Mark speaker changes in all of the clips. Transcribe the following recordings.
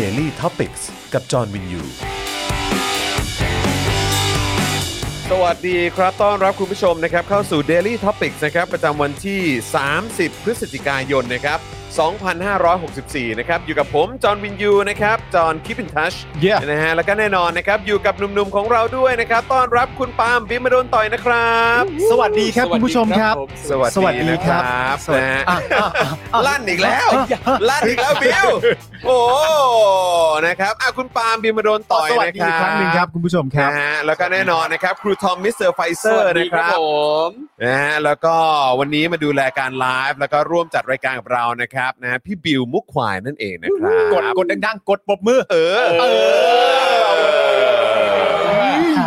Speaker 1: Daily Topics กับจอห์นวินยู สวัสดีครับ ต้อนรับคุณผู้ชมนะครับเข้าสู่ Daily Topics นะครับประจำวันที่ 30 พฤศจิกายนนะครับ 2564 นะครับ อยู่กับผม จอห์นวินยูนะครับ จอห์นคิป n ินทัช
Speaker 2: Yeah
Speaker 1: นะฮะ แล้วก็แน่นอนนะครับ อยู่กับหนุ่มๆของเราด้วยนะครับ ต้อนรับคุณปาล์มบิมมาโดนต่อยนะครับ
Speaker 2: สวัสดีครับคุณผู้ชมครับ
Speaker 1: สวัส
Speaker 2: สวัส
Speaker 1: ดี
Speaker 2: ดี
Speaker 1: นะค
Speaker 2: ค
Speaker 1: ร
Speaker 2: รั
Speaker 1: ั
Speaker 2: บบ
Speaker 1: นะฮะ
Speaker 2: อ่ะอ่ะอ่ะอ่ะ
Speaker 1: ลั่นอีกแล้ว ลั่นอีกแล้วบิวโอ้นะครับอ่ะคุณปาล์มบิมมาโดนต่อย
Speaker 2: สวัส
Speaker 1: นะ
Speaker 2: ดี
Speaker 1: ค
Speaker 2: อีก
Speaker 1: รับ
Speaker 2: ครั้งหนึ่งครับคุณผู้ชมครับ
Speaker 1: นะฮะแล้วก็แน่นอนนะครับ ครูทอมมิสเตอร์ไฟเซอร์นะครับ
Speaker 3: ผม
Speaker 1: นะฮะแล้วก็วันนี้มาดูแลการไลฟ์แล้วก็ร่วมจัดรายการกับเรานะครับนะฮะพี่บิวมุกควายนั่นเองนะครับ
Speaker 2: กดกดดังๆ กดปรบมือ
Speaker 1: เออเออ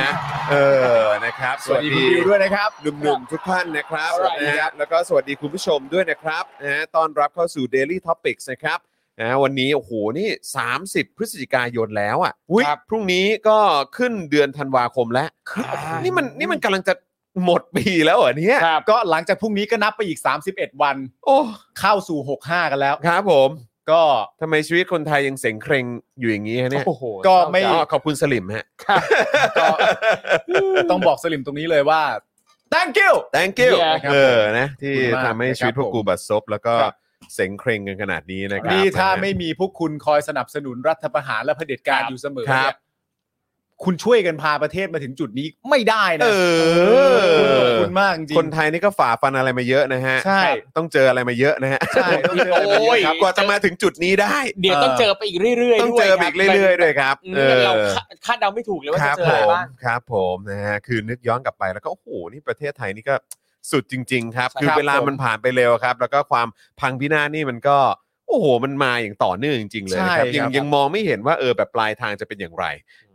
Speaker 1: นะเออนะครับ
Speaker 2: สวัสดีคุณบิวด้วยนะครับ
Speaker 1: หนุ่มๆทุกท่านนะครับ
Speaker 2: สวัสดี
Speaker 1: นะ
Speaker 2: ครั
Speaker 1: ฮะ
Speaker 2: บ
Speaker 1: แล้วก็สวัสดีคุณผู้ชมด้วยนะครับนะฮะต้อนรับเข้าสู่ Daily Topics นะครับนะฮะวันนี้โอ้โหนี่ 30 พฤศจิกายนแล้วอ่ะครับพรุ่งนี้ก็ขึ้นเดือนธันวาคมแล้วนี่มันนี่มันกำลังจะหมดปีแล้วเหรอเนี่ย
Speaker 2: ครับก็หลังจากพรุ่งนี้ก็นับไปอีก 31 วัน
Speaker 1: โอ้
Speaker 2: เข้าสู่ 65 กันแล้ว
Speaker 1: ครับผม
Speaker 2: ก็
Speaker 1: ทำไมชีวิตคนไทยยังเสยงเคร่งอยู่อย่างนี้ฮะเนี่ย
Speaker 3: โอ้โห
Speaker 2: ก็ไม่
Speaker 1: อ๋อขอบคุณสลิมฮะ
Speaker 2: ก็ต้องบอกสลิมตรงนี้เลยว่า thank you
Speaker 1: thank you
Speaker 2: ครับ
Speaker 1: เออนะที่
Speaker 2: ขอบคุณ
Speaker 1: ทำ
Speaker 2: มาก
Speaker 1: ให้ชีวิตพวกกูบัดซบแล้วก็
Speaker 2: ครับ
Speaker 1: เสยงเคร่งกันขนาดนี้นะครับ
Speaker 2: นี่ถ้าไม่
Speaker 1: นะ
Speaker 2: มีพวกคุณคอยสนับสนุนรัฐประหารและเผด็จการ
Speaker 1: ครับ
Speaker 2: อยู่เสมอ
Speaker 1: ครับ
Speaker 2: เนี่ยคุณช่วยกันพาประเทศมาถึงจุดนี้ไม่ได้
Speaker 1: เอ
Speaker 2: นะขอบ
Speaker 1: อ
Speaker 2: คุณมากจริง
Speaker 1: คนไทยนี่ก็ฝ่าฟันอะไรมาเยอะนะฮะ
Speaker 2: ใช่
Speaker 1: ครับต้องเจออะไรมาเยอะนะฮะ
Speaker 2: ใช่ต้องเจออะไรแบบ
Speaker 1: โอ้ย
Speaker 2: นี้ครับ
Speaker 1: กว่าจะมาถึงจุดนี้ได้
Speaker 3: เดี๋ยวต้องเจอไปอีกเรื่อยๆ
Speaker 1: ต้องเจอไปอีกเรื่อยๆด้วยครับ
Speaker 3: เเรา
Speaker 1: ออ
Speaker 3: คาดคาดเดาไม่ถูกเลยว่า
Speaker 1: ค
Speaker 3: จะ
Speaker 1: รับ
Speaker 3: เจอ
Speaker 1: ผ
Speaker 3: อะไร
Speaker 1: ม
Speaker 3: บ้าง
Speaker 1: ครับผมนะฮะคือนึกย้อนกลับไปแล้วก็โอ้โหนี่ประเทศไทยนี่ก็สุดจริง ๆ ครับ
Speaker 3: ใช่
Speaker 1: คือ
Speaker 3: ครับ
Speaker 1: เวลามันผ่านไปเร็วครับ แล้วก็ความพังพินาศนี่มันก็โอ้โห มันมาอย่างต่อเนื่องจริง ๆ เลยนะครับ
Speaker 2: ใช่
Speaker 1: ยัง
Speaker 2: ครับ
Speaker 1: ยังมองไม่เห็นว่าเออแบบปลายทางจะเป็นอย่างไร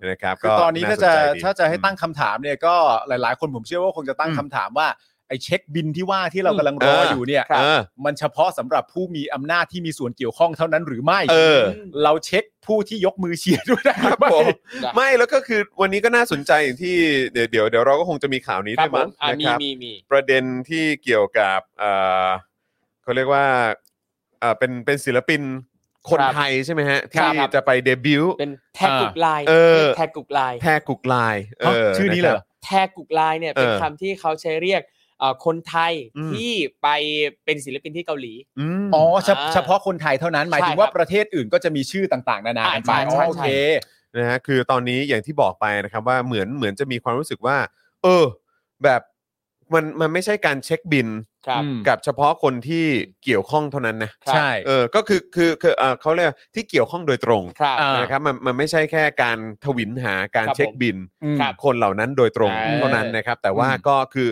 Speaker 1: นะครับ
Speaker 2: คือตอนนี้ถ้าจะ
Speaker 1: สใจดี
Speaker 2: ถ้าจะให้ตั้งคำถามเนี่ยก็หลาย ๆ คนผมเชื่อว่าคงจะตั้งคำถามว่าไอ้เช็คบินที่ว่าที่เรากำลังรออยู่เนี่ย
Speaker 1: เออ
Speaker 2: มันเฉพาะสำหรับผู้มีอำนาจที่มีส่วนเกี่ยวข้องเท่านั้นหรือไม่
Speaker 1: เออ
Speaker 2: เราเช็คผู้ที่ยกมือเชียร์ด้วยนะ
Speaker 1: ค
Speaker 2: ค
Speaker 1: รั
Speaker 2: รั
Speaker 1: บบ ผม
Speaker 3: ได้
Speaker 1: ไม่แล้วก็คือวันนี้ก็น่าสนใจอย่างที่เดี๋ยวเดี๋ยวเดี๋ยวเราก็คงจะมีข่าวนี้
Speaker 3: ครั
Speaker 1: ด้วย
Speaker 3: บผ
Speaker 1: มั้
Speaker 3: ม
Speaker 1: ง
Speaker 3: อ่ะ
Speaker 1: นะ
Speaker 3: มี
Speaker 1: ครับ
Speaker 3: มีมี
Speaker 1: ประเด็นที่เกี่ยวกับเอ่อเขาเรียกว่าเอ่อเป็นเป็นศิลปินคน
Speaker 3: ครับ
Speaker 1: ไทยใช่ไหมฮะ
Speaker 3: ครั
Speaker 1: ที่
Speaker 3: บ
Speaker 1: จะไปเดบิวต์
Speaker 3: เป็นแท็กกุกไลน์
Speaker 1: เออ
Speaker 3: แท็กกุกไลน์
Speaker 1: แพรกุกลายเออ
Speaker 2: ชื่อนี้เลย
Speaker 1: ะค
Speaker 2: เหร
Speaker 1: รับ
Speaker 2: อ
Speaker 3: แท็กกุกไลน์เนี่ยเป็น
Speaker 1: เออ
Speaker 3: คำที่เขาใช้เรียกเอ่อคนไทย
Speaker 1: อืม
Speaker 3: ที่ไปเป็นศิลปินที่เกาหลี
Speaker 1: อืม
Speaker 2: อ๋อเฉพาะ
Speaker 3: อ่า
Speaker 2: เฉพาะคนไทยเท่านั้นหมายถึงว่า
Speaker 3: ใช่ครับ
Speaker 2: ประเทศอื่นก็จะมีชื่อต่างๆ นานากันไปอ๋อ
Speaker 3: ใช่ใช่ใช่
Speaker 2: โอเค
Speaker 1: นะฮะคือตอนนี้อย่างที่บอกไปนะครับว่าเหมือนเหมือนจะมีความรู้สึกว่า เออ แบบมันมันไม่ใช่การเช็คบิน
Speaker 3: ครับ
Speaker 2: อืม
Speaker 1: กับเฉพาะคนที่เกี่ยวข้องเท่านั้นนะ
Speaker 3: ใช่
Speaker 2: ใช่
Speaker 1: เออก็คือคือคือเออเขาเรียกว่าที่เกี่ยวข้องโดยตรง
Speaker 3: ครับ
Speaker 2: อ่า
Speaker 1: นะครับมันมันไม่ใช่แค่การทวินหาการ
Speaker 3: ครับ
Speaker 1: เช็ค
Speaker 3: ผม
Speaker 1: บิน
Speaker 2: อืม
Speaker 3: ครับ
Speaker 1: คนเหล่านั้นโดยตรง
Speaker 3: เออ
Speaker 1: เท่านั้นนะครับ แต่ว่า
Speaker 2: อืม
Speaker 1: ก็คือ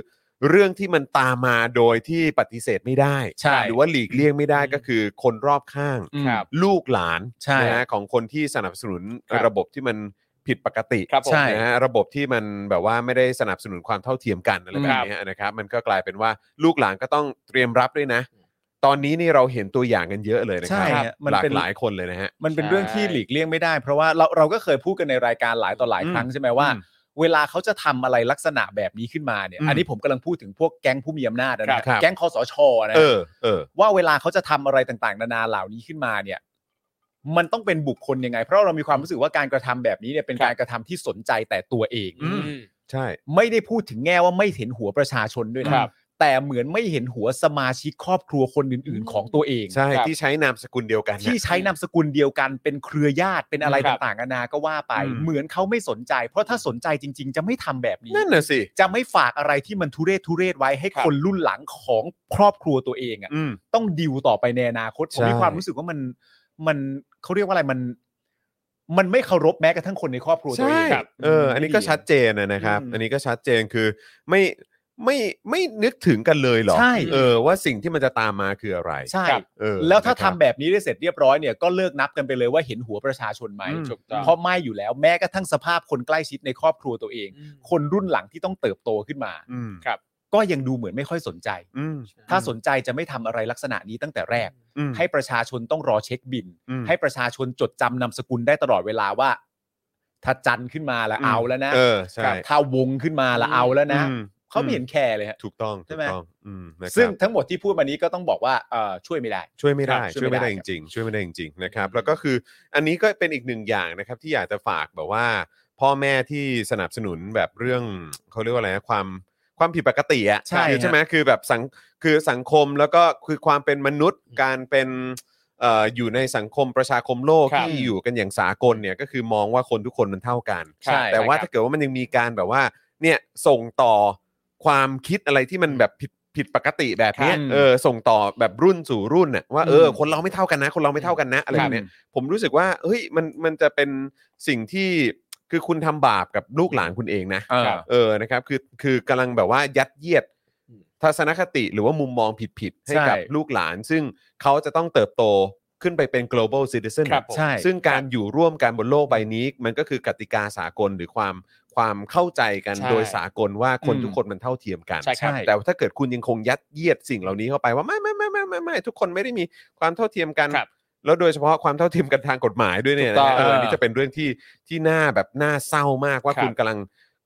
Speaker 1: เรื่องที่มันตามมาโดยที่ปฏิเสธไม่ได้
Speaker 2: ใช่
Speaker 1: หรือว่าหลีกเลี่ยงไม่ได้ก็คือคนรอบข้าง
Speaker 2: อืม
Speaker 3: ครับ
Speaker 1: ลูกหลาน
Speaker 2: ใช่
Speaker 1: นะฮะของคนที่สนับสนุน
Speaker 3: ครับ
Speaker 1: ระบบที่มันผิดปกติ
Speaker 3: ครับผม
Speaker 2: ใช่
Speaker 1: นะฮะระบบที่มันแบบว่าไม่ได้สนับสนุนความเท่าเทียมกันอะไร
Speaker 2: อืม
Speaker 1: แบบเนี้ยนะครับ มันก็กลายเป็นว่าลูกหลานก็ต้องเตรียมรับด้วยนะ ตอนนี้นี่เราเห็นตัวอย่างกันเยอะเลยนะครั
Speaker 2: ใช่ฮะมัน
Speaker 1: หลาก
Speaker 2: เป็น
Speaker 1: หลายคนเลยนะฮะ
Speaker 2: มันเป็น
Speaker 3: ใช่
Speaker 2: เรื่องที่หลีกเลี่ยงไม่ได้ เพราะว่าเราเราก็เคยพูดกันในรายการหลายต่อหลาย
Speaker 1: อืม
Speaker 2: ครั้งใช่ไหมว่า
Speaker 1: อืม
Speaker 2: เวลาเขาจะทำอะไรลักษณะแบบนี้ขึ้นมาเนี่ย
Speaker 1: อืม
Speaker 2: อันนี้ผมกำลังพูดถึงพวกแก๊งผู้มีอำนาจนะ
Speaker 1: ครั
Speaker 2: ฮะ
Speaker 1: บ
Speaker 2: แก๊งคอสชนะ
Speaker 1: เอ
Speaker 2: ฮะ
Speaker 1: อเออ
Speaker 2: ว่าเวลาเขาจะทำอะไรต่างๆ นานาเหล่านี้ขึ้นมาเนี่ย มันต้องเป็นบุคคลยังไง เพราะเรามีความรู้สึกว่าการกระทำแบบนี้เนี่ยเป็นการกระทำที่สนใจแต่ตัวเอง
Speaker 1: อื
Speaker 3: อืม
Speaker 1: ใช่
Speaker 2: ไม่ได้พูดถึงแง่ว่าไม่เห็นหัวประชาชนด้วย
Speaker 3: ครั
Speaker 2: นะ
Speaker 3: บ
Speaker 2: แต่เหมือนไม่เห็นหัวสมาชิกครอบครัวคนอื่น ๆ ของตัวเอง
Speaker 1: ใช่
Speaker 3: ครับ
Speaker 1: ที่ใช้นามสกุลเดียวกันน่ะ
Speaker 2: ที่ใช้นามสกุลเดียวกันเป็นเครือญาติเป็นอะไร
Speaker 3: ครับ
Speaker 2: ต่างๆนานาก็ว่าไป
Speaker 1: อืม
Speaker 2: เหมือนเขาไม่สนใจ เพราะถ้าสนใจจริง ๆ จะไม่ทำแบบนี้
Speaker 1: นั่นน่ะสิ
Speaker 2: จะไม่ฝากอะไรที่มันทุเรศทุเรศไว้ให้
Speaker 3: ครับ
Speaker 2: คนรุ่นหลังของครอบครัวตัวเองอะ
Speaker 1: อืม
Speaker 2: ต้องดิวต่อไปในอนาคตผม
Speaker 1: ใช่
Speaker 2: มีความรู้สึกว่ามันมันเขาเรียกว่าอะไรมัน มันไม่เคารพแม้กระทั่งคนในครอบครัวตัว
Speaker 1: ใช่
Speaker 2: เอง
Speaker 1: ครับเออ อันนี้ก็
Speaker 2: ไม่
Speaker 1: ชัดเจนนะนะครับ
Speaker 2: อืม
Speaker 1: อันนี้ก็ชัดเจนคือไม่ไม่ไม่นึกถึงกันเลยเหรอ
Speaker 2: ใช่
Speaker 1: เออว่าสิ่งที่มันจะตามมาคืออะไร
Speaker 2: ใช่
Speaker 3: ครับ
Speaker 1: เออ
Speaker 2: แล้วถ้า
Speaker 1: นะค
Speaker 2: ทำ
Speaker 1: รับ
Speaker 2: แบบนี้ได้เสร็จเรียบร้อยเนี่ยก็เลิกนับกันไปเลยว่าเห็นหัวประชาชนไหม
Speaker 1: อืม
Speaker 3: ถูกต้อง
Speaker 2: เพราะไม่อยู่แล้วแม้กระทั่งสภาพคนใกล้ชิดในครอบครัวตัวเอง
Speaker 3: อืม
Speaker 2: คนรุ่นหลังที่ต้องเติบโตขึ้นมา
Speaker 1: อืม
Speaker 2: ก็ยังดูเหมือนไม่ค่อยสนใจ
Speaker 1: อืม
Speaker 2: ถ้าสนใจจะไม่ทำอะไรลักษณะนี้ตั้งแต่แรก
Speaker 1: อืม
Speaker 2: ให้ประชาชนต้องรอเช็คบิน
Speaker 1: อืม
Speaker 2: ให้ประชาชนจดจำนามสกุลได้ตลอดเวลาว่า ถ้าจันทร์ขึ้นมาละเอาแล้วนะ
Speaker 1: เออใช่
Speaker 2: ครับถ้าวงขึ้นมาละ
Speaker 3: อืม
Speaker 2: เอาแล้วนะ
Speaker 1: อืม
Speaker 2: เขาไม่เห็นแคร์เลยฮะ
Speaker 1: ถูกต้องถู
Speaker 2: ใช่
Speaker 1: ก
Speaker 2: ไหม
Speaker 1: ต้องอืมนะครับ
Speaker 2: ซึ่งทั้งหมดที่พูดมานี้ก็ต้องบอกว่าเอ่อช่วยไม่ได้
Speaker 1: ช่วยไม่ได้
Speaker 2: ครับช่
Speaker 1: ช่ว
Speaker 2: วยยไม่
Speaker 1: ไม่
Speaker 2: ได้
Speaker 1: ได้จริงๆช่วยไม่ได้จริงๆนะครับแล้วก็คืออันนี้ก็เป็นอีกหนึ่งอย่างนะครับที่อยากจะฝากแบบว่า พ่อแม่ที่สนับสนุนแบบเรื่องเขาเรียกว่าอะไรนะความความผิดปกติอ่ะ
Speaker 2: ใช่
Speaker 1: คือ
Speaker 2: ฮะ
Speaker 1: ใช่ไหมคือแบบสังคือสังคมแล้วก็คือความเป็นมนุษย์การเป็นเอ่ออยู่ในสังคมประชาคมโลก
Speaker 3: ครับ
Speaker 1: ที่อยู่กันอย่างสากลเนี่ยก็คือมองว่าคนทุกคนมันเท่ากัน
Speaker 2: ใช่
Speaker 1: แต่ว่า
Speaker 3: ใช่
Speaker 1: ถ้า
Speaker 3: ครับ
Speaker 1: เกิดว่ามันยังมีการแบบว่าเนี่ยส่งต่อความคิดอะไรที่มันแบบผิดผิดปกติแบบเนี้ย
Speaker 2: ครับ
Speaker 1: เออส่งต่อแบบรุ่นสู่รุ่นน่ะว่าเอออ
Speaker 2: ม
Speaker 1: คนเราไม่เท่ากันนะ คนเราไม่เท่ากันนะอะไรแบบเนี้ยผมรู้สึกว่าเฮ้ยมันมันจะเป็นสิ่งที่คือคุณทำบาปกับลูกหลานคุณเองนะ
Speaker 2: เออ
Speaker 3: ครับ
Speaker 1: เออนะครับคือคือกำลังแบบว่ายัดเยียด
Speaker 3: อืม
Speaker 1: ทัศนคติหรือว่ามุมมองผิดๆ ให้
Speaker 2: ใช่
Speaker 1: กับลูกหลาน ซึ่งเขาจะต้องเติบโตขึ้นไปเป็น global citizen
Speaker 3: ครับผม
Speaker 2: ใช่
Speaker 1: ซึ่งการอยู่ร่วมกันบนโลกใบนี้ มันก็คือกติกาสากลหรือความความเข้าใจกัน
Speaker 3: ใช่
Speaker 1: โดยสากลว่าคน
Speaker 2: อืม
Speaker 1: ทุกคนมันเท่าเทียมกัน
Speaker 3: ใช่ครับ
Speaker 1: แต่ว่าถ้าเกิดคุณยังคงยัดเยียดสิ่งเหล่านี้เข้าไปว่าไม่ไม่ไม่ไม่ไม่ไม่ทุกคนไม่ได้มีความเท่าเทียมกัน
Speaker 3: ครับ
Speaker 1: แล้วโดยเฉพาะความเท่าเทียมกันทางกฎหมายด้วยเนี่ย
Speaker 3: ถูกต้
Speaker 1: นะ
Speaker 3: อง
Speaker 1: เออ
Speaker 2: เอออั
Speaker 1: นนี่จะเป็นเรื่องที่ที่น่าแบบน่าเศร้ามากว่า
Speaker 3: ครับ
Speaker 1: คุณกำลัง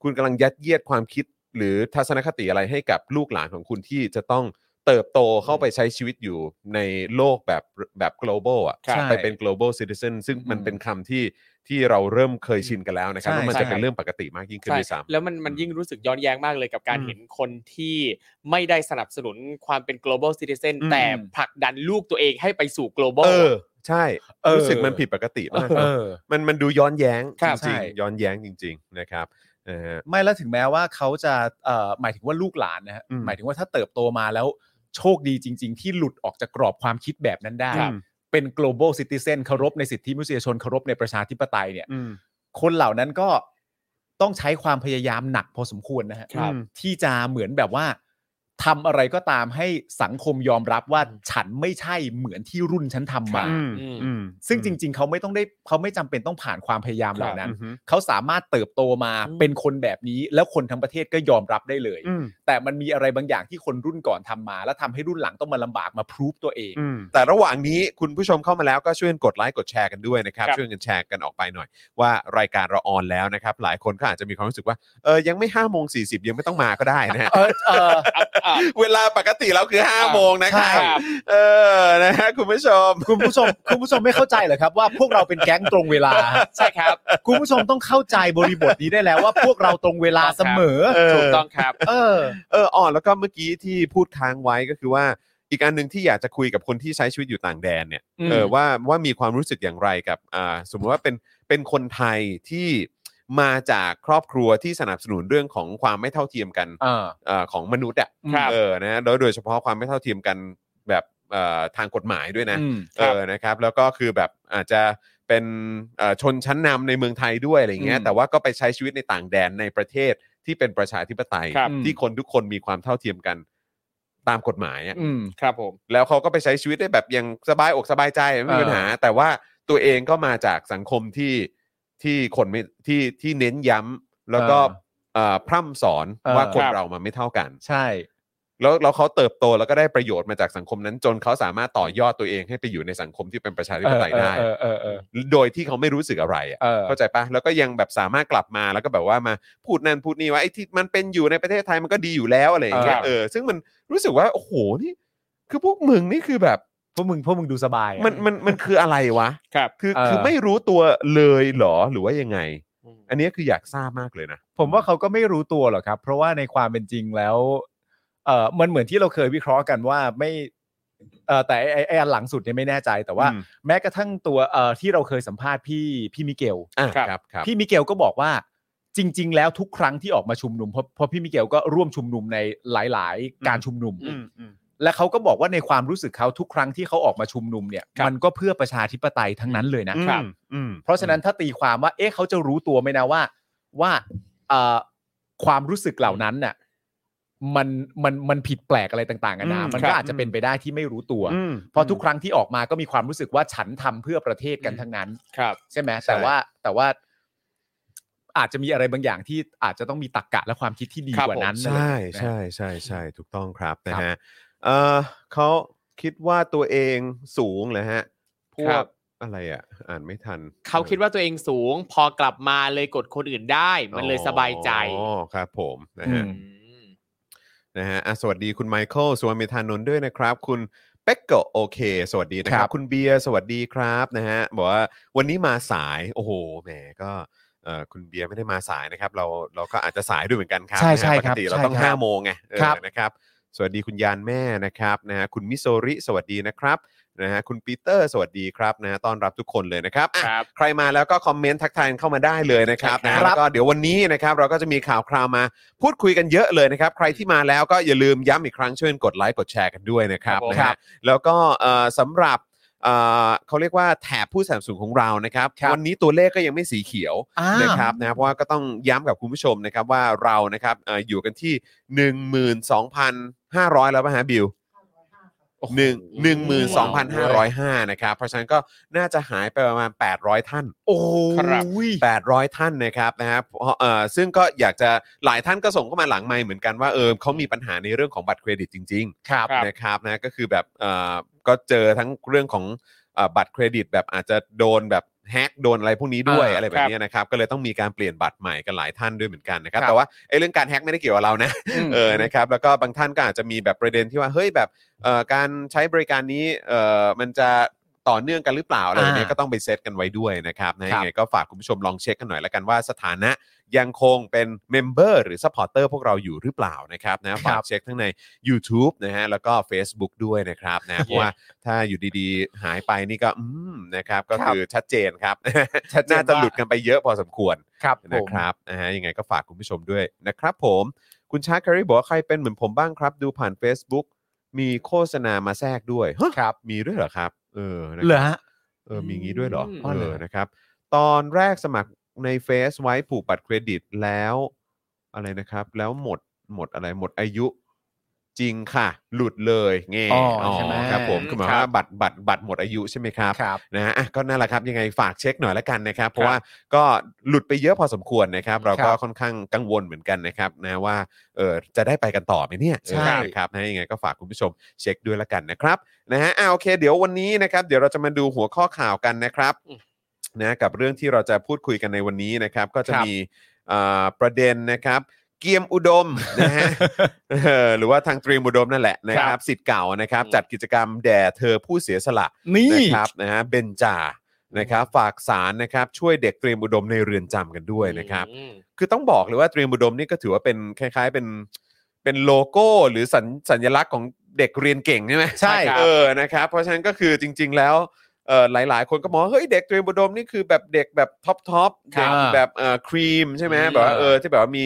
Speaker 1: คุณกำลังยัดเยียดความคิด หรือทัศนคติอะไรให้กับลูกหลานของคุณที่จะต้องเติบโตเข้าไปใช้ชีวิตอยู่ในโลกแบบแบบ global อ่ะ
Speaker 2: ครับ
Speaker 1: ไปเป็น global citizen ซึ่งมัน
Speaker 2: อืม
Speaker 1: เป็นคำที่ที่เราเริ่มเคยชินกันแล้วนะครับ
Speaker 2: ใช่
Speaker 1: แล้วมัน
Speaker 2: ใช่
Speaker 1: จะเป็นเรื่องปกติมากยิ่งขึ้น
Speaker 3: ใช่
Speaker 1: ด้วยซ้ำ
Speaker 3: แล้วมันมันยิ่งรู้สึกย้อนแย้งมากเลยกับการ
Speaker 1: อืม
Speaker 3: เห็นคนที่ไม่ได้สนับสนุนความเป็น global citizen
Speaker 1: อืม
Speaker 3: แต่ผลักดันลูกตัวเองให้ไปสู่ global
Speaker 1: เออ ใช่
Speaker 2: เออ
Speaker 1: รู้สึกมันผิดปกติมาก
Speaker 2: เอ
Speaker 1: นะ
Speaker 2: อ
Speaker 1: มันมันดูย้อนแย้งจ
Speaker 2: ครับ
Speaker 1: ริง
Speaker 2: ใช่
Speaker 1: ๆย้อนแย้งจริง ๆ นะครับนะฮะ
Speaker 2: ไม่แล้วถึงแม้ว่าเขาจะเอ่อหมายถึงว่าลูกหลานนะฮะ
Speaker 1: อืม
Speaker 2: หมายถึงว่าถ้าเติบโตมาแล้วโชคดีจริง ๆ ที่หลุดออกจากกรอบความคิดแบบนั้นได้
Speaker 3: ครับ
Speaker 2: เป็น global citizen เคารพในสิทธิมนุษยชนเคารพในประชาธิปไตยเนี่ย
Speaker 1: อืม
Speaker 2: คนเหล่านั้นก็ต้องใช้ความพยายามหนักพอสมควรนะฮะ
Speaker 1: ครับ
Speaker 2: ที่จะเหมือนแบบว่าทำอะไรก็ตามให้สังคมยอมรับว่าฉันไม่ใช่เหมือนที่รุ่นฉันทำมา
Speaker 1: อืม
Speaker 3: อืม
Speaker 1: อืม
Speaker 2: ซึ่งจริง ๆ เขาไม่ต้องได้เขาไม่จำเป็นต้องผ่านความพยายามเหล่านั้น
Speaker 1: อืม
Speaker 2: เขาสามารถเติบโตมา
Speaker 3: อืม
Speaker 2: เป็นคนแบบนี้ แล้วคนทั้งประเทศก็ยอมรับได้เลย
Speaker 1: อืม
Speaker 2: แต่มันมีอะไรบางอย่างที่คนรุ่นก่อนทำมา แล้วทำให้รุ่นหลังต้องมาลำบากมาพรูฟตัวเอง
Speaker 1: อืมแต่ระหว่างนี้คุณผู้ชมเข้ามาแล้วก็ช่วยกดไลค์กดแชร์กันด้วยนะครับ
Speaker 3: ครับ
Speaker 1: ช่วยกันแชร์กันออกไปหน่อย ว่ารายการเราออนแล้วนะครับ หลายคนก็อาจจะมีความรู้สึกว่าเออยังไม่5้าโมงสียังไม่ต้องมาก็ได้นะฮะ
Speaker 2: เออเออ
Speaker 3: อ่ะ
Speaker 1: เวลาปกติเราคือ5้าโมงนะครับ
Speaker 3: ใช่ครับ
Speaker 1: เออนะฮะคุณผู้ชม
Speaker 2: คุณผู้ชมคุณผู้ชมไม่เข้าใจเหรอครับว่าพวกเราเป็นแก๊งตรงเวลาฮะ
Speaker 3: ใช่ครับ
Speaker 2: คุณผู้ชมต้องเข้าใจบริบทนี้ได้แล้วว่าพวกเราตรงเวลาเสมอ
Speaker 1: เออ
Speaker 3: ถูกต้องครับ
Speaker 2: เออ
Speaker 1: เอออ่อนแล้วก็เมื่อกี้ที่พูดค้างไว้ก็คือว่า อีกอันหนึ่งที่อยากจะคุยกับคนที่ใช้ชีวิตอยู่ต่างแดนเนี่ย
Speaker 2: อืม
Speaker 1: เออว่าว่ามีความรู้สึกอย่างไรกับอ่าสมมติว่าเป็นเป็นคนไทยที่มาจากครอบครัวที่สนับสนุนเรื่องของความไม่เท่าเทียมกัน
Speaker 2: เออ
Speaker 1: เอ่อของมนุษย์อ่ะ
Speaker 3: ครับ
Speaker 1: เออนะแล้วโดยเฉพาะความไม่เท่าเทียมกันแบบเอ่อทางกฎหมายด้วยนะเออนะครับแล้วก็คือแบบอาจจะเป็นเอ่อชนชั้นนำในเมืองไทยด้วยอะไรอย่างเงี้ย
Speaker 2: อืม
Speaker 1: แต่ว่าก็ไปใช้ชีวิตในต่างแดนในประเทศที่เป็นประชาธิปไตย
Speaker 3: ครับ
Speaker 1: ที่คนทุกคนมีความเท่าเทียมกันตามกฎหมายอะ
Speaker 2: อืม
Speaker 3: ครับผม
Speaker 1: แล้วเขาก็ไปใช้ชีวิตได้แบบอยังสบายอกสบายใจไม่มี
Speaker 2: เออ
Speaker 1: ปัญหา แต่ว่าตัวเองก็มาจากสังคมที่ที่คนไม่ที่ที่เน้นย้ำแล้วก็เอ่อพร่ำสอนว่าคน
Speaker 3: ครับ
Speaker 1: เรามันไม่เท่ากัน
Speaker 2: ใช่
Speaker 1: แล้วแล้วเขาเติบโตแล้วก็ได้ประโยชน์มาจากสังคมนั้นจนเขาสามารถต่อยอดตัวเองให้ไปอยู่ในสังคมที่เป็นประชาธิปไตยได้
Speaker 2: เออเออเออ
Speaker 1: โดยที่เขาไม่รู้สึกอะไรอะ
Speaker 2: เออ
Speaker 1: เข้าใจปะแล้วก็ยังแบบสามารถกลับมาแล้วก็แบบว่ามาพูดนั่นพูดนี่ว่าไอ้ที่มันเป็นอยู่ในประเทศไทยมันก็ดีอยู่แล้วอะไรอย่างเงี้ย
Speaker 2: เออ
Speaker 1: เออซึ่งมันรู้สึกว่าโอ้โหนี่ คือพวกมึงนี่คือแบบ
Speaker 2: พวกมึงพวกมึงดูสบายอะ
Speaker 1: มันมันมันคืออะไรวะ
Speaker 3: ครับ
Speaker 1: คือ
Speaker 2: เออ
Speaker 1: คือไม่รู้ตัวเลยเหรอหรือว่ายังไง
Speaker 3: อืม
Speaker 1: อันเนี้ยคืออยากทราบมากเลยนะ
Speaker 2: ผมว่าเขาก็ไม่รู้ตัวหรอกครับ เพราะว่าในความเป็นจริงแล้วเออมันเหมือนที่เราเคยวิเคราะห์กันว่าไม่เออแต่ไอ้ไอ้ไอ้อันหลังสุดเนี่ยไม่แน่ใจแต่ว่า
Speaker 1: อืม
Speaker 2: แม้กระทั่งตัวเออที่เราเคยสัมภาษณ์พี่พี่มิเกล
Speaker 1: อ่ะครับครับ
Speaker 2: พี่มิเกลก็บอกว่าจริง ๆ แล้วทุกครั้งที่ออกมาชุมนุมเพราะเพราะพี่มิเกลก็ร่วมชุมนุมในหลาย ๆ การชุมนุม
Speaker 3: อืม
Speaker 2: และเขาก็บอกว่าในความรู้สึกเขาทุกครั้งที่เขาออกมาชุมนุมเนี่ย
Speaker 3: ครับ
Speaker 2: มันก็เพื่อประชาธิปไตยทั้งนั้นเลยนะ
Speaker 1: อืม
Speaker 3: ครับ
Speaker 1: อืม
Speaker 2: เพราะฉะนั้นถ้าตีความว่า เอ๊ะเขาจะรู้ตัวไหมนะว่าว่าเอ่อความรู้สึกเหล่านั้นน่ะมันมันมันผิดแปลกอะไรต่างๆกันานามัน
Speaker 3: ครั
Speaker 2: ก็
Speaker 3: บ
Speaker 2: อาจจะเป็นไปได้ที่ไม่รู้ตัว
Speaker 1: อืม
Speaker 2: เพราะทุกครั้งที่ออกมาก็มีความรู้สึกว่าฉันทำเพื่อประเทศกันทั้งนั้น
Speaker 3: ครับ
Speaker 2: ใช่ไหม
Speaker 1: ใช่
Speaker 2: แต่ว่าแต่ว่าอาจจะมีอะไรบางอย่างที่อาจจะต้องมีตรกกะและความคิดที่ดี
Speaker 3: ครับ
Speaker 2: กว่านั้น
Speaker 1: ใช่
Speaker 2: อะไรอย่างเงี้ยนะ
Speaker 1: ใช่ใช่ใช่ถูกต้องครับนะครับ ฮะเอ่อเขาคิดว่าตัวเองสูงเหรอฮะพว
Speaker 3: ครั
Speaker 1: ก
Speaker 3: บ
Speaker 1: อะไรอ่ะ อ่านไม่ทัน
Speaker 3: เขาคิดว่าตัวเองสูง พอกลับมาเลยกดคนอื่นได้ มันเลยสบายใจ
Speaker 1: อ๋อครับผมนะ
Speaker 2: อื
Speaker 1: ฮะ
Speaker 2: ม
Speaker 3: ม
Speaker 1: นะฮะอ่ะสวัสดีคุณไมเคิลสุวรรณเมธานนท์ด้วยนะครับ คุณเป็กโกะโอเค สวัสดีนะค
Speaker 2: ค
Speaker 1: รั
Speaker 2: รับ บ
Speaker 1: คุณเบียร์สวัสดีครับนะฮะบอกว่าวันนี้มาสายโอ้โหแหมก็เอ่อคุณเบียร์ไม่ได้มาสายนะครับ เราเราก็อาจจะสายด้วยเหมือนกันครับ
Speaker 2: ใช่ใช่
Speaker 1: นะฮะป
Speaker 2: ค
Speaker 1: ก
Speaker 2: รับ
Speaker 1: ติเรา
Speaker 2: ใช่
Speaker 1: ต้อง
Speaker 2: ครับ
Speaker 1: ห้าโมงไงเออ
Speaker 2: ครับ
Speaker 1: นะครับ สวัสดีคุณยานแม่นะครับนะฮะคุณมิโซริสวัสดีนะครับนะฮะคุณปีเตอร์สวัสดีครับนะฮะต้อนรับทุกคนเลยนะครับอ่ะ
Speaker 3: ครับ
Speaker 1: ใครมาแล้วก็คอมเมนต์ทักทายเข้ามาได้เลยนะครับ
Speaker 3: ใช่
Speaker 1: นะ
Speaker 3: ครั
Speaker 1: ฮะ
Speaker 3: บ
Speaker 1: แล้วก็เดี๋ยววันนี้นะครับเราก็จะมีข่าวคราวมาพูดคุยกันเยอะเลยนะครับ ใครที่มาแล้วก็อย่าลืมย้ำอีกครั้งช่วยกดไลค์กดแชร์กันด้วยนะครับ
Speaker 3: ครับผม
Speaker 1: นะฮะแล้วก็เอ่อสำหรับเอ่อเขาเรียกว่าแถบผู้สนับสนุนของเรานะครับ
Speaker 2: ครับ
Speaker 1: วันนี้ตัวเลขก็ยังไม่สีเขียว
Speaker 2: อ่า
Speaker 1: นะครับนะเพราะว่าก็ต้องย้ำกับคุณผู้ชมนะครับว่าเรานะครับเอ่ออยู่กันที่ 12,500 แล้วป่ะฮะบิวหนึ่งหนึ่งหมื่นสองพันห้าร้อยห้านะครับ เพราะฉะนั้นก็น่าจะหายไปประมาณ 800 ท่าน
Speaker 2: โอ้
Speaker 3: ครับ
Speaker 2: ย
Speaker 1: 800 ท่านนะครับนะฮะเพราะเอ่อซึ่งก็อยากจะหลายท่านก็ส่งเข้ามาหลังไมค์เหมือนกันว่าเออเขามีปัญหาในเรื่องของบัตรเครดิตจริง ๆ
Speaker 2: ครับ
Speaker 3: ครับ
Speaker 1: นะครับนะก็คือแบบเอ่อก็เจอทั้งเรื่องของเอ่อบัตรเครดิต แบบอาจจะโดนแบบแฮกโดนอะไรพวกนี้ด้วย
Speaker 2: อ่า
Speaker 1: อะไรแบบเนี้ยนะครับก็เลยต้องมีการเปลี่ยนบัตรใหม่กันหลายท่านด้วยเหมือนกันนะครับ
Speaker 2: ครับ
Speaker 1: แต่ว่าไอ้เรื่องการแฮกไม่ได้เกี่ยวกับเรานะ เออนะครับแล้วก็บางท่านก็อาจจะมีแบบประเด็นที่ว่าเฮ้ยแบบเอ่อการใช้บริการนี้เอ่อมันจะต่อเนื่องกันหรือเปล่าอะไร
Speaker 2: อ่า
Speaker 1: เนี้ยก็ต้องไปเซตกันไว้ด้วยนะครับนะ
Speaker 2: ค
Speaker 1: ยั
Speaker 2: รับ
Speaker 1: งไงก็ฝากคุณผู้ชมลองเช็คกันหน่อยละกันว่าสถานะยังคงเป็นเมมเบอร์หรือสปอร์เตอร์พวกเราอยู่หรือเปล่านะครับนะฝากเช็คทั้งใน YouTube นะฮะแล้วก็ Facebook ด้วยนะครับ นะเพราะว่าถ้าอยู่ดีๆ หายไปนี่ก็อืมนะครับก็คือชัดเจนครับ
Speaker 2: ชัดเจน
Speaker 1: น่าจะ
Speaker 2: ว่า
Speaker 1: หลุดกันไปเยอะพอสมควร
Speaker 2: ครับผ
Speaker 1: นะ
Speaker 2: ม
Speaker 1: ครับนะฮะยังไงก็ฝากคุณผู้ชมด้วยนะครับผมคุณชาร์คแครีบอกว่าใครเป็นเหมือนผมบ้างครับ ดูผ่าน Facebook มีโฆษณามาแทรกด้วยฮะ
Speaker 2: ครับ
Speaker 1: มีด้วยเหรอครับ เออนะ
Speaker 2: เห
Speaker 1: ค
Speaker 2: ร
Speaker 1: รับ
Speaker 2: อฮะ
Speaker 1: เออมีงี้ด้วยเหรอ
Speaker 2: อ๋อเหรอ
Speaker 1: เออนะครับ ตอนแรกสมัครในเฟซไว้ผูกบัตรเครดิตแล้วอะไรนะครับ แล้วหมดหมดอะไรหมดอายุ จริงค่ะ หลุดเลยเงี้ย
Speaker 2: อ๋อ
Speaker 1: อ๋อ
Speaker 2: ใช่ไหม
Speaker 1: ครับผมคือหมายความว่าบัตรบัตรบัตรหมดอายุใช่ไหมครับ
Speaker 2: ครับ
Speaker 1: นะฮะอ่ะก็นั่นแหละครับยังไงฝากเช็คหน่อยละกันนะครับเพราะว่าก็หลุดไปเยอะพอสมควรนะครับ เราก็
Speaker 2: ครับ
Speaker 1: ค่อนข้างกังวลเหมือนกันนะครับนะว่าเออจะได้ไปกันต่อไหมเนี่ย
Speaker 2: ใช่
Speaker 1: เออนะครับนะยังไงก็ฝากคุณผู้ชมเช็คด้วยละกันนะครับนะฮะอ่าโอเค เดี๋ยววันนี้นะครับเดี๋ยวเราจะมาดูหัวข้อข่าวกันนะครับ
Speaker 3: อืม
Speaker 1: นะกับเรื่องที่เราจะพูดคุยกันในวันนี้นะครับ ก็จะ
Speaker 2: ครับ
Speaker 1: มีเอ่อประเด็นนะครับ เกียมอุดม นะฮะเออหรือว่าทางเตรียมอุดมนั่นแหละนะค
Speaker 3: ครั
Speaker 1: รับบ สิทธิ์เก่านะครับ
Speaker 3: อืม
Speaker 1: จัดกิจกรรมแด่เธอผู้เสียสละ
Speaker 2: นี่
Speaker 1: นะครับนะฮะเบนจานะครับฝากสารนะครับช่วยเด็กเตรียมอุดมในเรือนจำกันด้วยนะครับ
Speaker 3: อืม
Speaker 1: คือต้องบอกเลยว่าเตรียมอุดมนี่ก็ถือว่าเป็นคล้าย ๆ เป็นเป็นโลโก้หรือสัญสัญลักษณ์ของเด็กเรียนเก่งใช่ไหม
Speaker 2: ใช่ครับ
Speaker 1: เออนะครับเพราะฉะนั้นก็คือจริง ๆ แล้วเอ่อหลาย ๆ คนก็มองว่าเฮ้ยเด็กเตรียมอุดมนี่คือแบบเด็กแบบท็อปท็อป
Speaker 2: ครั
Speaker 1: เด็ก
Speaker 2: บ
Speaker 1: แบบเอ่อครีมใช่ไหม
Speaker 3: อืม
Speaker 1: แบบว่าเออที่แบบว่ามี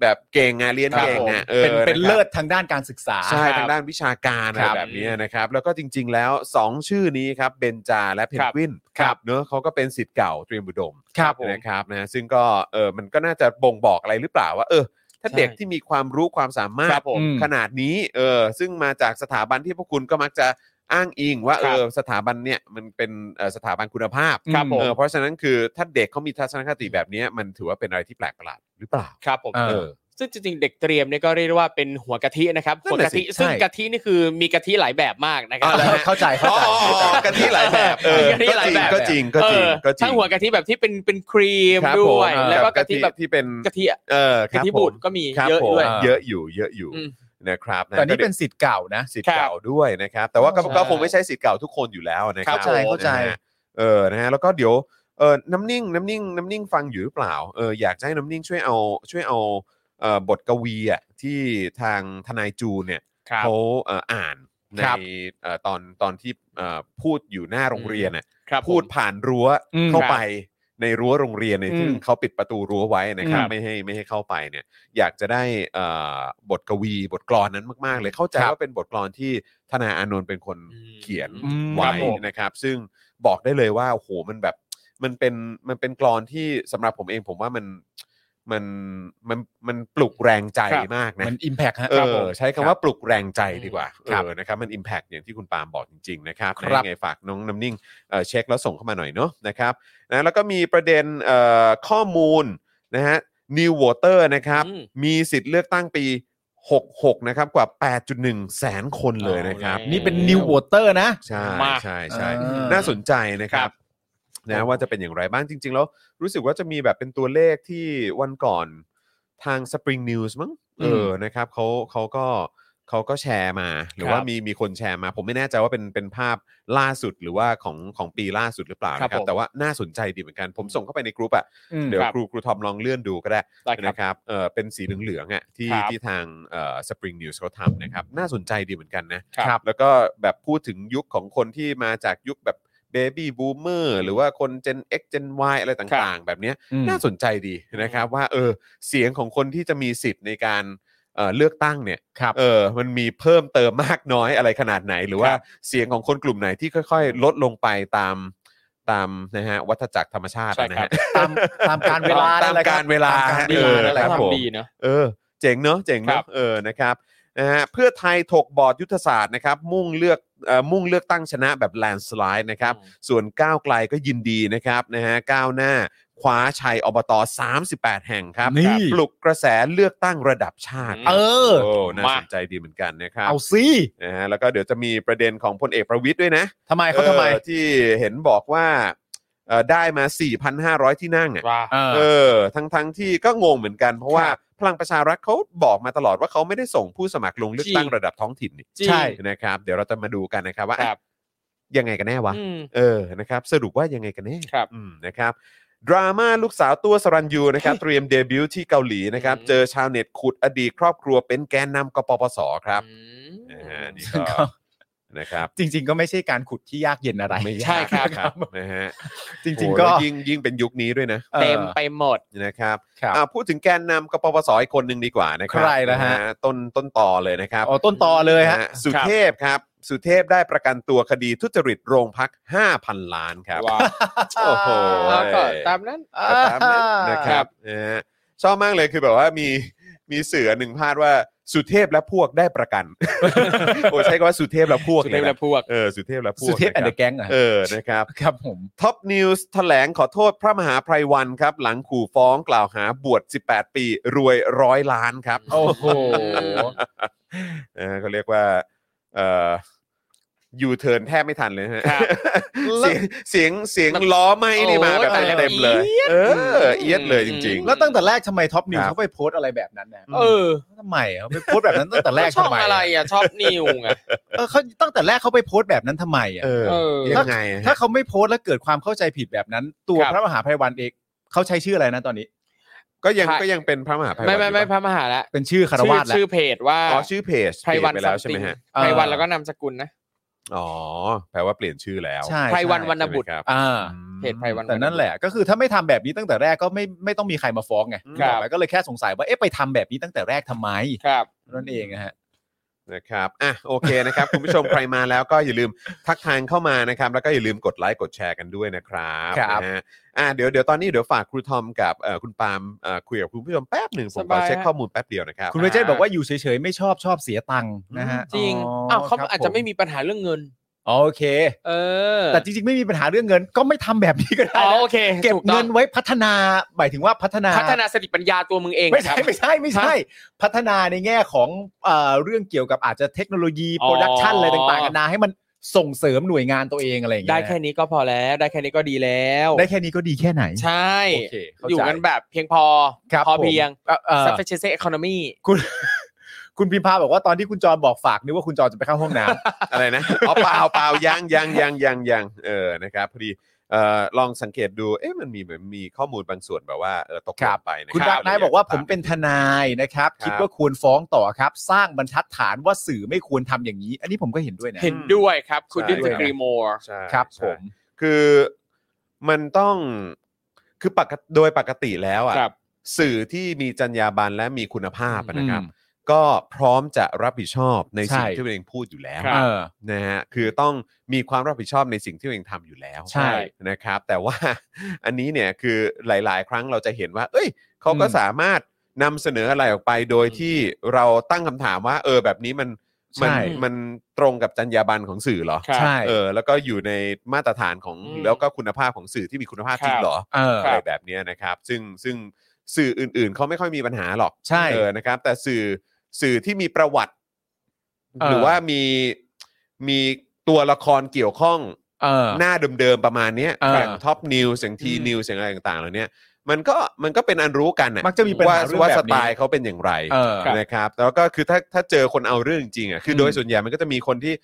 Speaker 1: แบบเก่งอะเรียน
Speaker 3: ครับ
Speaker 1: เก่ง
Speaker 3: ผม
Speaker 1: อะเออ
Speaker 2: เป็นเป็น
Speaker 1: นะครับ
Speaker 2: เลิศทางด้านการศึกษา
Speaker 1: ใช่
Speaker 3: ครับ
Speaker 1: ทางด้านวิชาการอะ
Speaker 2: ค
Speaker 1: ไร
Speaker 2: รับ
Speaker 1: แบบนี้นะครับ แล้วก็จริง ๆ แล้ว 2 ชื่อนี้ครับเบนจาและเพนกวิน
Speaker 2: ครับ
Speaker 1: เนอะเขาก็เป็นสิทธิ์เก่าเตรียมบุดม
Speaker 2: ครับผม
Speaker 1: นะครับนะซึ่งก็เออมันก็น่าจะบ่งบอกอะไรหรือเปล่าว่า เออ ถ้า
Speaker 3: ใช่
Speaker 1: เด็กที่มีความรู้ความสามา
Speaker 3: ค
Speaker 1: ร
Speaker 3: รั
Speaker 1: ถ
Speaker 3: บผม
Speaker 2: อืม
Speaker 1: ขนาดนี้เออซึ่งมาจากสถาบันที่พวกคุณก็มักจะอ้างอิงว่า
Speaker 3: ค
Speaker 1: เอ
Speaker 3: รับ
Speaker 1: อสถาบันเนี่ยมันเป็นเอ่อสถาบันคุณภาพ
Speaker 3: ครับผม
Speaker 1: เออเพราะฉะนั้นคือถ้าเด็กเขามีทัศนคติแบบนี้มันถือว่าเป็นอะไรที่แปลกประหลาดหรือเปล่า
Speaker 3: ครับผม
Speaker 2: เออ
Speaker 1: เออ
Speaker 3: ซึ่งจริงๆเด็กเตรียมเนี่ยก็เรียกได้ว่าเป็นหัวกะทินะครับ
Speaker 2: นั่
Speaker 3: หัวน
Speaker 2: น่ะ
Speaker 3: กะทิ
Speaker 2: สิ
Speaker 3: ซึ่ง
Speaker 2: ใช่
Speaker 3: กะทินี่คือมีกะทิหลายแบบมากนะครั
Speaker 1: อ่าแล้ว
Speaker 3: นะฮะ
Speaker 2: เข้าใจเข้า
Speaker 1: อ๋อ
Speaker 2: ใจ
Speaker 1: อ๋ออ๋
Speaker 2: เข้าใจ
Speaker 1: อกะทิหลายแบบเออ
Speaker 3: มีกะทิหลายแบบ
Speaker 1: ก็จริงก็จริงก็จริงก็จริง
Speaker 3: ทั้งหัวกะทิแบบที่เป็นเป็นครีม
Speaker 1: ครับ
Speaker 3: ด้
Speaker 1: ผม
Speaker 3: วย แล้วก็
Speaker 1: บ
Speaker 3: กะทิแบบ
Speaker 1: ที่เป็น
Speaker 3: กะทิอะ
Speaker 1: เออก
Speaker 3: ะทิบูดก็มี
Speaker 1: ครับ
Speaker 3: เยอะ
Speaker 1: ผม
Speaker 3: ด้วย
Speaker 2: อ่า
Speaker 1: เยอะอยู่เยอะอยู่
Speaker 3: อืม
Speaker 1: นะครับะ
Speaker 2: แต่นี่
Speaker 1: ก็ดี๋ยว
Speaker 2: เป็นสิทธิ์เก่านะ
Speaker 1: สิทธิ์เก่าด้วยนะครับ แต่ว่าก็
Speaker 2: ใช่
Speaker 1: ก็คงไม่ใช่สิทธิ์เก่าทุกคนอยู่แล้วนะครับ
Speaker 2: เข้าใจเข้าใจ
Speaker 1: นะฮะเออนะฮะแล้วก็เดี๋ยวเออน้ำนิ่งน้ำนิ่งน้ำนิ่งฟังอยู่หรือเปล่าเอออยากจะให้น้ำนิ่งช่วยเอาช่วยเอาเอ่อบทกวีอ่ะที่ทางทนายจูเนี่ย
Speaker 3: ครับ
Speaker 1: เขาเอ่ออ่านใน
Speaker 3: ครับ
Speaker 1: เอ่อตอนตอนที่เอ่อพูดอยู่หน้าโรงเรียนอ่ะ
Speaker 3: ครับผม
Speaker 1: พูดผ่านรั้ว
Speaker 2: อืม
Speaker 1: เข้าไปในรั้วโรงเรียนเนี่ย
Speaker 3: อืม
Speaker 1: ที่งเขาปิดประตูรั้วไว้นะครับ
Speaker 3: ครับ
Speaker 1: ไม่ให้ไม่ให้เข้าไปเนี่ย อยากจะได้เอ่อบทกวีบทกลอนนั้นมาก ๆ เลยเข้าใจ
Speaker 2: ครับ
Speaker 1: ว่าเป็นบทกลอนที่ธนาอานนท์เป็นคน
Speaker 3: อืม
Speaker 1: เขียน
Speaker 2: อืม
Speaker 1: ไว้
Speaker 2: ครับผม
Speaker 1: นะครับ ซึ่งบอกได้เลยว่าโอ้โหมันแบบมันเป็นมันเป็นกลอนที่สำหรับผมเองผมว่ามันมันมันมันปลุกแรงใจ
Speaker 3: ครับ
Speaker 1: มากนะ
Speaker 2: มันอิมแพกฮะ
Speaker 1: เอ
Speaker 2: ครับผ
Speaker 1: อ
Speaker 2: ม
Speaker 1: ใช้คำว่าปลุกแรงใจดีกว่า
Speaker 2: ครับ
Speaker 1: เออนะครับมัน Impact อย่างที่คุณปาล์มบอกจริง ๆ นะครับ
Speaker 2: ครับ
Speaker 1: นะยังไงฝากน้องน้ำนิ่งเอ่อเช็คแล้วส่งเข้ามาหน่อยเนาะนะครับนะแล้วก็มีประเด็นเอ่อข้อมูลนะฮะ New Voter นะครับ
Speaker 3: อืม
Speaker 1: มีสิทธิ์เลือกตั้งปี 66 นะครับ กว่า 8.1 แสนคนเลยนะครับ
Speaker 3: เอาแล้ว
Speaker 2: นี่เป็น new water นะ
Speaker 1: ใช่
Speaker 3: มา
Speaker 1: ใช่ใช่
Speaker 2: อ่า
Speaker 1: น่าสนใจนะครับ
Speaker 3: ครับ
Speaker 1: นะว่าจะเป็นอย่างไรบ้างจริง ๆ แล้วรู้สึกว่าจะมีแบบเป็นตัวเลขที่วันก่อนทาง Spring News มั้งเออนะครับเขาเขาก็เขาก็แชร์มา หรือว่า
Speaker 3: ครับ
Speaker 1: มีมีคนแชร์มา ผมไม่แน่ใจว่าเป็นเป็นภาพล่าสุดหรือว่าของของปีล่าสุดหรือเปล่า
Speaker 3: ครับ
Speaker 1: นะครับ
Speaker 3: ผม
Speaker 1: แต่ว่าน่าสนใจดีเหมือนกัน ผมส่งเข้าไปในกรุ๊ปอ่ะ
Speaker 2: อืม
Speaker 1: เดี๋ยว
Speaker 3: ครับ
Speaker 1: ครูครูทอมลองเลื่อนดูก็ได้
Speaker 3: ได้ครับ
Speaker 1: นะครับ เออเป็นสีเหลืองๆอ่ะที่
Speaker 3: ครับ
Speaker 1: ที่ทางเอ่อสปริงนิวส์เขาทำนะครับ น่าสนใจดีเหมือนกันนะครับ แล้วก็แบบพูดถึงยุคของคนที่มาจากยุคแบบเบบี้บูมเมอร์หรือว่าคน Gen X Gen Y อะไรต่างๆ แบบเนี้ย
Speaker 2: อืม
Speaker 1: น่าสนใจดีนะครับว่าเออเสียงของคนที่จะมีสิทธิ์ในการเอ่อเลือกตั้งเนี่ย
Speaker 2: ครับ
Speaker 1: เออมันมีเพิ่มเติมมากน้อยอะไรขนาดไหน หรือว่า
Speaker 3: ครับ
Speaker 1: เสียงของคนกลุ่มไหนที่ค่อยๆ ลดลงไปตามตามนะฮะวัฏจักรธรรมชาติ
Speaker 3: ใช่
Speaker 1: นะ
Speaker 3: ครั
Speaker 1: ฮะ
Speaker 3: บ
Speaker 2: ตามตามการเวลา
Speaker 1: ตาม
Speaker 2: นั่นแหละคบ
Speaker 1: การเวลา
Speaker 2: ตมกรเว
Speaker 1: เออ
Speaker 2: ลานั่นแหละครับ
Speaker 1: ผม
Speaker 3: ทำดีเนอะ
Speaker 1: เออเจ๋งเนาะเจ๋ง
Speaker 3: ครั
Speaker 1: เนาะ
Speaker 3: บ
Speaker 1: เออนะครับนะฮะเพื่อไทยถกบอร์ดยุทธศาสตร์นะครับ มุ่งเลือกเอ่อมุ่งเลือกตั้งชนะแบบแลนสไลด์นะครับ ส่วนก้าวไกลก็ยินดีนะครับนะฮะก้าวหน้าคว้าชัยอบต 38 แห่งครับ
Speaker 2: นี่
Speaker 1: ปลุกกระแสเลือกตั้งระดับชาติ
Speaker 2: เออ
Speaker 1: โอ้น่าสนใจดีเหมือนกันนะครับ
Speaker 2: เอาซิ
Speaker 1: นะฮะแล้วก็เดี๋ยวจะมีประเด็นของพลเอกประวิทย์ด้วยนะ
Speaker 2: ทำไมเขาทำไม
Speaker 1: ออที่เห็นบอกว่าเอ่อได้มา 4,500 ที่นั่งอะ
Speaker 3: ว่า
Speaker 2: เออ
Speaker 1: เออ ทั้งทั้งๆที่ก็งงเหมือนกันเพราะว่า
Speaker 3: ครับ
Speaker 1: พลังประชารัฐเขาบอกมาตลอดว่าเขาไม่ได้ส่งผู้สมัครลงเลือก
Speaker 3: จริง
Speaker 1: ตั้งระดับท้องถิ่นนี่
Speaker 3: จริง
Speaker 2: ใช่
Speaker 1: นะครับ เดี๋ยวเราจะมาดูกันนะครับว่า
Speaker 3: ครับ
Speaker 1: ยังไงกันแน่วะ
Speaker 3: อืม
Speaker 1: เออนะครับสรุปว่ายังไงกันแน่
Speaker 3: ครับ
Speaker 1: อืมนะครับดราม่าลูกสาวตัวสรัญยูนะครับเตรียมเดบิวต์ที่เกาหลีนะครับ เจอชาวเน็ตขุดอดีตครอบครัวเป็นแกนนำกปปสครับ
Speaker 3: อืม
Speaker 1: นะฮะนี่ก็
Speaker 2: ก็
Speaker 1: นะครับ
Speaker 2: จริง ๆ ก็ไม่ใช่การขุดที่ยากเย็นอะไร
Speaker 1: ไม่ยาก
Speaker 3: ใช่ครับ
Speaker 1: นะครับนะฮะ
Speaker 2: จริง
Speaker 1: โอ้
Speaker 2: ๆ ก็
Speaker 1: แล้วยิ่งยิ่งเป็นยุคนี้ด้วยนะ
Speaker 2: อ่อ
Speaker 3: เต็มไปหมด
Speaker 1: นะครับ
Speaker 2: ครับ
Speaker 1: อ่าพูดถึงแกนนำกปปสอีกคนหนึ่งดีกว่านะครั
Speaker 2: ใครนะฮะ
Speaker 1: ต้นต้นต่อเลยนะครับ
Speaker 2: อ๋อต้นตอเลยฮะ
Speaker 1: นสุเทพครับ สุเทพได้ประกันตัวคดีทุจริตโรงพัก 5,000 ล้านครับ
Speaker 3: ว้าว
Speaker 1: โอ้โห
Speaker 3: เอาก็ตามนั้น
Speaker 1: ก็ตามนั้นนะครับนะฮะชอบมากเลยคือแบบว่ามีมีเสือหนึ่งพาดว่าสุเทพและพวกได้ประกัน โอ้ใช้คำว่าสุเทพและพวก
Speaker 3: สุ
Speaker 1: เล
Speaker 3: เท
Speaker 1: ย
Speaker 3: พ
Speaker 1: นะ
Speaker 3: และพวก
Speaker 1: เออสุเทพและพวก
Speaker 2: สุเทพแอนด์
Speaker 1: นะ
Speaker 2: แก๊ง
Speaker 1: ครั
Speaker 2: อะ
Speaker 1: บเออนะครับ
Speaker 2: ครับผม
Speaker 1: ท็อปนิวส์แถลงขอโทษพระมหาไพรวันครับ หลังขู่ฟ้องกล่าวหาบวช 18 ปีรวยร้อยล้านครับ
Speaker 2: โอ้โห
Speaker 1: เออเขาเรียกว่าเอ่อยูเทิร์นแทบไม่ทันเลยฮะ
Speaker 3: ครับ
Speaker 1: เสียงเสียงเสียงล้อไหม่นี่มา
Speaker 3: โอ้ย
Speaker 1: แบบเต็มๆเลยเออเอียดเลยจริง
Speaker 3: อืม
Speaker 2: แล้วตั้งแต่แรกทำไมท็อปนิว
Speaker 1: ครับ
Speaker 2: เขาไปโพสต์อะไรแบบนั้นนะ
Speaker 3: เออ
Speaker 2: ทำไมเขาไปโพสต์แบบนั้นตั้งแต่แรก
Speaker 3: ช่อ
Speaker 2: ทำ
Speaker 3: ง
Speaker 2: ไม
Speaker 3: อะไรอ่ะชอบนิวไง
Speaker 2: เออเขาตั้งแต่แรกเขาไปโพสต์แบบนั้นทำไม
Speaker 1: ๆ
Speaker 2: อ่ะ
Speaker 1: เออ
Speaker 3: เออ
Speaker 1: ยังไงฮะ
Speaker 2: ถ้าเขาไม่โพสต์แล้วเกิดความเข้าใจผิดแบบนั้น ตัว
Speaker 3: ค
Speaker 2: พ
Speaker 3: รับ
Speaker 2: ระมหาไพวันเองเขาใช้ชื่ออะไรนะตอนนี้
Speaker 1: ก็ยังก็ยังเป็นพระมหาไพวัน
Speaker 3: ไม่ไม่ไม่
Speaker 1: อยู่
Speaker 3: พ
Speaker 1: ปะ
Speaker 3: ระมหาละ
Speaker 2: เป็นชื่อคาร
Speaker 3: ชื่
Speaker 2: วา
Speaker 3: อ
Speaker 2: สแล้ว
Speaker 3: ชื่อเพจว่า
Speaker 1: อ๋อชื่อเพจ
Speaker 3: ไพรวัน
Speaker 1: เปลี่ยไปแล้ว
Speaker 3: ซั
Speaker 1: ใช่
Speaker 3: มติ
Speaker 1: ไหม
Speaker 3: ง
Speaker 1: ฮะ
Speaker 3: ไพรวัน
Speaker 2: เออ
Speaker 3: แล้วก็นามสกุลนะ
Speaker 1: อ๋อแปลว่าเปลี่ยนชื่อแล้ว
Speaker 2: ใช่
Speaker 3: ไพรวัน
Speaker 2: ใช่
Speaker 3: วรรณบุตร
Speaker 1: ใช่ไหมครับ
Speaker 2: อ่า
Speaker 1: อืม
Speaker 3: เพจไพรวัน
Speaker 2: แต่นั่นแหละก็คือถ้าไม่ทำแบบนี้ตั้งแต่แรกก็ไม่ไม่ต้องมีใครมาฟ้องไง
Speaker 3: ครับ
Speaker 2: แล้วก็เลยแค่สงสัยว่าเอ๊ะไปทำแบบนี้ตั้งแต่แรกทำไม
Speaker 3: ครับ
Speaker 2: นั่นเองนะฮะ
Speaker 1: นะครับ อ่ะ โอเคนะครับ คุณผู้ชม ใครมาแล้วก็อย่าลืมทักทายเข้ามานะครับ แล้วก็อย่าลืมกดไลค์ กดแชร์กันด้วยนะครับ
Speaker 2: ครับ
Speaker 1: นะฮะอ่ะเดี๋ยว เดี๋ยวตอนนี้เดี๋ยวฝากครูทอมกับเอ่อคุณปาล์มเอ่อคุยกับคุณผู้ชมแป๊บหนึ่งผมขอบ
Speaker 3: สาย
Speaker 1: เช็ค
Speaker 3: ฮะ
Speaker 1: ข้อมูลแป๊บเดียวนะครับ
Speaker 2: คุณเวเจตบอกว่าอยู่เฉยๆ ไม่ชอบชอบเสียตังค์นะฮะ
Speaker 3: จริง
Speaker 2: อ๋อ
Speaker 3: อ้าวเขา
Speaker 2: ครับ
Speaker 3: อาจจะไม่มีปัญหาเรื่องเงิน
Speaker 2: อ๋อโอเค
Speaker 3: เออ
Speaker 2: แต่จริงๆไม่มีปัญหาเรื่องเงินก็ไม่ทำแบบนี้ก็ได้
Speaker 3: อ๋อ
Speaker 2: นะ
Speaker 3: โอเค
Speaker 2: เก็บ
Speaker 3: ถูต้อ
Speaker 2: เงินไว้พัฒนาหมายถึงว่าพัฒนา
Speaker 3: พัฒนาสติปัญญาตัวมึงเอง
Speaker 2: ไม่ใช่
Speaker 3: ครับ
Speaker 2: ไม่ใช่ไม่ใช่ พัฒนาในแง่ของเอ่อเรื่องเกี่ยวกับอาจจะเทคโนโลยี
Speaker 3: อ๋อ
Speaker 2: โปรดักชันอะไรต่างๆนานาให้มันส่งเสริมหน่วยงานตัวเองอะไรอย่างเงี้
Speaker 3: ได้
Speaker 2: ย
Speaker 3: แค่นี้ก็พอแล้วได้แค่นี้ก็ดีแล้ว
Speaker 2: ได้แค่นี้ก็ดีแค่ไหน
Speaker 3: ใช่
Speaker 2: โอเคเข้าใจ
Speaker 3: อยู่กันแบบเพียงพอ
Speaker 2: ครับ
Speaker 3: พอ
Speaker 2: ผม
Speaker 3: เพียง
Speaker 2: เอ่อเอ่อ
Speaker 3: sufficient economy
Speaker 2: คุณ คุณพิมพาบอกว่าตอนที่คุณจอนบอกฝากนึกว่าคุณจอนจะไปเข้าห้องน้ ำ
Speaker 1: อะไรนะอ๋อเปล่าเปล่ายังยังยังยังยังเออนะครับพอดีเอ่อลองสังเกตดูเอ๊ะมันมีเหมือนมีข้อมูลบางส่วนแบบว่าเออตกห
Speaker 2: ครั
Speaker 1: ล่
Speaker 2: บ
Speaker 1: นไปนะ
Speaker 2: คุณ
Speaker 1: รั
Speaker 2: ดักนายบอกว่าผม
Speaker 1: ยจะต
Speaker 2: เป็นทนายนะครับ
Speaker 1: ครับ
Speaker 2: คิดว่าควรฟ้องต่อครับ สร้างบรรทัดฐานว่าสื่อไม่ควรทำอย่างนี้ อันนี้ผมก็เห็นด้วยนะ
Speaker 3: เห็นด้วยครับ คุณ
Speaker 1: ใช่
Speaker 3: ดิสก
Speaker 1: ค
Speaker 3: รี
Speaker 1: รับ
Speaker 3: โมร์
Speaker 1: ใช่
Speaker 2: ครับผ
Speaker 1: ใช่
Speaker 2: ม
Speaker 1: คือมันต้องคือปกติโดยปกติแล้วอ่ะ
Speaker 3: ครับ
Speaker 1: สื่อที่มีจรรยาบรรณและมีคุณภาพอะนะครับ
Speaker 2: อืม
Speaker 1: ก็พร้อมจะรับผิดชอบในสิ่ง
Speaker 2: ใช่
Speaker 1: ที่ตัวเองพูดอยู่แล้ว
Speaker 3: ครับ
Speaker 2: เออ
Speaker 1: นะฮะคือต้องมีความรับผิดชอบในสิ่งที่ตัวเองทำอยู่แล้ว
Speaker 2: ใช่
Speaker 1: นะครับ แต่ว่า อันนี้เนี่ยคือหลาย ๆ ครั้งเราจะเห็นว่า เอ้ยเขาก็
Speaker 2: อืม
Speaker 1: สามารถนำเสนออะไรออกไปโดย
Speaker 3: อืม
Speaker 1: ที่เราตั้งคำถามว่า เออแบบนี้มันมั
Speaker 2: ใช่
Speaker 1: มันตรงกับจรรยาบรรณของสื่อเหรอ
Speaker 3: ครับ
Speaker 2: ใช่
Speaker 1: เออแล้วก็อยู่ในมาตรฐานของ
Speaker 3: อืม
Speaker 1: แล้วก็คุณภาพของสื่อที่มีคุณภาพจริงเหรอ
Speaker 2: เออ
Speaker 1: อะไรแบบเนี้ยนะครับ ซึ่งซึ่งสื่ออื่น ๆเขาไม่ค่อยมีปัญหาหรอก
Speaker 2: ใช่
Speaker 1: เออนะครับ แต่สื่อสื่อที่มีประวัติ หรือว่ามีมีตัวละครเกี่ยวข้อง
Speaker 2: เออ
Speaker 1: หน้าเดิมๆประมาณเนี้ย
Speaker 2: เออ
Speaker 1: อ
Speaker 2: อ
Speaker 1: ย่างท็อปนิวส์อย่างที
Speaker 3: อืม
Speaker 1: นิวส์อย่างอะไรต่างๆเหล่าเนี้ยมันก็มันก็เป็นอันรู้กันนะ
Speaker 2: มักจะมีปัญ
Speaker 1: ว่า
Speaker 2: หาเรื่อง
Speaker 1: ว่า
Speaker 2: แบบ
Speaker 1: ส
Speaker 2: นี้
Speaker 1: ไตล์เขาเป็นอย่างไร
Speaker 2: เออ
Speaker 1: นะครับแล้วก็คือถ้าถ้าเจอคนเอาเรื่องจริงๆอ่ะคืออ
Speaker 2: ม
Speaker 1: โดยส่วนใหญ่มันก็จะมีคนที่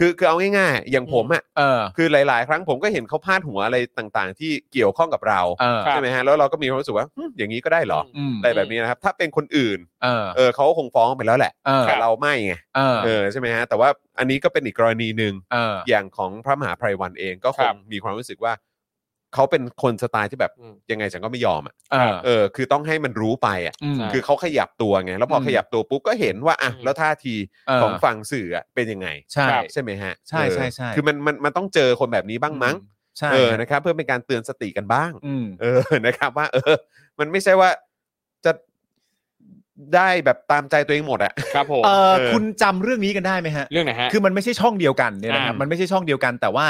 Speaker 1: คือคือเอาง่ายๆ อย่างผมอ่ะ
Speaker 2: เออ
Speaker 1: คือหลาย ๆ ครั้งผมก็เห็นเขาพาดหัวอะไรต่างๆ ที่เกี่ยวข้องกับเรา
Speaker 2: เออ
Speaker 3: ครับ
Speaker 1: ใช่ไหมฮะแล้วเราก็มีความรู้สึกว่าหึอย่างนี้ก็ได้เหรอ
Speaker 2: อืม
Speaker 1: อะไรแบบนี้นะครับถ้าเป็นคนอื่น
Speaker 2: เออ
Speaker 1: เออเขาก็คงฟ้องไปแล้วแหละ
Speaker 2: เออ
Speaker 1: แต่เราไม่ไง
Speaker 2: เออ
Speaker 1: เออใช่ไหมฮะแต่ว่าอันนี้ก็เป็นอีกกรณีหนึ่ง
Speaker 2: เออ
Speaker 1: อย่างของพระมหาไพรวันเองก็ค
Speaker 3: ครั
Speaker 1: ง
Speaker 3: บ
Speaker 1: มีความรู้สึกว่า เขาเป็นคนสไตล์ที่แบบ
Speaker 3: อืม
Speaker 1: ยังไงฉันก็ไม่ยอมอ่ะ
Speaker 2: เออ
Speaker 1: เออคือต้องให้มันรู้ไปอ่ะ
Speaker 2: ม
Speaker 1: คือเขาขยับตัวไงแล้วพออ
Speaker 2: ม
Speaker 1: ขยับตัวปุ๊บก็เห็นว่าอ่ะ
Speaker 3: อืม
Speaker 1: แล้วท่าที
Speaker 2: เออ
Speaker 1: ของฝั่งสื่ออะเป็นยังไง
Speaker 2: ใช่
Speaker 1: ใช่ไหมฮะ
Speaker 2: ใช่ใช่ใช่
Speaker 1: เออคือมันมันมันต้องเจอคนแบบนี้บ้างมั้ง
Speaker 2: ใช่
Speaker 1: เออนะครับ เพื่อเป็นการเตือนสติกันบ้าง
Speaker 2: อืม
Speaker 1: เออ นะครับ ว่า เออ มันไม่ใช่ว่าจะได้แบบตามใจตัวเองหมดอ่ะ
Speaker 3: ครับผม
Speaker 2: เออ
Speaker 1: เออ
Speaker 2: คุณจำเรื่องนี้กันได้ไหมฮะ
Speaker 3: เรื่องไหนฮะ
Speaker 2: คือมันไม่ใช่ช่องเดียวกันเนี่ยนะครับ
Speaker 3: อ่ามั
Speaker 2: มันไม่ใช่ช่องเดียวกัน แต่ว่า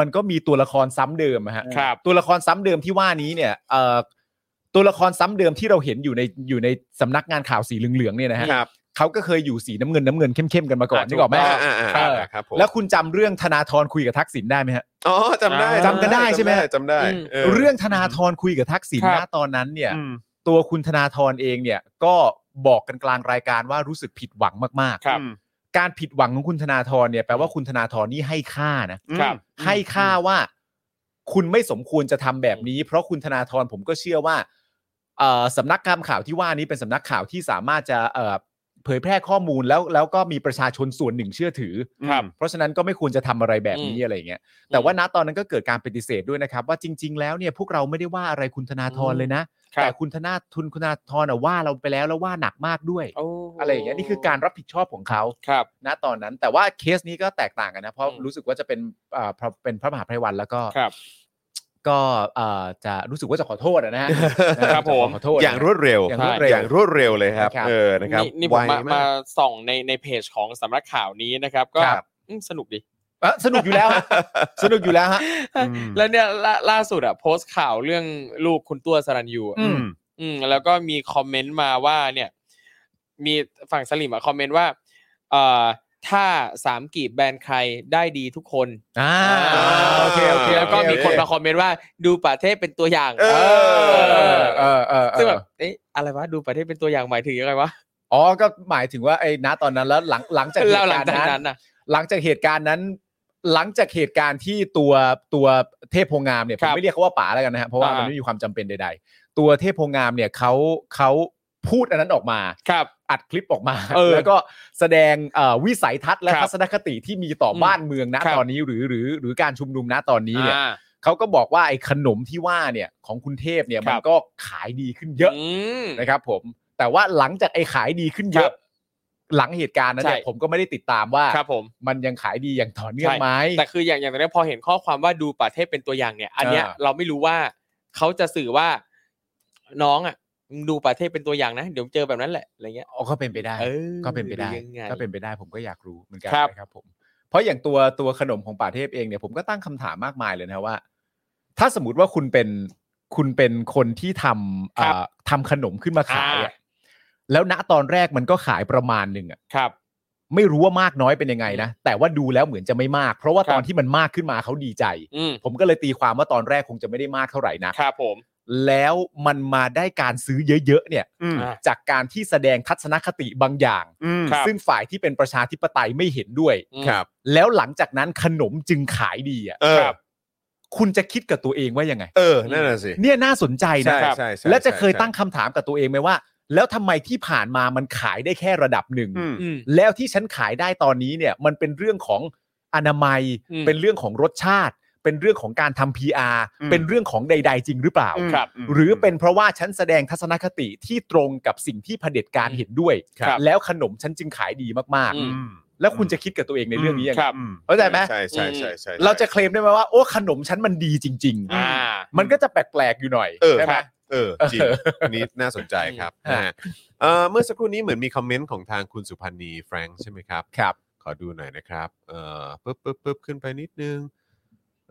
Speaker 2: มันก็มีตัวละครซ้ำเดิมอะฮะ
Speaker 3: ครับ
Speaker 2: ตัวละครซ้ำเดิมที่ว่านี้เนี่ยเอ่อตัวละครซ้ำเดิมที่เราเห็นอยู่ในอยู่ในสำนักงานข่าวสีเหลืองๆเนี่ยนะฮะ
Speaker 1: ครับ
Speaker 2: เขาก็เคยอยู่สีน้ำเงินน้ำเงินเข้มๆกันมาก่อน
Speaker 3: อ่ะ
Speaker 2: นึกออกไหม
Speaker 3: ถูกต้
Speaker 1: อ่าง อ่าอ่า
Speaker 2: เออ
Speaker 1: ครับผม
Speaker 2: แล้วคุณจำเรื่องธนาธรคุยกับทักษิณได้ไหมฮะ
Speaker 1: อ๋อจำได้
Speaker 3: อ่า
Speaker 2: จำกันได้ใช่ไหม
Speaker 1: จำได้
Speaker 3: อืม
Speaker 1: จำได้
Speaker 2: เรื่องธนาธรคุยกับทักษิณ
Speaker 3: ค
Speaker 2: ณ
Speaker 3: รับ
Speaker 2: ตอนนั้นเนี่ย
Speaker 1: อืม
Speaker 2: ตัวคุณธนาธรเองเนี่ยก็บอกกันกลางรายการว่ารู้สึกผิดหวังมาก
Speaker 3: ครับ
Speaker 2: ๆ การผิดหวังของคุณธนาธรเนี่ยแปลว่าคุณธนาธรนี่ให้ค่านะ
Speaker 1: อืม
Speaker 3: ครับ
Speaker 2: ให้ค่าว่าคุณไม่สมควรจะทำแบบนี้ เพราะคุณธนาธรผมก็เชื่อว่าเอ่อสำนักข่าวข่าวที่ว่านี้เป็นสำนักข่าวที่สามารถจะเอ่อเผยแพร่ข้อมูลแล้วแล้วก็มีประชาชนส่วนหนึ่งเชื่อถือ
Speaker 1: ค
Speaker 3: ครั
Speaker 1: รับ
Speaker 3: บ
Speaker 2: เพราะฉะนั้นก็ไม่ควรจะทำอะไรแบบนี้
Speaker 3: อืม
Speaker 2: อะไรอย่างเงี้ยแต่ว่าณตอนนั้นก็เกิดการปฏิเสธด้วยนะครับ ว่าจริง ๆ แล้วเนี่ยพวกเราไม่ได้ว่าอะไรคุณธนาธรเลยนะ
Speaker 3: ครั
Speaker 2: แต่
Speaker 3: บ
Speaker 2: คุณธนาทุนคุณธนาธรน่ะว่าเราไปแล้วแล้วว่าหนักมากด้วย
Speaker 3: โอ้
Speaker 2: อะไรอย่างเงี้ยนี่คือการรับผิดชอบของเขา
Speaker 3: ครับ
Speaker 2: ณตอนนั้นแต่ว่าเคสนี้ก็แตกต่างกันนะ เพราะ
Speaker 3: อืม
Speaker 2: รู้สึกว่าจะเป็นเอ่อพระเป็นพระมหาไพรวันแล้วก็
Speaker 3: ครับ
Speaker 2: ก็เอ่อจะรู้สึกว่าจะขอโทษอะนะฮะ
Speaker 3: ครับผม
Speaker 2: จะขอโทษนะ
Speaker 1: อย่างรวดเร็ว
Speaker 2: อย่างรวดเร็ว
Speaker 1: อย่างรวดเร็วเลยครับ
Speaker 2: นะครับ
Speaker 1: เออนะครับ
Speaker 3: นี่นี่ผ
Speaker 1: ไว
Speaker 3: มมามา
Speaker 1: าก
Speaker 3: ส่องในในเพจของสำนักข่าวนี้นะครับ ก็
Speaker 1: ครับ
Speaker 3: อืมสนุกดี
Speaker 2: เอ้อสนุกอยู่ แล้วฮะสนุกอยู่แล้วฮะ
Speaker 1: อืม
Speaker 3: แล้วเนี่ยล่าล่าสุดอะโพสต์ข่าวเรื่องลูกคุณตัวสรัญยูอะ
Speaker 2: อื
Speaker 1: อืม
Speaker 3: อืมแล้วก็มีคอมเมนต์มาว่าเนี่ย มีฝั่งสลิมอะคอมเมนต์ว่าเอ่อถ้าสามกีบแบรนด์ใครได้ดีทุกคน
Speaker 2: อ่า
Speaker 1: อ่า
Speaker 2: โอเคโอเค
Speaker 3: แล้วก็
Speaker 2: โอเ
Speaker 3: มีคนมาคอมเมนต์ว่าดูประเทศเป็นตัวอย่าง
Speaker 1: เอ
Speaker 2: เออ
Speaker 1: อ
Speaker 2: เออเออเออ
Speaker 3: ซึ่งแบบเอ๊ะอะไรวะดูประเทศเป็นตัวอย่างหมายถึงยังไงวะ
Speaker 2: อ๋อก็หมายถึงว่าไอ้ณตอนนั้นแล้วหลังหลังจากเห
Speaker 3: เรา
Speaker 2: ตุ
Speaker 3: หลั
Speaker 2: กาง รณ์
Speaker 3: จากนั้
Speaker 2: นั้น น
Speaker 3: น่ะ
Speaker 2: หลังจากเหตุการณ์นั้น หลังจากเหตุการณ์ที่ตัวตัวเทพโพงามเนี่ยผ
Speaker 3: ครั
Speaker 2: ม
Speaker 3: บ
Speaker 2: ไม่เรียกเขาว่าป๋าแล้วกันนะฮะเพราะว่า
Speaker 3: อ่ามั
Speaker 2: มันไม่มีความจำเป็นใด ๆ ตัวเทพโพงามเนี่ยเขาเขาพูดอันนั้นออกมา
Speaker 3: ครับ
Speaker 2: อัดคลิปออกมา
Speaker 3: เออ
Speaker 2: แล้วก็แสดงเอ่อวิสัยทัศน์และ
Speaker 3: ครับ
Speaker 2: ทัศนคติที่มีต่ออ
Speaker 3: ม
Speaker 2: บ้านเมืองนะครับ ตอนนี้หรือหรือหรือการชุมนุมนะตอนนี้เนี่ย
Speaker 3: อ่า
Speaker 2: เขาก็บอกว่าไอ้ขนมที่ว่าเนี่ยของคุณเทพเนี่ย
Speaker 3: ค
Speaker 2: มั
Speaker 3: รั
Speaker 2: น
Speaker 3: บ
Speaker 2: ก็ขายดีขึ้นเยอะ
Speaker 3: ม
Speaker 2: นะครับผม แต่ว่าหลังจากไอ้ขายดีขึ้นเยอะ
Speaker 3: ครับ
Speaker 2: หลังเหตุการณ์นั้นเนี่ย
Speaker 3: ใช่
Speaker 2: ผมก็ไม่ได้ติดตามว่า
Speaker 3: ครับผม
Speaker 2: มันยังขายดีอย่างต่อเนื่อง
Speaker 3: ใช่
Speaker 2: ไหม
Speaker 3: แต่คืออย่างอย่างตอนนี้พอเห็นข้อความว่าดูประเทศเป็นตัวอย่างเนี่ย อันเนี้ย
Speaker 2: อ่า
Speaker 3: เราไม่รู้ว่าเขาจะสื่อว่า น้องอ่ะมึงดูประเทศเป็นตัวอย่างนะ เดี๋ยวเจอแบบนั้นแหละอะไรเงี้ย
Speaker 2: อ๋อก็เป็นไปได้
Speaker 3: เออ
Speaker 2: ก็เป็นไปได้
Speaker 3: หรือยังง
Speaker 2: ก็เป็นไปได้ผมก็อยากรู้เหมือนกัน
Speaker 3: ครับ
Speaker 2: นะครับผม เพราะอย่างตัวตัวขนมของป่าเทพเองเนี่ยผมก็ตั้งคำถามมากมายเลยนะว่า ถ้าสมมติว่าคุณเป็นคุณเป็นคนที่ทำ
Speaker 3: ครับ
Speaker 2: เอ่อทำขนมขึ้นมาขาย
Speaker 3: อ่า
Speaker 2: อะแล้วณตอนแรกมันก็ขายประมาณหนึ่งอะ
Speaker 3: ครับ
Speaker 2: ไม่รู้ว่ามากน้อยเป็นยังไงนะ แต่ว่าดูแล้วเหมือนจะไม่มาก เพราะว่า
Speaker 3: ครับ
Speaker 2: ตอนที่มันมากขึ้นมาเขาดีใจ
Speaker 3: อืม
Speaker 2: ผมก็เลยตีความว่าตอนแรกคงจะไม่ได้มากเท่าไหร่นะครับ
Speaker 3: ผม
Speaker 2: แล้วมันมาได้การซื้อเยอะๆเนี่ย
Speaker 1: อืม
Speaker 3: อ่ะ
Speaker 2: จากการที่แสดงทัศนคติบางอย่าง
Speaker 1: อืม
Speaker 3: ครับ
Speaker 2: ซึ่งฝ่ายที่เป็นประชาธิปไตยไม่เห็นด้วย
Speaker 3: อืม
Speaker 1: ครับ
Speaker 2: แล้วหลังจากนั้นขนมจึงขายดีอ่ะ
Speaker 1: เออ
Speaker 3: ครับ
Speaker 2: คุณจะคิดกับตัวเองว่ายังไง
Speaker 1: เออนั่นน่ะสิ
Speaker 2: เนี่ยน่าสนใจนะ
Speaker 1: ใช่
Speaker 3: ครับ
Speaker 1: ใช่ใช่
Speaker 2: และจะเคย
Speaker 1: ใช่
Speaker 2: ตั้งคำถามกับตัวเองไหมว่า แล้วทำไมที่ผ่านมามันขายได้แค่ระดับหนึ่ง
Speaker 1: อืม
Speaker 3: อืม
Speaker 2: แล้วที่ฉันขายได้ตอนนี้เนี่ยมันเป็นเรื่องของอนามัย
Speaker 3: อืม
Speaker 2: เป็นเรื่องของรสชาติ เป็นเรื่องของการทำ PR
Speaker 1: อืม
Speaker 2: เป็นเรื่องของใด ๆ จริงหรือเปล่า
Speaker 1: อืม
Speaker 3: ครับ
Speaker 1: ม
Speaker 2: หรือเป็นเพราะว่าฉันแสดงทัศนคติที่ตรงกับสิ่งที่เผด็จการ
Speaker 3: อืม
Speaker 2: เห็นด้วย
Speaker 3: ครับ
Speaker 2: แล้วขนมฉันจึงขายดีมาก
Speaker 3: อืม
Speaker 2: ๆ แล้วคุณจะคิดกับตัวเองในเรื่องนี้ยัง
Speaker 3: ค
Speaker 2: ไง
Speaker 3: รับ
Speaker 1: อืม
Speaker 2: เข้าใจไหม
Speaker 1: ใช่ใช่ใช่ใช่ใช่
Speaker 2: เราจะเคลมได้ไหมว่าโอ้ขนมฉันมันดีจริง
Speaker 3: อ่า
Speaker 2: ๆ มันก็จะแปลกๆอยู่หน่อย
Speaker 1: เออ
Speaker 2: ใช่ไหม
Speaker 3: ครับ
Speaker 1: เออจริงอันนี้น่าสนใจครับ
Speaker 2: อืม
Speaker 1: นะฮะเอ่อเมื่อสักครู่นี้เหมือนมีคอมเมนต์ของทางคุณสุพันธ์นีแฟรงค์ใช่ไหมครับ
Speaker 2: ครับ
Speaker 1: ขอดูหน่อยนะครับเอ่อปึ๊บปึ๊บปึ๊บขึ้นไปนิดนึง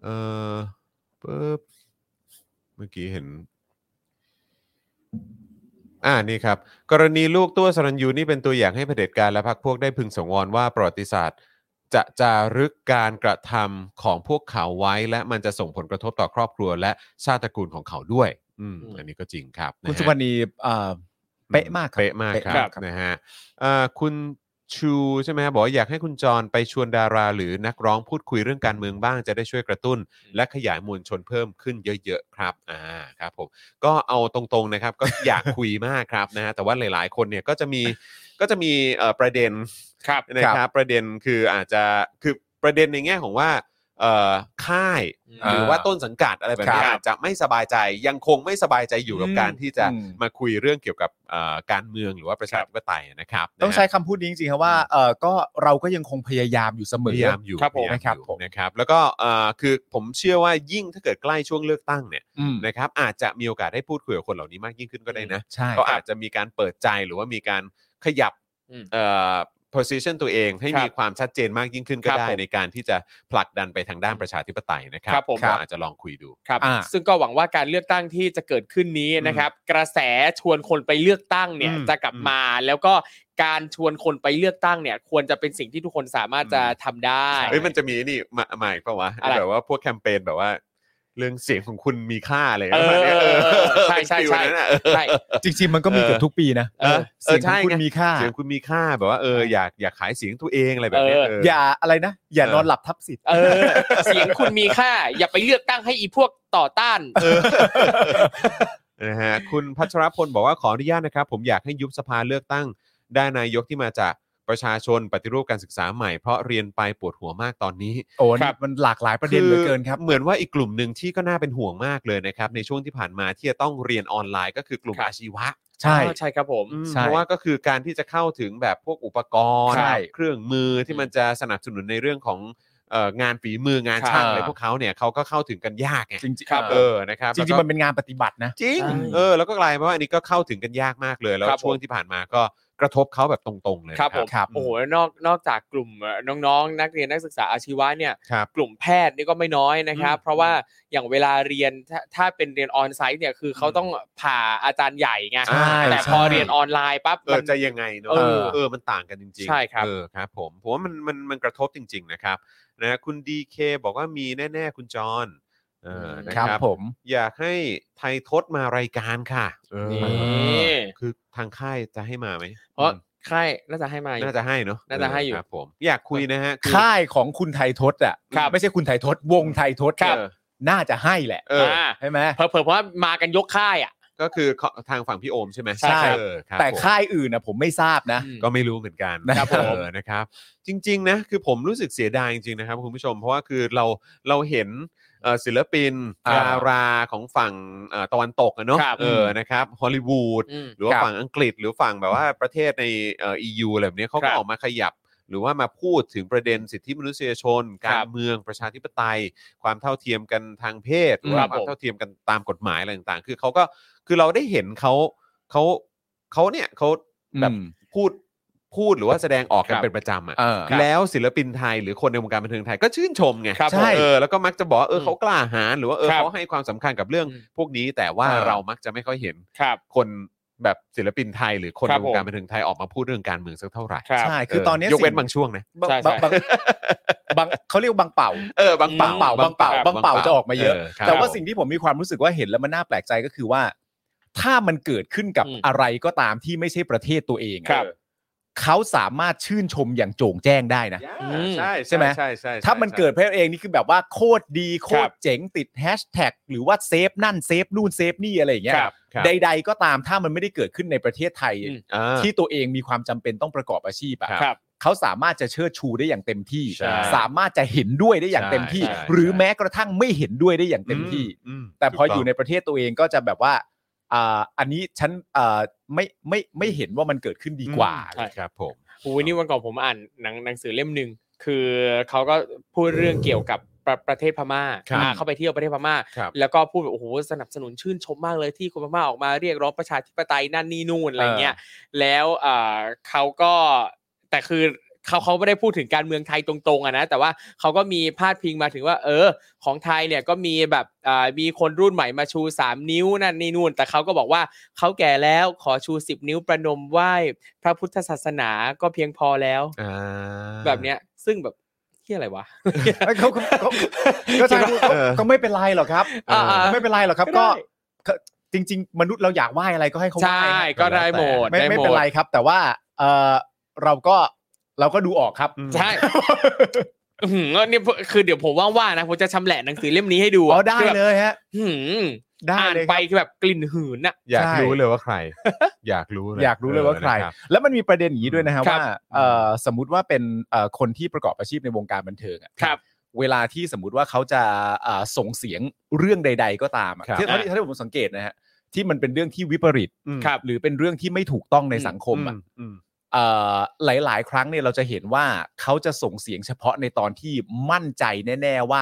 Speaker 1: เอ่อปึ๊บเมื่อกี้เห็น อ่านี่ครับ กรณีลูกตัวสรัญยูนี่เป็นตัวอย่างให้เผด็จการและพรรคพวกได้พึงสงวนว่าประวัติศาสตร์ จะจารึกการกระทำของพวกเขาไว้ และมันจะส่งผลกระทบต่อครอบครัว และชาติตระกูลของเขาด้วย อืมอันนี้ก็จริงครับะ
Speaker 2: คุณ
Speaker 1: ฮะ
Speaker 2: สุวรรณีเอ่อเป๊ะมากครับ
Speaker 1: เป๊ะมากค
Speaker 3: ครั
Speaker 1: รับบ นะฮะเอ่อคุณชูใช่ไหมฮะบอกว่าอยากให้คุณจรไปชวนดาราหรือนักร้องพูดคุยเรื่องการเมืองบ้างจะได้ช่วยกระตุ้น และขยายมวลชนเพิ่มขึ้นเยอะ ๆ ครับอ่าครับผมก็เอาตรงๆนะครับ ก็อยากคุยมากครับนะฮะแต่ว่าหลายๆ คนเนี่ยก็จะมีก็จะมีเอ่อประเด็น
Speaker 3: ครับ
Speaker 1: นะครับประเด็นคืออาจจะคือประเด็นในแง่ของว่าเอ่อค่ายหรือว่าต้นสังกัดอะไรแบบนี้
Speaker 3: ครับ
Speaker 1: อาจจะไม่สบายใจยังคงไม่สบายใจอยู่กับ
Speaker 3: อืม
Speaker 1: การที่จะ
Speaker 2: อืม
Speaker 1: มาคุยเรื่องเกี่ยวกับเอ่อการเมืองหรือว่าประชาธิปไตยนะครับ
Speaker 2: ต้องใช้
Speaker 1: นะฮะ
Speaker 2: คำพูดนี้จริงๆครับว่าเออก็เราก็ยังคงพยายามอยู่เสม
Speaker 1: พ
Speaker 2: อ
Speaker 1: ยายามอยู่
Speaker 3: ครับผ
Speaker 1: พ
Speaker 3: ม
Speaker 1: ยายา
Speaker 2: นะครับ
Speaker 1: อยู่
Speaker 2: ผม
Speaker 1: นะครับ แล้วก็เอ่อคือผมเชื่อว่ายิ่งถ้าเกิดใกล้ช่วงเลือกตั้งเนี่ย
Speaker 2: อืม
Speaker 1: นะครับอาจจะมีโอกาสได้พูดคุยกับคนเหล่านี้มากยิ่งขึ้นก็ได้นะ
Speaker 2: ใช่
Speaker 1: เขาอาจจะมีการเปิดใจหรือว่ามีการขยับ
Speaker 3: อืม
Speaker 1: เอ่อ position ตัวเองให้
Speaker 3: ครับ
Speaker 1: มีความชัดเจนมากยิ่งขึ้นก็
Speaker 3: ครับ
Speaker 1: ได้
Speaker 3: ผม
Speaker 1: ในการที่จะผลักดันไปทางด้านประชาธิปไตยนะครับ
Speaker 3: ครับผม
Speaker 1: ก็อาจจะลองคุยดู
Speaker 3: ครับ
Speaker 2: อ่า
Speaker 3: ซึ่งก็หวังว่าการเลือกตั้งที่จะเกิดขึ้นนี้นะครับ กระแสชวนคนไปเลือกตั้งเนี่ย
Speaker 1: อืม
Speaker 3: จะกลับมา แล้วก็การชวนคนไปเลือกตั้งเนี่ย ควรจะเป็นสิ่งที่ทุกคนสามารถจะ
Speaker 1: อืม
Speaker 3: ทำได้
Speaker 1: เฮ้ยมันจะมีนี่มาใหม่ปะวะ
Speaker 3: อะไร
Speaker 1: แบบว่าพวกแคมเปญแบบว่า เรื่องเสียงของคุณมีค่าอะไร
Speaker 3: เออ
Speaker 1: ประมาณนี้ย
Speaker 3: เออเออใช่
Speaker 1: เป็น
Speaker 3: ใช่
Speaker 1: ฟิล
Speaker 3: ใช่
Speaker 1: นั้นน่ะเออ
Speaker 3: ใช่
Speaker 2: จริงๆมันก็มีเกือบทุกปีนะ
Speaker 3: เออ
Speaker 1: เอ
Speaker 2: เสี
Speaker 1: อย
Speaker 2: ง
Speaker 1: ใช่
Speaker 2: ของคุณ
Speaker 1: ไง
Speaker 2: มีค่า
Speaker 1: เสียงคุณมีค่าแบบว่าเอออยากอยากขายเสียงตัวเองอะไรแบบเนี้ย
Speaker 3: เออ
Speaker 1: เ
Speaker 2: อย่าอะไรนะ อย่านอนหลับทับสิทธิ์
Speaker 3: เออ เสียงคุณมีค่า อย่าไปเลือกตั้งให้อีพวกต่อต้าน
Speaker 1: เออนะฮะคุณพัชรพลบอกว่าขออนุญาตนะครับ ผมอยากให้ยุบสภาเลือกตั้ง ได้นายกที่มาจากประชาชนปฏิรูปการศึกษาใหม่เพราะเรียนไปปวดหัวมากตอนนี้
Speaker 2: โอ้
Speaker 3: ครั
Speaker 2: นี่
Speaker 3: บ
Speaker 2: มันหลากหลายประเด็นเหลือเกินครับ
Speaker 1: อเหมือนว่าอีกกลุ่มหนึ่งที่ก็น่าเป็นห่วงมากเลยนะครับ ในช่วงที่ผ่านมาที่จะต้องเรียนออนไลน์ก็คือกลุ่ม
Speaker 3: ครับ
Speaker 1: อาชีวะ
Speaker 2: ใช่
Speaker 3: อ๋อใช่ครับผม
Speaker 1: อืม
Speaker 2: ใช่
Speaker 1: เพราะว่าก็คือการที่จะเข้าถึงแบบพวกอุปกรณ์
Speaker 2: ใช่
Speaker 1: เครื่องมือที่มันจะสนับสนุนในเรื่องของเอ่องานฝีมืองาน
Speaker 3: ครับ
Speaker 1: ช่างอะไรพวกเขาเนี่ยเขาก็เข้าถึงกันยากไง
Speaker 2: จริงๆ
Speaker 1: เอ
Speaker 2: เอ
Speaker 1: อ
Speaker 2: อ
Speaker 1: นะครับ
Speaker 2: จริงๆมันเป็นงานปฏิบัตินะ
Speaker 1: จริง
Speaker 3: ใช่
Speaker 1: เออแล้วก็กลายมาว่าอันนี้ก็เข้าถึงกันยากมากเลย แล้ว
Speaker 3: ครับผม
Speaker 1: ช่วงที่ผ่านมาก็กระทบเขาแบบตรงๆเลยนะครับ
Speaker 3: ผม
Speaker 2: ครับ
Speaker 3: โอ้โหนอกนอกจากกลุ่มเอ่อน้องๆ นักเรียนนักศึกษาอาชีวะเนี่ย
Speaker 1: ครับ
Speaker 3: กลุ่มแพทย์นี่ก็ไม่น้อยนะครับ
Speaker 1: อืม
Speaker 3: เพราะว่าอย่างเวลาเรียนถ้าถ้าเป็นเรียนออนไซต์เนี่ยคือเขาต้องผ่าอาจารย์ใหญ่ไง
Speaker 1: ใช่
Speaker 3: แต่พอเรียนออนไลน์ปั๊บ
Speaker 1: เอ
Speaker 3: มั
Speaker 1: อน จะยังไงเนอะ
Speaker 3: เออ
Speaker 1: เออมันต่างกันจริงๆ
Speaker 3: ใช่ครับ
Speaker 1: เออครับผมผมว่ามันมันมันกระทบจริง ๆนะครับนะคุณดีเคบอกว่ามีแน่ๆคุณจอนเออนะ
Speaker 2: ครั
Speaker 1: ค
Speaker 2: บ
Speaker 1: รับ
Speaker 2: ผม
Speaker 1: อยากให้ไทยทศมารายการค่ะเออ
Speaker 2: อ
Speaker 3: นี่
Speaker 1: คือทางค่ายจะให้มาไหม
Speaker 3: เพราะค่ายน่าจะให้มาอยู่
Speaker 1: น่าจะให้เนอะ
Speaker 3: น่าจะให้อยู่
Speaker 1: ครับผมอยากคุยนะฮะอ
Speaker 2: ค่ายของคุณไทยทศอ่ะ
Speaker 3: ครับ
Speaker 2: ไม่ใช่คุณไทยทศวงไทยทศ
Speaker 3: ครับ
Speaker 2: เออน่าจะให้แหละ
Speaker 1: เออ
Speaker 3: อ่า
Speaker 2: ใช่ไหม
Speaker 3: เผลอๆเพราะว่ามากันยกค่ายอ่ะ
Speaker 1: ก็คือทางฝั่งพี่โอมใช่ไหม
Speaker 2: ใช่ครับ
Speaker 1: เออครับ
Speaker 2: แต่
Speaker 1: ผม
Speaker 2: ค่ายอื่นนะผมไม่ทราบนะ
Speaker 1: ก็ไม่รู้เหมือนกัน
Speaker 2: ครับผม
Speaker 1: เออนะครับ จริง ๆ นะคือผมรู้สึกเสียดายจริงๆนะครับคุณผู้ชม เพราะว่าคือเราเราเห็นเอ่อศิลปิน
Speaker 2: อ่า
Speaker 1: ดาราของฝั่งเอ่อตะวันตกอะเนาะ
Speaker 3: ครับ
Speaker 1: เออนะครับฮอลลีวูด
Speaker 3: อืม
Speaker 1: หรือว่า
Speaker 2: ครับ
Speaker 1: ฝั่งอังกฤษหรือฝั่งแบบว่าประเทศในเอ่อ EU อะไรแบบเนี้ยเขา
Speaker 3: ครั
Speaker 1: ก็
Speaker 3: บ
Speaker 1: ออกมาขยับ หรือว่ามาพูดถึงประเด็นสิทธิมนุษยชน
Speaker 3: ครับ
Speaker 1: การเมืองประชาธิปไตย ความเท่าเทียมกันทางเพศหรือ
Speaker 3: ค
Speaker 1: ว่า
Speaker 3: รับ
Speaker 1: ความ
Speaker 3: ผม
Speaker 1: เท่าเทียมกันตามกฎหมายอะไรต่างๆ คือเขาก็คือเราได้เห็นเขาเขาเขาเนี่ยเขาแบบ
Speaker 2: อืม
Speaker 1: พูด พูดหรือว่าแสดงออกกัน
Speaker 3: ครับ
Speaker 1: เป็นประจำอ่ะ
Speaker 2: เออ
Speaker 3: ครับ
Speaker 1: แล้วศิลปินไทยหรือคนในวงการบันเทิงไทยก็ชื่นชมไง
Speaker 3: ครับ
Speaker 2: ใช่
Speaker 1: เออแล้วก็มักจะบอกว่าเออ
Speaker 3: ม
Speaker 1: เขากล้าหาญหรือว่าเออ
Speaker 3: ครับ
Speaker 1: เขาให้ความสำคัญกับเรื่อง
Speaker 3: อืม
Speaker 1: พวกนี้ แต่ว่า
Speaker 2: เออ
Speaker 1: เรามักจะไม่ค่อยเห็น
Speaker 3: ครับ
Speaker 1: คนแบบศิลปินไทย หรือคน
Speaker 3: ครั
Speaker 1: ใน
Speaker 3: บ
Speaker 1: วงการ
Speaker 3: ผม
Speaker 1: บันเทิงไทยออกมาพูดเรื่องการเมืองสักเท่าไหร่
Speaker 3: ครับ
Speaker 2: ใช่คือตอนเนี้
Speaker 1: ยกเว้น
Speaker 2: สิ่
Speaker 1: บางช่วงนะ
Speaker 2: บาง
Speaker 3: ใช่
Speaker 2: บาง
Speaker 3: ใช่
Speaker 2: บางบางเขาเรียกว่าบางเป่า
Speaker 1: เออบางเป่า
Speaker 2: บางเป่าบางเป่าบางเป่าจะออกมาเยอะ
Speaker 1: ครับ
Speaker 2: แต่ว่าสิ่งที่ผมมีความรู้สึกว่าเห็นแล้วมันน่าแปลกใจก็คือว่า ถ้ามันเกิดขึ้นกับ
Speaker 3: อืม
Speaker 2: อะไรก็ตามที่ไม่ใช่ประเทศตัวเองอะ
Speaker 3: ครับ
Speaker 2: เขาสามารถชื่นชมอย่างโจ่งแจ้งได้นะ
Speaker 1: Yeah
Speaker 3: อืม
Speaker 1: ใช่
Speaker 2: ใช่ไหม
Speaker 1: ใช่ใช่ใช่
Speaker 2: ถ้ามันเกิดเพศเองนี่คือแบบว่าโคตรดีโค
Speaker 3: ครั
Speaker 2: ตร
Speaker 3: บ
Speaker 2: เจ๋งติดแฮชแท็กหรือว่าเซฟนั่นเซฟนู่นเซฟนี่อะไรอย่างเงี้ย
Speaker 3: ครับ
Speaker 1: ครับ
Speaker 2: ใด ๆ ก็ตามถ้ามันไม่ได้เกิดขึ้นในประเทศไทย
Speaker 3: อืม
Speaker 1: อ่า
Speaker 2: ที่ตัวเองมีความจำเป็นต้องประกอบอาชีพอะ
Speaker 1: ครับ
Speaker 3: ครับ
Speaker 2: เขาสามารถจะเชิดชูได้อย่างเต็มที่
Speaker 1: ใช่
Speaker 2: สามารถจะเห็นด้วยได้อย่างเต็มที่
Speaker 1: ใช่ใช่
Speaker 2: หรือแม้กระทั่งไม่เห็นด้วยได้อย่างเต็มที่
Speaker 1: อืม
Speaker 2: แต่พอ
Speaker 1: ถูก
Speaker 2: อยู่ในประเทศตัวเองก็จะแบบว่าอ่าอันนี้ฉันอ่าไม่ไม่ไม่เห็นว่ามันเกิดขึ้นดีกว่า
Speaker 3: ใช่
Speaker 1: ครับผม
Speaker 3: โอ้ยนี่วันก่อนผมอ่านหนังหนังสือเล่มหนึ่งคือเขาก็พูดเรื่องเกี่ยวกับประประเทศพม่า
Speaker 1: ครับ
Speaker 3: อ่าเข้าไปเที่ยวประเทศพม่า
Speaker 1: ครับ
Speaker 3: แล้วก็พูดแบบโอ้โหสนับสนุนชื่นชมมากเลยที่คนพม่าออกมาเรียกร้องประชาธิปไตยนั่นนี่นู่นอะไรเงี้ยแล้วอ่าเขาก็แต่คือเขาเขาไม่ได้พูดถึงการเมืองไทยตรงๆอะนะแต่ว่าเขาก็มีพาดพิงมาถึงว่า เออ ของไทยเนี่ยก็มีแบบอ่ามีคนรุ่นใหม่มาชู 3 นิ้วนั่นนี่นู่น แต่เขาก็บอกว่าเขาแก่แล้วขอชู 10 นิ้วประนมไหว้พระพุทธศาสนาก็เพียงพอแล้ว
Speaker 1: า
Speaker 3: แบบเนี้ยซึ่งแบบเฮียอะไรวะ
Speaker 2: เอ้ยเขาเขาเขาก็ใช่ก็ก็ไม่เป็นไรหรอกครับ
Speaker 3: อ่าอ่า
Speaker 2: ไม่เป็นไรหรอกครับ
Speaker 3: ก็
Speaker 2: ก็
Speaker 3: ได้
Speaker 2: ก็จริง ๆ มนุษย์เราอยากไหว้อะไรก็ให้เขาไหว้
Speaker 3: ใช่ก็ได้หมด
Speaker 2: ไม่
Speaker 3: ด้
Speaker 2: ไม่
Speaker 3: หด
Speaker 2: เป็นไรครับ แต่ว่าเออเราก็เราก็ดูออกครับ
Speaker 3: ใช่อื้อหือเนี่ยคือเดี๋ยวผมว่างๆนะผมจะชำแหละหนังสือเล่มนี้ให้ดู
Speaker 2: อ๋อได้เลยฮะ
Speaker 3: คือแบบหืม
Speaker 2: ได้
Speaker 3: อ่าน
Speaker 2: เลยค
Speaker 3: ไป
Speaker 2: รับ
Speaker 3: คือแบบกลิ่นหืนน่ะ
Speaker 1: อยาก
Speaker 2: ใช่
Speaker 1: รู้เลยว่าใคร อยากรู้เลย
Speaker 2: อยากรู้เลยว่าใคร
Speaker 1: ออนะบ
Speaker 2: แล้วมันมีประเด็นอย่างนี้ด้วยนะฮะ
Speaker 3: ครั
Speaker 2: ว่า
Speaker 3: บ
Speaker 2: เอ่อสมมุติว่าเป็นเอ่อคนที่ประกอบอาชีพในวงการบันเทิงอะ
Speaker 3: ครับ
Speaker 2: เวลาที่สมมติว่าเขาจะเอ่อส่งเสียงเรื่องใด ๆ ก็ตามอะ
Speaker 1: ครับ
Speaker 2: ที่
Speaker 3: อ่า
Speaker 2: ที่ผมสังเกตนะฮะที่มันเป็นเรื่องที่วิปริต
Speaker 1: อืม
Speaker 3: ครับ
Speaker 2: หรือเป็นเรื่องที่ไม่ถูกต้องในสังคมอะ
Speaker 1: อืม
Speaker 2: เอ่อหลาย ๆ ครั้งเนี่ยเราจะเห็นว่าเขาจะส่งเสียงเฉพาะในตอนที่มั่นใจแน่ ๆ ว่า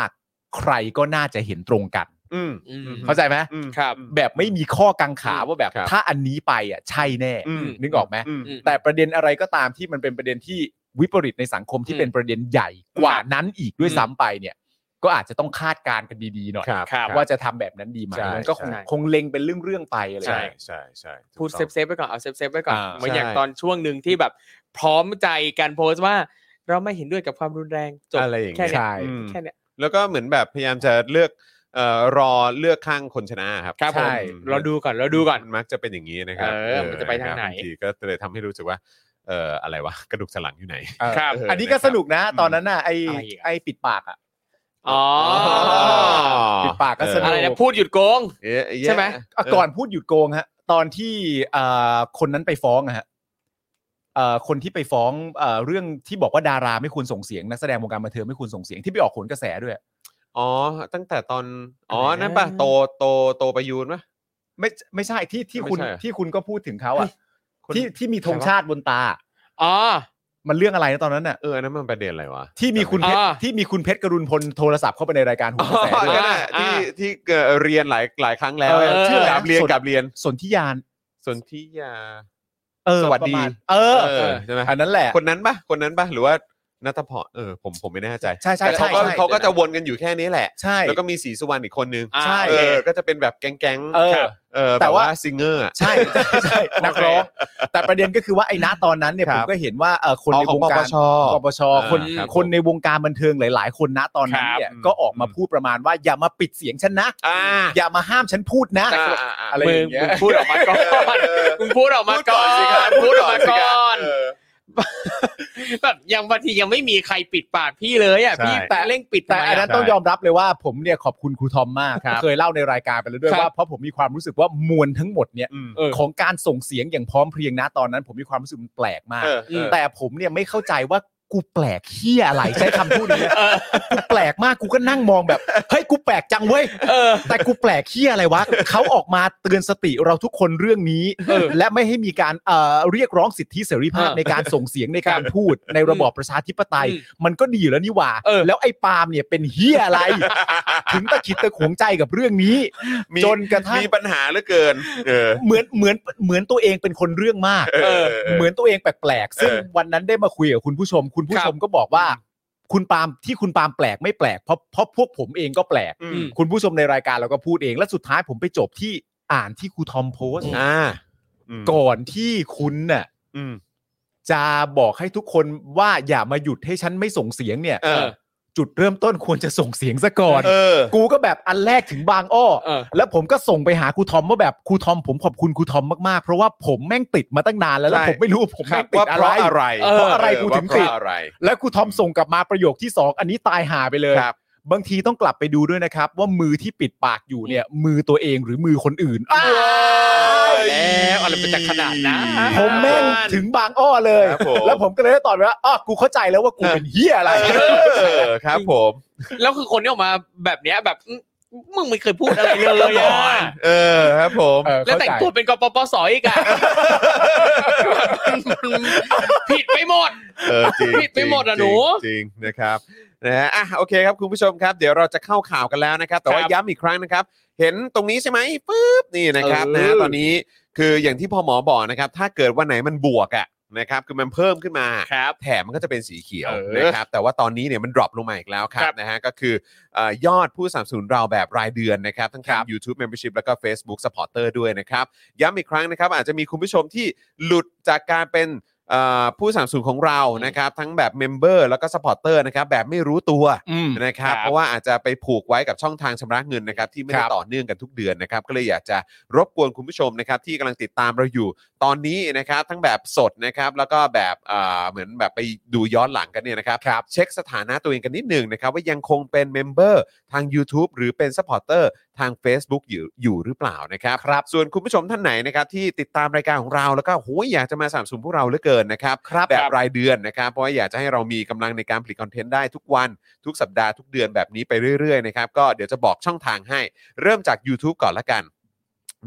Speaker 2: ใครก็น่าจะเห็นตรงกัน
Speaker 1: อืม
Speaker 3: อืม
Speaker 2: เข้าใจไหม
Speaker 1: อืม
Speaker 3: ครับ
Speaker 2: แบบไม่มีข้อกังขาว่าแบบ
Speaker 1: ครับ
Speaker 2: ถ้าอันนี้ไปอ่ะใช่แน่
Speaker 1: อืม
Speaker 2: นึกออกไหม
Speaker 1: อืม
Speaker 3: อืม
Speaker 2: แต่ประเด็นอะไรก็ตามที่มันเป็นประเด็นที่วิปริตในสังคมที่
Speaker 3: อืม
Speaker 2: เป็นประเด็นใหญ่กว่า
Speaker 3: ครับ
Speaker 2: นั้นอีกด้วย
Speaker 3: อืม
Speaker 2: ซ้ำไปเนี่ย ก็อาจจะต้องคาดการณ์กันดีๆหน่อย
Speaker 1: ครับ
Speaker 3: ครับ
Speaker 2: ว่าจะทำแบบนั้นดีไหม
Speaker 1: ใช่
Speaker 2: มันก็คง
Speaker 1: ใช่
Speaker 2: คงเล็งเป็นเรื่องๆไปอะไรอย่าง
Speaker 1: ใช่
Speaker 2: เงี้ย
Speaker 1: ใช่ใช่ถูก
Speaker 3: พูดเซ
Speaker 1: ต้อง
Speaker 3: ฟเซฟๆไว้ก่อนเอาเซฟเซฟๆไว้ก่อน
Speaker 2: อ่า
Speaker 3: เหมือนอย่าง
Speaker 1: ใช่
Speaker 3: ตอนช่วงหนึ่งที่แบบพร้อมใจกันโพสต์ว่า เราไม่เห็นด้วยกับความรุนแรงจบ
Speaker 1: อะไรอย่าง
Speaker 3: แค่
Speaker 1: เงี้ย
Speaker 3: เนี้ย
Speaker 2: ใช่
Speaker 1: อืม
Speaker 3: แค่เนี้ย
Speaker 1: แล้วก็เหมือนแบบพยายามจะเลือกเอ่อรอเลือกข้างคนชนะครับ
Speaker 3: ครับผม
Speaker 2: ใช่
Speaker 3: เราดูก่อนเราดูก่อน
Speaker 1: มักจะเป็นอย่างนี้นะครับ
Speaker 3: เออมันจะไปทางไหน
Speaker 1: ครับบทีก็เลยทำให้รู้สึกว่าเอ่ออะไรวะกระดูกสันหลังอยู่ไหน
Speaker 2: เออ
Speaker 3: ครับ
Speaker 2: อันนี้ก็สนุกนะ ตอนนั้นน่ะไอ้
Speaker 3: อะไรอีกอะ
Speaker 2: ไอ้ปิดปากอ่ะ
Speaker 3: อ๋อ
Speaker 2: ปิดปากก็สนุก
Speaker 3: อะไรนะพูดหยุดโกง
Speaker 1: เอ๊ะแย่
Speaker 3: ใช่ไหม
Speaker 2: อ่ะก่อนพูดหยุดโกงฮะตอนที่เอ่อคนนั้นไปฟ้องอะฮะเอ่อคนที่ไปฟ้องเอ่อเรื่องที่บอกว่าดาราไม่ควรส่งเสียงนักแสดงวงการบันเทิงไม่ควรส่งเสียงที่ไปออกโขนกระแสด้วย
Speaker 1: อ๋อ ตั้งแต่ตอน อ๋อ
Speaker 3: อะไรนะ
Speaker 1: นั่นปะโตโตโตประยูนปะ
Speaker 2: ไม่ไม่ใช่ที่ที่คุณ
Speaker 1: ไม่ใช่เหรอ
Speaker 2: ที่คุณก็พูดถึงเขาอ่ะ
Speaker 1: คน
Speaker 2: ที่ที่มีธงชาติบนตา
Speaker 3: อ๋อ
Speaker 2: มันเรื่องอะไรนะตอนนั้นน่ะ
Speaker 1: เอออันนั้นมันประเด็นอะไรวะ
Speaker 2: ที่มีคุณเพชร
Speaker 3: อ่า
Speaker 2: ที่มีคุณเพชรกรุณพลโทรศัพท์เข้าไปในรายการหัวกระแส
Speaker 1: อ๋อ
Speaker 2: ด้วย
Speaker 1: นั่นน่ะ
Speaker 3: อ่า
Speaker 1: ที่ที่เอ่อเรียนหลายหลายครั้งแล้ว
Speaker 3: เออ
Speaker 1: ชื่ออะไรกับเรียน
Speaker 2: สน
Speaker 1: กับเรียน
Speaker 2: สนธิยาน
Speaker 1: สนธิยา
Speaker 2: เออ
Speaker 1: สวัสดี
Speaker 2: ประมาณเออ
Speaker 1: เใช่ไหม
Speaker 2: อันนั้นแหละ
Speaker 1: คนนั้นปะคนนั้นปะหรือว่านัทพรเออผมผมไม่แน่ใจ
Speaker 2: ใช่ใช่
Speaker 1: แต่เขาก็
Speaker 2: ใช่ใช่
Speaker 1: เขาก็จะวนกันอยู่แค่นี้แหละ
Speaker 2: ใช่
Speaker 1: แล้วก็มีสีสุวรรณอีกคนนึง
Speaker 3: อ่า
Speaker 2: ใช่
Speaker 1: เอ
Speaker 3: โอเค
Speaker 1: อก็จะเป็นแบบแก๊ง
Speaker 2: เออ
Speaker 1: ครับเออ
Speaker 2: แต่
Speaker 1: แต่
Speaker 2: ว่า
Speaker 1: ว่าซิงเกอร์
Speaker 2: ใช่ใช่ ใช่นักร้องแต่ประเด็นก็คือว่าไอ้ณตอนนั้นเนี่ย
Speaker 1: ครั
Speaker 2: ผ
Speaker 1: บ
Speaker 2: มก็เห็นว่าเอ่อคน
Speaker 1: อ๋อ
Speaker 2: ใน
Speaker 1: ของ
Speaker 2: วง
Speaker 1: ปป
Speaker 2: การ
Speaker 1: ช
Speaker 2: ปปชคน
Speaker 1: อ่าครับ
Speaker 2: คนในวงการบันเทิงหลาย ๆ คนณตอนนั้น
Speaker 3: ครับ
Speaker 2: เนี่ย
Speaker 1: อืม
Speaker 2: ก็ออกมาพูดประมาณว่าอย่ามาปิดเสียงฉันนะ
Speaker 1: อ่า
Speaker 2: อย่ามาห้ามฉันพูดนะ
Speaker 1: า
Speaker 2: อะไรอย่างเงี้ย
Speaker 3: มึมึพูดออกมาก่อนมึงพูดออกมาก่อนพูดออกมาก่อน
Speaker 1: เออ
Speaker 3: แบบยังบางทียังไม่มีใครปิดปากพี่เลยอ่ะ
Speaker 1: ใช่
Speaker 3: พี่แต่เร่งปิด
Speaker 2: แต่
Speaker 3: ทำไม
Speaker 2: อัน
Speaker 3: อะ
Speaker 2: นั้นต้องยอมรับเลยว่าผมเนี่ยขอบคุณครูทอมมาก
Speaker 3: ครับ
Speaker 2: เคยเล่าในรายการไปแล้วด้วย
Speaker 3: ครับ
Speaker 2: ว่าเพราะผมมีความรู้สึกว่ามวลทั้งหมดเนี่ย
Speaker 1: อืม
Speaker 3: เออ
Speaker 2: ของการส่งเสียงอย่างพร้อมเพรียงนะตอนนั้น ผมมีความรู้สึกมันแปลกมาก
Speaker 1: เออเออ
Speaker 2: แต่ผมเนี่ยไม่เข้าใจว่า กูแปลกเฮียอะไรใช้คำพูดนี้ กูแปลกมากกูก็นั่งมองแบบเฮ้ยกูแปลกจังเว้ย
Speaker 3: เออ
Speaker 2: แต่กูแปลกเฮียอะไรวะ เขาออกมาเตือนสติเราทุกคนเรื่องนี้
Speaker 3: เออ
Speaker 2: และไม่ให้มีการเอ่อเรียกร้องสิทธิเสรีภาพ
Speaker 3: เออ
Speaker 2: ในการส่งเสียงในการพูดในระบอบประชาธิปไตย
Speaker 3: อืม
Speaker 2: มันก็ดีอยู่แล้วนี่หว่า
Speaker 3: เออ
Speaker 2: แล้วไอ้ปาล์มเนี่ยเป็นเฮีย อะไร ถึงตะขิดตะขวงใจกับเรื่องนี้
Speaker 1: มี
Speaker 2: จนกระทั่ง
Speaker 1: มีปัญหาเหลือเกิน เออ
Speaker 2: เหมือนเหมือนเหมือนตัวเองเป็นคนเรื่องมาก
Speaker 1: เออ
Speaker 2: เหมือนตัวเองแปลกๆ ซึ่ง
Speaker 1: เออ
Speaker 2: วันนั้นได้มาคุยกับคุณผู้ชม คุณผู้ชมก็บอกว่า คุณปาล์มที่คุณปาล์มแปลกไม่แปลกเพราะเพราะพวกผมเองก็แปลก
Speaker 1: อื
Speaker 3: อื
Speaker 1: ม
Speaker 3: ม
Speaker 2: คุณผู้ชมในรายการเราก็พูดเอง และสุดท้ายผมไปจบที่อ่านที่ครูทอมโพสต์
Speaker 1: อ่า
Speaker 2: ก่อนที่คุณน่ะ
Speaker 1: อืม
Speaker 2: จะบอกให้ทุกคนว่าอย่ามาหยุดให้ฉันไม่ส่งเสียงเนี่ย
Speaker 1: เออ
Speaker 2: จุดเริ่มต้นควรจะส่งเสียงซะก่อน
Speaker 1: เออ
Speaker 2: กูก็แบบอันแรกถึงบางอ้อ
Speaker 3: เออ
Speaker 2: แล้วผมก็ส่งไปหาครูทอมว่าแบบครูทอมผมขอบคุณครูทอมมากๆ เพราะว่าผมแม่งติดมาตั้งนานแล้วแล้ว
Speaker 1: ใช่
Speaker 2: ผมไม่รู้ว่าผม
Speaker 1: ครั
Speaker 2: แม่
Speaker 1: บ
Speaker 2: งติ
Speaker 1: ว่า
Speaker 2: ด
Speaker 1: เพ
Speaker 2: อะไร
Speaker 1: ราะอะไร
Speaker 3: เออ
Speaker 2: เพราะอะไรกูถึงติด
Speaker 1: ว่าเพราะอะไร
Speaker 2: แล้วครูทอมส่งกลับมาประโยคที่สองอันนี้ตายหาไปเลย
Speaker 1: ครับ
Speaker 2: งทีต้องกลับไปดูด้วยนะครับ ว่ามือที่ปิดปากอยู่เนี่ย มือตัวเองหรือมือคนอื่นอ้าว
Speaker 3: แล้วอะไรมันจะขนาดนั้น
Speaker 2: ผมแม่งถึงบางอ้อเลย
Speaker 1: ครับผม
Speaker 2: แล้วผมก็เลยได้ตอบไปว่าอ้อกูเข้าใจแล้วว่ากูเป็นเฮียอะไร
Speaker 1: เออครับผม
Speaker 3: แล้วคือคนที่ออกมาแบบเนี้ยแบบอืมมึงไม่เคยพูดอะไรเลยอะ
Speaker 1: เออครับผม
Speaker 2: เออ
Speaker 3: แล้วแต่งตัวเป็นกปปสอีก อะมันผิดไปหมด
Speaker 1: เออจริง
Speaker 3: ผิดไปหมดอะ
Speaker 1: จริง
Speaker 3: หนู
Speaker 1: จริงนะครับนะฮะอ่ะโอเคครับคุณผู้ชมครับ เดี๋ยวเราจะเข้าข่าวกันแล้วนะครับ แต่ว่า
Speaker 3: ครับ
Speaker 1: ย้ำอีกครั้งนะครับ เห็นตรงนี้ใช่ไหมปึ๊บนี่นะครับนะฮะ
Speaker 3: เออ
Speaker 1: ตอนนี้คืออย่างที่พ่อหมอบอกนะครับ ถ้าเกิดวันไหนมันบวกอ่ะนะครับคือมันเพิ่มขึ้นมา
Speaker 3: ครับ
Speaker 1: แถมมันก็จะเป็นสีเขียว
Speaker 3: เออ
Speaker 1: นะครับแต่ว่าตอนนี้เนี่ยมันดรอปลงมาอีกแล้วครั
Speaker 3: ครับ บ
Speaker 1: นะฮะก็คือเอ่อยอดผู้สนับสนุนเราแบบรายเดือนนะครับ ทั้งทาง YouTube Membership แล้วก็ Facebook Supporter ด้วยนะครับ ย้ำอีกครั้งนะครับ อาจจะมีคุณผู้ชมที่หลุดจากการเป็นเอ่อผู้สามสูนของเรานะครับ ทั้งแบบเมมเบอร์แล้วก็สปอร์เตอร์นะครับ แบบไม่รู้ตัว
Speaker 2: อืม
Speaker 1: นะครับ
Speaker 3: ครับ
Speaker 1: เพราะว่าอาจจะไปผูกไว้กับช่องทางชำระเงินนะครับ ที่ไม่ได้
Speaker 2: ครับ
Speaker 1: ต่อเนื่องกันทุกเดือนนะครับ ก็เลยอยากจะรบกวนคุณผู้ชมนะครับ ที่กำลังติดตามเราอยู่ตอนนี้นะครับ ทั้งแบบสดนะครับ แล้วก็แบบเอ่อเหมือนแบบไปดูย้อนหลังกันเนี่ยนะครับ
Speaker 2: ครับ
Speaker 1: เช็คสถานะตัวเองกันนิดหนึ่งนะครับ ว่ายังคงเป็นเมมเบอร์ทาง YouTube หรือเป็นสปอร์เตอร์ทาง Facebook อยู่อยู่หรือเปล่านะครับ
Speaker 2: ครับ
Speaker 1: ส่วนคุณผู้ชมท่านไหนนะครับที่ติดตามรายการของเราแล้วก็โหยอยากจะมาสนับสนุนพวกเราเหลือเกินนะครับ
Speaker 2: ครับ
Speaker 1: แบบ
Speaker 2: ครับ
Speaker 1: รายเดือนนะครับ เพราะว่าอยากจะให้เรามีกำลังในการผลิตคอนเทนต์ได้ทุกวัน ทุกสัปดาห์ทุกเดือนแบบนี้ไปเรื่อยๆนะครับก็เดี๋ยวจะบอกช่องทางให้ เริ่มจาก YouTube ก่อนละกัน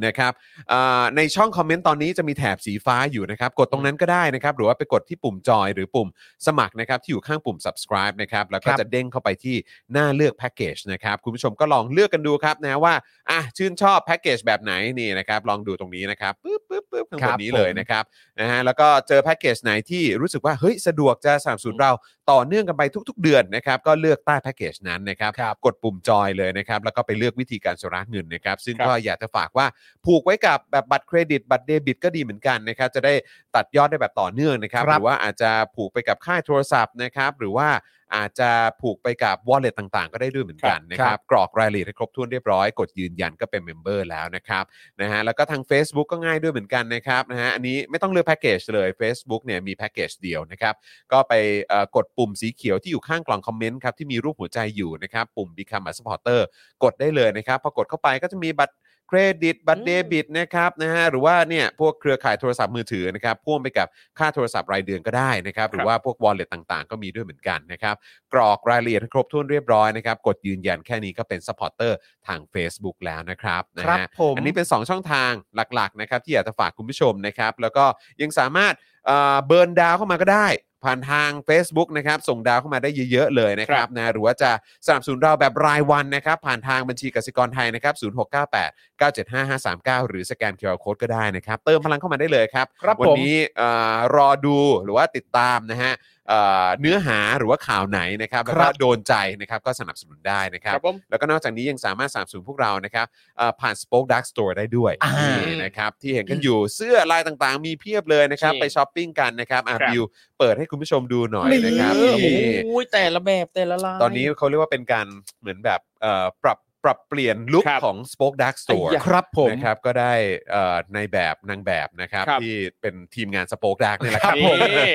Speaker 1: นะครับอ่าในช่องคอมเมนต์ตอนนี้จะมีแถบสีฟ้าอยู่นะครับ กดตรงนั้นก็ได้นะครับ หรือว่าไปกดที่ปุ่มจอยหรือปุ่มสมัครนะครับ ที่อยู่ข้างปุ่ม subscribe นะครับ แล้วก็
Speaker 2: ครับ
Speaker 1: จะเด้งเข้าไปที่หน้าเลือกแพ็กเกจนะครับ คุณผู้ชมก็ลองเลือกกันดูครับนะว่าอ่ะชื่นชอบแพ็กเกจแบบไหนนี่นะครับ ลองดูตรงนี้นะครับปึ๊บปึ๊บปึ๊บข้าง
Speaker 2: ครับ บ
Speaker 1: นนี้เลย
Speaker 2: ผม
Speaker 1: นะครับนะฮะแล้วก็เจอแพ็กเกจไหนที่รู้สึกว่าเฮ้ยสะดวกจะสามสูตรเราต่อเนื่องกันไปทุก ๆ เดือนนะครับ ก็เลือกใต้แพ็กเกจนั้นนะครับ
Speaker 2: ครับ
Speaker 1: กดปุ่มจอยเลยนะครับ แล้วก็ไปเลือกวิธีการชำระเงินนะครับ ซึ่ง
Speaker 3: ครับ
Speaker 1: ก็อยากจะฝากว่าผูกไว้กับแบบบัตรเครดิต บัตรเดบิตก็ดีเหมือนกันนะครับ จะได้ตัดยอดได้แบบต่อเนื่องนะครับ
Speaker 2: ค
Speaker 1: ห
Speaker 2: รับ
Speaker 1: รือว่าอาจจะผูกไปกับค่ายโทรศัพท์นะครับ หรือว่าอาจจะผูกไปกับ wallet ต่างๆ ก็ได้ด้วยเหมือนกันนะค
Speaker 2: ค
Speaker 1: รั
Speaker 2: รั
Speaker 1: บบ กรอกรายละเอียดให้ครบถ้วนเรียบร้อย กดยืนยันก็เป็นเมมเบอร์แล้วนะครับ นะฮะแล้วก็ทาง Facebook ก็ง่ายด้วยเหมือนกันนะครับนะฮะอันนี้ไม่ต้องเลือกแพ็กเกจเลย Facebook เนี่ยมีแพ็กเกจเดียวนะครับ ก็ไปเอ่อกดปุ่มสีเขียวที่อยู่ข้างกล่องคอมเมนต์ครับ ที่มีรูปหัวใจอยู่นะครับ ปุ่ม Become a supporter กดได้เลยนะครับ พอกดเข้าไปก็จะมีบัตรเครดิต บัตร
Speaker 3: อืม
Speaker 1: เดบิตนะครับนะฮะหรือว่าเนี่ยพวกเครือข่ายโทรศัพท์มือถือนะครับพ่วงไปกับค่าโทรศัพท์รายเดือนก็ได้นะครับ หรือว่าพวก wallet ต่างๆ ก็มีด้วยเหมือนกันนะครับ กรอกรายละเอียดให้ครบถ้วนเรียบร้อยนะครับกดยืนยันแค่นี้ก็เป็นซัพพอร์เตอร์ทาง Facebook แล้วนะครับนะ
Speaker 2: ครั
Speaker 1: ฮะ
Speaker 2: บผม
Speaker 1: อันนี้เป็น 2 ช่องทางหลักๆนะครับที่อยากจะฝากคุณผู้ชมนะครับ แล้วก็ยังสามารถเอ่อเบิร์นดาวเข้ามาก็ได้ ผ่านทาง Facebook นะครับ ส่งดาวเข้ามาได้เยอะ ๆ เลยนะครับนะหรือว่าจะสนับสนุนเราแบบรายวันนะครับ ผ่านทางบัญชีกสิกรไทยนะครับ 0698 975539 หรือสแกน QR Code ก็ได้นะครับ เติมพลังเข้ามาได้เลยครับ
Speaker 2: ครับ
Speaker 1: วั
Speaker 2: ผม
Speaker 1: นี้เอ่อรอดูหรือว่าติดตามนะฮะเอ่อเนื้อหาหรือว่าข่าวไหนนะครับแล้วก็
Speaker 2: ครับ
Speaker 1: โดนใจนะครับก็สนับสนุนได้นะครับ
Speaker 3: ครับผม
Speaker 1: แล้วก็นอกจากนี้ยังสามารถสามสูนพวกเรานะครับเอ่อผ่าน Spoke Dark Store ได้ด้วย
Speaker 2: อ่านี่
Speaker 1: นี่นะครับที่เห็นกันอยู่เสื้อลายต่างๆ มีเพียบเลยนะครับ
Speaker 3: นี่
Speaker 1: ไปช้อปปิ้งกันนะครับอา
Speaker 2: ครับ
Speaker 1: บิวเปิดให้คุณผู้ชมดูหน่อยนะครับ
Speaker 2: นี่
Speaker 1: นี่
Speaker 3: โอ้ยแต่ละแบบแต่ละลาย
Speaker 1: ตอนนี้เขาเรียกว่าเป็นการเหมือนแบบเอ่อปรับปรับเปลี่ยนลุค
Speaker 3: ครับ
Speaker 1: ของ Spoke Dark Store
Speaker 3: ไอ้ยะ
Speaker 2: ครับผม
Speaker 1: นะครับก็ได้เอ่อในแบบนางแบบนะครับ
Speaker 3: ครับ
Speaker 1: ที่เป็นทีมงานสปอคดักนี่แหละ
Speaker 3: ค
Speaker 1: ค
Speaker 3: รั
Speaker 1: รั
Speaker 3: บบ ผ
Speaker 1: ผม ม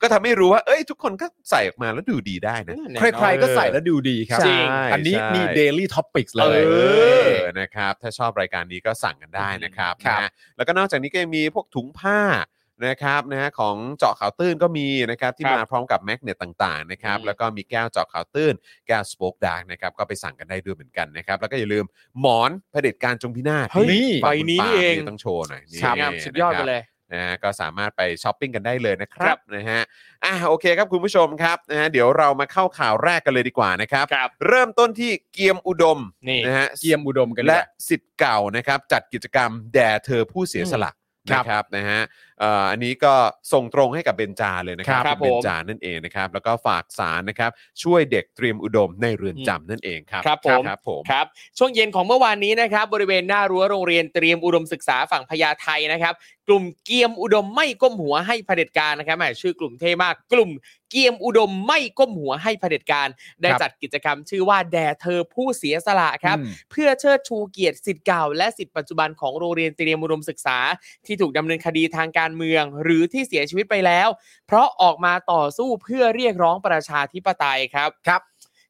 Speaker 1: ก็ทำให้รู้ว่าเอ้ยทุกคนก็ใส่ออกมาแล้วดูดีได้นะ
Speaker 2: ใครๆก็ใส่แล้วดูดีครับ
Speaker 3: จริง
Speaker 2: อันนี้มี
Speaker 1: ใช่
Speaker 2: daily topics เล
Speaker 1: เลย ยนะครับถ้าชอบรายการนี้ก็สั่งกันได้นะครับ
Speaker 2: ครับ
Speaker 1: นะแล้วก็นอกจากนี้ก็ยังมีพวกถุงผ้า นะครับนะฮะของเจาะข่าวตื้นก็มีนะครับที่
Speaker 3: ครับ
Speaker 1: มาพร้อมกับแมกเนตต่างๆนะครับแล้วก็มีแก้วเจาะข่าวตื้น แก้วสป o อคดาร์กนะครับก็ไปสั่งกันได้ด้วยเหมือนกันนะครับแล้วก็อย่าลืมหมอนเผด็จการจงพินาศ
Speaker 3: เฮ้ย
Speaker 1: ฝั่
Speaker 3: ใบนี้
Speaker 1: คุณปาล์ม
Speaker 3: เอง
Speaker 1: ต้องโชว์หน่อยนี่
Speaker 3: สวยงามสุดยอด
Speaker 1: นะค
Speaker 3: ไป
Speaker 1: รับ
Speaker 3: เลย
Speaker 1: นะฮะก็สามารถไปช้อปปิ้งกันได้เลยนะค
Speaker 3: ค
Speaker 1: รั
Speaker 3: รั
Speaker 1: บบ นะฮะอ่ะโอเคครับคุณผู้ชมครับนะฮะเดี๋ยวเรามาเข้าข่าวแรกกันเลยดีกว่านะครับ
Speaker 3: ครับ
Speaker 1: เริ่มต้นที่เกียมอุดม
Speaker 3: นี่
Speaker 1: นะฮะ
Speaker 2: เกียมอุดมกันเลย
Speaker 1: และสิทธิ์เก่านะครับจัดกิจกรรมแด่เธอผู้เสียสละ
Speaker 2: ครั
Speaker 1: นะ
Speaker 2: บ
Speaker 1: ครับนะฮะเอ่ออันนี้ก็ส่งตรงให้กับเบนจาเลยนะครับ
Speaker 3: ครับ
Speaker 1: ณเบนจานั่นเองนะครับ แล้วก็ฝากสารนะครับช่วยเด็กเตรียมอุดมในเรือนจำนั่นเองครับ
Speaker 3: ครับผม
Speaker 1: ครับผม
Speaker 3: ครับช่วงเย็นของเมื่อวานนี้นะครับ บริเวณหน้ารั้วโรงเรียนเตรียมอุดมศึกษาฝั่งพญาไทนะครับ กลุ่มเกียมอุดมไม่ก้มหัวให้เผด็จการนะครับแหมชื่อกลุ่มเท่มากกลุ่มเกียมอุดมไม่ก้มหัวให้เผด็จการ ได้
Speaker 2: ครับ
Speaker 3: จัดกิจกรรมชื่อว่าแด่เธอผู้เสียสละครับ
Speaker 2: อืม
Speaker 3: เพื่อเชิดชูเกียรติสิทธิ์เก่าและสิทธิ์ปัจจุบันของโรงเรียนเตรียมอุดมศึกษา ที่ถูกดำเนินคดีทางการเมือง หรือที่เสียชีวิตไปแล้ว เพราะออกมาต่อสู้เพื่อเรียกร้องประชาธิปไตยครับครับ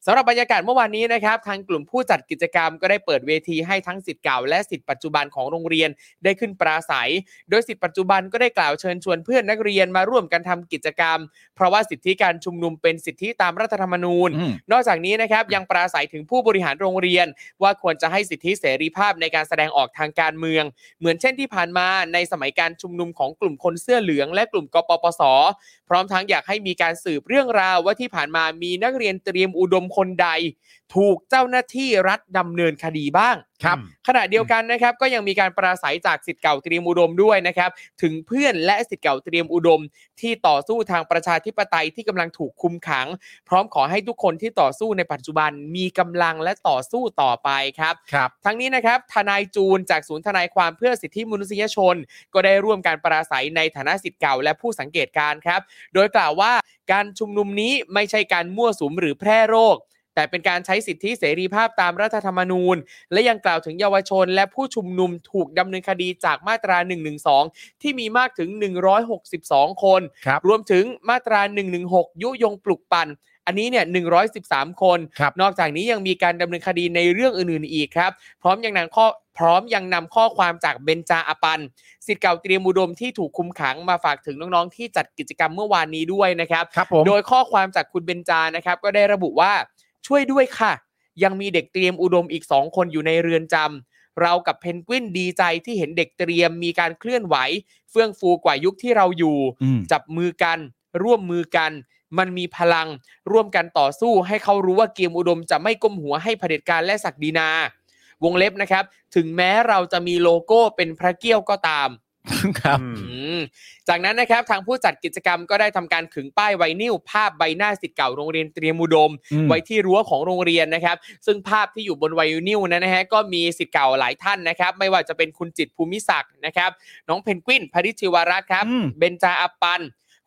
Speaker 3: สำหรับบรรยากาศเมื่อวานนี้นะครับ ทางกลุ่มผู้จัดกิจกรรมก็ได้เปิดเวทีให้ทั้งสิทธิ์เก่าและสิทธิ์ปัจจุบันของโรงเรียนได้ขึ้นปราศัย โดยสิทธิ์ปัจจุบันก็ได้กล่าวเชิญชวนเพื่อนนักเรียนมาร่วมกันทำกิจกรรม เพราะว่าสิทธิการชุมนุมเป็นสิทธิตามรัฐธรรมนูญ นอกจากนี้นะครับยังปราศัยถึงผู้บริหารโรงเรียน ว่าควรจะให้สิทธิเสรีภาพในการแสดงออกทางการเมือง เหมือนเช่นที่ผ่านมาในสมัยการชุมนุมของกลุ่มคนเสื้อเหลือง และกลุ่มกปปส พร้อมทั้งอยากให้มีการสืบเรื่องราวว่าที่ผ่านมามีนักเรียนเตรียมอุดมคนใด ถูกเจ้าหน้าที่รัฐดำเนินคดีบ้าง
Speaker 1: ครับ
Speaker 3: ขณะเดียวกันนะครับก็ยังมีการปราศัยจากสิทธิ์เก่าเตรียมอุดมด้วยนะครับ ถึงเพื่อนและสิทธิ์เก่าเตรียมอุดม ที่ต่อสู้ทางประชาธิปไตยที่กำลังถูกคุมขัง พร้อมขอให้ทุกคนที่ต่อสู้ในปัจจุบันมีกำลังและต่อสู้ต่อไปครับ
Speaker 2: ครับ
Speaker 3: ทั้งนี้นะครับทนายจูนจากศูนย์ทนายความเพื่อสิทธิมนุษยชน ก็ได้ร่วมการปราศัยในฐานะสิทธิ์เก่าและผู้สังเกตการณ์ครับ โดยกล่าวว่าการชุมนุมนี้ไม่ใช่การมั่วสุมหรือแพร่โรค แต่เป็นการใช้สิทธิเสรีภาพตามรัฐธรรมนูญ และยังกล่าวถึงเยาวชน และผู้ชุมนุมถูกดำเนินคดีจากมาตรา 112 ที่มีมากถึง 162 คน
Speaker 2: ครับ
Speaker 3: รวมถึงมาตรา 116 ยุยงปลุกปั่น อันนี้เนี่ย 113 คน
Speaker 2: ครับ
Speaker 3: นอกจากนี้ยังมีการดำเนินคดีในเรื่องอื่นๆอีกครับ พร้อมยังนำข้อพร้อมยังนำข้อความจากเบนจาอปันสิทธิ์เก่าเตรียมอุดมที่ถูกคุมขังมาฝากถึงน้องๆ ที่จัดกิจกรรมเมื่อวานนี้ด้วยนะครับ
Speaker 2: ครับผม
Speaker 3: โดยข้อความจากคุณเบนจานะครับ ก็ได้ระบุว่าช่วยด้วยค่ะ ยังมีเด็กเตรียมอุดมอีก 2 คนอยู่ในเรือนจำเรากับเพนกวินดีใจที่เห็นเด็กเตรียมมีการเคลื่อนไหว เฟื่องฟูกว่ายุคที่เราอยู่ จับมือกัน ร่วมมือกัน มันมีพลัง ร่วมกันต่อสู้ให้เขารู้ว่าเกมอุดมจะไม่ก้มหัวให้เผด็จการและศักดินา วงเล็บนะครับ ถึงแม้เราจะมีโลโก้เป็นพระเกี้ยวก็ตาม
Speaker 2: ครับ
Speaker 3: อืมจากนั้นนะครับทางผู้จัดกิจกรรมก็ได้ทำการขึงป้ายไวนิลภาพใบหน้าสิทธิ์เก่าโรงเรียนเตรียมอุดม ไว้ที่รั้วของโรงเรียนนะครับ ซึ่งภาพที่อยู่บนไวนิลนั้นนะฮะก็มีสิทธิ์เก่าหลายท่านนะครับ ไม่ว่าจะเป็นคุณจิตรภูมิศักดิ์นะครับ น้องเพนกวินพริชชิวรัตน์ครับ
Speaker 2: อืม
Speaker 3: เบนจาอัปปัน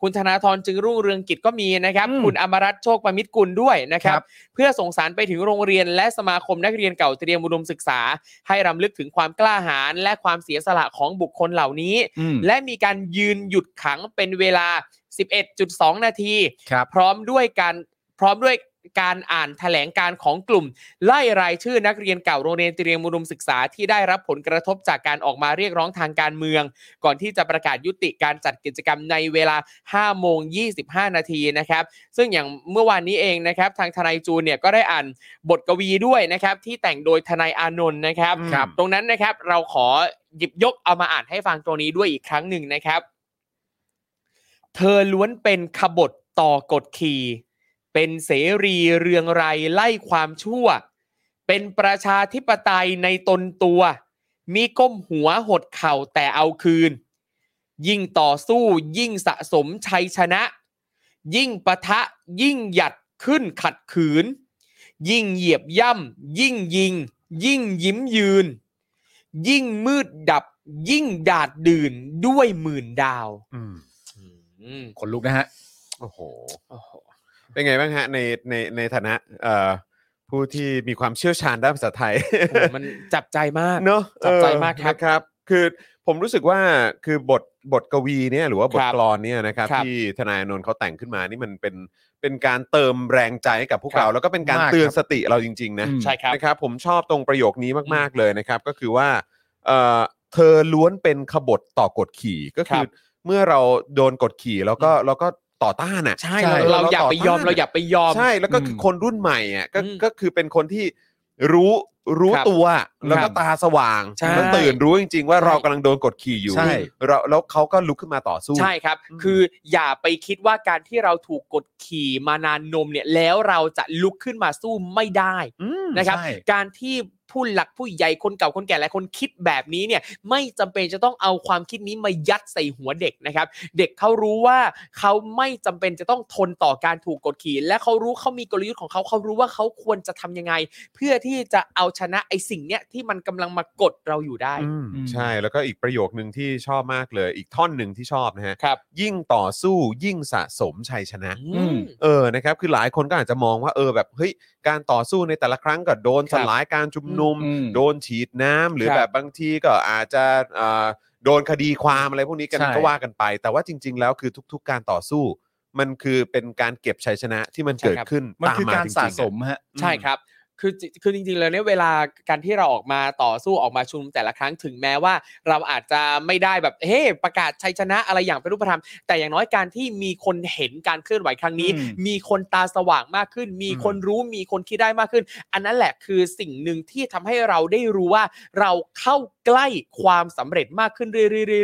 Speaker 3: คุณธนาธรจึงรุ่งเรืองกิจก็มีนะครับ
Speaker 2: อืม
Speaker 3: คุณอมรัตน์โชคประมิตรกุลด้วยนะครั
Speaker 2: ครับ บ
Speaker 3: เพื่อส่งสารไปถึงโรงเรียน และสมาคมนักเรียนเก่าเตรียมอุดมศึกษา ให้รำลึกถึงความกล้าหาญและความเสียสละของบุคคลเหล่านี้
Speaker 2: และ
Speaker 3: และมีการยืนหยุดขังเป็นเวลา 11.2 นาที
Speaker 2: ครับ
Speaker 3: พร้อมด้วยการพร้อมด้วยการอ่านแถลงการของกลุ่ม ไล่รายชื่อนักเรียนเก่าโรงเรียนเตรียมอุดมศึกษาที่ได้รับผลกระทบจากการออกมาเรียกร้องทางการเมือง ก่อนที่จะประกาศยุติการจัดกิจกรรมในเวลา 5 โมง 25 นาทีนะครับ ซึ่งอย่างเมื่อวานนี้เองนะครับ ทางทนายจูนเนี่ยก็ได้อ่านบทกวีด้วยนะครับ ที่แต่งโดยทนายอานนท์นะครับ
Speaker 1: ครับ
Speaker 3: ตรงนั้นนะครับเราขอหยิบยกเอามาอ่านให้ฟังตรงนี้ด้วยอีกครั้งหนึ่งนะครับ เธอล้วนเป็นขบฏต่อกฎขี่ เป็นเสรีเรืองไรไล่ความชั่ว เป็นประชาธิปไตยในตนตัว มีก้มหัวหดเข่าแต่เอาคืน ยิ่งต่อสู้ยิ่งสะสมชัยชนะ ยิ่งปะทะยิ่งหยัดขึ้นขัดขืน ยิ่งเหยียบย่ำยิ่งยิง ยิ่งยิ้มยืน ยิ่งมืดดับ ยิ่งดาดดื่นด้วยหมื่นดาว อืม
Speaker 2: ขนลุกนะฮะ
Speaker 1: โอ้โห
Speaker 3: โอ้โห
Speaker 1: เป็นไงบ้างฮะในในในฐานะเอ่อผู้ที่มีความเชี่ยวชาญด้านภาษาไทย
Speaker 3: โอ้โหมัน จับใจมาก
Speaker 1: เนาะ
Speaker 3: จับใจ
Speaker 1: เออ
Speaker 3: มากครับ
Speaker 1: นะครับ คือผมรู้สึกว่าคือบทบทกวีเนี่ยหรือว่าบท
Speaker 3: ครับ
Speaker 1: กลอนเนี่ยนะครับ
Speaker 3: ครับ
Speaker 1: ที่ทนายอานนท์เขาแต่งขึ้นมานี่มันเป็นเป็นการเติมแรงใจให้กับพวก
Speaker 3: ครับ
Speaker 1: เราแล้วก็เป็นการ
Speaker 2: มาก
Speaker 1: เตือน
Speaker 2: ครับ
Speaker 1: สติเราจริง ๆ นะ
Speaker 2: อืม
Speaker 3: ใช่ครับ
Speaker 1: นะครับ ผมชอบตรงประโยคนี้มากๆเลยนะครับ ก็คือว่าเอ่อเธอล้วนเป็นขบฏต่อกฎขี่ก็คือ
Speaker 3: ครับ
Speaker 1: เมื่อเราโดนกดขี่เราก็เราก็ต่อต้านอ่ะ
Speaker 3: ใช่
Speaker 2: ใช่
Speaker 3: เราเราอย่าไปยอมเราอย่าไปยอม
Speaker 1: ใช่แล้วก็คือ
Speaker 2: ม
Speaker 1: คนรุ่นใหม่อ่ะก็
Speaker 3: อืม
Speaker 1: ก็คือเป็นคนที่รู้รู้
Speaker 3: ครับ
Speaker 1: ตัวแล้วก็
Speaker 2: ครับ
Speaker 1: ตาสว่าง
Speaker 3: ใช่
Speaker 1: มันตื่นรู้จริง ๆ ว่า
Speaker 3: ใช่
Speaker 1: เรากำลังโดนกดขี่อยู่
Speaker 2: ใช่
Speaker 1: เราแล้วเขาก็ลุกขึ้นมาต่อสู้
Speaker 3: ใช่ครับ
Speaker 1: อืม
Speaker 3: คืออย่าไปคิดว่าการที่เราถูกกดขี่มานานนมเนี่ยแล้วเราจะลุกขึ้นมาสู้ไม่ได้
Speaker 1: อืม
Speaker 3: นะครับ
Speaker 2: ใช่
Speaker 3: การที่ผู้หลักผู้ใหญ่คนเก่าคนแก่หลายคนคิดแบบนี้เนี่ยไม่จำเป็นจะต้องเอาความคิดนี้มายัดใส่หัวเด็กนะครับ เด็กเขารู้ว่าเขาไม่จำเป็นจะต้องทนต่อการถูกกดขี่ และเขารู้เขามีกลยุทธ์ของเขาเขารู้ว่าเขาควรจะทำยังไง เพื่อที่จะเอาชนะไอ้สิ่งเนี้ยที่มันกำลังมากดเราอยู่ได้
Speaker 1: อืม
Speaker 2: อืม
Speaker 1: ใช่แล้วก็อีกประโยคหนึ่งที่ชอบมากเลย อีกท่อนหนึ่งที่ชอบนะฮะ
Speaker 3: ครับ
Speaker 1: ยิ่งต่อสู้ยิ่งสะสมชัยชนะ
Speaker 3: อืม
Speaker 1: เออนะครับคือหลายคนก็อาจจะมองว่าเออแบบเฮ้ยการต่อสู้ในแต่ละครั้งก็โดน
Speaker 3: ครั
Speaker 1: ส
Speaker 3: บ
Speaker 1: ลายการชุมนุม
Speaker 2: อืม
Speaker 1: โดนฉีดน้ำหรือ
Speaker 3: ครับ
Speaker 1: แบบบางทีก็อาจจะเอ่อโดนคดีความอะไรพวกนี้กัน
Speaker 2: ใช่
Speaker 1: ก็ว่ากันไป แต่ว่าจริง ๆ แล้วคือทุก ๆ การต่อสู้ มันคือเป็นการเก็บชัยชนะที่มันเกิดขึ้น
Speaker 2: มัน
Speaker 1: ตาม
Speaker 2: คือ
Speaker 1: มา
Speaker 2: การ
Speaker 1: จริงๆ
Speaker 2: สะสม
Speaker 1: อะ
Speaker 2: ฮะ
Speaker 3: ใช่ครับ คือจริคือจริงๆ แล้วเนี่ยเวลาการที่เราออกมาต่อสู้ออกมาชุมนุมแต่ละครั้งถึงแม้ว่าเราอาจจะไม่ได้แบบเฮ้ประกาศชัยชนะอะไรอย่างเป็นรูปธรรม แต่อย่างน้อยการที่มีคนเห็นการเคลื่อนไหวครั้งนี้
Speaker 2: อืม
Speaker 3: มีคนตาสว่างมากขึ้น มี
Speaker 2: อืม
Speaker 3: คนรู้มีคนคิดได้มากขึ้น อันนั้นแหละคือสิ่งหนึ่งที่ทำให้เราได้รู้ว่าเราเข้าใกล้ความสำเร็จมากขึ้น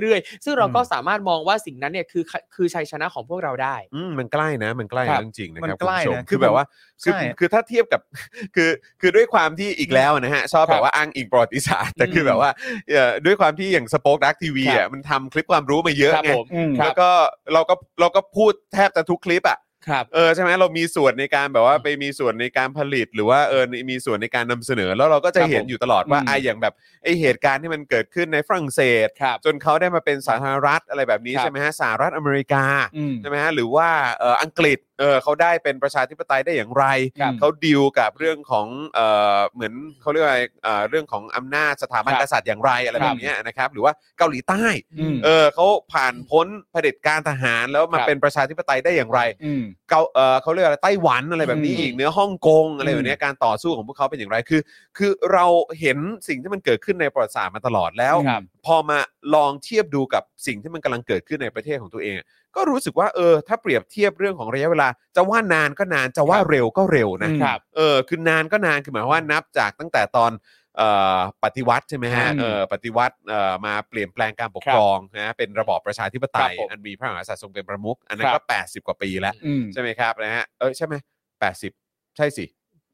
Speaker 3: เรื่อยๆๆๆซึ่งเราก็สามารถมองว่าสิ่งนั้นเนี่ยคือคือชัยชนะของพวกเราได้
Speaker 1: อืมมันใกล้นะมันใกล้นะครับ จริงๆนะ
Speaker 2: มั
Speaker 1: คน รับ
Speaker 2: ใกล้
Speaker 1: คุณผู้ชม
Speaker 2: นะคื
Speaker 1: คือ อแบบว่าคือ
Speaker 2: ใช่
Speaker 1: คือถ้าเทียบกับ คือคือด้วยความที่อีกแล้วนะฮะชอบ
Speaker 3: ค
Speaker 1: แบ
Speaker 3: รับบ
Speaker 1: ว่าอ้างอิงประวัติศาสตร์แต่คืออ
Speaker 2: ม
Speaker 1: แบบว่าเอ่อด้วยความที่อย่างสป็อคดักทีวี
Speaker 3: ครับ
Speaker 1: อ่ะมันทำคลิปความรู้มาเยอะ
Speaker 3: ครับ
Speaker 1: ไง
Speaker 3: ผม
Speaker 2: อืม
Speaker 1: แล้วก็เราก็เราก็พูดแทบจะทุกคลิปอ่ะ
Speaker 3: ครับ
Speaker 1: เออใช่ไหมเรามีส่วนในการแบบว่าไปมีส่วนในการผลิตหรือว่าเออมีส่วนในการนำเสนอ แล้วเราก็จะ
Speaker 3: ครับ
Speaker 1: เห็น
Speaker 3: ผม
Speaker 1: อยู่ตลอดว่า
Speaker 2: อืม
Speaker 1: ไอะอย่างแบบไอเหตุการณ์ที่มันเกิดขึ้นในฝรั่งเศส
Speaker 3: ครับ
Speaker 1: จนเขาได้มาเป็นสาธารณรัฐอะไรแบบนี้
Speaker 3: ครับ
Speaker 1: ใช่ไหมฮะสหรัฐอเมริกา
Speaker 2: อืม
Speaker 1: ใช่ไหมฮะหรือว่าเอ่ออังกฤษเออเขาได้เป็นประชาธิปไตยได้อย่างไร
Speaker 2: ครับ
Speaker 1: เขาดิวกับเรื่องของเออเหมือนเขาเรียกว่าอะไรเอ่อเรื่องของอำนาจสถาบัน
Speaker 3: ครับ
Speaker 1: กษัตริย์อย่างไรอะไร
Speaker 3: ค
Speaker 1: แบ
Speaker 3: รับบ
Speaker 1: เนี้ยนะครับหรือว่าเกาหลีใต้
Speaker 2: อืม
Speaker 1: เออเขาผ่านพ้นเผด็จการทหารแล้วมา
Speaker 3: ครับ
Speaker 1: เป็นประชาธิปไตยได้อย่างไร
Speaker 2: อืม
Speaker 1: เกาเออเขาเรียกอะไรไต้หวันอะไรแบบนี้
Speaker 2: อืม
Speaker 1: อีกเนื้อฮ่องกงอะไรแบบเนี้ยการต่อสู้ของพวกเขาเป็นอย่างไรคือ คือเราเห็นสิ่งที่มันเกิดขึ้นในประวัติศาสตร์มาตลอดแล้ว
Speaker 2: ครับ
Speaker 1: พอมาลองเทียบดูกับสิ่งที่มันกำลังเกิดขึ้นในประเทศของตัวเอง ก็รู้สึกว่าเออถ้าเปรียบเทียบเรื่องของระยะเวลา จะว่านานก็นานจะว่าเร็วก็เร็วนะครับ เออคือนานก็นานคือหมายความว่านับจากตั้งแต่ตอนเอ่อปฏิวัติใช่ไหมฮะ
Speaker 2: อืม
Speaker 1: เออปฏิวัติเอ่อมาเปลี่ยนแปลงการปกครองนะเป็นระบอบประชาธิปไตย
Speaker 3: ครับผม
Speaker 1: อันมีพระมหากษัตริย์ทรงเป็นประมุขอันนั้
Speaker 3: คน รั
Speaker 1: ก็
Speaker 3: บ
Speaker 1: 80 กว่าปีแล้ว
Speaker 2: อืม
Speaker 1: ใช่ไหมครับนะฮะเออใช่ไหมแปดสิบใช่สิ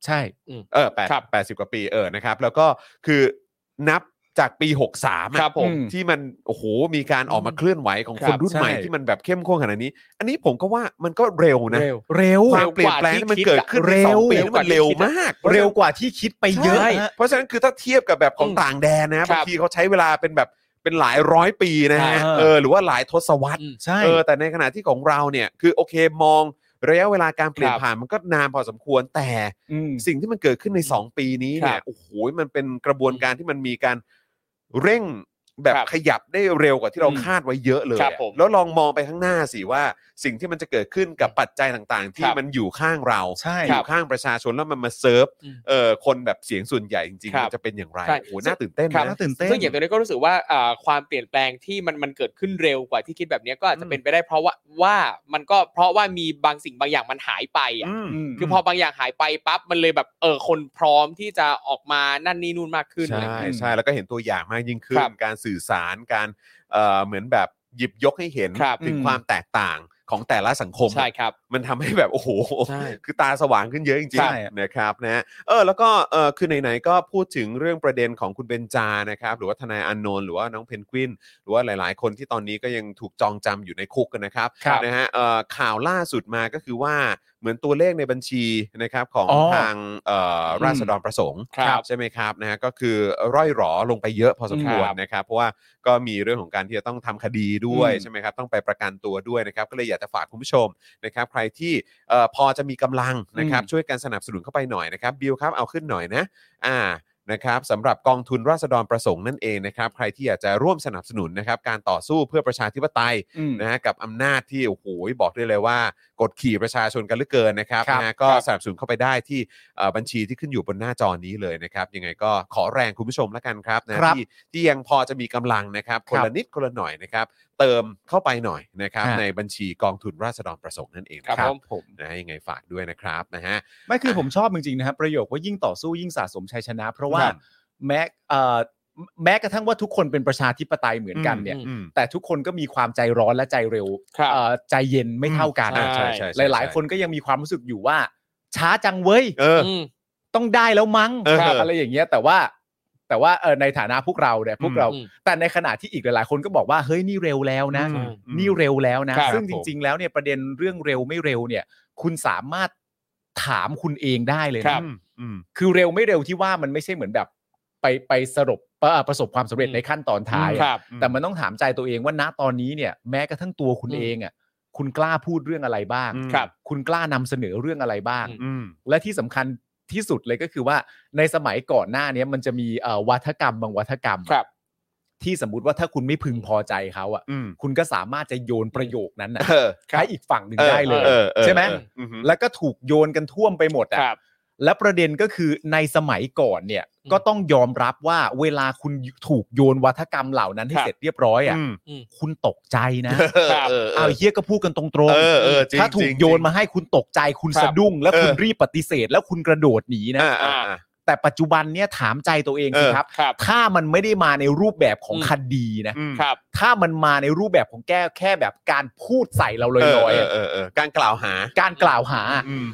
Speaker 2: ใช่
Speaker 1: เออแปด
Speaker 3: ครับ
Speaker 1: แปดสิบกว่าปีเออนะครับ แล้วก็คือนับจากปี 63อะ
Speaker 3: ครับผม
Speaker 1: ที่มันโอ้โหมีการออกมาเคลื่อนไหวของ
Speaker 3: ครั
Speaker 1: คน
Speaker 3: บ
Speaker 1: รุ่นใหม่
Speaker 2: ใช่
Speaker 1: ที่มันแบบเข้มข้นขนาดนี้ อันนี้ผมก็ว่ามันก็เร็วนะ
Speaker 3: เร็ว
Speaker 2: เร็ว
Speaker 1: ความเปลี่ยนแปลงที่มันเกิดขึ้นในสองปีนี่มันเร็วมาก
Speaker 2: เร็วกว่าที่คิดไปเยอะ
Speaker 1: ใช่
Speaker 2: ฮะ
Speaker 1: เพราะฉะนั้นคือถ้าเทียบกับแบบของ
Speaker 3: อืม
Speaker 1: ต่างแดนนะบาง
Speaker 3: ครับ
Speaker 1: ทีเขาใช้เวลาเป็นแบบเป็นหลายร้อยปีนะฮะ
Speaker 2: อ่า
Speaker 1: เออหรือว่าหลายทศวรรษ
Speaker 2: ใช่
Speaker 1: เออแต่ในขณะที่ของเราเนี่ยคือโอเคมองระยะเวลาการเปลี่ยน
Speaker 3: ครับ
Speaker 1: ผ่านมันก็นานพอสมควรแต่
Speaker 2: ม
Speaker 1: สิ่งที่มันเกิดขึ้นใน 2 ปีนี้เนี่
Speaker 3: ค
Speaker 1: ย
Speaker 3: รับ
Speaker 1: โอ้โหมันเป็นกระบวนการที่มันมีการเร่งแบบ
Speaker 3: ครับ
Speaker 1: ขยับได้เร็วกว่าที่เรา
Speaker 2: อืม
Speaker 1: คาดไว้เยอะเลย
Speaker 3: ครั
Speaker 1: อะ
Speaker 3: บผม
Speaker 1: แล้วลองมองไปข้างหน้าสิว่า สิ่งที่มันจะเกิดขึ้นกับปัจจัยต่างๆ ที่
Speaker 3: ครับ
Speaker 1: มันอยู่ข้างเรา
Speaker 2: ใช่
Speaker 1: อ
Speaker 3: ครั
Speaker 1: ยู่
Speaker 3: บ
Speaker 1: ข้างประชาชนแล้วมันมาเซิร์ฟ
Speaker 3: อืม
Speaker 1: เอ่อคนแบบเสียงส่วนใหญ่จริง
Speaker 3: ครั
Speaker 1: ๆ
Speaker 3: บ
Speaker 1: มันจะเป็นอย่างไร
Speaker 3: ใช่
Speaker 1: โอ้โหน่าตื่นเต้น
Speaker 3: ครับ
Speaker 1: นะ
Speaker 2: น่าตื่นเต้น
Speaker 3: ซึ่งอย่างตัวนี้ก็รู้สึกว่าอ่าความเปลี่ยนแปลงที่มันมันเกิดขึ้นเร็วกว่าที่คิดแบบเนี้ยก็อาจจะเป็นไปได้เพราะว่าว่ามันก็เพราะว่ามีบางสิ่งบางอย่างมันหายไปอ่ะ
Speaker 1: อืม
Speaker 2: ม
Speaker 3: คือพอบางอย่างหายไปปั๊บมันเลยแบบเออคนพร้อมที่จะออกมานั่นนี่นู่นมากขึ้นอะไร
Speaker 1: ใช่
Speaker 3: อย่างเงี้ย
Speaker 1: ใช่แล้วก็เห็นตัวอย่างมากยิ่งขึ้น
Speaker 3: ครับ
Speaker 1: การสื่อสารการเอ่อเหมือนแบบหยิบยกให้เห็น
Speaker 3: ครับ
Speaker 1: ถึง
Speaker 2: อืม
Speaker 1: ความแตกต่างของแต่ละสังคม
Speaker 3: ใช่ครับ
Speaker 1: มันทำให้แบบโอ้โห
Speaker 3: ใช่
Speaker 1: คือตาสว่างขึ้นเยอะจริ
Speaker 2: ใช่
Speaker 1: งๆนะครับนะฮะเออแล้วก็เออคือไหนๆก็พูดถึงเรื่องประเด็นของคุณเบนจานะครับ หรือว่าทนายอานนท์หรือว่าน้องเพนกวิน หรือว่าหลายๆ คนที่ตอนนี้ก็ยังถูกจองจำอยู่ในคุกกันนะครับ
Speaker 2: ครับ
Speaker 1: นะฮะเอ่อข่าวล่าสุดมาก็คือว่าเหมือนตัวเลขในบัญชีนะครับของ
Speaker 2: อ๋อ
Speaker 1: ทางเอ่อราษฎรประสงค์
Speaker 3: ครับ
Speaker 1: ใช่ไหมครับนะฮะก็คือร่อยหรอลงไปเยอะพอสมควรนะครับเพราะว่าก็มีเรื่องของการที่จะต้องทำคดีด้วย
Speaker 2: อืม
Speaker 1: ใช่ไหมครับต้องไปประกันตัวด้วยนะครับก็เลยอยากจะฝากคุณผู้ชม นะครับใครที่เอ่อพอจะมีกำลังนะครับ
Speaker 2: อืม
Speaker 1: ช่วยกันสนับสนุนเข้าไปหน่อยนะครับบิลครับเอาขึ้นหน่อยนะอ่า นะครับสำหรับกองทุนราษฎรประสงค์นั่นเองนะครับ ใครที่อยากจะร่วมสนับสนุนนะครับการต่อสู้เพื่อประชาธิปไตย
Speaker 2: อืม
Speaker 1: นะฮะกับอำนาจที่โอ้โหบอกได้เลยว่ากดขี่ประชาชนกันเหลือเกินนะครับ
Speaker 2: ครับ
Speaker 1: นะฮะก็
Speaker 2: ครับ
Speaker 1: สนับสนุนเข้าไปได้ที่เอ่อบัญชีที่ขึ้นอยู่บนหน้าจอนี้เลยนะครับยังไงก็ขอแรงคุณผู้ชมละกันครับนะที่ที่ยังพอจะมีกำลังนะครับคนละนิดคนละหน่อยนะครับเติมเข้าไปหน่อยนะครับ
Speaker 2: ฮะ
Speaker 1: ในบัญชีกองทุนราษฎรประสงค์นั่นเอง
Speaker 3: ครับ
Speaker 1: นะ
Speaker 3: ผมผม
Speaker 1: นะฮะยังไงฝากด้วยนะครับนะฮะ
Speaker 2: ไม่คือผมชอบจริงๆนะครับประโยคว่ายิ่งต่อสู้ยิ่งสะสมชัยชนะ เพราะว่า
Speaker 1: ครับ
Speaker 2: แม้เอ่อแม้กระทั่งว่าทุกคนเป็นประชาธิปไตยเหมือนกันเนี่ย
Speaker 3: อืม
Speaker 1: อืม
Speaker 2: แต่ทุกคนก็มีความใจร้อนและใจเร็ว
Speaker 3: ครับ
Speaker 2: เอ่อใจเย็นไม่เท่ากัน
Speaker 3: ใช่
Speaker 1: ใช่ใช่
Speaker 2: ห
Speaker 1: ใช่
Speaker 2: ลาย ๆ คนก็ยังมีความรู้สึกอยู่ว่า ช้าจังเว้ย
Speaker 1: เออ
Speaker 3: ม
Speaker 2: ต้องได้แล้วมั้ง
Speaker 1: เออ
Speaker 2: ครับอะไรอย่างเงี้ย แต่ว่าแต่ว่าเอ่อในฐานะพวกเราเนี่ยพวกเรา
Speaker 3: อืม
Speaker 2: แต่ในขณะที่อีกหลาย ๆ คนก็บอกว่าเฮ้ยนี่เร็วแล้วนะ
Speaker 3: อืม
Speaker 2: นี่เร็วแล้วนะ
Speaker 3: ครับ
Speaker 2: ซึ่งจริง ๆ แล้วเนี่ยประเด็นเรื่องเร็วไม่เร็วเนี่ย คุณสามารถถามคุณเองได้เลย
Speaker 3: ครั
Speaker 2: นะ
Speaker 3: บ
Speaker 1: อืมอืม
Speaker 2: คือเร็วไม่เร็วที่ว่ามันไม่ใช่เหมือนแบบ ไปไปสรุปเอ่อประสบความสำเร็จในขั้นตอนท้าย
Speaker 1: อืม
Speaker 2: อะ
Speaker 3: ครับ
Speaker 2: แต่มันต้องถามใจตัวเองว่าณตอนนี้เนี่ยแม้กระทั่งตัวคุณ
Speaker 3: อืม
Speaker 2: เองอ่ะคุณกล้าพูดเรื่องอะไรบ้าง
Speaker 1: อืม
Speaker 3: ครับ
Speaker 2: คุณกล้านำเสนอเรื่องอะไรบ้าง
Speaker 3: อืม
Speaker 1: อืม
Speaker 2: และที่สำคัญที่สุดเลยก็คือว่าในสมัยก่อนหน้าเนี้ยมันจะมีเอ่อวัฒกรรมบางวัฒกรรมอะ
Speaker 3: ครับ
Speaker 2: ที่สมมติว่าถ้าคุณไม่พึงพอใจเขาอ่ะ
Speaker 1: อืม
Speaker 2: คุณก็สามารถจะโยนประโยคนั้นน่ะ
Speaker 1: เออ
Speaker 2: ให้อีกฝั่งหนึ่งได้เลย
Speaker 1: ออออ
Speaker 2: ใช่ไหม
Speaker 1: เอออืม
Speaker 2: แล้วก็ถูกโยนกันท่วมไปหมด
Speaker 3: ค
Speaker 2: อ่ะ
Speaker 3: รับ
Speaker 2: และประเด็นก็คือในสมัยก่อนเนี่ย
Speaker 3: อืม
Speaker 2: ก็ต้องยอมรับว่าเวลาคุณถูกโยนวัฒกรรมเหล่านั้นให้
Speaker 3: ครับ
Speaker 2: เสร็จเรียบร้อยอ่ะ
Speaker 1: อืม
Speaker 3: อืม
Speaker 2: คุณตกใจนะ
Speaker 1: เออเออเอ
Speaker 2: เอา
Speaker 1: อ
Speaker 2: เฮียก็พูดกันตรง
Speaker 1: เออเออจริง
Speaker 2: ถ้าถู
Speaker 1: จริ
Speaker 2: ก
Speaker 1: ง
Speaker 2: โยนมาให้คุณตกใจคุณ
Speaker 3: ครับ
Speaker 2: สะดุ้ง แล้วคุณ
Speaker 1: เออ
Speaker 2: รีบปฏิเสธ แล้วคุณกระโดดหนีนะ
Speaker 1: อ่าอ่าอ่า
Speaker 2: แต่ปัจจุบันเนี่ยถามใจตัวเอง
Speaker 1: เอ
Speaker 2: สิ
Speaker 1: อ
Speaker 2: ครับ
Speaker 3: ครับ
Speaker 2: ถ้ามันไม่ได้มาในรูปแบบของ
Speaker 3: อืม
Speaker 2: คดีนะ
Speaker 1: อืม
Speaker 3: ครับ
Speaker 2: ถ้ามันมาในรูปแบบของแก้แค่แบบการพูดใส่เราลอยๆ
Speaker 1: เอ
Speaker 2: อะ
Speaker 1: อเออเออเออการกล่าวหา
Speaker 2: การกล่าวหา
Speaker 1: อืม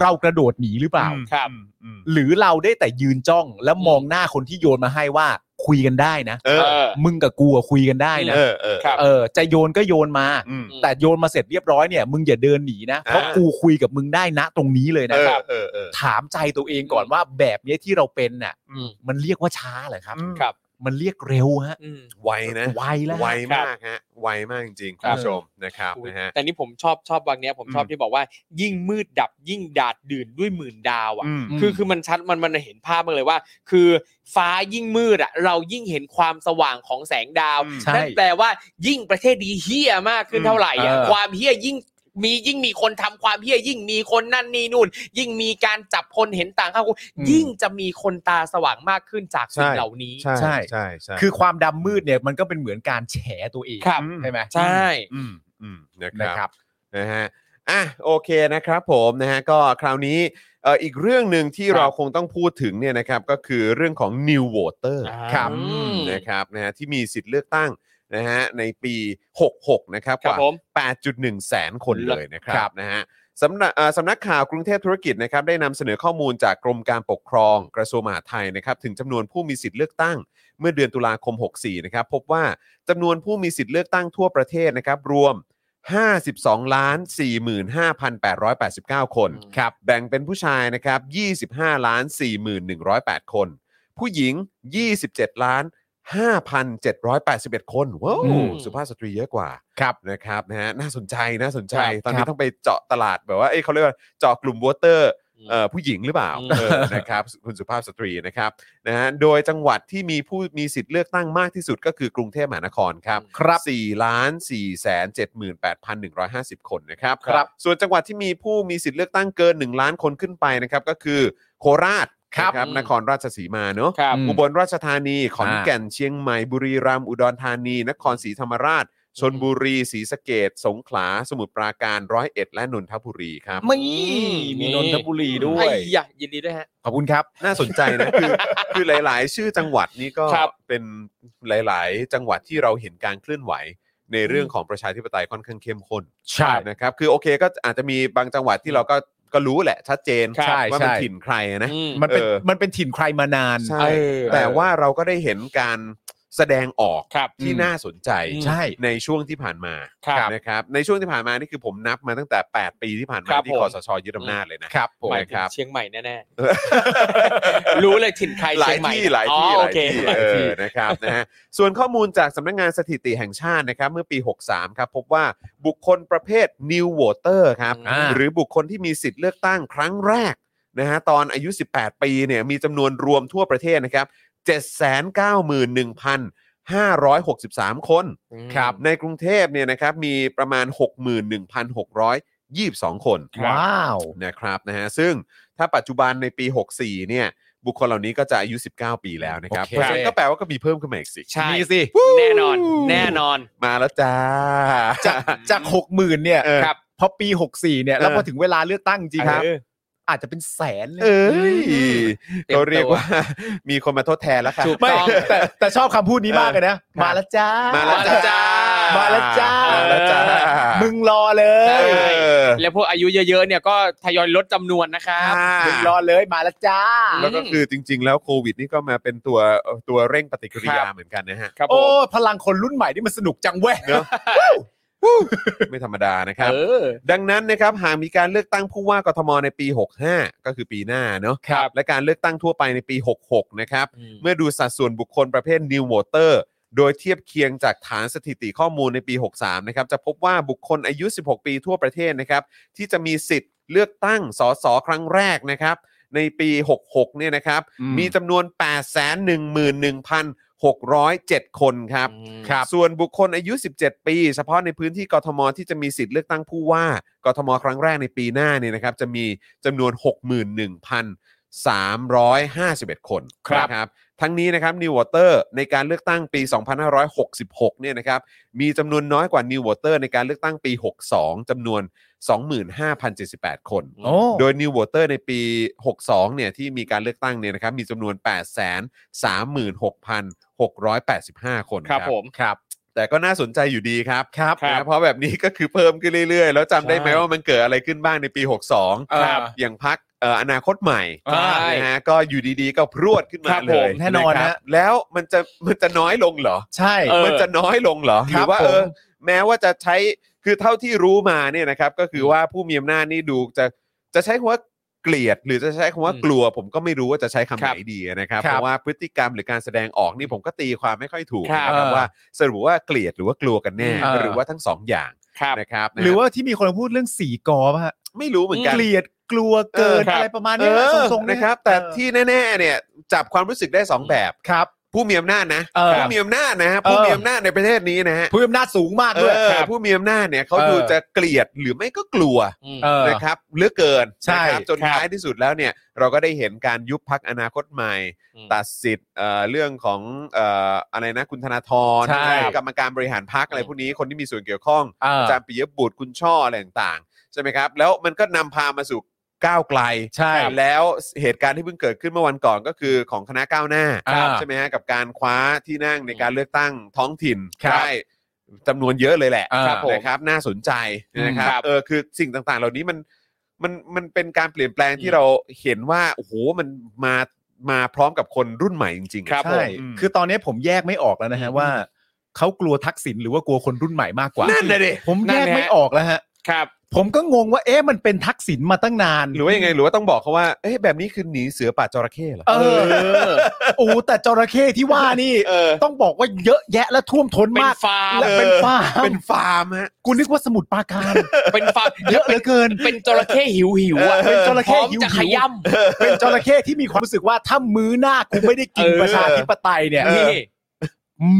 Speaker 2: เรากระโดดหนีหรือเปล่า
Speaker 1: อืม
Speaker 3: ครับ
Speaker 1: อืม
Speaker 2: หรือเราได้แต่ยืนจ้อง แล้วมองหน้าคนที่โยนมาให้ว่าคุยกันได้นะ
Speaker 1: เออ
Speaker 3: เออ
Speaker 2: มึงกับกูอะคุยกันได้นะ
Speaker 1: เออเออ
Speaker 3: ครับ
Speaker 2: เออจะโยนก็โยนมา
Speaker 1: อืม
Speaker 3: อืม
Speaker 2: แต่โยนมาเสร็จเรียบร้อยเนี่ยมึงอย่าเดินหนีนะ เพราะ
Speaker 1: อ่ากู
Speaker 2: กูคุยกับมึงได้นะตรงนี้เลย
Speaker 1: เอ
Speaker 2: นะ
Speaker 1: อ
Speaker 2: ครับ
Speaker 1: เออเออ
Speaker 2: ถามใจตัวเองก่อนว่าแบบเนี้ยที่เราเป็นน่ะ
Speaker 3: อืม
Speaker 2: มันเรียกว่าช้าเหรอครับ
Speaker 1: อืม
Speaker 3: ครับ
Speaker 2: มันเรียกเร็วฮะ
Speaker 3: อืม
Speaker 1: ไวนะ
Speaker 2: ไวแล้วฮะ
Speaker 1: ไวมากฮะไวมากจริงๆคุ
Speaker 3: ค
Speaker 1: ณ
Speaker 3: รับ
Speaker 1: ผู้ชมนะครับนะฮะ
Speaker 3: แต่นี่ผมชอบชอบวังเนี้ยผมชอบ
Speaker 1: อืม
Speaker 3: ที่บอกว่า ยิ่งมืดดับยิ่งดาดดื่นด้วยหมื่นดาวอ่ะ
Speaker 1: อืม
Speaker 3: คือคือมันชัดมันมันเห็นภาพมาเลยว่า คือฟ้ายิ่งมืดอ่ะเรายิ่งเห็นความสว่างของแสงดาว
Speaker 1: อืม
Speaker 2: ใช่
Speaker 3: นั่นแปลว่ายิ่งประเทศดีเฮี้ยมากขึ้น
Speaker 1: อืม
Speaker 3: เท่าไหร่อ่ะ
Speaker 2: เออ
Speaker 3: ความเฮี้ยยิ่งมียิ่งมีคนทำความเฮี้ยยิ่งมีคนนั่นนี่นู่น ยิ่งมีการจับคนเห็นต่างเข้ายิ่งจะมีคนตาสว่างมากขึ้นจากสิ่ง
Speaker 1: ใช่
Speaker 3: เหล่านี้
Speaker 1: ใช่
Speaker 2: ใช่
Speaker 1: ใช่ใช่ใช่
Speaker 2: คือความดำมืดเนี่ยมันก็เป็นเหมือนการแฉตัวเอง
Speaker 3: ครับ
Speaker 2: ใช่ไหม
Speaker 3: ใช่
Speaker 1: อืมอืมนะ
Speaker 2: นะครับ ครับ
Speaker 1: นะฮะ อ่ะ โอเคนะครับผมนะฮะ ก็คราวนี้เอ่ออีกเรื่องหนึ่งที่
Speaker 3: ครับ
Speaker 1: เราคงต้องพูดถึงเนี่ยนะครับ ก็คือเรื่องของ new voter
Speaker 3: อ่า
Speaker 1: ครับ
Speaker 3: อืม
Speaker 1: นะครับนะฮะที่มีสิทธิ์เลือกตั้งนะฮะในปี 66 นะครับ
Speaker 3: ค
Speaker 1: ก
Speaker 3: รับ
Speaker 1: ว่า
Speaker 3: ผม
Speaker 1: 8.1 แสนคนเลยนะครั
Speaker 2: ครับ บ
Speaker 1: นะฮะสำนักเอ่อสำนักข่าวกรุงเทพธุรกิจนะครับได้นำเสนอข้อมูลจากกรมการปกครองกระทรวงมหาดไทยนะครับถึงจำนวนผู้มีสิทธิ์เลือกตั้ง เมื่อเดือนตุลาคม 64 นะครับ พบว่าจำนวนผู้มีสิทธิ์เลือกตั้งทั่วประเทศนะครับ รวม 52ล้าน45,889 คน
Speaker 3: อืม
Speaker 2: ครับ
Speaker 1: แบ่งเป็นผู้ชายนะครับ 25ล้าน41,108 คน ผู้หญิง 27ล้าน5,781 คน ว้าว
Speaker 2: อืม
Speaker 1: สุภาพสตรีเยอะกว่า
Speaker 2: ครับ
Speaker 1: นะครับนะฮะน่าสนใจน่าสนใจ
Speaker 2: ครับ
Speaker 1: ตอนนี้
Speaker 2: ครับ
Speaker 1: ต้องไปเจาะตลาดแบบว่าเอ้ยเขาเรียกว่าเจาะกลุ่มวอเตอร์เอ่อผู้หญิงหรือเปล่า
Speaker 3: อืม
Speaker 1: เออนะครับคุณสุภาพสตรีนะครับนะฮะโดยจังหวัดที่มีผู้มีสิทธิ์เลือกตั้งมากที่สุดก็คือกรุงเทพมหานครครับ
Speaker 2: ครับ
Speaker 1: 4ล้าน4แสน78,150 คนนะครับ
Speaker 2: ครับ
Speaker 1: ส่วนจังหวัดที่มีผู้มีสิทธิ์เลือกตั้งเกิน 1 ล้านคนขึ้นไปนะครับก็คือโคราช
Speaker 2: ครับ
Speaker 1: นะ
Speaker 3: อืม
Speaker 1: นครราชสีมาเนอะ
Speaker 3: ครับ
Speaker 2: อืม
Speaker 1: อุบลราชธานี ขอนแก่น เชียงใหม่ บุรีรัมย์ อุดรธานี นครศรีธรรมราช ชนบุรี ศรีสะเกดสงขลา สมุทรปราการ ร้อยเอ็ด และนนทบุรีครับ
Speaker 2: ไม่
Speaker 3: นี่
Speaker 2: มีนนทบุรีด้ว
Speaker 3: ไอ้
Speaker 2: ย
Speaker 3: ยะยินดีด้วยฮะ
Speaker 2: ขอบคุณครับ
Speaker 1: น่าสนใจนะ คือคือหลาย ๆ ชื่อจังหวัดนี่ก็
Speaker 3: ครับ
Speaker 1: เป็นหลาย ๆ จังหวัดที่เราเห็นการเคลื่อนไหว ในเรื่องของประชาธิปไตยค่อนข้างเข้มข้น
Speaker 2: ใช่
Speaker 1: นะครับ คือโอเคก็อาจจะมีบางจังหวัดที่เราก็ก็รู้แหละ ชัดเจน
Speaker 3: ครับ
Speaker 1: ว่าเป็น
Speaker 2: ใช่
Speaker 1: ถิ่นใครนะ
Speaker 3: อืม
Speaker 2: มันเป็น
Speaker 1: เออ
Speaker 2: มันเป็นถิ่นใครมานาน
Speaker 1: ใช่
Speaker 3: เออ
Speaker 1: แต่ว่าเราก็ได้เห็นการแสดงออก
Speaker 3: ครับ
Speaker 1: ที่
Speaker 2: อืม
Speaker 1: น่าสนใจ
Speaker 2: ใช่
Speaker 1: ในช่วงที่ผ่านมา
Speaker 3: ครับ
Speaker 1: นะครับในช่วงที่ผ่านมานี่คือผมนับมาตั้งแต่ 8 ปีที่ผ่านมา
Speaker 3: ครับ
Speaker 1: ที่
Speaker 3: ผ
Speaker 1: ค
Speaker 3: ม
Speaker 1: อสชยึดอำนาจเลยนะ
Speaker 2: ครับผม
Speaker 3: หมายถึ
Speaker 1: ค
Speaker 3: ง
Speaker 1: รับ
Speaker 3: เชียงใหม่แน่ๆ รู้เลยถิ่นใคร
Speaker 1: หลา
Speaker 3: เชี
Speaker 1: ย
Speaker 3: ยงใหม่
Speaker 1: ที่หลายที่
Speaker 3: อ๋
Speaker 1: ห
Speaker 3: อโอ
Speaker 1: ลาย
Speaker 3: เค
Speaker 1: ที่เออนะครับ นะฮะส่วนข้อมูลจากสำนักงานสถิติแห่งชาตินะครับเมื่อปี 63 ครับ พบว่าบุคคลประเภท new voter ครับ
Speaker 2: อ่า
Speaker 1: หรือบุคคลที่มีสิทธิ์เลือกตั้งครั้งแรก นะฮะตอนอายุ 18 ปีเนี่ยมีจำนวนรวมทั่วประเทศนะครับ 791,563 คน
Speaker 2: ครับ
Speaker 1: ในกรุงเทพเนี่ยนะครับมีประมาณ 61,622 คน
Speaker 2: ว้าว
Speaker 1: นะครับนะฮะซึ่งถ้าปัจจุบันในปี 64 เนี่ยบุคคลเหล่านี้ก็จะอายุ 19 ปีแล้วนะครับ
Speaker 2: โอเค
Speaker 1: เพราะฉะนั้นก็แปลว่าก็มีเพิ่มขึ้นมาอีกสิ
Speaker 3: ใช่
Speaker 2: มีสิ
Speaker 3: แน่นอน แน่นอน
Speaker 1: มาแล้วจ้า
Speaker 2: จากจากหกหมื่นเนี่ย
Speaker 1: เออ
Speaker 2: ครับพอปีหกสี่เนี่ย แล้วพอถึงเวลาเลือกตั้งจริง
Speaker 1: ครับ
Speaker 2: เอออาจจะเป็นแสนเล
Speaker 1: เอ้ย
Speaker 3: อืม
Speaker 1: ก็เรียกว่า มีคนมาทดแทนแล้วค่ะ
Speaker 3: ถูก
Speaker 2: ไม่
Speaker 3: ต้อง
Speaker 2: แต่แต่ชอบคำพูดนี้มากเลยนะ
Speaker 1: ครับ
Speaker 2: มาแล้วจ้า
Speaker 1: มา
Speaker 2: มา
Speaker 1: แล้ว
Speaker 3: มาแล้ว
Speaker 1: จ้า
Speaker 3: จ้า
Speaker 1: มา
Speaker 2: มาแล้วจ้า
Speaker 1: มาแล้วจ้า
Speaker 2: มึงรอเล
Speaker 1: เอย อ
Speaker 3: แล้วพวกอายุเยอะๆเนี่ยก็ทยอยลดจำนวนนะครับ
Speaker 1: อ่า
Speaker 2: มึงรอเลยมาแล้วจ้า
Speaker 1: แล้วก็คือจริง ๆ แล้วโควิดนี่ก็มาเป็นตัวตัวเร่งปฏิกิริยา
Speaker 3: ครับ
Speaker 1: เหมือนกันนะฮะ
Speaker 3: ครับผ
Speaker 2: โอ้
Speaker 3: ม
Speaker 2: พลังคนรุ่นใหม่นี่มันสนุกจังเว้ย
Speaker 1: เนอะ ไม่ธรรมดานะครับ
Speaker 3: เออ
Speaker 1: ดังนั้นนะครับหากมีการเลือกตั้งผู้ว่ากทมในปี 65 ก็คือปีหน้าเนาะ
Speaker 3: ครับ
Speaker 1: และการเลือกตั้งทั่วไปในปี 66 นะครับ เมื่อดูสัดส่วนบุคคลประเภท New Voter โดยเทียบเคียงจากฐานสถิติข้อมูลในปี 63 นะครับ จะพบว่าบุคคลอายุ 16 ปีทั่วประเทศนะครับ ที่จะมีสิทธิ์เลือกตั้งสสครั้งแรกนะครับ ในปี 66 เนี่ยนะครับ
Speaker 2: อืม
Speaker 1: มีจำนวน 811,607 คนครับ
Speaker 3: อืม
Speaker 1: ส่วนบุคคลอายุ 17 ปี เฉพาะในพื้นที่กทมที่จะมีสิทธิ์เลือกตั้งผู้ว่ากทมครั้งแรกในปีหน้าเนี่ยนะครับ จะมีจำนวน 61,351 คน
Speaker 2: ครับ
Speaker 1: นะทั้งนี้นะครับ New Water ในการเลือกตั้งปี 2566 เนี่ยนะครับ มีจำนวนน้อยกว่า New Water ในการเลือกตั้งปี 62จำนวน 25,078 คน
Speaker 2: โอ้
Speaker 1: โดย New Voter ในปี 62 เนี่ยที่มีการเลือกตั้งเนี่ยนะครับ มีจำนวน 8 3 6 685 คน
Speaker 3: ครับผม
Speaker 1: ครับ แต่ก็น่าสนใจอยู่ดีครับ
Speaker 2: ครับ
Speaker 3: ครับ
Speaker 1: นะเพราะแบบนี้ก็คือเพิ่มขึ้นเรื่อยๆ แล้วจำได้ไหม
Speaker 2: ใช่
Speaker 1: ว่ามันเกิดอะไรขึ้นบ้างในปี 62
Speaker 2: ครับ
Speaker 1: อย่างพักอนาคตใหม่
Speaker 3: ใช่
Speaker 1: นะฮะก็อยู่ดีๆ ก็พรวดขึ้นมา
Speaker 3: ครับ
Speaker 1: เล
Speaker 3: ผม
Speaker 1: ย
Speaker 2: แน่นอน
Speaker 1: ครับ
Speaker 2: ฮะ
Speaker 1: แล้วมันจะมันจะน้อยลงเหรอ
Speaker 2: ใช่
Speaker 3: เออ
Speaker 1: มันจะน้อยลงเหรอห
Speaker 2: ครั
Speaker 1: รื
Speaker 2: บ
Speaker 1: อว่าเออ
Speaker 2: ผม
Speaker 1: แม้ว่าจะใช้คือเท่าที่รู้มาเนี่ยนะครับ ก็คือว่าผู้มีอำนาจนี่ดูจะจะใช้คำว่าเกลียด หรือจะใช้คำว่า
Speaker 3: อืม
Speaker 1: กลัว ผมก็ไม่รู้ว่าจะใช้คำ
Speaker 3: ค
Speaker 1: ไห
Speaker 3: รั
Speaker 1: น
Speaker 3: บ
Speaker 1: ดีนะครับ
Speaker 2: ครับ
Speaker 1: เพราะว่าพฤติกรรมหรือการแสดงออกนี่ผมก็ตีความไม่ค่อยถูก
Speaker 3: ครับ
Speaker 1: นะครับ
Speaker 2: เออ
Speaker 1: ว่าสรุปว่าเกลียดหรือว่ากลัวกันแน่
Speaker 2: เออ
Speaker 1: หรือว่าทั้งสองอย่าง
Speaker 3: ครับ
Speaker 1: นะครับนะ
Speaker 2: หรือว่าที่มีคนพูดเรื่องสีกอป่ะฮะ
Speaker 1: ไม่รู้เหมือนกัน
Speaker 2: เกลียดกลัวเกิน
Speaker 3: เออครับ
Speaker 2: อะไรประมาณ
Speaker 1: เอ
Speaker 2: เนี้ย
Speaker 1: อ
Speaker 2: ทรงๆเย
Speaker 1: นะครับ แต่
Speaker 2: เออ
Speaker 1: ที่แน่ ๆ เนี่ยจับความรู้สึกได้สองแบบ
Speaker 2: ครับ
Speaker 1: ผู้มีอำนาจนะ
Speaker 2: เออ
Speaker 1: ผู้มีอำนาจนะฮะผู้
Speaker 2: เออ
Speaker 1: มีอำนาจในประเทศนี้นะฮะ
Speaker 2: ผู้มีอำนาจสูงมาก
Speaker 1: เอ
Speaker 2: ด้วย
Speaker 1: อผู้มีอำนาจเนี่ยเขา
Speaker 2: เออ
Speaker 1: ดูจะเกลียดหรือไม่ก็กลัว
Speaker 3: อืม
Speaker 2: เออ
Speaker 1: นะครับเหลือเกิน
Speaker 2: ใช่
Speaker 1: นะครับจน
Speaker 3: ครับ
Speaker 1: ท้ายที่สุดแล้วเนี่ยเราก็ได้เห็นการยุบพักอนาคตใหม่ ตัดสิทธิ์เอ่อเรื่องของเอ่ออะไรนะคุณธนาธร
Speaker 2: ใช่
Speaker 1: กรรมการบริหารพักอะไรพวกนี้คนที่มีส่วนเกี่ยวข้อง
Speaker 2: เออ
Speaker 1: อาจารย์ปิยบุตรคุณช่ออะไรต่างๆใช่ไหมครับ แล้วมันก็นำพามาสู่ก้าวไกล
Speaker 2: ใช่
Speaker 1: แล้วเหตุการณ์ที่เพิ่งเกิดขึ้นเมื่อวันก่อนก็คือของคณะก้าวหน้า
Speaker 2: ครับ
Speaker 1: ใช่ไหมฮะกับการคว้าที่นั่งในการเลือกตั้งท้องถิ่น
Speaker 2: ครับ
Speaker 1: ได้จำนวนเยอะเลยแหละ
Speaker 2: อ่าครับผม
Speaker 1: นะครับน่าสนใจนะครับ
Speaker 3: ครับ
Speaker 1: เออคือสิ่งต่างๆ เหล่านี้มันมันมันเป็นการเปลี่ยนแปลงที่
Speaker 3: อืม
Speaker 1: เราเห็นว่าโอ้โหมันมามาพร้อมกับคนรุ่นใหม่จริงๆอะ
Speaker 3: ครับผม
Speaker 2: ใช่
Speaker 1: อืม
Speaker 2: คือตอนนี้ผมแยกไม่ออกแล้วนะฮะว่าเขากลัวทักษิณหรือว่ากลัวคนรุ่นใหม่มากกว่า
Speaker 1: นั่นเลยดิ
Speaker 2: ผม
Speaker 3: นั่
Speaker 2: แยก
Speaker 3: นนะฮะ
Speaker 2: ไม่ออกแล้วฮะ
Speaker 3: ครับ
Speaker 2: ผมก็งงว่าเอ๊ะมันเป็นทักษิณมาตั้งนาน
Speaker 1: หรือว่ายังไงหรือว่าต้องบอกเขาว่าเอ้ยแบบนี้คือหนีเสือป่าจระเข้เหรอ
Speaker 2: เออโอ้แต่จระเข้ที่ว่านี่
Speaker 1: เออ
Speaker 2: ต้องบอกว่าเยอะแยะและท่วมท้น
Speaker 3: เป็น
Speaker 2: มาก
Speaker 3: ฟาร์ม
Speaker 2: และเป็นฟาร์ม
Speaker 1: เป็นฟาร์มฮะ
Speaker 2: กูนึกว่าสมุดปราการ
Speaker 3: เป็นฟาร์ม
Speaker 2: เยอะเหลือเกิน
Speaker 3: เป็นจระเข้หิวหิวๆอ่ะ
Speaker 2: เป็นจระเข้
Speaker 3: พร้อม
Speaker 2: หิว
Speaker 3: จะ
Speaker 2: ๆ
Speaker 3: ขย่
Speaker 2: เป็นจระเข้ที่มีความรู้สึกว่าถ้ามื้อหน้ากูไม่ได้กิน
Speaker 1: เออ
Speaker 2: ประชาธิปไตยเนี่ย
Speaker 3: ำนี่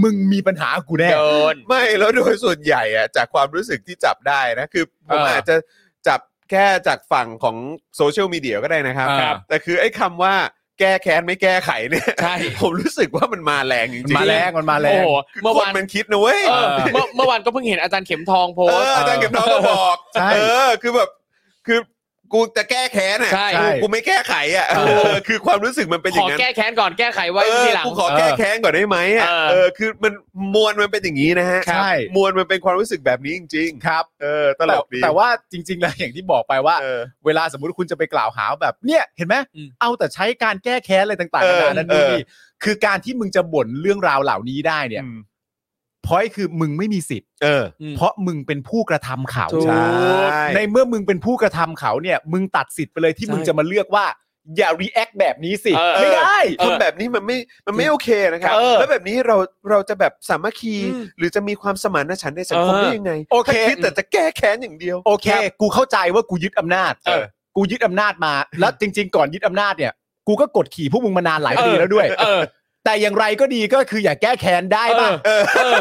Speaker 2: มึงมีปัญหากูแน่
Speaker 3: เดิน
Speaker 1: ไม่แล้วโดยส่วนใหญ่อะจากความรู้สึกที่จับได้นะ คือผม
Speaker 2: เอออ
Speaker 1: อาจจะจับแค่จากฝั่งของโซเชียลมีเดียก็ได้นะครับ
Speaker 2: ครับ
Speaker 1: แต่คือไอ้คำว่าแก้แค้นไม่แก้ไขเนี่ย
Speaker 3: ใช่
Speaker 1: ผมรู้สึกว่ามันมาแรงจริง
Speaker 2: มันมาแรงมันมาแร
Speaker 3: โอ้
Speaker 2: ง
Speaker 3: โห
Speaker 1: คือ
Speaker 3: เมื่อ
Speaker 1: ค
Speaker 3: วน น
Speaker 1: มันคิดนะเว้ย
Speaker 3: เออเมื่อเมื่อวานก็เพิ่งเห็นอาจารย์เข็มทองโพ
Speaker 1: เอ
Speaker 3: สต์
Speaker 1: ออาจารย์เก็บน้องก็บอก
Speaker 2: ใช่
Speaker 1: เออคือแบบคือกูจะแก้แค้นอ่ะ
Speaker 3: ใช่
Speaker 1: กูกูไม่แก้ไขอ่ะ
Speaker 2: เออ
Speaker 1: เออคือความรู้สึกมันเป็นอ
Speaker 3: ข
Speaker 1: ย่า
Speaker 3: อง
Speaker 1: นั้น
Speaker 3: แก้แค้นก่อนแก้ไขไว้
Speaker 1: เออ
Speaker 3: ทีหลัง
Speaker 1: กูขอแก้แค้นก่อนได้ไหมอ่ะ
Speaker 3: เออ
Speaker 1: เออคือมันมวลมันเป็นอย่างนี้นะฮะ
Speaker 2: ใช่
Speaker 1: มวลมันเป็นความรู้สึกแบบนี้จริง
Speaker 2: ครับ
Speaker 1: ๆเออตล
Speaker 2: แต่
Speaker 1: กดี
Speaker 2: แต่ว่าจริง ๆ แล้ว อย่างที่บอกไปว่า
Speaker 1: เออ
Speaker 2: เวลาสมมติคุณจะไปกล่าวหาว่าแบบเนี่ยเห็นไหม
Speaker 3: อืม
Speaker 2: เอาแต่ใช้การแก้แค้นอะไรต่างๆ
Speaker 1: เอ
Speaker 2: นา
Speaker 1: อ
Speaker 2: นานั่นนู่น
Speaker 1: เออ
Speaker 2: นี่คือการที่มึงจะบ่นเรื่องราวเหล่านี้ได้เนี่ย
Speaker 1: อืม
Speaker 2: พอยคือมึงไม่มีสิทธิ์
Speaker 1: เออ
Speaker 2: เพราะมึงเป็นผู้กระทำเขา
Speaker 3: ถูก
Speaker 1: ใช่
Speaker 2: ในเมื่อมึงเป็นผู้กระทำเขาเนี่ย มึงตัดสิทธิ์ไปเลยที่
Speaker 3: ใช่
Speaker 2: มึงจะมาเลือกว่า อย่า react แบบนี้สิ
Speaker 3: เออ
Speaker 2: ไม่ได้
Speaker 3: เออ
Speaker 1: ทำแบบนี้มันไม่มันไม่โอเคนะครับ
Speaker 2: เออ
Speaker 1: แล้วแบบนี้เราเราจะแบบสามัคคี
Speaker 3: อืม
Speaker 1: หรือจะมีความสมานฉันท์ในสังคม
Speaker 3: เออ
Speaker 1: ได้ยังไง
Speaker 2: โอเค
Speaker 1: ถ้าดแต่จะแก้แค้นอย่างเดียว
Speaker 2: โอเค กูเข้าใจว่ากูยึดอำนาจ
Speaker 1: เออ
Speaker 2: กูยึดอำนาจมา แล้วจริง ๆ ก่อนยึดอำนาจเนี่ย กูก็กดขี่พวกมึงมานานหลายปีแล้วด้วย
Speaker 3: เออ
Speaker 2: แต่อย่างไรก็ดีก็คืออย่าแก้แค้นได้ป่ะ
Speaker 3: เออ เออ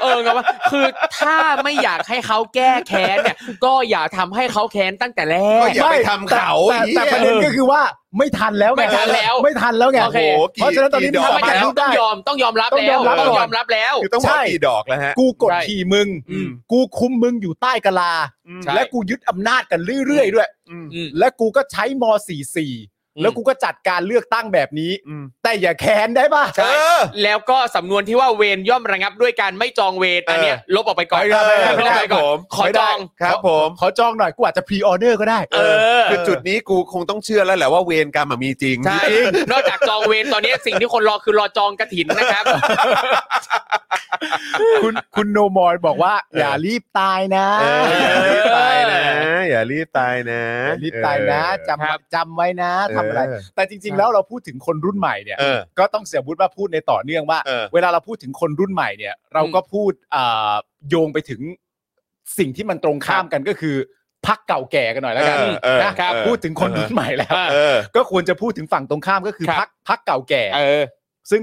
Speaker 3: เออไงว่าคือถ้าไม่อยากให้เขาแก้แค้นเนี่ย ก็อย่าทำให้เขาแค้นตั้งแต่แร
Speaker 1: ก็
Speaker 3: ก
Speaker 1: อย่าไปทำเขา
Speaker 2: แต่แต่แต่
Speaker 1: ไอ้
Speaker 2: ประ
Speaker 1: เหี้ย
Speaker 2: เด็นก็คือว่าไม่ทันแล้วง
Speaker 3: ไม่ทันแล้ว
Speaker 2: ไม่ทันแล้วไง
Speaker 3: โอเค
Speaker 2: เพราะฉะนั้นตอนนี้
Speaker 1: กี่ดก
Speaker 2: ทำอะ
Speaker 3: ถ้าไม่
Speaker 2: ไร
Speaker 3: อ
Speaker 2: กั
Speaker 3: ยาก
Speaker 2: น
Speaker 3: ต้
Speaker 2: ได้
Speaker 3: องยอมต้องยอมรับ
Speaker 2: ต้องย
Speaker 3: แล้
Speaker 2: อ
Speaker 3: ว
Speaker 2: มรับก่อน
Speaker 3: ต้องยอมรับแล้ว
Speaker 1: คือต้องบอก
Speaker 2: ใช่
Speaker 1: กี่ดอกแล้วฮะ
Speaker 2: กูกด
Speaker 3: ใช่
Speaker 2: ขี่มึง
Speaker 3: อืม
Speaker 2: กูคุมมึงอยู่ใต้กะลา
Speaker 3: ใช่
Speaker 2: และกูยึดอำนาจกันเรื่อยๆด้วย
Speaker 1: อืม
Speaker 3: อืม
Speaker 2: และกูก็ใช้ม .44 แล้วกูก็จัดการเลือกตั้งแบบนี้
Speaker 1: อืม
Speaker 2: แต่อย่าแค้นได้ป่ะ
Speaker 1: เออ
Speaker 3: แล้วก็สำนวนที่ว่าเวรย่อมระงับด้วยการไม่จองเวรอันเนี้ยลบออกไปก่อน
Speaker 2: ไม่ได้ไม่ได้ไม่ได้
Speaker 3: ลบออกไปก่อนขอ
Speaker 2: ไม่
Speaker 3: จ
Speaker 2: ได้
Speaker 3: อง
Speaker 1: ครับผม
Speaker 2: ขอจองหน่อยกูอาจจะพรีออเดอร์ก็ได้
Speaker 3: เออ
Speaker 1: คือจุดนี้กูคงต้องเชื่อแล้วแหละว่าเวรกรรมอะมีจริง
Speaker 3: ใช่ นอกจากจองเวรตอนนี้สิ่งที่คนรอคือรอจองกระถินนะครับ
Speaker 2: คุณคุณโนมอนบอกว่า อย่ารีบตายนะ
Speaker 1: เอออย่ารีบตายนะ อย่ารีบตายนะ
Speaker 2: อย่ารีบตายนะ
Speaker 1: เออ
Speaker 2: จ
Speaker 3: ครับ
Speaker 2: ำจำไว้นะทำอะไร
Speaker 1: เออ
Speaker 2: แต่จริง ๆ แล้วเราพูดถึงคนรุ่นใหม่เนี่ย
Speaker 1: เออ
Speaker 2: ก็ต้องเสียบุตรว่าพูดในต่อเนื่องว่า
Speaker 1: เออ
Speaker 2: เวลาเราพูดถึงคนรุ่นใหม่เนี่ย เราก็พูดอ่าโยงไปถึงสิ่งที่มันตรงข้ามกันก็คือพักเก่าแก่กันหน่อยแล้วกัน
Speaker 1: เออเออ
Speaker 2: นะ
Speaker 1: เออ
Speaker 2: พูดถึงคนรุ่นใหม่แล้ว
Speaker 1: เออ
Speaker 2: ก็ควรจะพูดถึงฝั่งตรงข้ามก็คือ
Speaker 3: ครับ
Speaker 2: พักพักเก่าแก่
Speaker 3: เออ
Speaker 2: ซึ่ง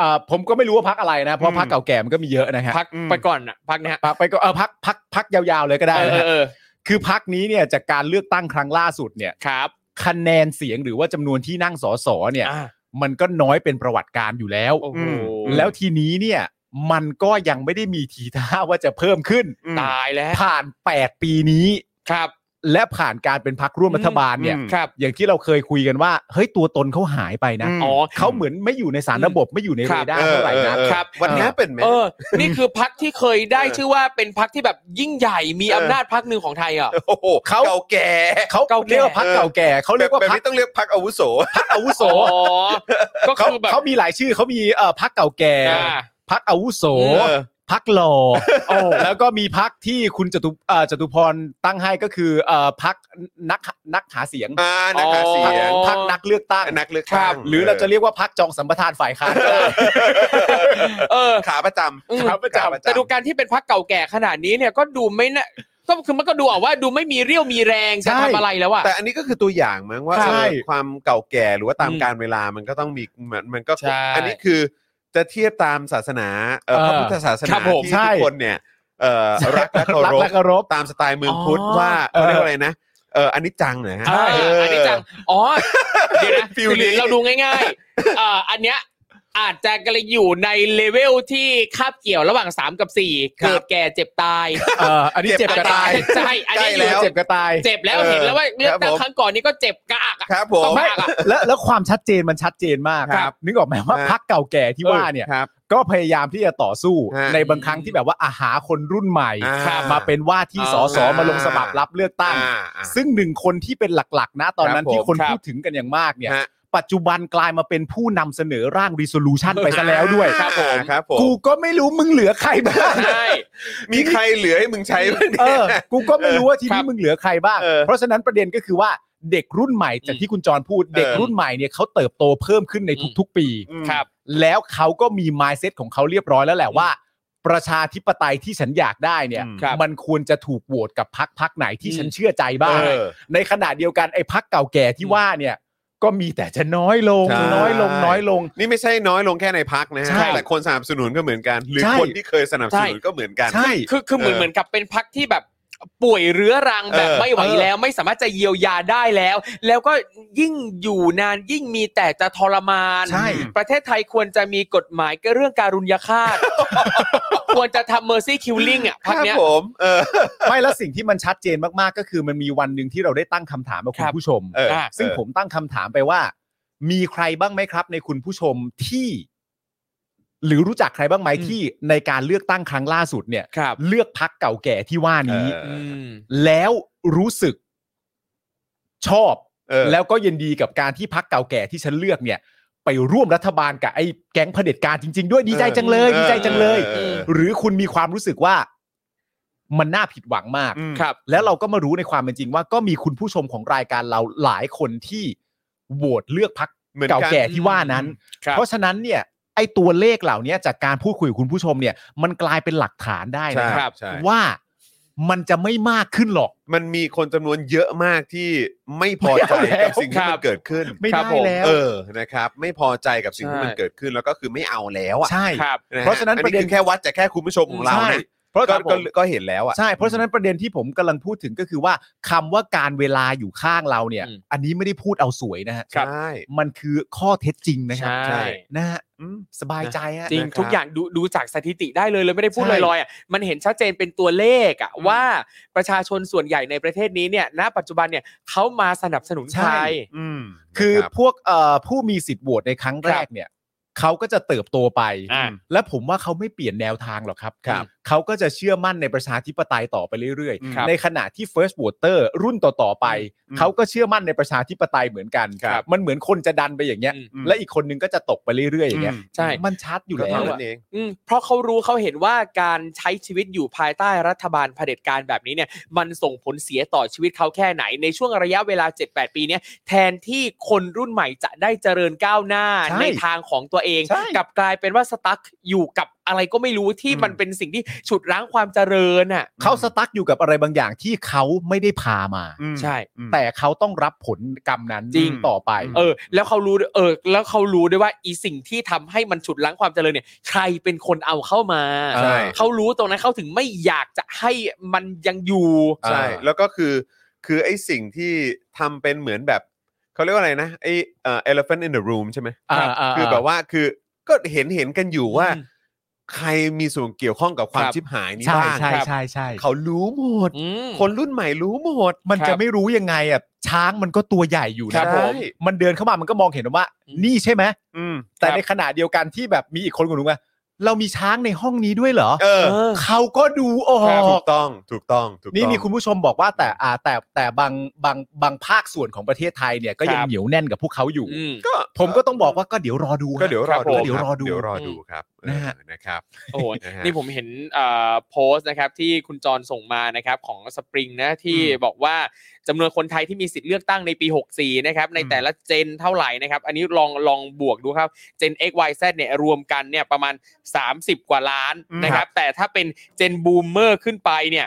Speaker 2: อ่าผมก็ไม่รู้ว่าพักอะไรนะ เพ
Speaker 1: อื
Speaker 2: ราะ
Speaker 1: ม
Speaker 2: พักเก่าแก่มันก็มีเยอะนะฮะ
Speaker 3: พัก
Speaker 1: อืม
Speaker 3: ไปก่อนอ่ะพักนะฮะ
Speaker 2: พักไปก็เออพักพักพักยาวๆเลยก็ได้
Speaker 3: เออ
Speaker 2: นะ
Speaker 3: เออ
Speaker 2: ฮะ
Speaker 3: เออ
Speaker 2: คือพักนี้เนี่ยจากการเลือกตั้งครั้งล่าสุดเนี่ย
Speaker 3: ครับ
Speaker 2: คะแนนเสียงหรือว่าจำนวนที่นั่งสสเนี่ย
Speaker 3: อ่ะ
Speaker 2: มันก็น้อยเป็นประวัติการณ์อยู่แล้ว
Speaker 3: โอ้โห
Speaker 1: อืม
Speaker 2: แล้วทีนี้เนี่ยมันก็ยังไม่ได้มีทีท่าว่าจะเพิ่มขึ้น
Speaker 1: อืม
Speaker 3: ตายแล้ว
Speaker 2: ผ่าน 8 ปีนี้
Speaker 3: ครับ
Speaker 2: และผ่านการเป็นพักร่วมรัฐบาลเนี่ย
Speaker 1: อืม
Speaker 3: ครับ
Speaker 2: อย่างที่เราเคยคุยกันว่า เฮ้ยตัวตนเขาหายไปนะ
Speaker 1: อืม
Speaker 3: อ๋อ
Speaker 2: เขาเหมือนไม่อยู่ในสารระบบไม่อยู่ใน
Speaker 3: ครั
Speaker 2: เร
Speaker 3: บ
Speaker 2: ดาร์เท่าไหร่นะ
Speaker 1: เออเออเออ
Speaker 3: ครับ
Speaker 1: วันนี้เป็นไหม
Speaker 3: เออ นี่คือพักที่เคยได้
Speaker 1: เออ
Speaker 3: ชื่อว่าเป็นพักที่แบบยิ่งใหญ่มีอำนาจพักหนึ่งของไทยอ่ะ
Speaker 1: โอ้โห
Speaker 2: เขา
Speaker 1: เก่าแก่
Speaker 2: เขา
Speaker 3: เก่าแก่
Speaker 2: เรียกว่าพักเก่าแก่เขาเรียกว่า
Speaker 1: แบบ
Speaker 2: พัก
Speaker 1: นี้ต้องเรียกพักอาวุโส
Speaker 2: พักอาวุโส
Speaker 3: อ๋อก็
Speaker 2: เขา
Speaker 3: คือแบบ
Speaker 2: เขามีหลายชื่อเขามีเอ่อพักเก่าแก่
Speaker 3: อ่า
Speaker 2: พักอาวุโส
Speaker 1: เออ
Speaker 2: พักหล่อแล้วก็มีพักที่คุณจตุเอ่อจตุพรตั้งให้ก็คือเอ่อพักนักนักหาเสียง
Speaker 1: อ่านักหาเสียง
Speaker 3: อ๋อ
Speaker 2: พักนักเลือกตั้ง
Speaker 1: นักเลือก
Speaker 2: ครั
Speaker 1: ตั้
Speaker 2: บ
Speaker 1: ง
Speaker 2: หรือเราจะเรียกว่าพักจองสัมปทานฝ่ายค้านก็ได้
Speaker 3: เออ
Speaker 1: ขาประจ
Speaker 3: อืม
Speaker 1: ำ
Speaker 2: ขาประจำ
Speaker 1: ข
Speaker 3: แต่ดูการที่เป็นพักเก่าแก่ขนาดนี้เนี่ยก็ดูไม่น่าก็คือมันก็ดูออกว่าดูไม่มีเรี่ยวมีแรงจะ
Speaker 2: ใช่
Speaker 3: ทำอะไรแล้วอ่ะ
Speaker 1: แต่อันนี้ก็คือตัวอย่างมั้งว่า
Speaker 2: ใช่
Speaker 1: เออความเก่าแก่หรือว่าตาม
Speaker 3: อืม
Speaker 1: การเวลามันก็ต้องมีมันมันก็
Speaker 3: ใช่
Speaker 1: อันนี้คือจะเทียบตามศาสนาเอ่อพระพุทธศาส
Speaker 3: ครั
Speaker 1: นา
Speaker 3: บผม
Speaker 1: ที่ทุกคนเนี่ยเอ่อรักและเคาร
Speaker 2: รัก
Speaker 1: พ
Speaker 2: และเคารพ
Speaker 1: ตามสไตล์เมืองพุทธ
Speaker 3: อ๋อ
Speaker 1: ว่าเขาเรียกว่าอะไรนะเอออันนี้จังเหรอฮะ
Speaker 3: อ่าอันนี้จัง อ๋อ เดี๋ยวนะ
Speaker 1: ฟิลนี้
Speaker 3: หรือเราดูง่ายๆอ่าอันเนี้ยอาจจะกำลังอยู่ในเลเวลที่คาบเกี่ยวระหว่าง 3 กับ 4
Speaker 2: ครับ
Speaker 3: เกิดแก่เจ็บตาย
Speaker 2: เอออันนี้เจ็บกระตาย
Speaker 3: ใช่ อันนี้อ
Speaker 1: ใกล้
Speaker 3: ยู่
Speaker 1: แล้ว
Speaker 2: เจ็บกระตาย
Speaker 3: เจ็บแล้ว
Speaker 1: เออ
Speaker 3: เห็นแล้วว่าเลือก
Speaker 1: ครับ
Speaker 3: ตั้ง
Speaker 1: ผม
Speaker 3: ครั้งก่อนนี้ก็เจ็บกระอักอะ
Speaker 1: ครับผม
Speaker 3: ต้อง
Speaker 2: ไม่แล้วแล้วความชัดเจนมันชัดเจนมาก
Speaker 1: ครับ
Speaker 2: นึกออกไหมว่า
Speaker 1: ฮะ
Speaker 2: พักเก่าแก่ที่ว่าเนี่ย
Speaker 1: ครับ
Speaker 2: ก็พยายามที่จะต่อสู้
Speaker 1: ฮะ
Speaker 2: ในบางครั้งที่แบบว่าอาหาคนรุ่นใหม่
Speaker 1: อ่า
Speaker 2: มาเป็นว่าที่
Speaker 3: อ่า
Speaker 2: สสมาลงสมัครรับเลือกตั้ง
Speaker 1: อ่าอ่า
Speaker 2: ซึ่งหนึ่งคนที่เป็นหลักๆ นะตอนนั้น
Speaker 1: ครับผม
Speaker 2: ที่คนพูดถึงกันอย่างมากเนี่ย
Speaker 1: ฮะ
Speaker 2: ปัจจุบันกลายมาเป็นผู้นำเสนอร่าง resolution ไปซะแล้วด้วย
Speaker 1: ครับผมครับผม
Speaker 2: กูก็ไม่รู้มึงเหลือใครบ้าง
Speaker 3: ใช่
Speaker 1: มีใครเหลือให้มึงใช้บ้าง
Speaker 2: เอ
Speaker 1: เนี่ย
Speaker 2: อ กูก็ไม่รู้ว่าที
Speaker 3: ครั
Speaker 2: นี้
Speaker 3: บ
Speaker 2: มึงเหลือใครบ้าง
Speaker 1: เออ
Speaker 2: เพราะฉะนั้นประเด็นก็คือว่าเด็กรุ่นใหม่จาก
Speaker 3: อืม
Speaker 2: ที่คุณจรพูด เด็กรุ่นใหม่เนี่ยเขาเติบโตเพิ่มขึ้นใน
Speaker 3: อืม
Speaker 2: ทุก ๆ ปี
Speaker 1: อืม
Speaker 3: ครับ
Speaker 2: แล้วเขาก็มี mindset ของเขาเรียบร้อยแล้วแหละว่า ประชาธิปไตยที่ฉันอยากได้เนี่ย
Speaker 1: อืม
Speaker 3: ครับ
Speaker 2: มันควรจะถูกโหวตกับพักพักไหนที่
Speaker 3: อืม
Speaker 2: ฉันเชื่อใจบ้าง
Speaker 1: เออ
Speaker 2: ในขณะเดียวกันไอ้พักเก่าแก่ที่ว่าเนี่ย ก็มีแต่จะน้อยลง
Speaker 1: ใช่
Speaker 2: น้อยลงน้อยลง
Speaker 1: นี่ไม่ใช่น้อยลงแค่ในพักนะ
Speaker 2: ใช่
Speaker 1: ฮะแต่คนสนับสนุนก็เหมือนกัน หรือ
Speaker 2: ใช่
Speaker 1: คนที่เคยสนับสนุนก็เหมือนกัน
Speaker 2: ใช่
Speaker 3: คือคือเหมือนเหมือนกับเป็นพักที่แบบป่วยเรื้อรังแบบ
Speaker 1: เออ
Speaker 3: ไม่ไหว
Speaker 2: เออ
Speaker 3: แล้วไม่สามารถจะเยียวยาได้แล้ว แล้วก็ยิ่งอยู่นานยิ่งมีแต่จะทรมาน
Speaker 2: ใช่
Speaker 3: ประเทศไทยควรจะมีกฎหมายเรื่องการุญยฆาต ควรจะทำ mercy killing อ่ะ
Speaker 1: ค
Speaker 3: พัก
Speaker 1: รับ
Speaker 3: เนี้ย
Speaker 1: ผมเออ
Speaker 2: ไม่แล้วสิ่งที่มันชัดเจนมากๆก็คือมันมีวันหนึ่งที่เราได้ตั้งคำถามกับคุณ
Speaker 3: ครับ
Speaker 2: ผู้ชม
Speaker 1: เออ
Speaker 3: อ่ะ
Speaker 2: ซึ่งผมตั้งคำถามไปว่า มีใครบ้างไหมครับ ในคุณผู้ชมที่ หรือรู้จักใครบ้างไหม
Speaker 3: อืม
Speaker 2: ที่ในการเลือกตั้งครั้งล่าสุดเนี่ย
Speaker 3: ครับ
Speaker 2: เลือกพักเก่าแก่ที่ว่า
Speaker 1: เอ
Speaker 2: นี้
Speaker 1: อ
Speaker 3: ม
Speaker 2: แล้วรู้สึกชอบ
Speaker 1: เออ
Speaker 2: แล้วก็ยินดีกับการที่พักเก่าแก่ที่ฉันเลือกเนี่ย ไปร่วมรัฐบาลกับไอ้แก๊งเผด็จการจริง ๆ ด้วยดีใจจังเลย
Speaker 1: เออ
Speaker 2: ดีใจจังเลย
Speaker 1: เออ
Speaker 2: หรือคุณมีความรู้สึกว่ามันน่าผิดหวังมาก
Speaker 1: อืม
Speaker 3: ครับ
Speaker 2: แล้วเราก็มารู้ในความเป็นจริงว่าก็มีคุณผู้ชมของรายการเราหลายคนที่โหวตเลือกพัก
Speaker 1: เหมือนกัน
Speaker 2: เก่าแก่ที่ว่านั้น
Speaker 3: ครับ
Speaker 2: เพราะฉะนั้นเนี่ยไอ้ตัวเลขเหล่านี้จากการพูดคุยกับคุณผู้ชมเนี่ย มันกลายเป็นหลักฐานได้
Speaker 1: ใช่
Speaker 2: นะค
Speaker 1: ครับ รับใช่
Speaker 2: ว่า มันจะไม่มากขึ้นหรอก
Speaker 1: มันมีคนจำนวนเยอะมากที่ไม่พอใจ
Speaker 2: ไม่เอาแล้
Speaker 1: กับ
Speaker 2: ว
Speaker 1: สิ่งที่
Speaker 2: ค
Speaker 1: มั
Speaker 2: รั
Speaker 1: น
Speaker 2: บ
Speaker 1: เกิดขึ้น
Speaker 2: ไม่
Speaker 3: ครับ
Speaker 2: ได้
Speaker 3: ผม
Speaker 2: แล้ว
Speaker 1: เออนะครับ ไม่พอใจกับสิ่งที่มัน
Speaker 3: ใช่
Speaker 1: เกิดขึ้นแล้วก็คือไม่เอาแล้วอ่ะ
Speaker 2: ใช่
Speaker 3: ครับ
Speaker 1: ฮ
Speaker 2: เพราะฉะนั้น
Speaker 1: อั
Speaker 2: ประเด็น
Speaker 1: คือแค่วัดจากแค่คุณผู้ชมของเรา
Speaker 2: ใช่
Speaker 1: นะ
Speaker 2: เพราะ
Speaker 1: ก็
Speaker 2: ครับผ
Speaker 1: ก็
Speaker 2: ม
Speaker 1: ก็เห็นแล้วอ่ะ
Speaker 2: ใช่ เพราะฉะนั้นประเด็นที่ผมกำลังพูดถึงก็คือว่าคำว่าการเวลาอยู่ข้างเราเนี่ย
Speaker 3: อืม
Speaker 2: อันนี้ไม่ได้พูดเอาสวยนะฮะ
Speaker 3: ครั
Speaker 1: ใช่
Speaker 3: บ
Speaker 2: มันคือข้อเท็จจริงนะครั
Speaker 3: ใช่
Speaker 2: นะฮะ
Speaker 1: อืม
Speaker 2: สบายใจฮะ
Speaker 3: จริง
Speaker 1: นะครับ
Speaker 3: ทุกอย่างดูดูจากสถิติได้เลยเลยไม่ได้พูด
Speaker 2: ใช่
Speaker 3: ลอยๆอ่ะมันเห็นชัดเจนเป็นตัวเลขอ่ะ
Speaker 1: อืม
Speaker 3: ว่าประชาชนส่วนใหญ่ในประเทศนี้เนี่ยณปัจจุบันเนี่ยเขามาสนับสนุนไทย
Speaker 1: อืม
Speaker 2: คือ
Speaker 1: นะรับ
Speaker 2: พวกเอ่อผู้มีสิทธิ์โหวตในครั้งแรกเนี่ยเขาก็จะเติบโตไป
Speaker 3: อ่า
Speaker 2: และผมว่าเขาไม่เปลี่ยนแนวทางหรอกครับ
Speaker 1: ครับ
Speaker 2: เขาก็จะเชื่อมั่นในประชาธิปไตยต่อไปเรื่อย
Speaker 1: ครับ
Speaker 2: ๆ ในขณะที่ First Voter รุ่นต่อๆไป
Speaker 1: อืม
Speaker 2: เขาก็เชื่อมั่นในประชาธิปไตยเหมือนกัน
Speaker 1: ครับ
Speaker 2: มันเหมือนคนจะดันไปอย่างเงี้ย
Speaker 3: อืม
Speaker 2: และอีกคนนึงก็จะตกไปเรื่อยๆอย่างเงี้ย
Speaker 1: อืม
Speaker 3: ใช่
Speaker 2: มันชัดอยู่
Speaker 1: ก็
Speaker 2: แล้
Speaker 1: เท่าว นั้นเอง
Speaker 3: อืมเพราะเขารู้เขาเห็นว่าการใช้ชีวิตอยู่ภายใต้รัฐบาลเผด็จการแบบนี้เนี่ยมันส่งผลเสียต่อชีวิตเขาแค่ไหน ในช่วงระยะเวลา 7-8 ปีเนี่ยแทนที่คนรุ่นใหม่จะได้เจริญก้าวหน้า
Speaker 2: ใช่
Speaker 3: ในทางของตัวเอง
Speaker 2: ใช่
Speaker 3: กลับกลายเป็นว่าสตั๊กอยู่กับอะไรก็ไม่รู้ที่
Speaker 1: อืม
Speaker 3: มันเป็นสิ่งที่ฉุดรั้งความเจริญอ่ะ
Speaker 2: เขาสตั๊กอยู่กับอะไรบางอย่างที่เขาไม่ได้พามา
Speaker 1: อืม
Speaker 3: ใช่
Speaker 2: แต่เขาต้องรับผลกรรมนั้น
Speaker 3: จริง
Speaker 2: ต่อไป
Speaker 1: ม
Speaker 3: เออ แล้วเขารู้ด้วยเออ แล้วเขารู้ด้วยว่าอีสิ่งที่ทำให้มันฉุดรั้งความเจริญเนี่ย ใครเป็นคนเอาเข้ามา
Speaker 1: ใช่
Speaker 3: เขารู้ตรงนั้นเขาถึงไม่อยากจะให้มันยังอยู่
Speaker 1: ใช่
Speaker 2: อ่า
Speaker 1: แล้วก็คือคือไอ้สิ่งที่ทำเป็นเหมือนแบบเขาเรียกว่าอะไรนะไอ้เอ่อ elephant in the room ใช่ไหม
Speaker 2: อ่า
Speaker 1: ครับ
Speaker 2: อ่า
Speaker 1: คือแบบว่าคือก็เห็นเห็นกันอยู่ว่า
Speaker 3: อืม
Speaker 1: ใครมีส่วนเกี่ยวข้องกับความ
Speaker 3: ครับ
Speaker 1: ชิบหายนี้
Speaker 2: ใช่
Speaker 1: บ้าง
Speaker 2: ใช่
Speaker 1: ครับ
Speaker 2: ใช่ใช่
Speaker 1: เขารู้หมด
Speaker 3: อืม
Speaker 1: คนรุ่นใหม่รู้หมด
Speaker 2: มัน
Speaker 3: ครั
Speaker 2: จะ
Speaker 3: บ
Speaker 2: ไม่รู้ยังไงอ่ะช้างมันก็ตัวใหญ่อยู่
Speaker 1: ครั
Speaker 2: นะ
Speaker 1: บผม
Speaker 2: มันเดินเข้ามามันก็มองเห็นว่า
Speaker 3: อืม
Speaker 2: นี่ใช่ไหม
Speaker 1: อืม
Speaker 2: แต่ในขณะเดียวกันที่แบบมีอีกคนคนหนึ่งว่าเรามีช้างในห้องนี้ด้วยเหรอ
Speaker 1: เออ
Speaker 3: เออ
Speaker 2: เขาก็ดูออ
Speaker 1: ถู
Speaker 2: ก
Speaker 1: กต้องถูกต้องถูกต้อง
Speaker 2: นี่มีคุณผู้ชมบอกว่าแต่อ่าแต่แต่บางบางบางภาคส่วนของประเทศไทยเนี่ยก็ยัง
Speaker 3: ครับ
Speaker 2: เหนียวแน่นกับพวกเขาอยู่
Speaker 3: อืม
Speaker 1: ก็
Speaker 2: ผมก็ต้องบอกว่าก็เดี๋ยวรอดูฮะ
Speaker 1: ก็เดี๋ยวรอดู
Speaker 2: ก็เดี๋ยวรอดู
Speaker 1: เดี๋ยวรอดูครับเออ
Speaker 2: นะฮะ
Speaker 1: นะครับ
Speaker 3: โอ้โห
Speaker 1: นะฮะ
Speaker 3: นี่ผมเห็นเอ่อโพสต์นะครับที่คุณจรส่งมานะครับของสปริงนะที่
Speaker 1: อืม
Speaker 3: บอกว่าจำนวนคนไทยที่มีสิทธิ์เลือกตั้งในปี 64 นะครับใน
Speaker 1: อืม
Speaker 3: แต่ละเจนเท่าไหร่นะครับ อันนี้ลองลองบวกดูครับเจน X Y Z เนี่ยรวมกันเนี่ยประมาณ 30 กว่าล้านนะครับ แต่ถ้าเป็นเจนบูมเมอร์ขึ้นไปเนี่ย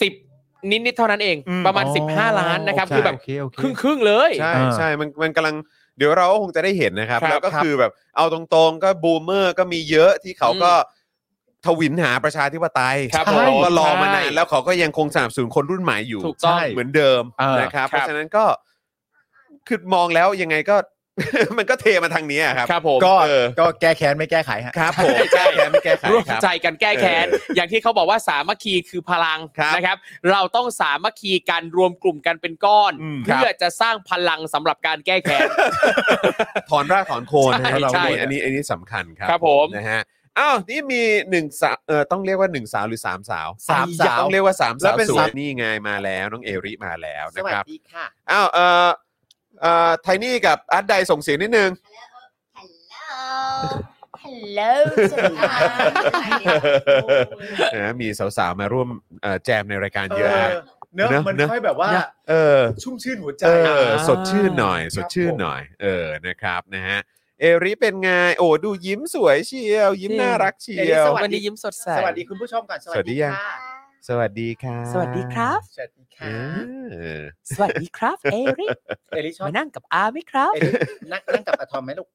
Speaker 3: 10 นิดๆเท่านั้นเอง
Speaker 1: อืม
Speaker 3: ประมาณ 15 ล้านนะครับ คือแบบ
Speaker 2: โเโอเค
Speaker 3: ครึ่งครึ่งๆเลย
Speaker 1: ใช่
Speaker 2: อ่า
Speaker 1: ใช่มันมันกำลังเดี๋ยวเราก็คงจะได้เห็นนะครับ
Speaker 3: ครับ
Speaker 1: แล้วก็
Speaker 2: ครับ
Speaker 1: คือแบบเอาตรงๆ ก็บูมเมอร์ก็มีเยอะที่เขาก็ทวินหาประชาธิปไตย
Speaker 3: ครับ
Speaker 1: เขา
Speaker 3: ผม
Speaker 1: ก็รอมา
Speaker 3: ใช่
Speaker 1: นานแล้วเขาก็ยังคงสนับสนุนคนรุ่นใหม่อยู่
Speaker 3: ถูกต้อง
Speaker 1: ใช่เหมือนเดิม
Speaker 2: เออ
Speaker 1: นะครับ
Speaker 3: ค
Speaker 1: เพ
Speaker 3: รับ
Speaker 1: ราะฉะนั้นก็คือมองแล้วยังไงก็ มันก็เทมาทางนี้อะครับ
Speaker 3: ครับผม
Speaker 2: ก็
Speaker 1: เออ
Speaker 2: ก็แก้แค้นไม่แก้ไขฮะ
Speaker 1: ครับผมแก้แค้นไม่แก้ไข
Speaker 3: ร่วม
Speaker 1: ครับ
Speaker 3: ใจกันแก้แค้น
Speaker 1: เออ
Speaker 3: อย่างที่เขาบอกว่าสามัคคีคือพลัง
Speaker 1: ครับ
Speaker 3: นะครับ เราต้องสามัคคีกันรวมกลุ่มกันเป็นก้อน
Speaker 1: อืม
Speaker 3: เพื่อจะสร้างพลังสำหรับการแก้แค้น
Speaker 1: ถอนรากถอนโคนนะ
Speaker 3: ใช่
Speaker 1: เรา
Speaker 3: ใช่
Speaker 1: อันนี้อันนี้สำคัญครับ
Speaker 3: ครับผม
Speaker 1: นะฮะอ้าวนี่มีหนึ่งสาวเออต้องเรียกว่าหนึ่งสาวหรือสามสาว
Speaker 2: สามสาว
Speaker 1: ต้องเรียกว่าสาม
Speaker 2: แล้
Speaker 1: สาว
Speaker 2: วเป็น
Speaker 1: สว
Speaker 2: สาย ม
Speaker 1: นี่ไงมาแล้วน้องเอริมาแล้ว
Speaker 3: ส
Speaker 1: นะ
Speaker 3: วั
Speaker 1: ค
Speaker 3: ส
Speaker 1: รับ
Speaker 3: ดีค่ะ
Speaker 1: อ้าวเออเออไทนี่กับอาร์ตไดส่งเสียงนิดนึง
Speaker 4: Hello. Hello tonight.
Speaker 1: นะมีสาวๆมาร่วมเอ่อแจมในรายการเยอะฮะ
Speaker 2: เนอะ
Speaker 1: เนอะ
Speaker 2: มัน
Speaker 1: เนอะ
Speaker 2: ค่อยแบบว่า
Speaker 1: เออ
Speaker 2: ชุ่มชื่นหัวใจ
Speaker 1: เออ
Speaker 3: อ่า
Speaker 1: สดชื่นหน่อย สดชื่น
Speaker 2: ผม
Speaker 1: หน่อย เออนะครับนะฮะเอริเป็นไงโอ้ดูยิ้มสวยเชียว ยิ้ม
Speaker 3: จริง
Speaker 1: น่ารักเชี
Speaker 2: เอริ
Speaker 1: ยว
Speaker 2: ส
Speaker 3: วันนี้ยิ้มสดใส
Speaker 2: สวัสดีคุณผู้ชมก่อน
Speaker 1: สวัสดียัง สวัสดีค่ะ
Speaker 3: สวัสดีครับ
Speaker 2: สวัสดี
Speaker 1: เอ
Speaker 2: ค่ะ
Speaker 1: อ
Speaker 3: สวัสดีครับ เอริก
Speaker 2: เอลิชอบ
Speaker 3: มานั่งกับอาไหมครับ
Speaker 2: เอลินั่งนั่งกับอาทอมไหมลูก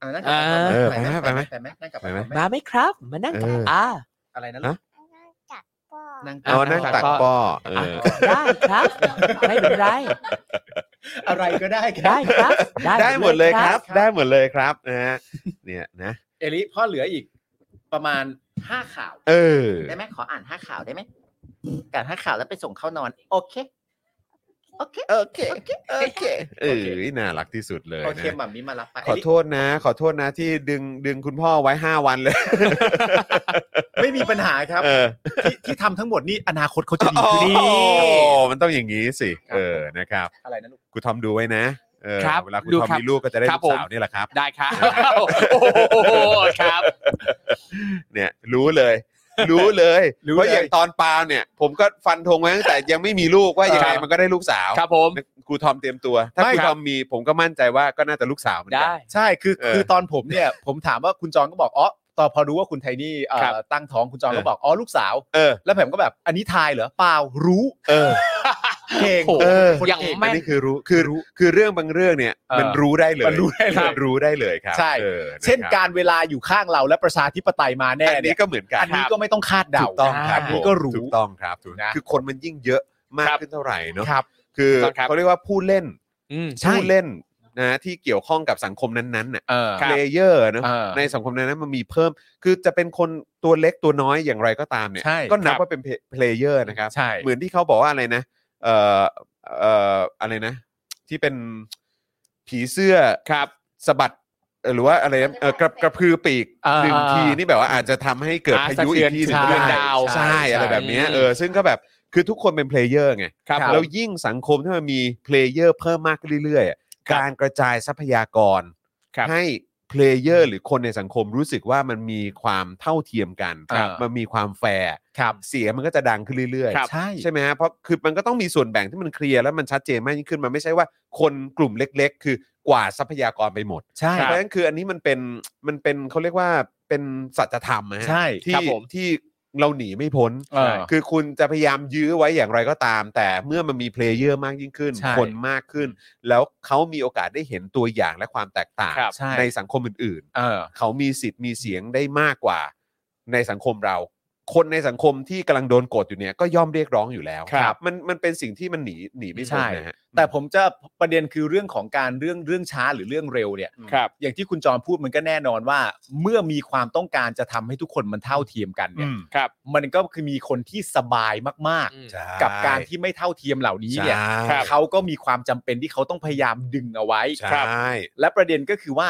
Speaker 2: อ่านั่งกับอาทอม
Speaker 1: เออ
Speaker 2: ไป
Speaker 1: ไปไหม
Speaker 2: ไหม
Speaker 1: ไปไหม
Speaker 2: ไปไหมนั่งกับ
Speaker 1: ไป
Speaker 2: อา
Speaker 1: ไห
Speaker 2: ท
Speaker 1: ม
Speaker 2: อมไหม
Speaker 3: มาไหมครับ มานั่งกับ
Speaker 1: เอออ
Speaker 3: อา
Speaker 2: อะไรนะลูก
Speaker 1: เอานั่งตักป้อเออ
Speaker 3: อ่ะได้ครับ ไม่เป็นไร
Speaker 2: อะไรก็ได้ครั
Speaker 3: ได้
Speaker 2: บ
Speaker 3: ครับ
Speaker 1: ได้หมดเลยครับ ได้หมดเลยครับนะฮะเนี่ยนะ
Speaker 2: เอลิพ่อเหลืออีกประมาณห้าข่าว
Speaker 1: เออ
Speaker 2: ได้ไหมขออ่านห้าข่าวได้ไหมการห้าข่าวแล้วไปส่งเข้านอน โอเค โอเค
Speaker 1: โอเคโอเคเออน่ารักที่สุดเลย
Speaker 2: โอเค
Speaker 1: นะ
Speaker 2: หมัมมี่มารับไป
Speaker 1: ขอโทษนะ ขอโทษนะที่ดึงดึงคุณพ่อไว้ 5 วันเลย
Speaker 2: ไม่มีปัญหาครับ
Speaker 1: เออ
Speaker 2: ที่ที่ทำทั้งหมดนี่อนาคตเขาจะดี
Speaker 1: โอ้
Speaker 2: ขึ้
Speaker 1: โห
Speaker 2: นนี่
Speaker 1: มันต้องอย่างนี้สิ เออนะครับ
Speaker 2: อะไรนะลูก
Speaker 1: กูทอมดูไว้นะเออ
Speaker 3: ครับ
Speaker 1: เวลากู
Speaker 3: ดู
Speaker 1: ทอม
Speaker 3: ครับ
Speaker 1: มีลูกก็จะได้
Speaker 3: ครั
Speaker 1: ลู
Speaker 3: บ
Speaker 1: กสา
Speaker 3: ผ
Speaker 1: ว
Speaker 3: ม
Speaker 1: นี่แหละครับ
Speaker 3: ได้ครับ โอ้โหครับ
Speaker 1: เนี่ยรู้เลย รู้เลยเพราะอย่างตอนปาล์มเนี่ย ผมก็ฟันธงไว้ตั้งแต่ยังไม่มีลูกว่ายังไง
Speaker 3: ครับ
Speaker 1: มันก็ได้ลูกสาว
Speaker 3: ครับผม
Speaker 1: ครูทอมเตรียมตัว ถ้า
Speaker 3: ไม่
Speaker 1: ครู
Speaker 3: ค
Speaker 1: ท
Speaker 3: รับ
Speaker 1: อมมีผมก็มั่นใจว่าก็น่าจะลูกสาวเหมือนกั
Speaker 3: ได้
Speaker 1: น
Speaker 2: ใช่คือ
Speaker 1: เออ
Speaker 2: คือตอนผมเนี่ย ผมถามว่าคุณจอนก็บอกอ๋อ ตอนพอรู้ว่าคุณไทนี่เอ่อ
Speaker 3: ครับ
Speaker 2: ตั้งท้องคุณจอน
Speaker 1: เออ
Speaker 2: ก็บอกอ๋อลูกสาว
Speaker 1: เออ
Speaker 2: แล้วผมก็แบบอันนี้ทายเหรอเปล่ารู้
Speaker 1: เออ
Speaker 2: เก่ง
Speaker 3: โอ้โห
Speaker 1: เออ
Speaker 2: คน
Speaker 3: อย่าง
Speaker 2: เก่ง
Speaker 1: อัน
Speaker 3: แม่น
Speaker 1: นี้คือรู้คือรู้คือเรื่องบางเรื่องเนี่ย
Speaker 2: เออ
Speaker 1: มันรู้ได้เลย
Speaker 2: มันรู้ได้เลย
Speaker 1: มันรู้ได้เลยครับ
Speaker 2: ใช่
Speaker 1: ออ
Speaker 2: เช่นะครับ การเวลาอยู่ข้างเราและประชาธิปไตยมาแน่
Speaker 1: อัน
Speaker 2: เนี่
Speaker 1: นี้
Speaker 2: ย
Speaker 1: ก็เหมือนกัน
Speaker 2: อันนี้ก็ไม่ต้องคาด
Speaker 1: ถู
Speaker 2: เดา
Speaker 1: กต้องครับ
Speaker 3: อัน
Speaker 1: ผม
Speaker 2: นี้ก็รู้
Speaker 1: ถูกต้องครับถูก
Speaker 2: นะ
Speaker 1: คือคนมันยิ่งเยอะมาก
Speaker 3: ครับ
Speaker 1: ขึ้นเท่าไหร่เนาะ
Speaker 2: ครับ
Speaker 1: คือ
Speaker 3: ถูกต้องครับ
Speaker 1: เขาเรียกว่าผู้เล่น
Speaker 3: อืม
Speaker 2: ใช่
Speaker 1: ผู้เล่นนะที่เกี่ยวข้องกับสังคมนั้นๆน่ะ
Speaker 2: เออ
Speaker 3: ครั
Speaker 1: เล
Speaker 3: บ
Speaker 1: เยอร์เนาะ
Speaker 2: เออ
Speaker 1: ในสังคมนั้นๆมันมีเพิ่ม คือจะเป็นคนตัวเล็กตัวน้อยอย่างไรก็ตามเนี่ย
Speaker 2: ใช่
Speaker 1: ก็นับ
Speaker 2: ครับ
Speaker 1: ว่าเป็นเพลเยอร์นะครับ
Speaker 2: ใช่
Speaker 1: เหมือนที่เขาบอกว่าอะไรนะเอ่อเอ่ออะไรนะ ที่เป็นผีเสื้อ
Speaker 3: ครับ
Speaker 1: สะบัดเอ่อหรือว่าอะไรนะเอ่อกระกระพือปีก
Speaker 2: อ่า
Speaker 1: หนึ่งทีนี่แบบว่าอาจจะทำให้เกิด
Speaker 3: อ่า
Speaker 1: พายุอีกทีหนึ่ง
Speaker 2: สะเทือน
Speaker 1: ก็ไ
Speaker 2: ดาว
Speaker 1: ใช่อะไรแบบเนี้ย
Speaker 3: ใช่
Speaker 1: เออซึ่งก็แบบคือทุกคนเป็นเพลเยอร์ไง
Speaker 3: ครับ
Speaker 2: ครับ
Speaker 1: แล้วยิ่งสังคมที่มันมีเพลเยอร์เพิ่มมากขึ้นเรื่อยๆอ่ะการกระจายทรัพยากร
Speaker 3: ครับ
Speaker 1: ให้เพลเยอร์หรือคนในสังคมรู้สึกว่ามันมีความเท่าเทียมกัน
Speaker 2: ครับ
Speaker 1: มันมีความแฟร์
Speaker 2: ครับ
Speaker 1: เสียงมันก็จะดังขึ้นเรื่อยๆ
Speaker 3: ครับ
Speaker 2: ใช่
Speaker 1: ใช่ไหมฮะเพราะคือมันก็ต้องมีส่วนแบ่งที่มันเคลียร์แล้วมันชัดเจนมากยิ่งขึ้นมันไม่ใช่ว่าคนกลุ่มเล็ก ๆ คือกว่าดทรัพยากรไปหมด
Speaker 2: ใช่
Speaker 1: เพราะฉะนั้นคืออันนี้มันเป็นมันเป็นเขาเรียกว่าเป็นสัจธรรมนะฮะ
Speaker 2: ใช่
Speaker 1: ที่
Speaker 3: ครับผม
Speaker 1: ที่เราหนีไม่พ้น
Speaker 2: เออ
Speaker 1: คือคุณจะพยายามยื้อไว้อย่างไรก็ตาม แต่เมื่อมันมีเพลเยอร์มากยิ่งขึ้น
Speaker 2: ใช่
Speaker 1: คนมากขึ้น แล้วเขามีโอกาสได้เห็นตัวอย่างและความแตกต่าง
Speaker 3: ครับ
Speaker 2: ใช่
Speaker 1: ในสังคมอื่น ๆ
Speaker 2: เออ
Speaker 1: เขามีสิทธิ์มีเสียงได้มากกว่า ในสังคมเรา คนในสังคมที่กำลังโดนกดอยู่เนี่ยก็ย่อมเรียกร้องอยู่แล้ว
Speaker 2: ครับ
Speaker 1: มันมันเป็นสิ่งที่มันหนีหนีไม่พ้น
Speaker 2: ใช่
Speaker 1: นะฮะ
Speaker 2: แต่ผมจะประเด็นคือเรื่องของการเรื่องเรื่องช้าหรือเรื่องเร็วเนี่ย
Speaker 3: ครับ
Speaker 2: อย่างที่คุณจอมพูดมันก็แน่นอนว่า เมื่อมีความต้องการจะทำให้ทุกคนมันเท่าเทียมกันเนี่ย
Speaker 1: อืม
Speaker 3: ครับ
Speaker 2: มันก็คือมีคนที่สบายมาก
Speaker 3: อืม
Speaker 2: ๆ กับการที่ไม่เท่าเทียมเหล่านี้เนี่ย
Speaker 1: ใช่
Speaker 2: เขาก็มีความจำเป็นที่เขาต้องพยายามดึงเอาไว้
Speaker 1: ใช่
Speaker 2: และประเด็นก็คือว่า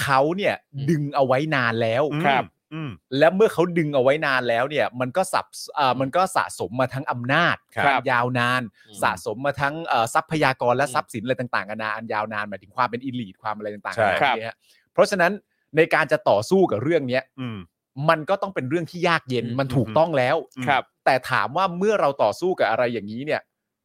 Speaker 2: เขาเนี่ย
Speaker 3: อืม
Speaker 2: ดึงเอาไว้นานแล้ว
Speaker 1: อืม
Speaker 3: ครับ
Speaker 1: อืม
Speaker 2: และเมื่อเขาดึงเอาไว้นานแล้วเนี่ยมันก็สับอ่ามันก็สะสมมาทั้งอำนาจ
Speaker 3: ครับ
Speaker 2: ความยาวนาน
Speaker 3: อืม
Speaker 2: สะสมมาทั้งเอ่อทรัพยากรและ
Speaker 3: อืม
Speaker 2: ทรัพย์สินอะไรต่างๆนานาอันยาวนานหมายถึงความเป็นอ l ลี e ความอะไรต่างๆ
Speaker 3: ใช่
Speaker 2: นานา
Speaker 3: ครับ
Speaker 2: เนี่ยฮะเพราะฉะนั้นในการจะต่อสู้กับเรื่องเนี้ย
Speaker 1: อืม
Speaker 2: มันก็ต้องเป็นเรื่องที่ยากเย็น
Speaker 3: อืม
Speaker 2: มันถูกต้องแล้ว
Speaker 1: อืม
Speaker 3: ครับ
Speaker 2: แต่ถามว่าเมื่อเราต่อสู้กับอะไรอย่างนี้เนี่ย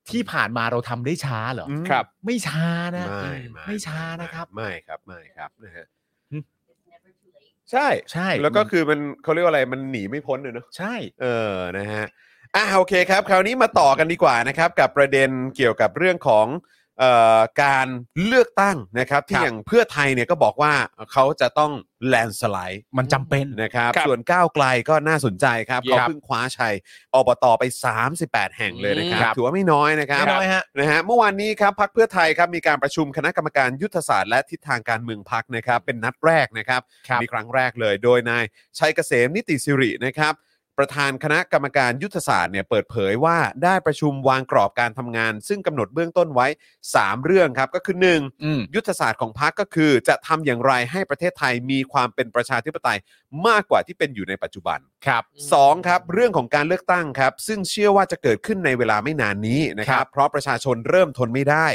Speaker 2: ที่ผ่านมาเราทำได้ช้าเหรออ
Speaker 3: ครับ
Speaker 2: ไม่ช้า
Speaker 1: ไม่
Speaker 2: นะ
Speaker 1: ไม่
Speaker 2: ไม่ช้านะครับ
Speaker 1: ไม่ครับไม่ครับนะฮะ
Speaker 4: It's never too late.
Speaker 1: ใช่
Speaker 2: ใช่
Speaker 1: แล้วก็คือมันเขาเรียกว่าอะไรมันหนีไม่พ้นเลยเนอะ
Speaker 2: ใช่
Speaker 1: เออ นะฮะ อ่ะโอเคครับ คราวนี้มาต่อกันดีกว่านะครับ กับประเด็นเกี่ยวกับเรื่องของเอ่อการเลือกตั้งนะครับ ที่อย่างเพื่อไทยเนี่ยก็บอกว่าเขาจะต้องแลนสไลด์
Speaker 2: มันจำเป็น
Speaker 1: นะครับ
Speaker 3: ครับ
Speaker 1: ส่วนก้าวไกลก็น่าสนใจครับ
Speaker 2: ครั
Speaker 1: เขา
Speaker 2: บ
Speaker 1: เพิ่งคว้าชัยอบตไป 38 แห่งเลยนะครับ
Speaker 2: ครับ
Speaker 1: ถือว่าไม่น้อยนะครับ
Speaker 2: ไม่น้อยฮะ
Speaker 1: นะฮะเมื่อวานนี้ครับพักเพื่อไทยครับมีการประชุมคณะกรรมการยุทธศาสตร์และทิศทางการเมืองพักนะครับเป็นนัดแรกนะครับ
Speaker 2: ครับ
Speaker 1: มีครั้งแรกเลยโดยนายชัยเกษมนิติสิรินะครับ ประธานคณะกรรมการยุทธศาสตร์เนี่ยเปิดเผยว่าได้ประชุมวางกรอบการทำงาน ซึ่งกำหนดเบื้องต้นไว้ 3 เรื่องครับก็คือ 1.
Speaker 2: อืม
Speaker 1: ยุทธศาสตร์ของพักก็คือจะทำอย่างไรให้ประเทศไทยมีความเป็นประชาธิปไตยมากกว่าที่เป็นอยู่ในปัจจุบัน
Speaker 2: ครับ
Speaker 1: สองครับเรื่องของการเลือกตั้งครับ ซึ่งเชื่อว่าจะเกิดขึ้นในเวลาไม่นานนี้นะครับ เพราะประชาชนเริ่มทนไม่ได้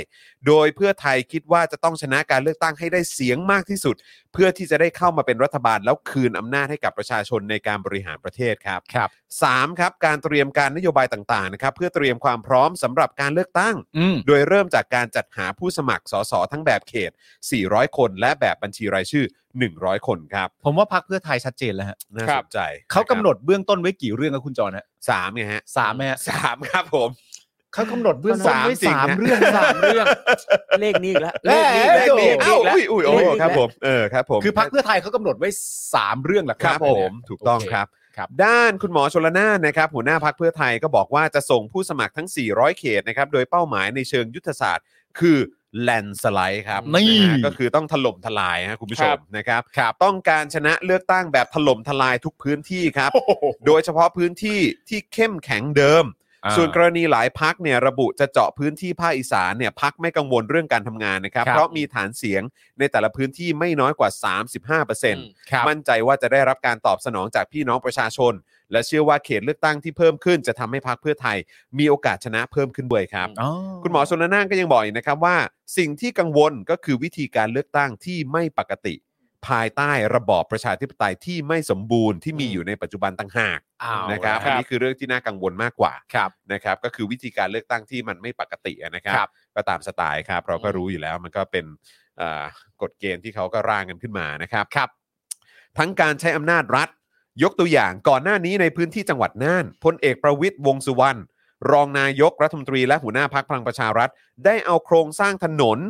Speaker 1: โดยเพื่อไทยคิดว่าจะต้องชนะการเลือกตั้งให้ได้เสียงมากที่สุด เพื่อที่จะได้เข้ามาเป็นรัฐบาลแล้วคืนอำนาจให้กับประชาชนในการบริหารประเทศครับ
Speaker 2: ครับ
Speaker 1: 3. ครับการเตรียมการนโยบายต่างๆนะครับเพื่อเตรียมความพร้อมสำหรับการเลือกตั้ง
Speaker 2: อืม
Speaker 1: โดยเริ่มจากการจัดหาผู้สมัครสสทั้งแบบเขต 400 คน และแบบบัญชีรายชื่อ 100 คนครับ
Speaker 2: ผมว่าพักเพื่อไทยชัดเจนแล้วฮะ
Speaker 1: น่า
Speaker 3: ครั
Speaker 1: ส
Speaker 3: บ
Speaker 1: นใจ
Speaker 2: เขากำหนดเบื้องต้นไว้กี่เรื่องครับคุณจอห์นฮะ
Speaker 1: สามไงฮะ
Speaker 2: สามไหมฮะ
Speaker 1: สามครับผม
Speaker 2: เขากำหนดเบื้องต้น
Speaker 1: สา
Speaker 2: ไว้สาม ม
Speaker 1: จริงฮะ
Speaker 2: เรื่องสามเรื่อง
Speaker 3: เลขนี้อีกแล้ว
Speaker 2: แหม่
Speaker 3: นี้
Speaker 1: เล
Speaker 3: อี
Speaker 1: ข
Speaker 3: ก
Speaker 1: นี้
Speaker 3: แล้ว
Speaker 1: เอ้า
Speaker 3: เลขนี้
Speaker 1: อุ้ย
Speaker 3: อีก
Speaker 1: อุ้ย
Speaker 3: แล้ว
Speaker 1: โอ้
Speaker 3: เลขนี้กแล้ว
Speaker 1: ครับผมเออครับผม
Speaker 2: คือพักเพื่อไทยเขากำหนดไว้สามเรื่องหลัก
Speaker 1: ครับผมถูกต้องครับ
Speaker 2: ครับ
Speaker 1: ด้านคุณหมอชลนานนะครับ หัวหน้าพักเพื่อไทยก็บอกว่าจะส่งผู้สมัครทั้ง 400 เขตนะครับ โดยเป้าหมายในเชิงยุทธศาสตร์ คือแลนสไลด์ครับ
Speaker 2: นี่
Speaker 1: ะฮะก็คือต้องถล่มทลายฮะคุณผู้ช
Speaker 3: ครั
Speaker 1: ม
Speaker 3: บ
Speaker 1: นะครับ
Speaker 2: ครับ
Speaker 1: ต้องการชนะเลือกตั้งแบบถล่มทลายทุกพื้นที่ครับ โดยเฉพาะพื้นที่ที่เข้มแข็งเดิม ส่วนกรณีหลายพักเนี่ยระบุจะเจาะพื้นที่ภาคอีสานเนี่ยพักไม่กังวลเรื่องการทำงานนะครับ
Speaker 2: ครับ
Speaker 1: เพราะมีฐานเสียงในแต่ละพื้นที่ไม่น้อยกว่า 35%
Speaker 2: ครับ
Speaker 1: มั่นใจว่าจะได้รับการตอบสนองจากพี่น้องประชาชน และเชื่อว่าเขตเลือกตั้งที่เพิ่มขึ้นจะทำให้พักเพื่อไทย มีโอกาสชนะเพิ่มขึ้นด้วยครับ
Speaker 2: อ๋อ
Speaker 1: คุณหมอชนละนานก็ยังบอกอีกนะครับว่า สิ่งที่กังวลก็คือวิธีการเลือกตั้งที่ไม่ปกติ ภายใต้ระบอบประชาธิปไตยที่ไม่สมบูรณ์ที่มีอยู่ในปัจจุบันต่างหาก
Speaker 2: เอา
Speaker 1: นะ
Speaker 2: นะครับ
Speaker 3: ค
Speaker 1: อั
Speaker 3: รั
Speaker 1: น
Speaker 3: บ
Speaker 1: นี้คือเรื่องที่น่ากังวลมากกว่า
Speaker 2: ครับ
Speaker 1: นะครับก็คือวิธีการเลือกตั้งที่มันไม่ปกติอะนะครั
Speaker 2: ครับ บ
Speaker 1: ก็ตามสไตล์ครับ เราก็
Speaker 3: อืม
Speaker 1: รู้อยู่แล้วมันก็เป็นเอ่อกฎเกณฑ์ที่เขาก็ร่างกันขึ้นมานะครับ
Speaker 2: ครับ
Speaker 1: ทั้งการใช้อำนาจรัฐ ยกตัวอย่างก่อนหน้านี้ในพื้นที่จังหวัดน่านพลเอกประวิตยวงษ์สุวรรณรองนายกรัฐมนตรีและหัวหน้าพักพลังประชารัฐ ได้เอาโครงสร้างถนน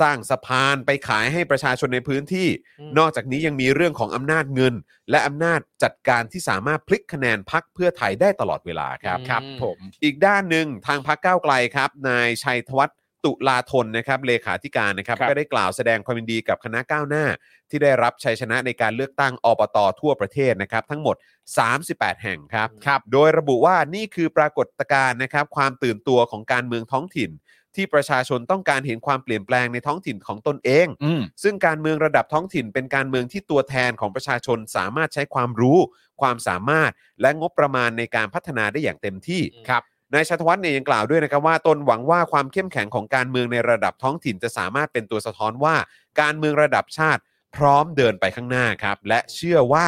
Speaker 1: สร้างสะพานไปขายให้ประชาชนในพื้นที่
Speaker 3: ม
Speaker 1: นอกจากนี้ยังมีเรื่องของอำนาจเงิน และอำนาจจัดการที่สามารถพลิกคะแนนพักเพื่อไทยได้ตลอดเวลาครับ
Speaker 3: อืม
Speaker 2: ครับผม
Speaker 1: อีกด้านหนึ่งทางพักก้าวไกลครับ นายชัยธวัฒน์ตุลาธนนะครับเลขาธิการนะครับ
Speaker 2: ครับ
Speaker 1: ก็ได้กล่าวแสดงความยินดีกับคณะก้าวหน้า ที่ได้รับชัยชนะในการเลือกตั้งอบตทั่วประเทศนะครับ ทั้งหมด 38 แห่งครับ
Speaker 2: ครับ
Speaker 1: โดยระบุว่านี่คือปรากฏการณ์นะครับ ความตื่นตัวของการเมืองท้องถิ่น ที่ประชาชนต้องการเห็นความเปลี่ยนแปลงในท้องถิ่นของตนเอง
Speaker 2: อืม
Speaker 1: ซึ่งการเมืองระดับท้องถิ่นเป็นการเมืองที่ตัวแทนของประชาชนสามารถใช้ความรู้ ความสามารถ และงบประมาณในการพัฒนาได้อย่างเต็มที่
Speaker 2: ครับ
Speaker 1: นายชัตวัฒน์เนี่ยยังกล่าวด้วยนะครับว่าตนหวังว่าความเข้มแข็งของการเมืองในระดับท้องถิ่นจะสามารถเป็นตัวสะท้อนว่า การเมืองระดับชาติพร้อมเดินไปข้างหน้าครับ และเชื่อว่า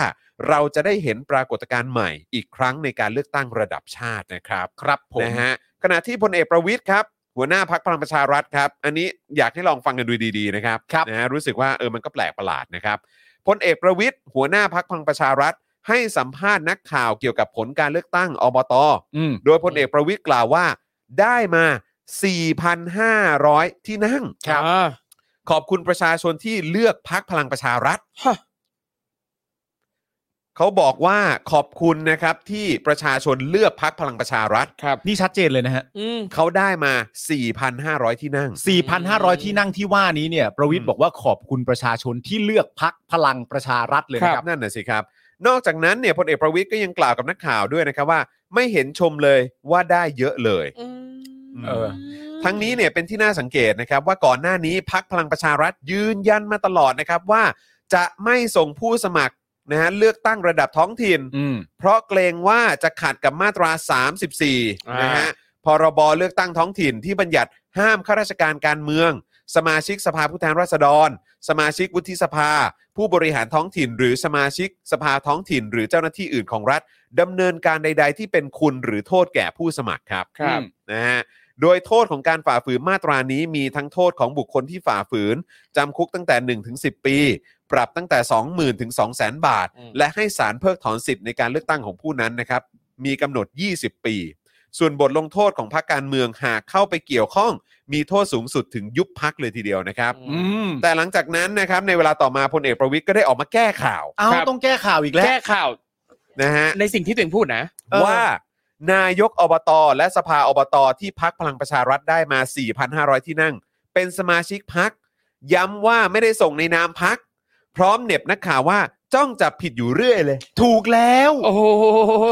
Speaker 1: เราจะได้เห็นปรากฏการณ์ใหม่อีกครั้งในการเลือกตั้งระดับชาตินะครับ
Speaker 2: ครับผม
Speaker 1: นะฮะขณะที่พลเอกประวิทย์ครับ หัวหน้าพักพลังประชารัฐครับ อันนี้อยากให้ลองฟังกันดูดีๆนะครับ
Speaker 2: ครับ
Speaker 1: นะฮะรู้สึกว่าเออมันก็แปลกประหลาดนะครับพลเอกประวิทย์หัวหน้าพักพลังประชารัฐ ให้สัมภาษณ์นักข่าวเกี่ยวกับผลการเลือกตั้งอบต
Speaker 2: อืม
Speaker 1: โดยพลเอกประวิทย์กล่าวว่า ได้มา 4,500 ที่นั่ง
Speaker 3: อ่า
Speaker 1: ขอบคุณประชาชนที่เลือกพักพลังประชารัฐ
Speaker 3: ฮะ
Speaker 1: เขาบอกว่าขอบคุณนะครับที่ประชาชนเลือกพักพลังประชารัฐ
Speaker 3: ครับ
Speaker 2: นี่ชัดเจนเลยนะฮะ
Speaker 3: อืม
Speaker 1: เขาได้มา 4,500 ที่นั่ง
Speaker 2: 4,500 ที่นั่งที่ว่านี้เนี่ย ประวิท
Speaker 1: อืม
Speaker 2: ย์บอกว่าขอบคุณประชาชนที่เลือกพักพลังประชารัฐเลยนะครับ
Speaker 1: นั่นน่ะสิครับ นอกจากนั้นเนี่ยพลเอกประวิทย์ก็ยังกล่าวกับนักข่าวด้วยนะครับว่า ไม่เห็นชมเลยว่าได้เยอะเลย เออ ทั้งนี้เนี่ยเป็นที่น่าสังเกตนะครับว่าก่อนหน้านี้พักพลังประชารัฐยืนยันมาตลอดนะครับว่า จะไม่ส่งผู้สมัครนะฮะเลือกตั้งระดับท้องถิ่น
Speaker 2: อืม
Speaker 1: เพราะเกรงว่าจะขัดกับมาตรา
Speaker 3: อ่า
Speaker 1: 34
Speaker 3: น
Speaker 1: นะฮะ พรบเลือกตั้งท้องถิ่นที่บัญญัติห้ามข้าราชการการเมือง สมาชิกสภาผู้แทนราษฎร สมาชิกวุฒิสภา ผู้บริหารท้องถิ่น หรือสมาชิกสภาท้องถิ่น หรือเจ้าหน้าที่อื่นของรัฐดำเนินการใด ๆ ที่เป็นคุณหรือโทษแก่ผู้สมัครครับ
Speaker 3: ครับ
Speaker 1: นะฮะ โดยโทษของการฝ่าฝืนมาตรานี้มีทั้งโทษของบุคคลที่ฝ่าฝืน จำคุกตั้งแต่ 1 ถึง 10 ปี ปรับตั้งแต่ 20,000 ถึง 200,000 บาท
Speaker 3: อืม
Speaker 1: และให้ศาลเพิกถอนสิทธิ์ในการเลือกตั้งของผู้นั้นนะครับ มีกำหนด 20 ปี ส่วนบทลงโทษของพรรคการเมืองหากเข้าไปเกี่ยวข้อง มีโทษสูงสุดถึงยุบพักเลยทีเดียวนะครับ
Speaker 2: อืม
Speaker 1: แต่หลังจากนั้นนะครับในเวลาต่อมาพลเอกประวิทย์ก็ได้ออกมาแก้ข่าว
Speaker 2: เอา
Speaker 3: ครับ
Speaker 2: ต้องแก้ข่าวอีกแล้ว
Speaker 3: แก้ข่าว
Speaker 1: นะฮะ
Speaker 3: ในสิ่งที่ตัวเองพูดนะ
Speaker 2: เออ
Speaker 1: ว่า นายกอบต และสภาอบต ที่พักพลังประชารัฐได้มา 4,500 ที่นั่ง เป็นสมาชิกพัก ย้ำว่าไม่ได้ส่งในนามพัก พร้อมเหน็บนักข่าวว่าจ้องจับผิดอยู่เรื่อยเลย
Speaker 2: ถูกแล้ว
Speaker 3: โอ้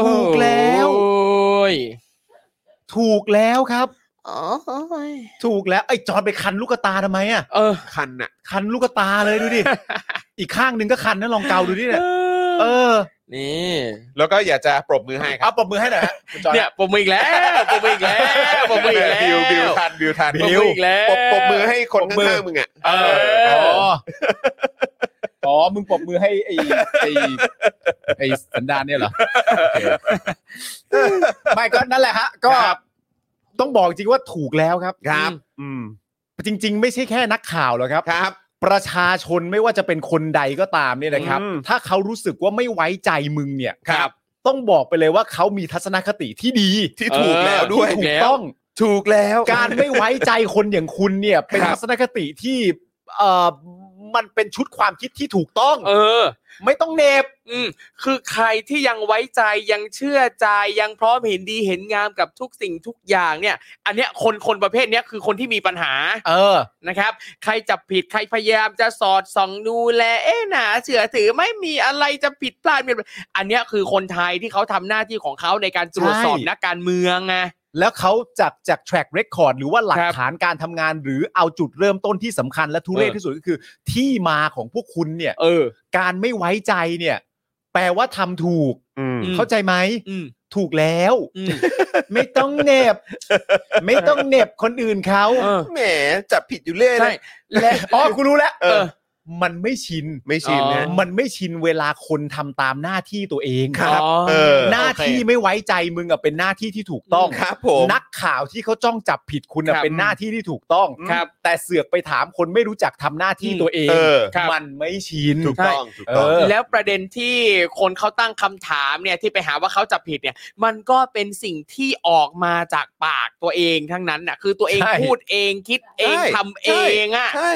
Speaker 2: ถูกแล้ว
Speaker 3: โอ้ย
Speaker 2: ถูกแล้วครับ
Speaker 3: อ๋อ
Speaker 2: ถูกแล้วไอ้จอนไปคันลูกตาทำไมอ่ะ
Speaker 3: เออ
Speaker 1: คันน่ะ
Speaker 2: คันลูกตาเลยดูดิ อีกข้างหนึ่งก็คันนะลองเกาดูดิเนี่ย เออ
Speaker 3: นี่
Speaker 1: แล้วก็อยากจะปรบมือให้ครั
Speaker 2: เอาปรบมือให้หน่อยฮะคุณจอน
Speaker 3: เนี่ยผมออีก แล้วผมออีกแล้วผมออีกแล้ว
Speaker 1: บิวบิวทันบิวทัน
Speaker 3: ผมออีกแล้ว
Speaker 1: ปรบปรบมือให้คนข้างๆมึงอ่ะ
Speaker 3: เออ
Speaker 2: ออ๋อ มึงปรบมือให้ไอ้ไอ้ไอ้สันดานเนี่ยเหรอ ไม่ก็นั่นแหละฮะ ก็ ต้องบอกจริงว่าถูกแล้วครับ
Speaker 1: ครับ อืม
Speaker 2: จริง ๆ ไม่ใช่แค่นักข่าวหรอกครับ
Speaker 1: ครับ
Speaker 2: ประชาชนไม่ว่าจะเป็นคนใดก็ตามเนี่ยนะครับ
Speaker 1: อืม
Speaker 2: ถ้าเขารู้สึกว่าไม่ไว้ใจมึงเนี่ย
Speaker 1: ครับ
Speaker 2: ต้องบอกไปเลยว่าเขามีทัศนคติที่ดี
Speaker 1: ที่ถูกแล้วด้วย
Speaker 3: เ
Speaker 2: ถูกต้อง
Speaker 1: ถูกแล้ว
Speaker 2: การไม่ไว้ใจคนอย่างคุณเนี่ย เป็น
Speaker 1: ครับ
Speaker 2: ทัศนคติที่เอ่อมันเป็นชุดความคิดที่ถูกต้อง
Speaker 3: เออ
Speaker 2: ไม่ต้องเหน็บ
Speaker 3: อืมคือใครที่ยังไว้ใจยังเชื่อใจยังพร้อมเห็นดีเห็นงามกับทุกสิ่งทุกอย่างเนี่ย อันเนี้ยคนคนประเภทเนี้ยคือคนที่มีปัญหา
Speaker 2: เออ
Speaker 3: นะครับ ใครจับผิดใครพยายามจะสอดส่องดูแลเอ๊ะหนาเสือถือไม่มีอะไรจะผิดพลาดมีอะไรอันเนี้ยคือคนไทยที่เขาทำหน้าที่ของเขาในการตรวจสอบ
Speaker 2: ใช่
Speaker 3: นักการเมืองไง
Speaker 2: แล้วเขาจากจาก track record หรือว่าหลัก
Speaker 3: ครับ
Speaker 2: ฐานการทำงาน หรือเอาจุดเริ่มต้นที่สำคัญและทุเรศ
Speaker 3: เออ
Speaker 2: ที่สุดก็คือ ที่มาของพวกคุณเนี่ย
Speaker 3: เออ
Speaker 2: การไม่ไว้ใจเนี่ย แปลว่าทำถูก
Speaker 1: อืม
Speaker 3: อืม
Speaker 2: เข้าใจไหม
Speaker 3: อืม
Speaker 2: ถูกแล้ว
Speaker 3: อืม
Speaker 2: ไม่ต้องเหน็บ ไม่ต้องเหน็บคนอื่นเขา
Speaker 3: เออ
Speaker 1: แหมจับผิดอยู่เรื่อยเล
Speaker 3: ใช่
Speaker 1: ย
Speaker 3: และ
Speaker 2: อ๋อกูรู้แล้ว
Speaker 3: เออ
Speaker 2: มันไม่ชิน
Speaker 1: ไม่ชิน
Speaker 3: อ๋อ
Speaker 1: นะ
Speaker 2: มันไม่ชินเวลาคนทำตามหน้าที่ตัวเอง
Speaker 1: ครับ
Speaker 3: อ๋อ
Speaker 1: เออ
Speaker 2: หน้าที่ไม่ไว้ใจมึงอะเป็นหน้าที่ที่ถูกต้อง
Speaker 1: ครับผม
Speaker 2: นักข่าวที่เขาจ้องจับผิดคุณอะ
Speaker 3: ครับ
Speaker 2: เป็นหน้าที่ที่ถูกต้อง
Speaker 3: ครับ
Speaker 2: แต่เสือกไปถามคนไม่รู้จักทำหน้าที่ตัวเอง
Speaker 1: เออ
Speaker 2: มันไม่ชิน
Speaker 1: ถูกต้องถูกต้อง
Speaker 2: เออ
Speaker 3: แล้วประเด็นที่คนเขาตั้งคำถามเนี่ยที่ไปหาว่าเขาจับผิดเนี่ย มันก็เป็นสิ่งที่ออกมาจากปากตัวเองทั้งนั้นน่ะคือตัวเอง
Speaker 2: ใช่
Speaker 3: พูดเองคิดเอง
Speaker 1: ใช่
Speaker 3: ทำเองอ่ะ
Speaker 1: ใช่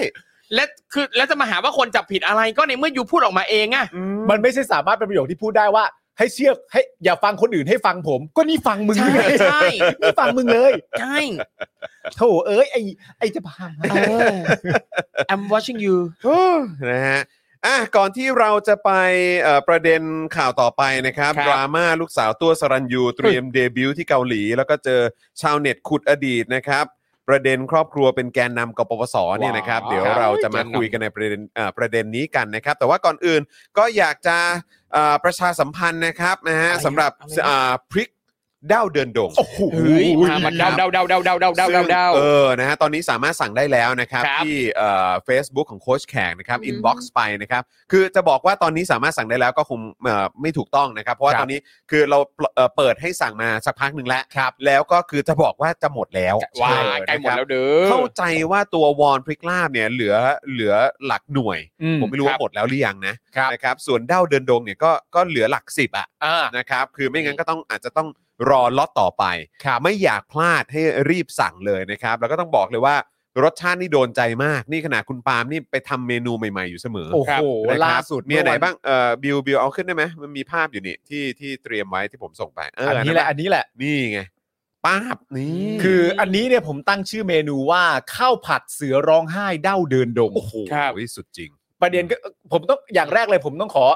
Speaker 3: และคือแล้วจะมาหาว่าคนจับผิดอะไรก็ในเมื่ออยู่พูดออกมาเองอ่ะ
Speaker 1: อื
Speaker 2: มันไม่ใช่สามารถเป็นประโยคที่พูดได้ว่า ให้เชื่อให้อย่าฟังคนอื่นให้ฟังผม ก็นี่ฟังมึง
Speaker 3: ใช่
Speaker 2: ไง
Speaker 3: ใช่
Speaker 2: นี่ฟังมึงเลย
Speaker 3: ใช่
Speaker 2: โถเอ้ยไอ้ไอ้จะพา
Speaker 3: เออ I'm watching you
Speaker 1: โอ้นะฮะอ่ะก่อนที่เราจะไปเอ่อประเด็นข่าวต่อไปนะครับ
Speaker 3: ครับ
Speaker 1: ดราม่าลูกสาวตัวสรัญยูเตรียมเดบิวต์ที่เกาหลี แล้วก็เจอชาวเน็ตขุดอดีตนะครับ ประเด็นครอบครัวเป็นแกนนำกปปสเนี่ยนะครับ
Speaker 3: ว้าว
Speaker 1: เดี๋ยวเราจะมา
Speaker 3: แกนนำ
Speaker 1: คุยกันในประเด็นเอ่อประเด็นนี้กันนะครับ แต่ว่าก่อนอื่นก็อยากจะเอ่อประชาสัมพันธ์นะครับนะฮะสำหรับอ่าพริกเด้าเดินดง
Speaker 2: โอ้โห
Speaker 3: เฮ้ยมามาเดาเดาเดาเดาเดาเดาเดาเดาเดา
Speaker 1: ซึ่งเออ นะฮะ ตอนนี้สามารถสั่งได้แล้วนะครับ
Speaker 3: ครับ
Speaker 1: ที่เฟซบุ๊กของโค้ชแขกนะครับ
Speaker 4: อืม
Speaker 1: อินบ็อกซ์ไปนะครับ คือจะบอกว่าตอนนี้สามารถสั่งได้แล้วก็คงเอ่อไม่ถูกต้องนะครับ เพราะว่า
Speaker 2: ครับ
Speaker 1: ตอนนี้คือเราเอ่อเปิดให้สั่งมาสักพักหนึ่งแล้วครับ แล้วก็คือจะบอกว่าจะหมดแล้ว
Speaker 3: ว้า
Speaker 1: เออ
Speaker 3: ใกล้หมด
Speaker 1: นะครับ
Speaker 3: แล้วเด้อ
Speaker 1: เข้าใจว่าตัววอนพริกลาบเนี่ยเหลือเหลือหลักหน่วย ผมไม่รู้
Speaker 3: ครั
Speaker 1: ว่า
Speaker 3: บ
Speaker 1: หมดแล้วหรือยังนะครับ นะครับ ส่วนเด้าเดินดงเนี่ยก็ก็เหลือหลักสิบอะ
Speaker 2: อ่า
Speaker 1: นะครับ คือไม่งั้นก็ต้องอาจจะต้องรอล็อตต่อไป
Speaker 2: ครับ
Speaker 1: ไม่อยากพลาดให้รีบสั่งเลยนะครับ แล้วก็ต้องบอกเลยว่ารสชาตินี่โดนใจมาก นี่ขนาดคุณปาล์มนี่ไปทำเมนูใหม่ๆอยู่เสมอ
Speaker 2: โอ้โห
Speaker 1: นะครับ
Speaker 2: ล่าสุด
Speaker 1: มีอันไหน
Speaker 2: เอวั
Speaker 1: บ้าง เอ่อ บิวบิวเอาขึ้นได้ไหม มันมีภาพอยู่นี่ที่ที่เตรียมไว้ที่ผมส่งไปเออ
Speaker 2: อันนี้แหละ
Speaker 1: อั
Speaker 2: อันนี้แหละ
Speaker 1: นี่ไงป้าบนี่
Speaker 2: คืออันนี้เนี่ยผมตั้งชื่อเมนูว่าข้าวผัดเสือร้องไห้เด้าเดินดง
Speaker 1: โอ้โห
Speaker 3: ครับ
Speaker 1: สุดจริง
Speaker 2: ประเด็นก็ผมต้องอย่างแรกเลยผมต้องขอ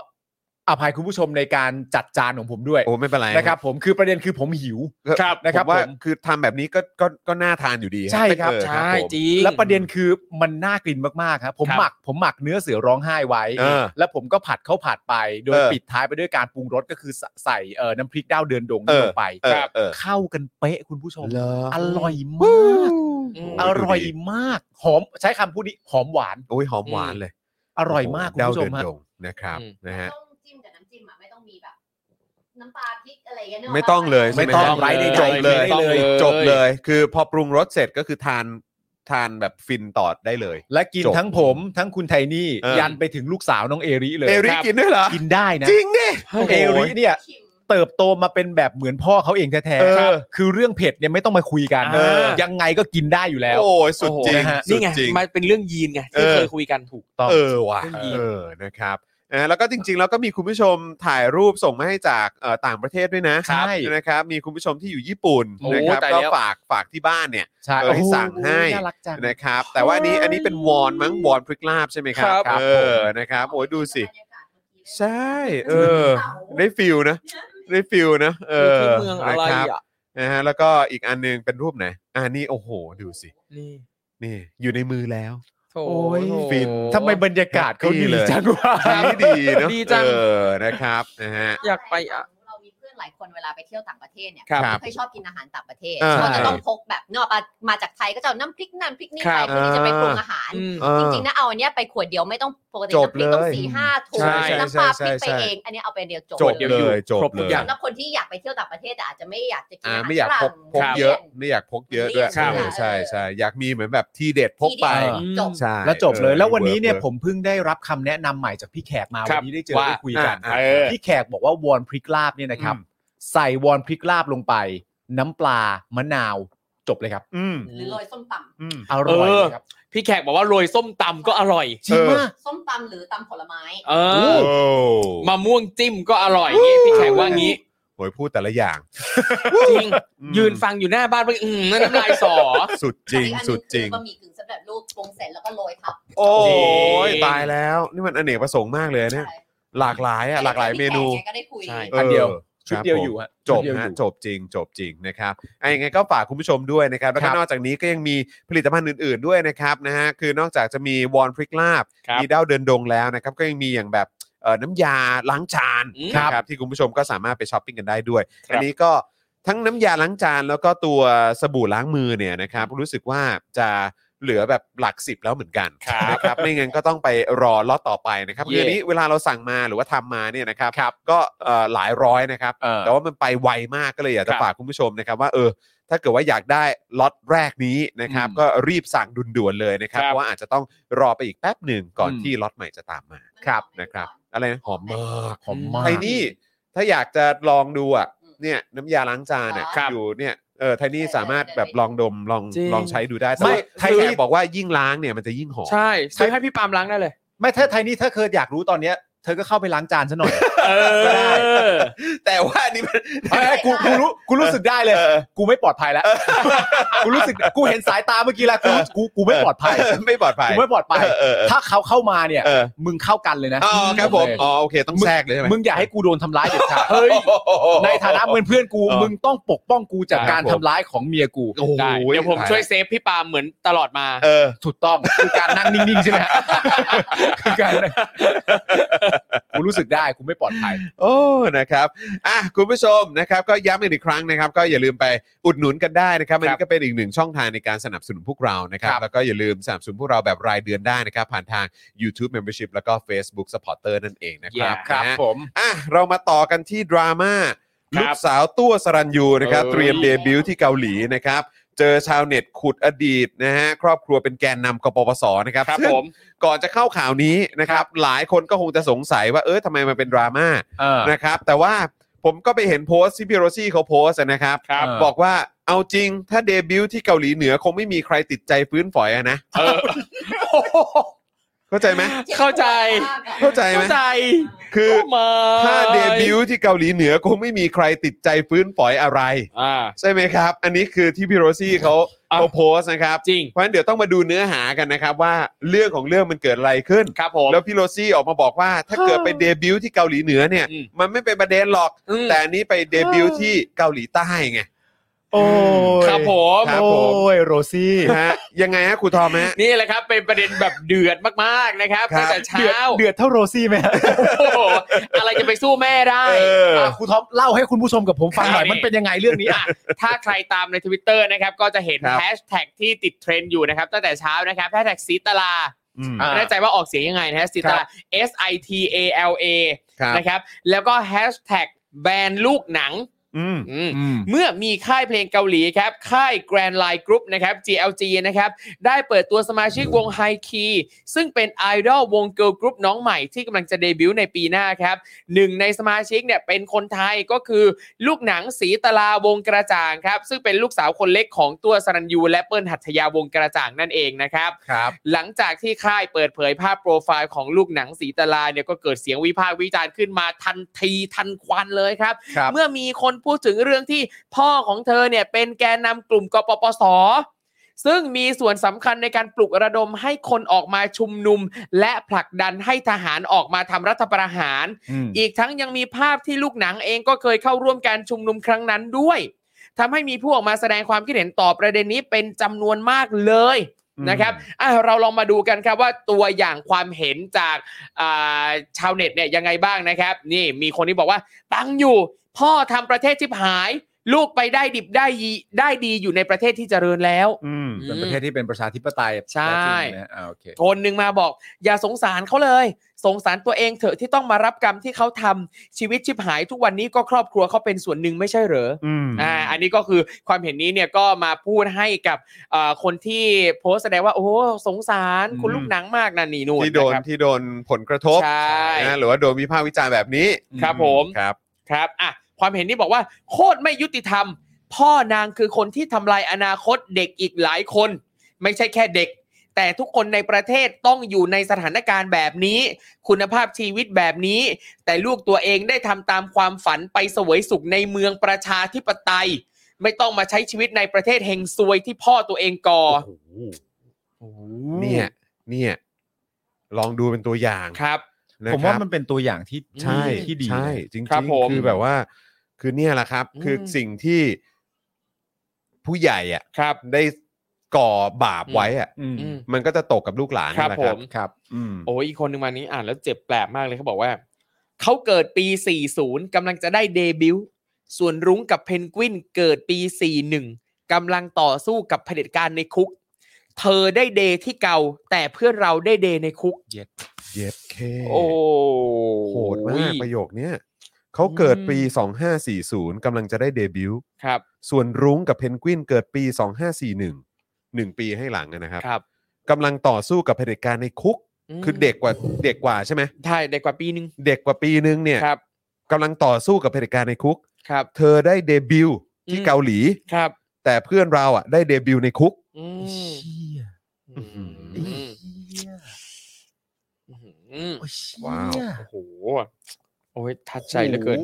Speaker 2: อภัยคุณผู้ชมในการจัดจานของผมด้วย
Speaker 1: โอ้ไม่เป็นไร
Speaker 2: นะครับ ผมคือประเด็นคือผมหิว
Speaker 1: ครับ
Speaker 2: นะครับ
Speaker 1: ผมว่า
Speaker 2: ผม
Speaker 1: คือทำแบบนี้ก็ก็ก็น่าทานอยู่ดีฮะ
Speaker 2: ใช่ครับ
Speaker 1: เออ
Speaker 3: ใช่
Speaker 1: ผม
Speaker 3: จริง
Speaker 2: และประเด็นคือมันน่ากินมากๆครับผม
Speaker 3: ครับ
Speaker 2: หมักผมหมักเนื้อเสือร้องไห้ไว้
Speaker 1: เออ
Speaker 2: แล้วผมก็ผัดข้าวผัดไป โดย
Speaker 1: เออ
Speaker 2: ปิดท้ายไปด้วยการปรุงรสก็คือใสใส่เอ่อน้ำพริกด้าวเดินดง
Speaker 1: เออ
Speaker 2: ลงไป
Speaker 1: เออ
Speaker 2: ครับ
Speaker 1: เออ
Speaker 2: เข้ากันเป๊ะคุณผู้ชม
Speaker 1: เหรอ
Speaker 2: อร่อยม
Speaker 1: วู้
Speaker 2: าก
Speaker 3: อืม
Speaker 2: อร่อยมาก หอมใช้คำพูดนี้หอมหวาน
Speaker 1: โอ้ยหอมหวานเลย
Speaker 2: อร่อยมากคุณ
Speaker 1: ดาว
Speaker 2: ผู้ช
Speaker 1: เดิ
Speaker 2: ม
Speaker 1: น
Speaker 2: ฮะ
Speaker 1: ดงนะครับ
Speaker 3: อืม
Speaker 1: นะฮะ
Speaker 4: ต้องจิ้มกับน้ำจิ้มอะไม่ต้องมีแบบ น้ำปลาพริกอะไรอย่างเงี้ยนึกกปะ
Speaker 1: ไม่ต้องเลยใช่ห
Speaker 2: ไม่ต้อง
Speaker 1: ฮะ
Speaker 2: ไร้ใดๆ
Speaker 1: จบเลย
Speaker 2: ไม่ได้เลย
Speaker 1: จบเลยคือพอปรุงรสเสร็จก็คือทานทานแบบฟินต่อได้เลย
Speaker 2: และกิน
Speaker 1: จบ
Speaker 2: ทั้งผมทั้งคุณไทนี่
Speaker 1: เออ
Speaker 2: ยันไปถึงลูกสาวน้องเอริเลย
Speaker 1: เอริ
Speaker 2: ครับ
Speaker 1: กินด้วยเหรอ
Speaker 2: กินได้นะ
Speaker 1: จริงดิ
Speaker 2: เอริเนี่ย
Speaker 4: ชิม
Speaker 2: เติบโตมาเป็นแบบเหมือนพ่อเขาเองแท้
Speaker 1: เออ
Speaker 2: ๆครับคือเรื่องเผ็ดเนี่ยไม่ต้องมาคุยกัน
Speaker 1: เออ
Speaker 2: ยังไงก็กินได้อยู่แล้ว
Speaker 1: โอ้ยสุดจริง
Speaker 2: โอ้โหนะฮะ
Speaker 1: สุ
Speaker 3: นี่
Speaker 1: ด
Speaker 3: ไง
Speaker 1: จริง
Speaker 3: มันเป็นเรื่องยีนไงที่
Speaker 1: เออ
Speaker 3: เคยคุยกันถูก
Speaker 2: ต้อง
Speaker 1: เออว่ะ
Speaker 3: เรื่องดี
Speaker 1: เออนะครับนะแล้วก็จริงๆ แล้วก็มีคุณผู้ชมถ่ายรูปส่งมาให้จากเอ่อต่างประเทศด้วยนะ
Speaker 2: ใช่
Speaker 1: นะครับมีคุณผู้ชมที่อยู่ญี่ปุ่น
Speaker 2: โอ้ย
Speaker 1: นะครับ
Speaker 2: ตาย
Speaker 1: ก็
Speaker 2: แล้ว
Speaker 1: ฝากฝากที่บ้านเนี่ย
Speaker 2: ใช่
Speaker 1: เออให้สั่งให้
Speaker 2: น่ารักจัง
Speaker 1: นะครับแต่ว่าอันนี้อันนี้เป็นวอนมั้งวอนพริกลาบใช่ไหมครั
Speaker 2: ครับ
Speaker 1: เออนะครับโอ้ยดูสิ
Speaker 4: บรรยากาศเมื่อกี้เลย
Speaker 1: ใช่เออ ได้ฟิลนะ ได้ฟิลนะเออ
Speaker 3: ที่เมืองอะไร
Speaker 1: นคบ
Speaker 3: อ่ะ
Speaker 1: นะฮะแล้วก็อีกอันหนึงเป็นรูปไหนอ่านี่โอ้โห ดูสิ
Speaker 3: นี่
Speaker 1: นี่ อยู่ในมือแล้ว
Speaker 3: โถ่
Speaker 2: โอ้ย
Speaker 3: โถ่
Speaker 1: ฟิน
Speaker 2: ทำไมบรรยากาศเขาดี
Speaker 1: ดีเลย
Speaker 2: จังวะ
Speaker 3: ครับ
Speaker 1: ดีดีเนอะ
Speaker 3: ดีจัง
Speaker 1: เออนะครับนะฮะ
Speaker 3: อยากไปอะ
Speaker 4: เรามีเพื่อนหลายคนเวลาไปเที่ยวต่างประเทศเนี่ย
Speaker 1: ครับ
Speaker 4: เคยชอบกินอาหารต่างประเทศ
Speaker 1: อ่า
Speaker 4: เขาจะต้องพกแบบเนกออกปะมาจากไทยก็จะเอาน้ำพริกนั่นพริกนี่
Speaker 3: ครั
Speaker 4: ไป
Speaker 3: บ
Speaker 4: เพื่อที่จะไปปรุงอาหาร
Speaker 3: อืม
Speaker 1: เอ
Speaker 4: จ
Speaker 1: อ
Speaker 4: ริงๆนะเอาอันเนี้ยไปขวดเดียวไม่ต้องปกติ
Speaker 1: จบ
Speaker 4: น้ำพริกต้อง
Speaker 1: เลย
Speaker 4: สี่ห้าถุง
Speaker 3: ใช่
Speaker 4: น้ำปลา
Speaker 1: ใช่
Speaker 4: พริกไป
Speaker 1: ใช่
Speaker 4: เอง อันเนี้ยเอาไปเดียวจบ
Speaker 1: จบ
Speaker 3: เดี๋ยว
Speaker 1: เล
Speaker 3: อยู่
Speaker 1: ยจบ
Speaker 3: ครบทุ
Speaker 1: เลย
Speaker 3: กอย่าง
Speaker 4: สำหรับคนที่อยากไปเที่ยวต่างประเทศแต่อาจจะไม่อยากจะกิน
Speaker 1: อ่า
Speaker 4: อาหาร
Speaker 1: ไม่อยากพ
Speaker 4: ฝรั่
Speaker 1: ก
Speaker 4: ง
Speaker 1: พกเยอะ ไม่อยากพกเยอะด้วย
Speaker 3: ครั
Speaker 1: ใช่
Speaker 3: บ
Speaker 1: ใช่ใช่อยากมีเหมือนแบบที่เด็ดพกไป
Speaker 4: ที่เดียว
Speaker 2: อืม
Speaker 4: จบ
Speaker 1: ใช่
Speaker 2: แล้วจบเลย
Speaker 1: ออ
Speaker 2: แล้ววันนี้เนี่ย
Speaker 1: work
Speaker 2: ผ
Speaker 1: work
Speaker 2: มเพิ่งได้รับคำแนะนำใหม่จากพี่แขกมา
Speaker 3: ค
Speaker 2: วั
Speaker 3: รั
Speaker 2: น
Speaker 3: บ
Speaker 2: นี้ได้เจอ
Speaker 3: ว่า
Speaker 2: ได้คุยกัน
Speaker 1: อ่า
Speaker 3: เออ
Speaker 2: พี่แขกบอกว่าวอนพริกลาบเนี่ยนะครับ
Speaker 1: อืม
Speaker 2: ใส่วอนพริกลาบลงไป น้ำปลามะนาวจบเลยครับ
Speaker 1: อืม
Speaker 4: หรือโรยส้มต
Speaker 1: อืม
Speaker 2: อร่อยเลยครับ
Speaker 3: พี่แขกบอกว่าโรยส้มตำก็อร่อย
Speaker 1: จ
Speaker 2: จ
Speaker 1: ริ
Speaker 2: ริ
Speaker 1: ง
Speaker 2: ง
Speaker 1: ปะ
Speaker 2: มาก
Speaker 4: ำส้มตำหรือตำผลไม้
Speaker 3: เอ
Speaker 1: โอ้
Speaker 3: อ มะม่วงจิ้มก็อร่อยงี้พี่แขกว่างี้
Speaker 1: โหยพูดแต่ละอย่าง
Speaker 3: จริง
Speaker 1: อืม
Speaker 3: ยืนฟังอยู่หน้าบ้านไปอืมน้ำลายสอ
Speaker 1: สุดจริง
Speaker 4: อีกอันหนึ่
Speaker 1: สุดจริง
Speaker 4: คือบะหมี่กึ่งสำเร็จรูปปรุงเสร็จแล้วก็โรยทับ
Speaker 1: โอ้ย
Speaker 3: จริง
Speaker 1: ตายแล้วนี่มันอเนกประสงค์มากเลยเนี่ย หลากหลายอ่ะหลากหลายเมนู
Speaker 4: แกก็ได้คุย
Speaker 3: ใช่
Speaker 2: อันเดียว
Speaker 1: ค
Speaker 2: ชุด
Speaker 1: รับ
Speaker 2: เดียว
Speaker 1: ผม
Speaker 2: อยู่ฮะ
Speaker 1: จบ
Speaker 2: ชุดเดียวอ
Speaker 1: ฮะ
Speaker 2: ยู่
Speaker 1: จบจริง จบจริงนะครับไอ้ยังไงก็ฝากคุณผู้ชมด้วยนะครับแล้วก็
Speaker 2: ครับ
Speaker 1: นอกจากนี้ก็ยังมีผลิตภัณฑ์อื่นๆด้วยนะครับนะฮะคือนอกจากจะมีวอนพริกลาบ
Speaker 3: ครับ
Speaker 1: มีด้าวเดินดงแล้วนะครับก็ยังมีอย่างแบบเอ่อน้ำยาล้างจาน
Speaker 3: อืม
Speaker 1: นะครับที่คุณผู้ชมก็สามารถไปช้อปปิ้งกันได้ด้วย
Speaker 3: ครับ
Speaker 1: อันนี้ก็ทั้งน้ำยาล้างจานแล้วก็ตัวสบู่ล้างมือเนี่ยนะครับรู้สึกว่าจะ เหลือแบบหลักสิบแล้วเหมือนกัน
Speaker 3: ครับ
Speaker 1: นะครับไม่งั้นก็ต้องไปรอล็อตต่อไปนะครับ
Speaker 3: เย่
Speaker 1: เดือนนี้เวลาเราสั่งมาหรือว่าทำมาเนี่ยนะครับก็เอ่อหลายร้อยนะครับ
Speaker 2: เออ
Speaker 1: แต่ว่ามันไปไวมากก็เลยอยาก
Speaker 2: ค
Speaker 1: จะ
Speaker 2: รับ
Speaker 1: ฝากคุณผู้ชมนะครับว่าเออถ้าเกิดว่าอยากได้ล็อตแรกนี้นะครับ
Speaker 2: อืม
Speaker 1: ก็รีบสั่งด่วนๆเลยนะครับ
Speaker 3: ครั
Speaker 1: เพ
Speaker 3: บ
Speaker 1: ราะว่าอาจจะต้องรอไปอีกแป๊บหนึ่งก่อน
Speaker 2: อืม
Speaker 1: ที่ล็อตใหม่จะตามมา
Speaker 2: ครับ
Speaker 1: นะครับ อะไรนะหอมมาก
Speaker 2: หอมมาก
Speaker 1: ไทนี่ถ้าอยากจะลองดูอ่ะ
Speaker 4: อืม
Speaker 1: เนี่ยน้ำยาล้างจานอ่ะ
Speaker 4: ครับ
Speaker 1: อยู่เนี่ยเออไทนี่สามารถแบบลองดมลอง
Speaker 3: จริง
Speaker 1: ลองใช้ดูได้แต่
Speaker 2: ไม่
Speaker 1: ว่าไท
Speaker 2: ซื้อ
Speaker 1: นี่บอกว่ายิ่งล้างเนี่ยมันจะยิ่งหอม
Speaker 3: ใช่ซื้อให้พี่ปาล์มล้างได้เลย
Speaker 2: ไม่ถ้าไทยนี่ถ้าเธออยากรู้ตอนเนี้ยเธอก็เข้าไปล้างจานซะหน่อย
Speaker 3: เออ
Speaker 1: แต่ว่าอันนี่มัน
Speaker 2: เอ้ยกูกูรู้กูรู้สึกได้เลย กูไม่ปลอดภัยแล้ว กูรู้สึกกูเห็นสายตาเมื่อกี้แล้วกูรู้กูกูไม่ปลอดภัย
Speaker 1: ไม่ปลอดภัย
Speaker 2: กูไม่ปลอดภัย
Speaker 1: เออเออเออ
Speaker 2: ถ้าเขาเข้ามาเนี่ย
Speaker 1: เออ
Speaker 2: มึงเข้ากันเลยนะ
Speaker 1: อ๋อครับผม
Speaker 2: โอ
Speaker 1: อ๋อโอเคต้องแทรกเลยใช่ไหม
Speaker 2: เคมึงอย่าให้กูโดนทำร้ายเด็ดขาด
Speaker 3: เฮ้ย
Speaker 2: ในฐานะเป็นเพื่อนกู
Speaker 1: เออ
Speaker 2: มึงต้องปกป้องกูจาก
Speaker 1: ครับ
Speaker 2: การ
Speaker 1: ผม
Speaker 2: ทำร้ายของเมียกู
Speaker 1: โอ้โห
Speaker 3: ได้เดี๋ยวผมช่วยเซฟพี่ปาล์มเหมือนตลอดมา
Speaker 1: เออ
Speaker 2: ถูกต้องคือการนั่งนิ่งๆใช่ไหมฮะคือการนั่งกูรู้สึกได้กูไม่ปลอดภัย
Speaker 1: โอ้ นะครับ อ่ะ คุณผู้ชมนะครับ ก็ย้ำกันอีกครั้งนะครับ ก็อย่าลืมไปอุดหนุนกันได้นะครับอันนี้ก็เป็นอีกหนึ่งช่องทางในการสนับสนุนพวกเรา นะครับ
Speaker 2: ครับ
Speaker 1: แล้วก็อย่าลืมสนับสนุนพวกเราแบบรายเดือนได้นะครับ ผ่านทาง YouTube Membership แล้วก็ Facebook Supporter นั่นเองนะครับ
Speaker 3: Yeah
Speaker 1: นะฮะอ่ะ เรามาต่อกันที่ดราม่า
Speaker 3: ครับ
Speaker 1: ลูกสาวตัวสรัญยูนะครับ
Speaker 3: เออ
Speaker 1: เตรียมเดบิวต์ที่เกาหลีนะครับ เจอชาวเน็ตขุดอดีตนะฮะ ครอบครัวเป็นแกนนำกปปส นะครับ
Speaker 3: ครับ
Speaker 1: ซึ่ง
Speaker 3: ผม
Speaker 1: ก่อนจะเข้าข่าวนี้นะครับ หลายคนก็คงจะสงสัยว่า เออทำไมมันเป็นดราม่า
Speaker 2: เออ
Speaker 1: นะครับแต่ว่าผมก็ไปเห็นโพสต์ที่พี่โรซี่เขาโพสต์นะครับ
Speaker 3: ครับ
Speaker 1: บอกว่าเอาจริงถ้าเดบิวต์ที่เกาหลีเหนือคงไม่มีใครติดใจฟื้นฝอยอะนะ
Speaker 3: เออ
Speaker 1: เข้าใจไหม
Speaker 3: เข้าใจ
Speaker 1: เข้าใจไหม
Speaker 3: เข้าใจ
Speaker 1: คือ
Speaker 3: เข้ามา
Speaker 1: ถ้าเดบิวต์ที่เกาหลีเหนือคงไม่มีใครติดใจฟื้นฝอยอะไร
Speaker 3: อ่า
Speaker 1: ใช่ไหมครับ อันนี้คือที่พี่โรซี่เขา
Speaker 3: อ่ะ
Speaker 1: เขาโพสต์นะครับ
Speaker 3: จริง
Speaker 1: เพราะฉะนั้นเดี๋ยวต้องมาดูเนื้อหากันนะครับว่าเรื่องของเรื่องมันเกิดอะไรขึ้น
Speaker 3: ครับผม
Speaker 1: แล้วพี่โรซี่ออกมาบอกว่าถ้าเกิดไปเดบิวต์ที่เกาหลีเหนือเนี่ย
Speaker 3: อืม
Speaker 1: มันไม่เป็นประเด็นหรอก
Speaker 3: อืม
Speaker 1: แต่อันนี้ไปเดบิวต์ที่เกาหลีใต้ไง
Speaker 2: โอ้ย
Speaker 3: ครับผม
Speaker 1: ครับ
Speaker 2: โอ้ยโรซี่
Speaker 1: ฮะยังไงฮะครูทอมฮะ
Speaker 3: นี่แหละครับเป็นประเด็นแบบเดือดมากๆนะครับ
Speaker 1: ครับ
Speaker 3: ตั้งแต่เช้า
Speaker 2: เดือดเท่าโรซี่ไหมฮะ
Speaker 3: โอ้โหอะไรจะไปสู้แม่ได้
Speaker 1: เออ
Speaker 2: ะครูท็อปเล่าให้คุณผู้ชมกับผมฟังหน่อย
Speaker 3: ครับ
Speaker 2: มันเป็นยังไงเรื่องนี้อ่ะ
Speaker 3: ถ้าใครตามในทวิตเตอร์นะครับ ก็จะเห็น
Speaker 1: ครับ
Speaker 3: แฮชแท็กที่ติดเทรนด์อยู่นะครับ ตั้งแต่เช้านะครับแฮชแท็กสีตลา
Speaker 1: อืม
Speaker 2: อ่า
Speaker 3: ไม่แน่ใจว่าออกเสียงยังไงนะฮะสีตลา S I T A L A
Speaker 1: ครับ
Speaker 3: นะครับแล้วก็แฮชแท็กแบนลูกหนัง
Speaker 1: อืม
Speaker 3: อืม เมื่อมีค่ายเพลงเกาหลีครับ ค่าย Grand Line Group นะครับ GLG นะครับ ได้เปิดตัวสมาชิกวง High Key ซึ่งเป็นไอดอลวงเกิร์ลกรุ๊ปน้องใหม่ที่กำลังจะเดบิวต์ในปีหน้าครับ หนึ่งในสมาชิกเนี่ยเป็นคนไทยก็คือลูกหนังสีตลาวงกระจ่างครับ ซึ่งเป็นลูกสาวคนเล็กของตัวสรัญยูและเปิ้ลหัทยาวงกระจ่างนั่นเองนะครับ
Speaker 1: ครับ
Speaker 3: หลังจากที่ค่ายเปิดเผยภาพโปรไฟล์ของลูกหนังสีตลาเนี่ยก็เกิดเสียงวิพากษ์วิจารณ์ขึ้นมาทันทีทันควันเลยครับ
Speaker 1: ครับ
Speaker 3: เมื่อมีคนพูดถึงเรื่องที่พ่อของเธอเนี่ยเป็นแกนนำกลุ่มกปปส ซึ่งมีส่วนสำคัญในการปลุกระดมให้คนออกมาชุมนุม และผลักดันให้ทหารออกมาทำรัฐประหาร อีกทั้งยังมีภาพที่ลูกหนังเองก็เคยเข้าร่วมการชุมนุมครั้งนั้นด้วยทำให้มีผู้ออกมาแสดงความคิดเห็นต่อประเด็นนี้เป็นจำนวนมากเลย
Speaker 1: อืม
Speaker 3: นะครับอ่ะเราลองมาดูกันครับว่าตัวอย่างความเห็นจากอ่าชาวเน็ตเนี่ยยังไงบ้างนะครับ นี่มีคนที่บอกว่า ตังอยู่ พ่อทำประเทศชิบหาย ลูกไปได้ดิบได้ยีได้ดีอยู่ในประเทศที่เจริญแล้ว
Speaker 1: อืม
Speaker 2: เป็นประเทศที่เป็นประชาธิปไตย
Speaker 3: ใช่
Speaker 2: แท้จริงนะอ่าโอเค
Speaker 3: คนหนึ่งมาบอก อย่าสงสารเขาเลย สงสารตัวเองเถอะที่ต้องมารับกรรมที่เขาทำชีวิตชิบหายทุกวันนี้ก็ครอบครัวเขาเป็นส่วนหนึ่งไม่ใช่เหรอ
Speaker 1: อืม
Speaker 3: อ่าอันนี้ก็คือความเห็นนี้เนี่ยก็มาพูดให้กับเอ่อคนที่โพสต์แสดงว่า โอ้โหสงสาร
Speaker 1: อืม
Speaker 3: คุณลูกหนังมากนั่นนี่นู่น
Speaker 1: ที่โดน
Speaker 3: นะครับ
Speaker 1: ที่โดนผลกระทบ
Speaker 3: ใช่
Speaker 1: นะหรือว่าโดนวิพากษ์วิจารณ์แบบนี้
Speaker 3: ครับผม
Speaker 1: ครับ
Speaker 3: ครับอ่ะความเห็นนี้บอกว่าโคตรไม่ยุติธรรม พ่อนางคือคนที่ทำลายอนาคตเด็กอีกหลายคน ไม่ใช่แค่เด็ก แต่ทุกคนในประเทศต้องอยู่ในสถานการณ์แบบนี้ คุณภาพชีวิตแบบนี้ แต่ลูกตัวเองได้ทำตามความฝันไปเสวยสุขในเมืองประชาธิปไตย ไม่ต้องมาใช้ชีวิตในประเทศเฮงซวยที่พ่อตัวเองก่อ
Speaker 1: โอ้โหเนี่ยเนี่ยลองดูเป็นตัวอย่าง
Speaker 3: ครับ
Speaker 1: ะ
Speaker 2: ผมว่า
Speaker 1: ครับ
Speaker 2: มันเป็นตัวอย่างที่
Speaker 1: ใช่
Speaker 2: ที่ดี
Speaker 1: ใช่
Speaker 2: นะ
Speaker 1: จริง
Speaker 3: ครับผม
Speaker 1: ๆคือแบบว่า คือเนี่ยแหละครับ
Speaker 3: อืม
Speaker 1: คือสิ่งที่ผู้ใหญ่อะ
Speaker 3: ครับ
Speaker 1: ได้ก่อบาปไว้อะ
Speaker 2: อืม
Speaker 3: อืม
Speaker 1: มันก็จะตกกับลูกหลาน
Speaker 3: ครั
Speaker 1: นั่น
Speaker 3: บ
Speaker 1: แหละค
Speaker 3: ผ
Speaker 1: รับ
Speaker 3: ม
Speaker 2: ครับอืม
Speaker 3: โอ้ยอีกคนหนึ่งมานี้อ่านแล้วเจ็บแปลบมากเลยเขาบอกว่า เขาเกิดปี 40 กำลังจะได้เดบิวต์ส่วนรุ้งกับเพนกวินเกิดปี 41 กำลังต่อสู้กับเผด็จการในคุก เธอได้เดย์ที่เก่า แต่เพื่อนเราได้เดย์ในคุก
Speaker 1: เย็บเค
Speaker 3: โอ้
Speaker 1: โหดมากประโยคเนี้ยเขาเกิดปี 2540กำลังจะได้เดบิวต์
Speaker 3: ครับ
Speaker 1: ส่วนรุ้งกับเพนกวินเกิดปี 2541 1 ปีให้หลังนะครับ
Speaker 3: ครับ
Speaker 1: กำลังต่อสู้กับเผด็จการในคุก
Speaker 3: ม
Speaker 1: คือเด็กกว่าเด็กกว่าใช่ไหม
Speaker 3: ใช่เด็กกว่าปีนึง
Speaker 1: เด็กกว่าปีนึงเนี่ย
Speaker 3: ครับ
Speaker 1: กำลังต่อสู้กับเผด็จการในคุก
Speaker 3: ครับ
Speaker 1: เธอได้เดบิวต์ที่
Speaker 3: อืม
Speaker 1: เกาหลี
Speaker 3: ครับ
Speaker 1: แต่เพื่อนเราอ่ะได้เดบิวต์ในคุก
Speaker 3: อื
Speaker 2: ไอ้
Speaker 3: ม
Speaker 2: เชี่ย
Speaker 3: อืม
Speaker 2: ไอ้เชี่ย
Speaker 3: อืม
Speaker 2: ไอ้เชี่ย
Speaker 1: ว้าว
Speaker 3: โอ้โหโอ้ยทัดใจเหลือเกิน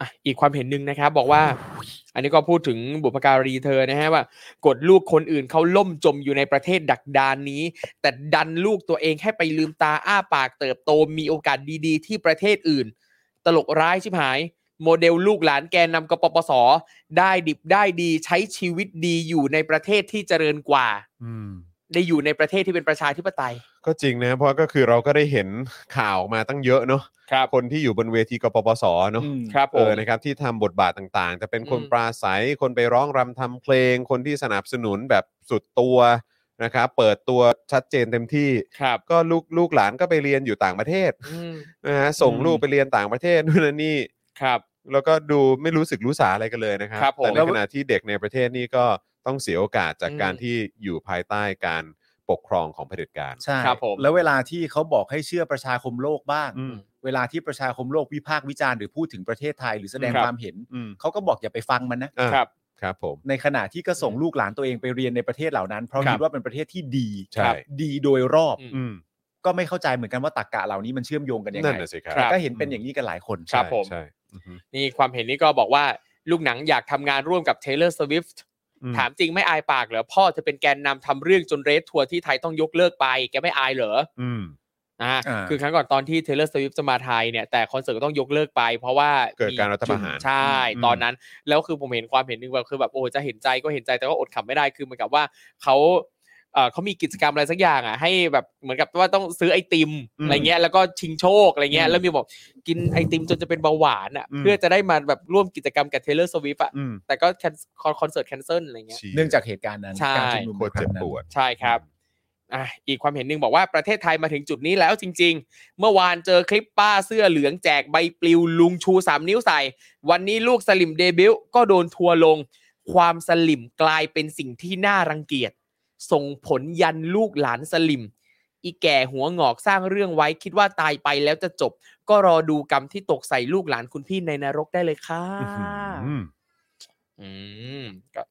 Speaker 3: อ่ะอีกความเห็นหนึ่งนะครับ บอกว่า อันนี้ก็พูดถึงบุพการีเธอนะฮะว่า กดลูกคนอื่นเขาล่มจมอยู่ในประเทศดักดานนี้ แต่ดันลูกตัวเองให้ไปลืมตาอ้าปากเติบโตมีโอกาสดีๆ ที่ประเทศอื่น ตลกร้ายชิบหาย โมเดลลูกหลานแกนนำกปปส ได้ดิบได้ดีใช้ชีวิตดีอยู่ในประเทศที่เจริญกว่า
Speaker 1: อืม
Speaker 3: ได้อยู่ในประเทศที่เป็นประชาธิปไตย
Speaker 1: ก็จริงนะเพราะก็คือเราก็ได้เห็นข่าวมาตั้งเยอะเนาะ
Speaker 3: ครับ
Speaker 1: คนที่อยู่บนเวทีกปปสเนาะ
Speaker 3: ครับผ
Speaker 1: เอ
Speaker 3: ม
Speaker 1: อนะครับที่ทำบทบาทต่างๆ จะเป็นคน
Speaker 3: อืม
Speaker 1: ปราศัย คนไปร้องรำทำเพลง คนที่สนับสนุนแบบสุดตัวนะครับเปิดตัวชัดเจนเต็มที่
Speaker 3: ครับ
Speaker 1: ก็ลูกลูกหลานก็ไปเรียนอยู่ต่างประเทศ
Speaker 3: อืม
Speaker 1: นะฮะส่ง
Speaker 2: อืม
Speaker 1: ลูกไปเรียนต่างประเทศนู่นนนนี่
Speaker 3: ครับ
Speaker 1: แล้วก็ดูไม่รู้สึกรู้สาอะไรกันเลยนะครับ
Speaker 3: ครับผม
Speaker 1: แต่ในขณะที่เด็กในประเทศนี่ก็ต้องเสียโอกาสจาก
Speaker 3: อืม
Speaker 1: การที่อยู่ภายใต้การปกครองของเผด็จการ
Speaker 2: ใช่
Speaker 3: ครับผม
Speaker 2: แล้วเวลาที่เขาบอกให้เชื่อประชาคมโลกบ้าง
Speaker 1: อืม
Speaker 2: เวลาที่ประชาคมโลกวิพากษ์วิจารณ์หรือพูดถึงประเทศไทยหรือแสดง
Speaker 3: ครับ
Speaker 2: ความเห็น
Speaker 1: อืม
Speaker 2: เขาก็บอกอย่าไปฟังมันนะ
Speaker 1: อ่ะ
Speaker 3: ครับ
Speaker 1: ครับผม
Speaker 2: ในขณะที่ก็ส่งลูกหลานตัวเองไปเรียนในประเทศเหล่านั้น เพราะ
Speaker 3: ครับ
Speaker 2: คิดว่าเป็นประเทศที่ดี
Speaker 1: ใช่
Speaker 2: ดีโดยรอบ
Speaker 1: อืม
Speaker 2: ก็ไม่เข้าใจเหมือนกันว่าตรกกะเหล่านี้มันเชื่อมโยงกันยัง
Speaker 1: นั่น
Speaker 2: ไง
Speaker 1: น่ะสิครับ
Speaker 3: ครับ
Speaker 2: ก็เห็นเป็นอย่างนี้กันหลายคน
Speaker 3: ครั
Speaker 1: ใช่
Speaker 3: บผม
Speaker 1: ใช่อือฮึ
Speaker 3: นี่ความเห็นนี้ก็บอกว่าลูกหนังอยากทำงานร่วมกับ Taylor Swift
Speaker 1: อืม
Speaker 3: ถามจริงไม่อายปากเหรอ พ่อเธอเป็นแกนนำทำเรื่องจนเรสทัวร์ที่ไทยต้องยกเลิกไป แกไม่อายเหรอ
Speaker 1: อืม
Speaker 3: อ่า
Speaker 2: า
Speaker 3: คือครั้งก่อนตอนที่ Taylor Swift จะมาไทยเนี่ยแต่คอนเสิร์ตก็ต้องยกเลิกไป เพราะว่า
Speaker 1: เกิดการรัฐประหาร
Speaker 3: ใช่
Speaker 1: อืม
Speaker 3: ตอนนั้น แล้วคือผมเห็นความเห็นหนึงแบบคือแบบโอ้จะเห็นใจก็เห็นใจแต่ก็อดขำไม่ได้คือเหมือนกับว่าเขาเอ่อเขามีกิจกรรมอะไรสักอย่างอ่ะให้แบบเหมือนกับว่าต้องซื้อไอติม
Speaker 1: อืม
Speaker 3: อะไรเงี้ยแล้วก็ชิงโชคอะไรเงี้ย
Speaker 2: อืม
Speaker 3: แล้วมีบอกกินไอติมจนจะเป็นเบาหวานอ่ะ
Speaker 1: อืม
Speaker 3: เพื่อจะได้มาแบบร่วมกิจกรรมกับ Taylor Swift อ่ะ
Speaker 1: อืม
Speaker 3: แต่ก็แคนคอนเสิร์ตแคนเซิลอะไรเงี้ย
Speaker 1: ชี่
Speaker 2: เนื่องจากเหตุการณ์นั้น
Speaker 3: ใช่
Speaker 2: การชุมนุม
Speaker 1: โคตรเจ็บปวด
Speaker 3: ใช่ครับอ่ะอีกความเห็นหนึ่งบอกว่าประเทศไทยมาถึงจุดนี้แล้วจริง ๆ เมื่อวานเจอคลิปป้าเสื้อเหลืองแจกใบปลิวลุงชู 3 นิ้วใส่ วันนี้ลูกสลิมเดบิวต์ก็โดนทัวร์ลง ความสลิมกลายเป็นสิ่งที่น่ารังเกียจ ส่งผลยันลูกหลานสลิม อีแก่หัวงอกสร้างเรื่องไว้คิดว่าตายไปแล้วจะจบ ก็รอดูกรรมที่ตกใส่ลูกหลานคุณพี่ในนรกได้เลยค่ะ
Speaker 1: อืม
Speaker 3: อืมก็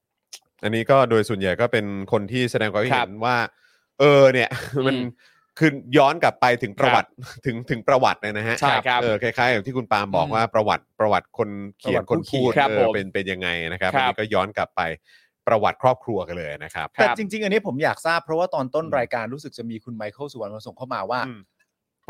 Speaker 1: อันนี้ก็โดยส่วนใหญ่ก็เป็นคนที่แสดงความคิด
Speaker 3: ครั
Speaker 1: เห็
Speaker 3: บ
Speaker 1: นว่า เออเนี่ย มัน
Speaker 3: อืม
Speaker 1: คือย้อนกลับไปถึงประวัติ ถึงถึงประวัติเลยนะฮะ
Speaker 3: ใช่ครับ
Speaker 1: เออคล้ายๆอย่างที่คุณปาล์มบอก
Speaker 3: อืม
Speaker 1: ว่าประวัติประวัติคนเขียน
Speaker 2: ประวัติ
Speaker 1: คน
Speaker 2: ผู้
Speaker 1: พูด
Speaker 3: เขียนครับ
Speaker 1: เอ
Speaker 3: ผ
Speaker 1: อ
Speaker 3: ม
Speaker 1: เป็นเป็นยังไงนะครับ
Speaker 3: ครั
Speaker 1: อัน
Speaker 3: บ
Speaker 1: นี้ก็ย้อนกลับไปประวัติครอบครัวกันเลยนะครับ
Speaker 3: ครั
Speaker 2: แต่
Speaker 3: บ
Speaker 2: จริง ๆ อันนี้ผมอยากทราบเพราะว่าตอนต้น
Speaker 1: อืม
Speaker 2: รายการรู้สึกจะมีคุณไมเคิลสุวรรณมาส่งเข้ามาว่า
Speaker 1: อืม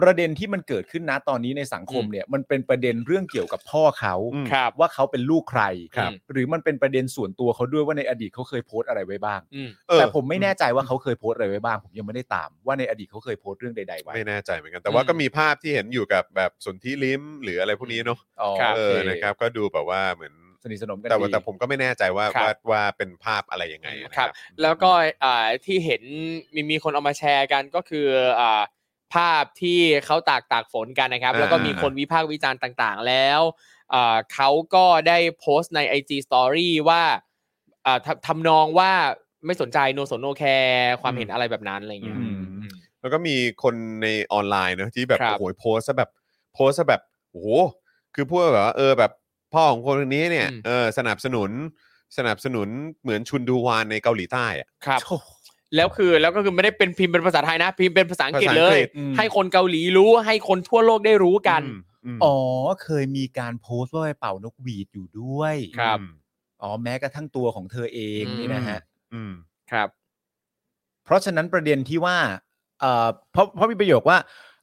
Speaker 2: ประเด็นที่มันเกิดขึ้นนะตอนนี้ในสังคมเนี่ยมันเป็นประเด็นเรื่องเกี่ยวกับพ่อเขา
Speaker 1: อืม
Speaker 3: ครับ
Speaker 2: ว่าเขาเป็นลูกใคร
Speaker 1: ครับ
Speaker 2: หรือมันเป็นประเด็นส่วนตัวเขาด้วยว่าในอดีตเขาเคยโพสต์อะไรไว้บ้าง
Speaker 3: อืม
Speaker 1: เออ
Speaker 2: แต่ผมไม่แน่ใจว่าเขาเคยโพสต์อะไรไว้บ้าง ผมยังไม่ได้ตามว่าในอดีตเขาเคยโพสต์เรื่องใด ๆ ไว้
Speaker 1: ไม่แน่ใจเหมือนกัน แต่ว่าก็มีภาพที่เห็นอยู่กับแบบสนธิลิ้มหรืออะไรพวกนี้เนาะ
Speaker 2: อ๋อ
Speaker 3: ครับ
Speaker 1: เอ
Speaker 2: โอ
Speaker 1: อ
Speaker 2: เค
Speaker 1: นะครับ ก็ดูแบบว่าเหมือน
Speaker 2: สนิทสนมกัน
Speaker 1: แต่
Speaker 2: ดี
Speaker 1: ว่าแต่ผมก็ไม่แน่ใจว่า
Speaker 3: ครับ
Speaker 1: ว่าว่าเป็นภาพอะไรยังไงนะค
Speaker 3: ครั
Speaker 1: รับ บ
Speaker 3: แล้วก็อ่าที่เห็นมีมีคนเอามาแชร์กันก็คืออ่าภาพที่เขาตากตากฝนกันนะครับ
Speaker 1: อ่า
Speaker 3: แล้วก็มี
Speaker 1: อ่า
Speaker 3: คนวิพากษ์วิจารณ์ต่างๆ แล้วอ่าเขาก็ได้โพสต์ใน IG Story ว่าอ่าทำทำนองว่าไม่สนใจโนสนโนแคร์ความเห็นอะไรแบบนั้นอะไรอย่างเงี้ย
Speaker 2: อืม
Speaker 1: แล้วก็มีคนในออนไลน์เนอะที่แบบ
Speaker 3: ครับ
Speaker 1: โอ้โหโพสต์ซะแบบโพสต์ซะแบบโอ้โหคือพูดแบบว่าเออแบบพ่อของคนนี้เนี่ย
Speaker 3: อืม
Speaker 1: เออสนับสนุนสนับสนุนเหมือนชุนดูวานในเกาหลีใต้อะ
Speaker 3: ครับ แล้วคือแล้วก็คือไม่ได้เป็นพิมพ์เป็นภาษาไทยนะ พิมพ์เป็นภาษาอังกฤษ
Speaker 1: ภา
Speaker 3: เลย
Speaker 1: ษาอังกฤษ
Speaker 2: อืม
Speaker 3: ให้คนเกาหลีรู้ให้คนทั่วโลกได้รู้กัน
Speaker 1: อืมม
Speaker 2: อ๋อเคยมีการโพสต์ว่าไปเป่านกหวีดอยู่ด้วย
Speaker 3: ครับ
Speaker 2: อ๋อแม้กระทั่งตัวของเธอเองนี่นะฮะ
Speaker 1: อืม
Speaker 3: ครับ
Speaker 2: เพราะฉะนั้นประเด็นที่ว่าเอ่อเพราะเพราะมีประโยคว่า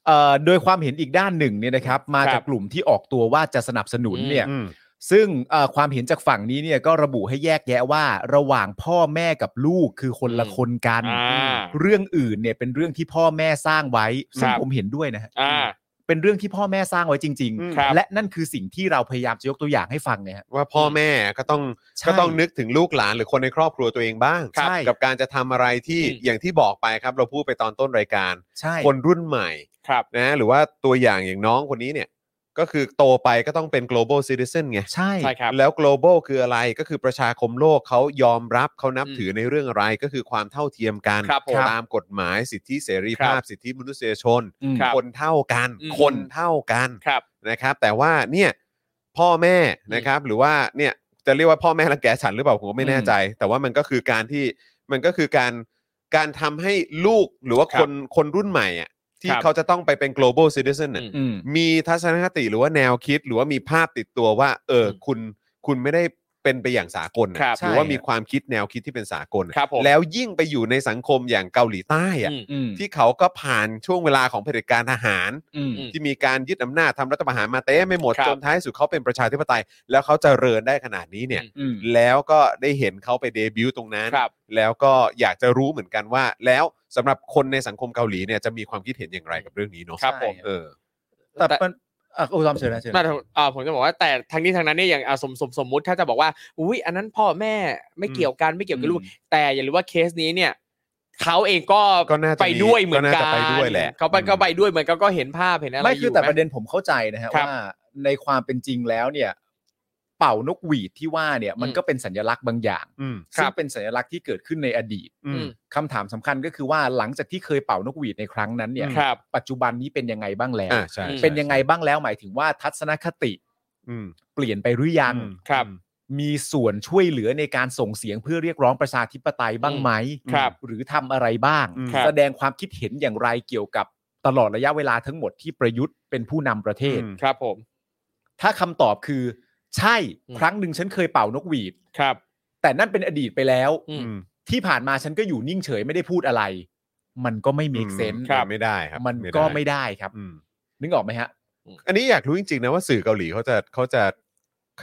Speaker 2: เอ่อโดยความเห็นอีกด้านหนึ่งเนี่ยนะครับ มาจากกลุ่มที่ออกตัวว่าจะสนับสนุนเนี่ย
Speaker 1: อืม
Speaker 2: ซึ่งเอ่อความเห็นจากฝั่งนี้เนี่ยก็ระบุให้แยกแยะว่าระหว่างพ่อแม่กับลูกคือคนละ
Speaker 3: อืม
Speaker 2: คนกัน
Speaker 3: อ่า
Speaker 2: เรื่องอื่นเนี่ยเป็นเรื่องที่พ่อแม่สร้างไว้ ซึ่ง
Speaker 3: ครับ
Speaker 2: ผมเห็นด้วยนะฮะ
Speaker 3: อ่า
Speaker 2: เป็นเรื่องที่พ่อแม่สร้างไว้จริง
Speaker 1: อืม
Speaker 3: ครับ
Speaker 2: ๆ และนั่นคือสิ่งที่เราพยายามจะยกตัวอย่างให้ฟังเนี่ยฮะ
Speaker 1: ว่าพ่อแม่ก็ต้อง
Speaker 2: ใช่
Speaker 1: ก็ต้องนึกถึงลูกหลานหรือคนในครอบครัวตัวเองบ้าง
Speaker 2: ครับ
Speaker 1: กับการจะทำอะไรที่
Speaker 3: อืม
Speaker 1: อย่างที่บอกไปครับ เราพูดไปตอนต้นรายการ
Speaker 2: ใช่
Speaker 1: คนรุ่นใหม่
Speaker 3: ครับ
Speaker 1: นะหรือว่าตัวอย่างอย่างน้องคนนี้เนี่ย ก็คือโตไปก็ต้องเป็น global citizen ไง
Speaker 2: ใช่
Speaker 3: ใช่ครับ
Speaker 1: แล้ว global คืออะไรก็คือประชาคมโลกเขายอมรับเขานับ
Speaker 3: อืม
Speaker 1: ถือในเรื่องอะไรก็คือความเท่าเทียมกัน
Speaker 3: ครับผม
Speaker 1: ตามกฎหมายสิทธิเสรีภาพ สิทธิมนุษยชน
Speaker 2: อืม
Speaker 3: ครับ
Speaker 1: คนเท่ากัน
Speaker 3: อืม
Speaker 1: คนเท่ากัน
Speaker 3: ครับ
Speaker 1: นะครับ แต่ว่าเนี่ยพ่อแม่นะครับหรือว่าเนี่ยจะเรียกว่าพ่อแม่รังแกฉันหรือเปล่าผมก็ไม่แน่ใจ แต่ว่ามันก็คือการที่มันก็คือการการทำให้ลูกหรือว่า
Speaker 3: ครั
Speaker 1: ค
Speaker 3: บ
Speaker 1: นคนรุ่นใหม่อ่ะที่
Speaker 3: ครับ
Speaker 1: เขาจะต้องไปเป็น global citizen น่ะ
Speaker 3: อืม
Speaker 2: อืม
Speaker 1: มีทัศนคติหรือว่าแนวคิดหรือว่ามีภาพติดตัวว่า เออ
Speaker 3: อืม
Speaker 1: คุณคุณไม่ได้เป็นไปอย่างสากลนะครับ หรือว่า
Speaker 2: ใช่
Speaker 1: มีความคิดแนวคิดที่เป็นสากลนะครับ
Speaker 3: ผม
Speaker 1: แล้วยิ่งไปอยู่ในสังคมอย่างเกาหลีใต้อะ
Speaker 3: อืม
Speaker 2: อืม
Speaker 1: ที่เขาก็ผ่านช่วงเวลาของเผด็จการทหาร
Speaker 2: อืม
Speaker 3: อืม
Speaker 1: ที่มีการยึดอำนาจทำรัฐประหารมาเต้ไม่หมด
Speaker 3: ครับ
Speaker 1: จนท้ายสุดเขาเป็นประชาธิปไตย แล้วเขาเจริญได้ขนาดนี้เนี่ย
Speaker 3: อืม
Speaker 2: อืม
Speaker 1: แล้วก็ได้เห็นเขาไปเดบิวต์ตรงนั้น
Speaker 3: ครับ
Speaker 1: แล้วก็อยากจะรู้เหมือนกันว่า แล้วสำหรับคนในสังคมเกาหลีเนี่ยจะมีความคิดเห็นอย่างไรกับเรื่องนี้เนาะ
Speaker 3: ครับผม
Speaker 1: เออ
Speaker 2: แต่
Speaker 3: แต่
Speaker 2: มันอ่ะโอ้ยตอมเชิญนะเชิญ
Speaker 3: ไม่เอ่อผมจะบอกว่าแต่ทางนี้ทางนั้นเนี่ยอย่างอ่ะสมสมสมมุติถ้าจะบอกว่าอุ้ยอันนั้นพ่อแม่ไม่เกี่ยวกันไม่เกี่ยวกับลูก แต่อย่าลืมว่าเคสนี้เนี่ยเขาเองก็
Speaker 1: ก็น่าจะ
Speaker 3: ไปด้วยเหมือน
Speaker 1: ก็น่า
Speaker 3: กัน
Speaker 1: จะไปด้วยแหละ
Speaker 3: เขาไป
Speaker 1: อืม
Speaker 3: ก็ไปด้วยเหมือนกันก็เห็นภาพเห็นอะไร
Speaker 2: ไม่คือแต่
Speaker 3: ยู่
Speaker 2: ประเด็นผมเข้าใจนะฮะ
Speaker 3: ครับ
Speaker 2: ว่าในความเป็นจริงแล้วเนี่ย เป่านกหวีดที่ว่าเนี่ยมัน
Speaker 3: อืม
Speaker 2: ก็เป็นสัญลักษณ์บางอย่าง
Speaker 1: อืม
Speaker 2: ซึ่งเป็นสัญลักษณ์ที่เกิดขึ้นในอดีต
Speaker 1: อืม
Speaker 2: คำถามสำคัญก็คือว่าหลังจากที่เคยเป่านกหวีดในครั้งนั้นเนี่ย
Speaker 3: ครับ
Speaker 2: ปัจจุบันนี้เป็นยังไงบ้างแล้ว
Speaker 1: อ่าใช่
Speaker 3: อืม
Speaker 1: ใช่
Speaker 2: เป็นยังไงบ้างแล้วหมายถึงว่าทัศนคติ
Speaker 1: อืม
Speaker 2: เปลี่ยนไปหรือยัง
Speaker 1: อืม
Speaker 3: ครับ
Speaker 2: มีส่วนช่วยเหลือในการส่งเสียงเพื่อเรียกร้องประชาธิปไตยบ้างไหม
Speaker 3: ครับ
Speaker 2: หรือทำอะไรบ้าง
Speaker 1: อืม
Speaker 3: ครับ
Speaker 2: แสดงความคิดเห็นอย่างไรเกี่ยวกับตลอดระยะเวลาทั้งหมดที่ประยุทธ์เป็นผู้นำประเทศ
Speaker 1: อืม
Speaker 3: ครับผม
Speaker 2: ถ้าคำตอบคือ ใช่
Speaker 3: อืม
Speaker 2: ครั้งหนึ่งฉันเคยเป่านกหวีด
Speaker 3: ครับ
Speaker 2: แต่นั่นเป็นอดีตไปแล้ว
Speaker 3: อื
Speaker 1: อืม
Speaker 2: ที่ผ่านมาฉันก็อยู่นิ่งเฉยไม่ได้พูดอะไร มันก็ไม่มีเซน
Speaker 1: ครับ ไม่ได้ครับ
Speaker 2: มันก็ไม่ได้ครับ
Speaker 1: อืม
Speaker 2: นึกออกไหมฮะ
Speaker 1: อันนี้อยากรู้จริงๆนะว่าสื่อเกาหลีเขาจะเขาจะ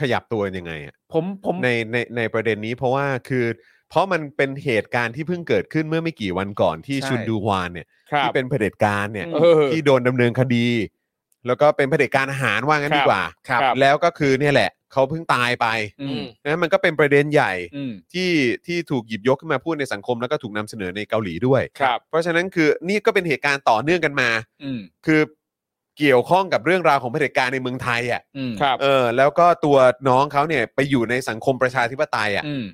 Speaker 1: ขยับตัวยังไงอะ
Speaker 2: ผมผม
Speaker 1: ในในในประเด็นนี้เพราะว่าคือ เพราะมันเป็นเหตุการณ์ที่เพิ่งเกิดขึ้นเมื่อไม่กี่วันก่อนที่
Speaker 2: ใช่
Speaker 1: ชุนดูฮวานเนี่ย
Speaker 3: ครั
Speaker 1: ที่
Speaker 3: บ
Speaker 1: เป็นเผด็จการเนี่ย
Speaker 3: เออ
Speaker 1: ที่โดนดำเนินคดี แล้วก็เป็นเผด็จการอาหารว่างั้นดีกว่า
Speaker 2: ครับ
Speaker 3: ครับ
Speaker 1: แล้วก็คือเนี่ยแหละเขาเพิ่งตายไป
Speaker 2: อืม
Speaker 1: นะมันก็เป็นประเด็นใหญ่
Speaker 2: อืม
Speaker 1: ที่ที่ถูกหยิบยกขึ้นมาพูดในสังคมแล้วก็ถูกนำเสนอในเกาหลีด้วย
Speaker 3: ครับ
Speaker 1: เพราะฉะนั้นคือนี่ก็เป็นเหตุการณ์ต่อเนื่องกันมา
Speaker 2: อืม
Speaker 1: คือเกี่ยวข้องกับเรื่องราวของเผด็จการในเมืองไทยอ่ะ
Speaker 2: อืม
Speaker 3: ครับ
Speaker 1: เออแล้วก็ตัวน้องเขาเนี่ยไปอยู่ในสังคมประชาธิปไตยอ่ะ
Speaker 2: อืม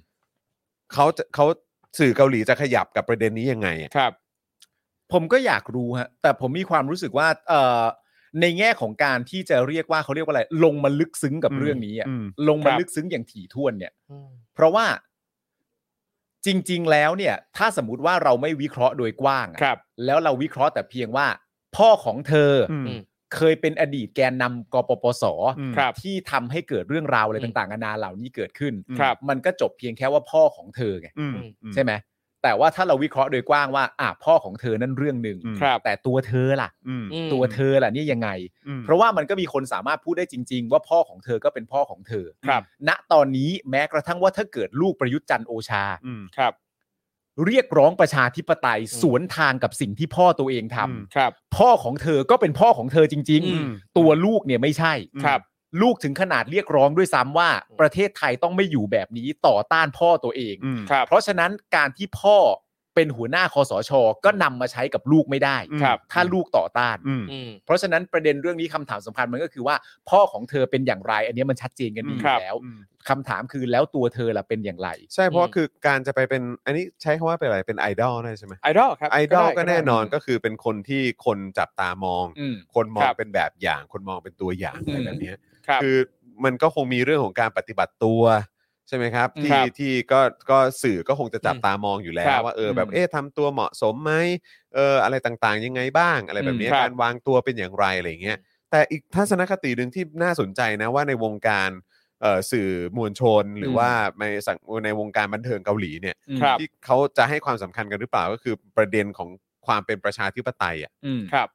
Speaker 1: เขาจะเขาสื่อเกาหลีจะขยับกับประเด็นนี้ยังไงอ่ะ
Speaker 3: ครับ
Speaker 2: ผมก็อยากรู้ฮะแต่ผมมีความรู้สึกว่าเอ่อในแง่ของการที่จะเรียกว่าเขาเรียกว่าอะไร ลงมาลึกซึ้งกับเรื่องนี้อ่ะ
Speaker 1: ม
Speaker 2: ลงมา
Speaker 3: ครับ
Speaker 2: ลึกซึ้งอย่างถี่ถ้วนเนี่ย เพราะว่าจริง ๆ แล้วเนี่ย ถ้าสมมติว่าเราไม่วิเคราะห์โดยกว้างอะ
Speaker 3: ครับ
Speaker 2: แล้วเราวิเคราะห์แต่เพียงว่า พ่อของเธออ
Speaker 1: อืม
Speaker 3: อืม
Speaker 2: เคยเป็นอดีตแกนนำกปปส
Speaker 1: อืม
Speaker 3: ครับ
Speaker 2: ที่ทำให้เกิดเรื่องราวอะไร
Speaker 3: อืม
Speaker 2: ต่างๆนานาเหล่านี้เกิดขึ้น
Speaker 1: อืม
Speaker 3: ครับ
Speaker 2: มันก็จบเพียงแค่ว่าพ่อของเธอไง
Speaker 1: อืม
Speaker 2: ใช่ไหมแต่ว่าถ้าเราวิเคราะห์โดยกว้างว่าอ่ะพ่อของเธอนั่นเรื่องหนึ่ง
Speaker 3: ครับ
Speaker 2: แต่ตัวเธอล่ะ
Speaker 1: อืม
Speaker 3: อืม
Speaker 2: ตัวเธอล่ะเนี่ยยังไง
Speaker 1: อืม
Speaker 2: เพราะว่ามันก็มีคนสามารถพูดได้จริง ๆ ว่าพ่อของเธอก็เป็นพ่อของเธอ
Speaker 3: ครับ
Speaker 2: ณตอนนี้แม้กระทั่งว่าถ้าเกิดลูกประยุทธ์จันทร์โอชา
Speaker 1: อืม
Speaker 3: ครับ
Speaker 2: เรียกร้องประชาธิปไตย
Speaker 3: อืม
Speaker 2: สวนทางกับสิ่งที่พ่อตัวเองทำ
Speaker 1: อืม
Speaker 3: ครับ
Speaker 2: พ่อของเธอก็เป็นพ่อของเธอจริง
Speaker 3: อืม
Speaker 2: ๆ ตัวลูกเนี่ยไม่ใช่
Speaker 3: ครับ
Speaker 2: ลูกถึงขนาดเรียกร้องด้วยซ้ำว่า ประเทศไทยต้องไม่อยู่แบบนี้ต่อต้านพ่อตัวเอง
Speaker 1: อืม
Speaker 3: ครับ
Speaker 2: เพราะฉะนั้นการที่พ่อเป็นหัวหน้าคอสช ก็นำมาใช้กับลูกไม่ได้
Speaker 1: ครับ
Speaker 2: ถ้าลูกต่อต้าน
Speaker 1: อืม
Speaker 3: อืม
Speaker 2: เพราะฉะนั้นประเด็นเรื่องนี้คำถามสำคัญมันก็คือว่า พ่อของเธอเป็นอย่างไร อันนี้มันชัดเจนกันดีอ
Speaker 3: ครั
Speaker 2: ยู่
Speaker 3: บ
Speaker 2: แล้วคำถามคือแล้วตัวเธอล่ะเป็นอย่างไร
Speaker 1: ใช่เพราะว่า
Speaker 3: อืม
Speaker 1: คือการจะไปเป็นอันนี้ใช้คำว่าเป็นอะไรเป็นไอดอลได้ใช่ไหม
Speaker 3: ไอดอลครับ
Speaker 1: ไอดอลก็
Speaker 3: ได้
Speaker 1: แน่นอนก็คือเป็นคนที่คนจับตามอง
Speaker 2: อืม
Speaker 1: คนมอง
Speaker 3: ครับ
Speaker 1: เป็นแบบอย่าง คนมองเป็นตัวอย่าง
Speaker 2: อืม
Speaker 1: อะไรแบบเนี้ย
Speaker 3: ครับ
Speaker 1: คือมันก็คงมีเรื่องของการปฏิบัติตัวใช่ไหมครับ
Speaker 2: อืม
Speaker 1: ที่
Speaker 3: ครับ
Speaker 1: ที่ก็ก็สื่อก็คงจะจับ
Speaker 3: อืม
Speaker 1: ตามองอยู่แล้
Speaker 3: ครั
Speaker 1: ว
Speaker 3: บ
Speaker 1: ว่าเออแบบ
Speaker 2: อืม
Speaker 1: เอ๊ะทำตัวเหมาะสมไหมเอออะไรต่างๆ ยังไงบ้างอะไรแบบเนี้ย
Speaker 3: อืมครับ
Speaker 1: การวางตัวเป็นอย่างไรอะไรอย่างเงี้ยแต่อีกทัศนคติหนึ่งที่น่าสนใจนะว่าในวงการเอ่อสื่อมวลชนหรืออ
Speaker 2: ม
Speaker 1: ว่าในสังในวงการบันเทิงเกาหลีเนี่ย
Speaker 2: อืม
Speaker 3: ครับ
Speaker 1: ที่เขาจะให้ความสำคัญกันหรือเปล่าก็คือประเด็นของความเป็นประชาธิปไตยอ่ะ
Speaker 2: อืม
Speaker 3: ครับ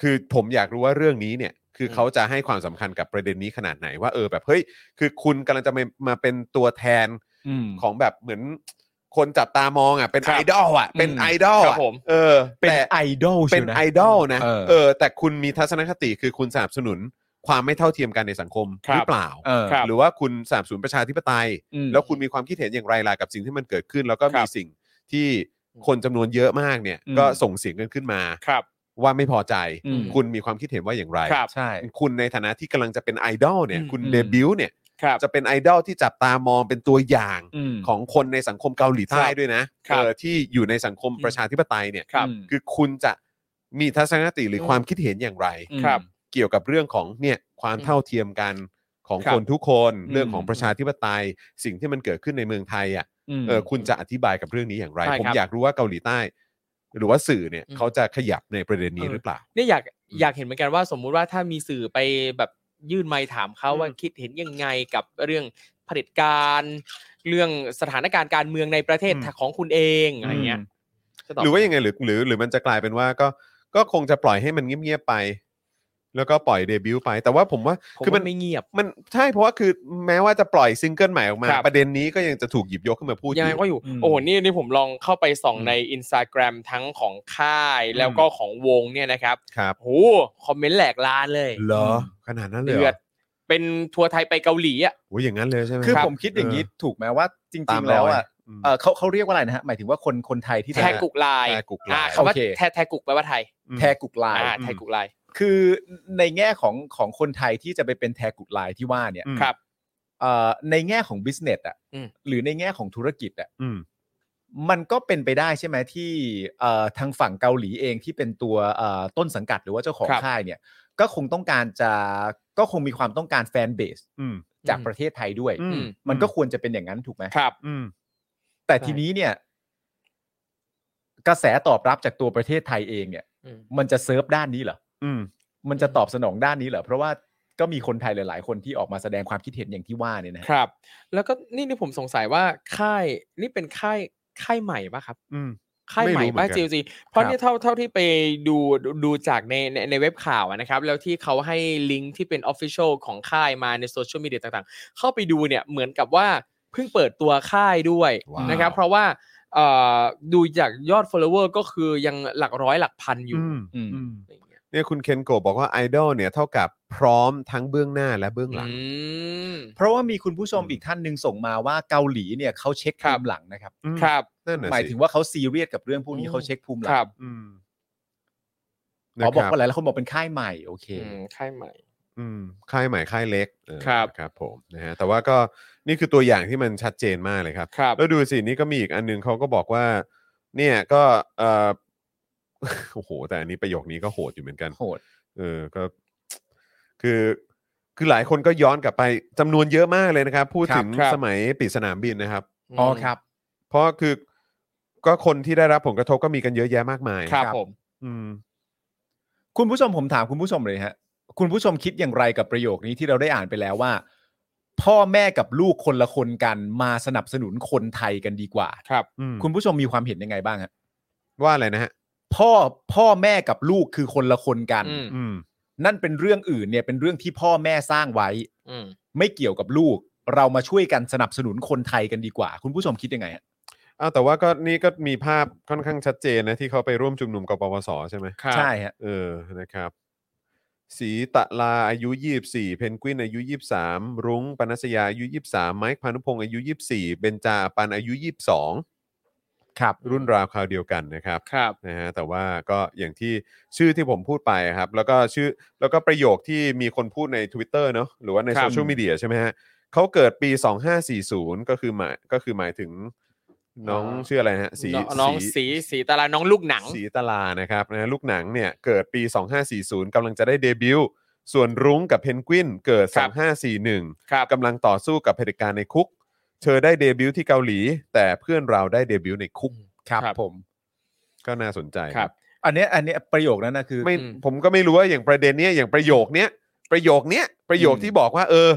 Speaker 1: คือผมอยากรู้ว่าเรื่องนี้เนี่ย คือ
Speaker 3: ม
Speaker 1: เขาจะให้ความสำคัญกับประเด็นนี้ขนาดไหนว่าเออแบบเฮ้ยคือคุณกำลังจะมามาเป็นตัวแทน
Speaker 2: อืม
Speaker 1: ของแบบเหมือน คนจับตามองอ่ะเป็น
Speaker 3: ครั
Speaker 1: ไอบ ดอลอ่ะเป็น
Speaker 2: อืม
Speaker 1: ไอดอล
Speaker 3: ครั
Speaker 1: อ่ะ
Speaker 3: บผม
Speaker 1: เออ
Speaker 2: เป็น
Speaker 1: แต่
Speaker 2: ไอดอล
Speaker 1: เป็นไอดอลนะ
Speaker 2: เออ
Speaker 1: เออ แต่คุณมีทัศนคติคือคุณสนับสนุนความไม่เท่าเทียมกันในสังคม
Speaker 3: ค
Speaker 1: ห
Speaker 3: รับ
Speaker 1: รือเปล่า
Speaker 2: เออ
Speaker 3: ครับ
Speaker 1: หรือว่าคุณสนับสนุนประชาธิปไตย
Speaker 2: อืม
Speaker 1: แล้วคุณมีความคิดเห็นอย่างไรล่ะกับสิ่งที่มันเกิดขึ้น แล้วก็
Speaker 3: ครั
Speaker 1: มี
Speaker 3: บ
Speaker 1: สิ่งที่คนจำนวนเยอะมากเนี่ย
Speaker 2: อืม
Speaker 1: ก็ส่งเสียงกันขึ้นมา
Speaker 3: ครับ
Speaker 1: ว่าไม่พอใจ
Speaker 2: อืม
Speaker 1: คุณมีความคิดเห็นว่าอย่างไร
Speaker 3: ครับ
Speaker 2: ใช่
Speaker 1: คุณในฐานะที่กำลังจะเป็นไอดอลเนี่ย
Speaker 3: อืม
Speaker 1: คุณ
Speaker 2: อืม
Speaker 1: เดบิวต์เนี่ย
Speaker 3: ครับ
Speaker 1: จะเป็นไอดอลที่จับตามองเป็นตัวอย่าง
Speaker 2: อืม
Speaker 1: ของคนในสังคมเกาหลีใต้
Speaker 3: ครับ
Speaker 1: ด้วยนะครับ เออที่อยู่ในสังคม
Speaker 3: อืม
Speaker 1: ประชาธิปไตยเนี่ย
Speaker 3: ครับ
Speaker 2: อืม
Speaker 1: คือคุณจะมีทัศนคติหรืออ
Speaker 3: ม
Speaker 1: ความคิดเห็นอย่างไร
Speaker 2: อืม
Speaker 3: ครับ
Speaker 1: เกี่ยวกับเรื่องของเนี่ยความ
Speaker 3: อืม
Speaker 1: เท่าเทียมกันของ
Speaker 3: ครับ
Speaker 1: คนทุกคน
Speaker 2: อืม
Speaker 1: เรื่องของประชาธิปไตย สิ่งที่มันเกิดขึ้นในเมืองไทยอ่ะ
Speaker 2: ม
Speaker 1: เออคุณจะอธิบายกับเรื่องนี้อย่างไร
Speaker 3: ใช่
Speaker 1: ผม
Speaker 3: ครับ
Speaker 1: อยากรู้ว่าเกาหลีใต้ หรือว่าสื่อเนี่ย
Speaker 3: อืม
Speaker 1: เขาจะขยับในประเด็นนี้หรือเปล่า
Speaker 3: เนี่ยอยากอยากเห็นเหมือนกันว่าสมมุติว่าถ้ามีสื่อไปแบบยื่นไมค์ถามเขา
Speaker 1: อืม
Speaker 3: ว่าคิดเห็นยังไงกับเรื่องเผด็จการ เรื่องสถานการณ์การเมืองในประเทศของคุณเองอะไรเงี้ยจะตบ
Speaker 1: หรือว่ายังไงหรือหรือหรือมันจะกลายเป็นว่าก็ก็คงจะปล่อยให้มันเงียบๆไป แล้วก็ปล่อยเดบิวต์ไป แต่ว่าผมว่า
Speaker 3: ผม
Speaker 1: คือ
Speaker 3: มั
Speaker 1: มัน
Speaker 3: นไม่เงียบ
Speaker 1: มันใช่เพราะว่าคือแม้ว่าจะปล่อยซิงเกิลใหม่ออกมา
Speaker 3: ครับ
Speaker 1: ประเด็นนี้ก็ยังจะถูกหยิบยกขึ้นมาพูด
Speaker 3: ยังไง
Speaker 1: อ
Speaker 3: ก็อยู่
Speaker 2: อืม
Speaker 3: โอ้โหนี่นี่ผมลองเข้าไปส่อง
Speaker 1: อืม
Speaker 3: ใน Instagram ทั้งของค่ายแล้วก็ของวงเนี่ยนะครับ
Speaker 1: ครับ
Speaker 3: โหคอมเมนต์แหลกลานเลย
Speaker 1: เหรอขนาดนั้นเลยเหร
Speaker 3: เดือ
Speaker 1: อ
Speaker 3: ดเป็นทัวร์ไทยไปเกาหลีอ่ะ
Speaker 1: โอ้ยอย่างนั้นเลยใช่ไหม
Speaker 2: คือ
Speaker 1: รับ
Speaker 2: ผมคิดอย่างนี้
Speaker 1: เ
Speaker 2: ถูกไหมว่าจริ
Speaker 1: ตาง ม
Speaker 2: ๆ แล้ว
Speaker 1: รย
Speaker 2: อ่ะ
Speaker 1: ม
Speaker 2: เออเขาเขาเรียกว่าอะไรนะฮะหมายถึงว่าคนคนไทยที่
Speaker 3: แทกุกไลน์
Speaker 1: แทกุกไลน์
Speaker 3: อ่าคำว่า
Speaker 2: โอเค
Speaker 3: แทแทกุกแปลว่าไทย
Speaker 1: อืม
Speaker 2: แทกุกไลน์
Speaker 3: อ่าแทกุกไลน์
Speaker 2: คือในแง่ของของคนไทยที่จะไปเป็นแทกุกไลน์ที่ว่าเนี่ย
Speaker 1: อืม
Speaker 3: ครับ
Speaker 2: เอ่อในแง่ของบิสเนสอ่ะ
Speaker 3: อืม
Speaker 2: หรือในแง่ของธุรกิจอ่ะ
Speaker 1: อืม
Speaker 2: มันก็เป็นไปได้ใช่ไหมที่เอ่อทางฝั่งเกาหลีเองที่เป็นตัวเอ่อต้นสังกัดหรือว่าเจ้าของ
Speaker 3: ครับ
Speaker 2: ค่ายเนี่ย ก็คงต้องการจะก็คงมีความต้องการแฟนเบส
Speaker 1: อืม
Speaker 2: จากประเทศไทยด้วย
Speaker 1: อืม
Speaker 2: มันก็ควรจะเป็นอย่างนั้นถูกไหม
Speaker 3: ครับ
Speaker 1: อืม
Speaker 2: แต่
Speaker 3: ใช่
Speaker 2: ทีนี้เนี่ย กระแสตอบรับจากตัวประเทศไทยเองเนี่ย
Speaker 3: อืม
Speaker 2: มันจะเซิร์ฟด้านนี้เหรอ
Speaker 1: อืม
Speaker 2: มันจะตอบสนองด้านนี้เหรอเพราะว่าก็มีคนไทยหลาย ๆ คนที่ออกมาแสดงความคิดเห็นอย่างที่ว่าเนี่ยนะฮะ
Speaker 3: ครับ แล้วก็นี่นี่ผมสงสัยว่าค่ายนี่เป็นค่ายค่ายใหม่ปะครับ
Speaker 1: อืม
Speaker 3: ค่ายใหม่
Speaker 1: ไม่รู้เหมื
Speaker 3: ปะ
Speaker 1: อนกัน
Speaker 3: จีจีเพราะเนี่ยเท่าเท่าที่ไปดูดูจากในในในเว็บข่าวอะนะครับ แล้วที่เขาให้ลิงก์ที่เป็น Official ของค่ายมาในโซเชียลมีเดียต่างๆ เข้าไปดูเนี่ยเหมือนกับว่าเพิ่งเปิดตัวค่ายด้วย
Speaker 1: ว้าว
Speaker 3: นะครับ เพราะว่าเอ่อดูจากยอด follower ก็คือยังหลักร้อยหลักพันอยู่
Speaker 1: อืม
Speaker 2: อืม
Speaker 1: อืม
Speaker 3: อะไรอย่างเงี้ย
Speaker 1: เนี่ยคุณเคนโกะบอกว่าไอดอลเนี่ยเท่ากับพร้อมทั้งเบื้องหน้าและเบื้องหลัง
Speaker 3: อืม
Speaker 2: เพราะว่ามีคุณผู้ชม
Speaker 1: อืม
Speaker 2: อีกท่านหนึ่งส่งมาว่าเกาหลีเนี่ยเขาเช็ค
Speaker 3: ครั
Speaker 2: ภู
Speaker 3: บ
Speaker 2: มิหลังนะครับ
Speaker 1: อืม
Speaker 3: ครับ
Speaker 1: นั่นน่ะ
Speaker 2: หมาย
Speaker 1: สิ
Speaker 2: ถึงว่าเขาซีเรียสกับเรื่องพวกนี้
Speaker 3: อืม
Speaker 2: เขาเช็คภูมิหลั
Speaker 3: ค
Speaker 2: ง
Speaker 3: รับ
Speaker 1: อืม
Speaker 2: อ๋อบอก
Speaker 1: นะครั
Speaker 2: ว่าหลายๆคนบอกเป็นค่ายใหม่โอเค
Speaker 3: อืมค่ายใหม่
Speaker 1: อืมค่ายใหม่ค่ายเล็กเออ
Speaker 3: ครับ
Speaker 1: ครับผมนะฮะแต่ว่าก็นี่คือตัวอย่างที่มันชัดเจนมากเลยครับ
Speaker 3: ครับ
Speaker 1: แล้วดูสินี่ก็มีอีกอันหนึงเขาก็บอกว่า เนี่ยก็เออ โอ้โห แต่อันนี้ประโยคนี้ก็โหดอยู่เหมือนกัน
Speaker 2: โหด
Speaker 1: เออก็ คือคือหลายคนก็ย้อนกลับไปจำนวนเยอะมากเลยนะครับ พูด
Speaker 2: ครับ
Speaker 1: ถึง
Speaker 3: ครับ
Speaker 1: สมัยปิดสนามบินนะครับ
Speaker 3: ม
Speaker 2: อ๋อครับ
Speaker 1: เพราะคือก็คนที่ได้รับผลกระทบก็มีกันเยอะแยะมากมาย
Speaker 3: ครับ
Speaker 2: ครับ
Speaker 3: ผม
Speaker 1: อืม
Speaker 2: คุณผู้ชมผมถามคุณผู้ชมเลยฮะ คุณผู้ชมคิดอย่างไรกับประโยคนี้ที่เราได้อ่านไปแล้วว่า พ่อแม่กับลูกคนละคนกันมาสนับสนุนคนไทยกันดีกว่า
Speaker 3: ครับ
Speaker 1: อืม
Speaker 2: คุณผู้ชมมีความเห็นยังไงบ้างฮะ
Speaker 1: ว่าอะไรนะฮะ
Speaker 2: พ่อพ่อแม่กับลูกคือคนละคนกัน
Speaker 3: อืม
Speaker 1: อืม
Speaker 2: นั่นเป็นเรื่องอื่นเนี่ยเป็นเรื่องที่พ่อแม่สร้างไว้
Speaker 3: อืม
Speaker 2: ไม่เกี่ยวกับลูก เรามาช่วยกันสนับสนุนคนไทยกันดีกว่า คุณผู้ชมคิดยังไงฮะ
Speaker 1: อ้าวแต่ว่าก็นี่ก็มีภาพค่อนข้างชัดเจนนะที่เขาไปร่วมชุมนุมกปปสใช่ไหม
Speaker 3: ครับ
Speaker 2: ใช่ฮะ
Speaker 1: เออนะครับ สีตะลาอายุ 24 เพนกวินอายุ 23 รุ้งปนัสยาอายุ 23 ไมค์พานุพงศ์อายุ 24 เบนจาปันอายุ
Speaker 2: ครับ
Speaker 1: 22 รุ่นราวคราวเดียวกันนะครับ
Speaker 3: ครับ
Speaker 1: นะฮะแต่ว่าก็อย่างที่ชื่อที่ผมพูดไปอะครับ แล้วก็ชื่อแล้วก็ประโยคที่มีคนพูดใน Twitter เนอะหรือว่าใน
Speaker 3: ครับ
Speaker 1: โซเชียลมีเดียใช่ไหมฮะเขาเกิดปี 2540 ก็คือหมายก็คือหมายถึงน้องชื่ออะไรนะฮะสี
Speaker 3: น้องน้องสีสีตาราน้องลูกหนัง
Speaker 1: สีตลานะครับนะฮะลูกหนังเนี่ยเกิดปี 2540กำลังจะได้เดบิวต์ส่วนรุ้งกับเพนกวินเกิด
Speaker 3: ครับ
Speaker 1: 2541
Speaker 3: ครับ
Speaker 1: กำลังต่อสู้กับเผด็จการในคุก เธอได้เดบิวต์ที่เกาหลี แต่เพื่อนเราได้เดบิวต์ในคุก
Speaker 2: ครับ
Speaker 3: ครับ
Speaker 2: ผม
Speaker 1: ก็น่าสนใจ
Speaker 3: ครับ
Speaker 2: อันเนี้ยอันเนี้ยประโยคนั้นนะคือ
Speaker 1: ไม่
Speaker 3: อืม
Speaker 1: ผมก็ไม่รู้ว่าอย่างประเด็นเนี้ยอย่างประโยคเนี้ยประโยคเนี้ยประโยค
Speaker 2: อืม
Speaker 1: ที่บอกว่า เออ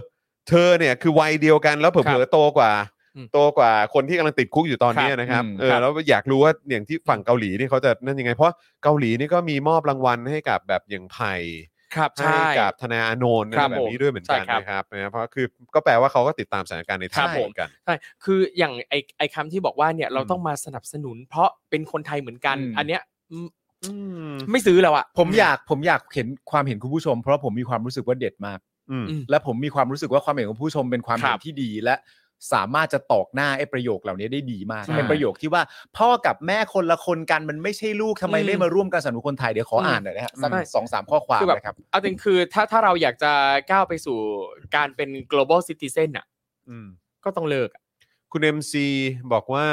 Speaker 1: เธอเนี่ยคือวัยเดียวกันแล้วเผ
Speaker 3: ครั
Speaker 1: ลอบ ๆโตกว่า
Speaker 3: อืม
Speaker 1: โตกว่าคนที่กำลังติดคุกอยู่ตอนเนี้ย
Speaker 3: ครับ
Speaker 1: นะครับ
Speaker 2: อืม
Speaker 1: เออ
Speaker 3: ครับ
Speaker 1: แล้วอยากรู้ว่าอย่างที่ฝั่งเกาหลีนี่เขาจะนั่นยังไง เพราะเกาหลีนี่ก็มีมอบรางวัลให้กับแบบอย่างไผ่
Speaker 3: ครับ
Speaker 1: ให้
Speaker 3: ใช่
Speaker 1: กับธนาอานนท์
Speaker 3: ครับ
Speaker 1: แบบนี้ด้วยเหมือนกัน
Speaker 3: ใช่ครับ
Speaker 1: นะครับนะเพราะคือก็แปลว่าเขาก็ติดตามสถานการณ์ในไท
Speaker 3: ครั
Speaker 1: ย
Speaker 3: บ
Speaker 1: เห
Speaker 3: ผม
Speaker 1: มือนกัน
Speaker 3: ใช่คืออย่างไอไอคำที่บอกว่าเนี่ยเรา
Speaker 1: อืม
Speaker 3: ต้องมาสนับสนุน เพราะเป็นคนไทยเหมือนกัน
Speaker 2: อืม
Speaker 3: อันเนี้ยอืมไม่ซื้อแล้วอะ
Speaker 2: ผมอยากผมอยากเห็นความเห็นคุณผู้ชม เพราะผมมีความรู้สึกว่าเด็ดมาก
Speaker 1: อืม
Speaker 3: อืม
Speaker 2: และผมมีความรู้สึกว่าความเห็นของผู้ชมเป็นความเห็
Speaker 3: ครั
Speaker 2: น
Speaker 3: บ
Speaker 2: ที่ดีและสามารถจะตอกหน้าไอ้ประโยคเหล่านี้ได้ดีมาก
Speaker 3: ใช่
Speaker 2: เป็นประโยคที่ว่าพ่อกับแม่คนละคนกันมันไม่ใช่ลูกทำไม
Speaker 3: อืม
Speaker 2: ไม่มาร่วมกันสนับสนุนคนไทยเดี๋ยวขออ่านหน่อยนะฮะสัก
Speaker 3: ใช่
Speaker 2: สองสามข้อความ
Speaker 3: คือแบบ
Speaker 2: นะครับ
Speaker 3: เอาจริงคือถ้าถ้าเราอยากจะก้าวไปสู่การเป็น global citizen อ่ะ
Speaker 1: อืม
Speaker 3: ก็ต้องเลิกอะ
Speaker 1: คุณ MC บอกว่า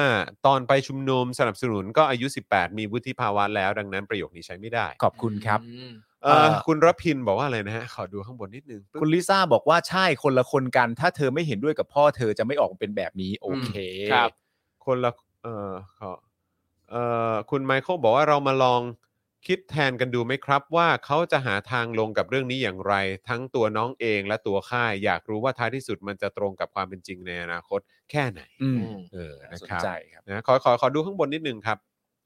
Speaker 1: ตอนไปชุมนุมสนับสนุนก็อายุ 18 มีวุฒิภาวะแล้วดังนั้นประโยคนี้ใช้ไม่ได้
Speaker 2: ขอบคุณครับ
Speaker 1: เอ่อ
Speaker 2: เอ่อ
Speaker 1: คุณรพินบอกว่าอะไรนะฮะ ขอดูข้างบนนิดนึงปึ๊บ
Speaker 2: คุณลิซ่าบอกว่าใช่คนละคนกัน ถ้าเธอไม่เห็นด้วยกับพ่อเธอจะไม่ออกมาเป็นแบบนี้โอเค
Speaker 3: ครับ
Speaker 1: คนละเอ่อขอเอ่อคุณไมเคิลบอกว่าเรามาลองคิดแทนกันดูไหมครับ ว่าเขาจะหาทางลงกับเรื่องนี้อย่างไร ทั้งตัวน้องเองและตัวค่าย อยากรู้ว่าท้ายที่สุดมันจะตรงกับความเป็นจริงในอนาคตแค่ไหน
Speaker 2: อืม
Speaker 1: เออนะ
Speaker 2: สน
Speaker 1: ครับ
Speaker 2: ใจครับ
Speaker 1: นะขอขอขอดูข้างบนนิดนึงครับ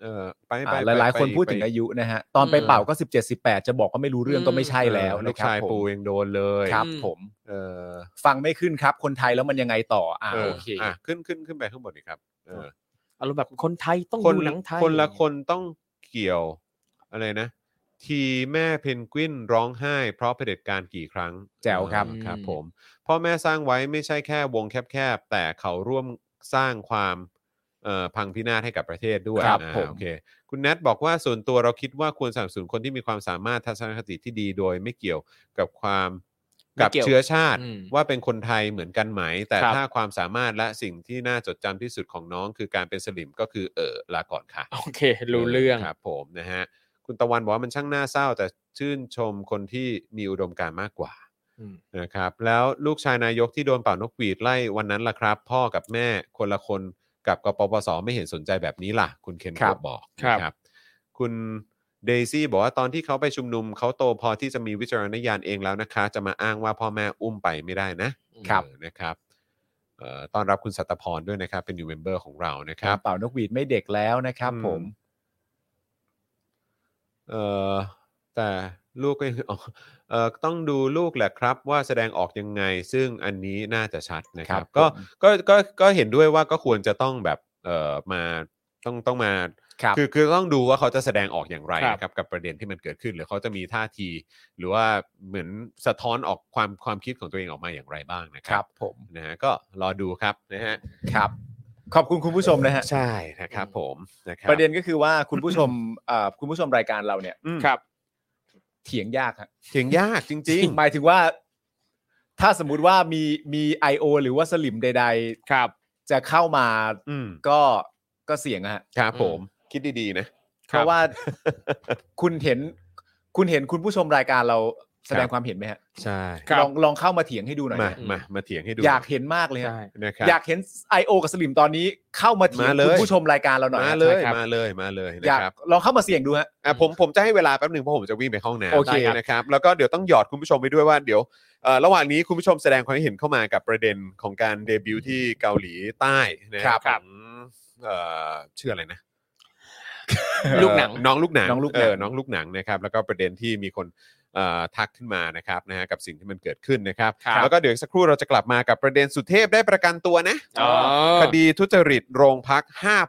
Speaker 1: เออไปไป
Speaker 2: อ่า
Speaker 1: ไป
Speaker 2: หลาย
Speaker 1: ไป
Speaker 2: ๆ คนพูดถึง
Speaker 1: ไป
Speaker 2: อายุนะฮะตอนไปเป่าก็สิบเจ็ดสิบแปดจะบอกว่าไม่รู้เรื่องก็ไม่ใช่แล้ว
Speaker 1: เออลู
Speaker 2: นะ
Speaker 1: ก
Speaker 2: ครับ
Speaker 1: ชาย
Speaker 2: ผม
Speaker 1: ปูยังโดนเลย
Speaker 2: ครับ
Speaker 3: อืม
Speaker 2: ผม
Speaker 1: เออ
Speaker 2: ฟังไม่ขึ้นครับ คนไทยแล้วมันยังไงต่ออ่า
Speaker 1: เออ
Speaker 2: โอเค
Speaker 1: อ่ะขึ้นขึ้นขึ้นไปข้างบนอีกครับเออ
Speaker 3: อารมณ์แบบคนไทยต้อง
Speaker 1: คน
Speaker 3: ดูหนังไทย
Speaker 1: คนละคนต้องเกี่ยวอะไรนะ ทีแม่เพนกวินร้องไห้ เพราะเผด็จการกี่ครั้ง
Speaker 2: แจ๋วครับ
Speaker 1: อ่าครับผมพ่อแม่สร้างไว้ไม่ใช่แค่วงแคบๆ แต่เขาร่วมสร้างความเอ่อพังพินาศให้กับประเทศด้วย
Speaker 2: ครับ
Speaker 1: อ่า
Speaker 2: ผม
Speaker 1: โอเค คุณแนทบอกว่าส่วนตัวเราคิดว่าควรสนับสนุนคนที่มีความสามารถทัศนคติที่ดีโดยไม่เกี่ยวกับความ
Speaker 3: ไม่
Speaker 1: กับ
Speaker 3: ยว
Speaker 1: เชื้อชาติ
Speaker 3: อืม
Speaker 1: ว่าเป็นคนไทยเหมือนกันไหม แต่
Speaker 3: ครับ
Speaker 1: ถ้าความสามารถและสิ่งที่น่าจดจำที่สุดของน้อง คือการเป็นสลิมก็คือเออลาก่อนค่ะ
Speaker 3: โอเค รู้เรื่อง
Speaker 1: ครับผมนะฮะคุณตะวันบอกว่ามันช่างน่าเศร้า แต่ชื่นชมคนที่มีอุดมการณ์มากกว่า
Speaker 3: อืม
Speaker 1: นะครับแล้วลูกชายนายกที่โดนเป่านกหวีดไล่วันนั้นล่ะครับ พ่อกับแม่คนละคนกับกปปสไม่เห็นสนใจแบบนี้ล่ะ คุณเคน
Speaker 2: ครั
Speaker 1: โกะ
Speaker 2: บ
Speaker 1: บอก
Speaker 3: ครับ
Speaker 1: นะคุณเดซี่บอกว่าตอนที่เขาไปชุมนุมเขาโตพอที่จะมีวิจารณญาณเองแล้วนะคะ จะมาอ้างว่าพ่อแม่อุ้มไปไม่ได้นะ
Speaker 2: ครับ
Speaker 1: เออนะครับเอ่อต้อนรับคุณสัตพรด้วยนะครับ เป็น new member ของเรานะครับ
Speaker 2: เป่านกหวีดไม่เด็กแล้วนะครับผม
Speaker 1: เอ่อแต่ลูกก็ยัง อ๋อเอ่อต้องดูลูกแหละครับ ว่าแสดงออกยังไง ซึ่งอันนี้น่าจะชัดนะครับ
Speaker 2: ครับ
Speaker 1: ก็
Speaker 2: ผม
Speaker 1: ก็ก็ก็เห็นด้วยว่าก็ควรจะต้องแบบเอ่อมาต้องต้องมา
Speaker 2: ครับ
Speaker 1: คือคือต้องดูว่าเขาจะแสดงออกอย่างไร
Speaker 3: ครับ
Speaker 1: นะครับกับประเด็นที่มันเกิดขึ้น หรือเขาจะมีท่าที หรือว่าเหมือนสะท้อนออกความความคิดของตัวเองออกมาอย่างไรบ้างนะค
Speaker 2: ค
Speaker 1: รั
Speaker 2: รั
Speaker 1: บบ
Speaker 2: ผม
Speaker 1: นะฮะก็รอดูครับนะฮะ
Speaker 2: ครับ ขอบคุณคุณผู้ชมนะฮะ
Speaker 1: ใช่นะครับผมนะครับ
Speaker 2: ประเด็นก็คือว่า คุณผู้ชมเอ่อคุณผู้ชมรายการเราเนี่ย
Speaker 1: อืม
Speaker 3: ครับ
Speaker 2: เถียงยากฮะ
Speaker 1: เถียงยากจริ ง
Speaker 2: หมายถึงว่า ถ้าสมมุติว่ามีมี I.O. หรือว่าสลิมใด
Speaker 3: ครับ
Speaker 2: ๆ จะเข้ามา
Speaker 1: ๆ อืม
Speaker 2: ก็ก็เสี่ยงอะฮะ
Speaker 1: ครับผมคิดดีๆนะ
Speaker 2: เพ ราะว่าคุณเห็น คุณเห็นคุณผู้ชมรายการเราแส
Speaker 1: ค
Speaker 2: ด
Speaker 1: รั
Speaker 2: ง
Speaker 1: บ
Speaker 2: ความเห็นไหมฮะ
Speaker 1: ใช่
Speaker 3: ครับ
Speaker 2: ลองลองเข้ามาเถียงให้ดูหน่อย
Speaker 1: มา
Speaker 2: ฮะ
Speaker 1: มามาเถียงให้ดู
Speaker 2: อยากเห็นมากเลยฮะ
Speaker 3: ใช่
Speaker 1: นะครับ
Speaker 2: อยากเห็น I.O. กับสลิมตอนนี้เข้ามาเถียง
Speaker 1: มาเลย
Speaker 2: คุณผู้ชมรายการเราหน่อย
Speaker 1: มาเลย
Speaker 2: ใช่ครับ
Speaker 1: มาเลยมาเลย
Speaker 2: อ
Speaker 1: นะ
Speaker 2: ยาก
Speaker 1: ครับ
Speaker 2: ลองเข้ามาเสี่ยงดูฮะ
Speaker 1: อ่ะผมผมจะให้เวลาแป๊บหนึ่งเพราะผมจะวิ่งไปเข้าห้องน้ำ
Speaker 2: โอเค
Speaker 1: ได้นะครับแล้วก็เดี๋ยวต้องหยอดคุณผู้ชมไปด้วยว่าเดี๋ยวเอ่อระหว่างนี้คุณผู้ชมแสดงความเห็นเข้ามากับประเด็นของการเดบิวต์ที่เกาหลีใต้นะครับ ของเอ่อชื่ออะไรนะ
Speaker 3: ลูกหนัง
Speaker 1: เอ่อน้องลูกหนัง
Speaker 2: น้องลูกหนัง
Speaker 1: เน้องลูกหนังนะครับ แล้วก็ประเด็นที่มีคนเอ่อทักขึ้นมานะครับนะฮะกับสิ่งที่มันเกิดขึ้นนะครับ
Speaker 3: ครับ
Speaker 1: แล้วก็เดี๋ยวอีกสักครู่เราจะกลับมากับประเด็นสุเทพได้ประกันตัวนะ
Speaker 3: อ๋อ
Speaker 1: คดีทุจริตโรงพัก
Speaker 3: ครับ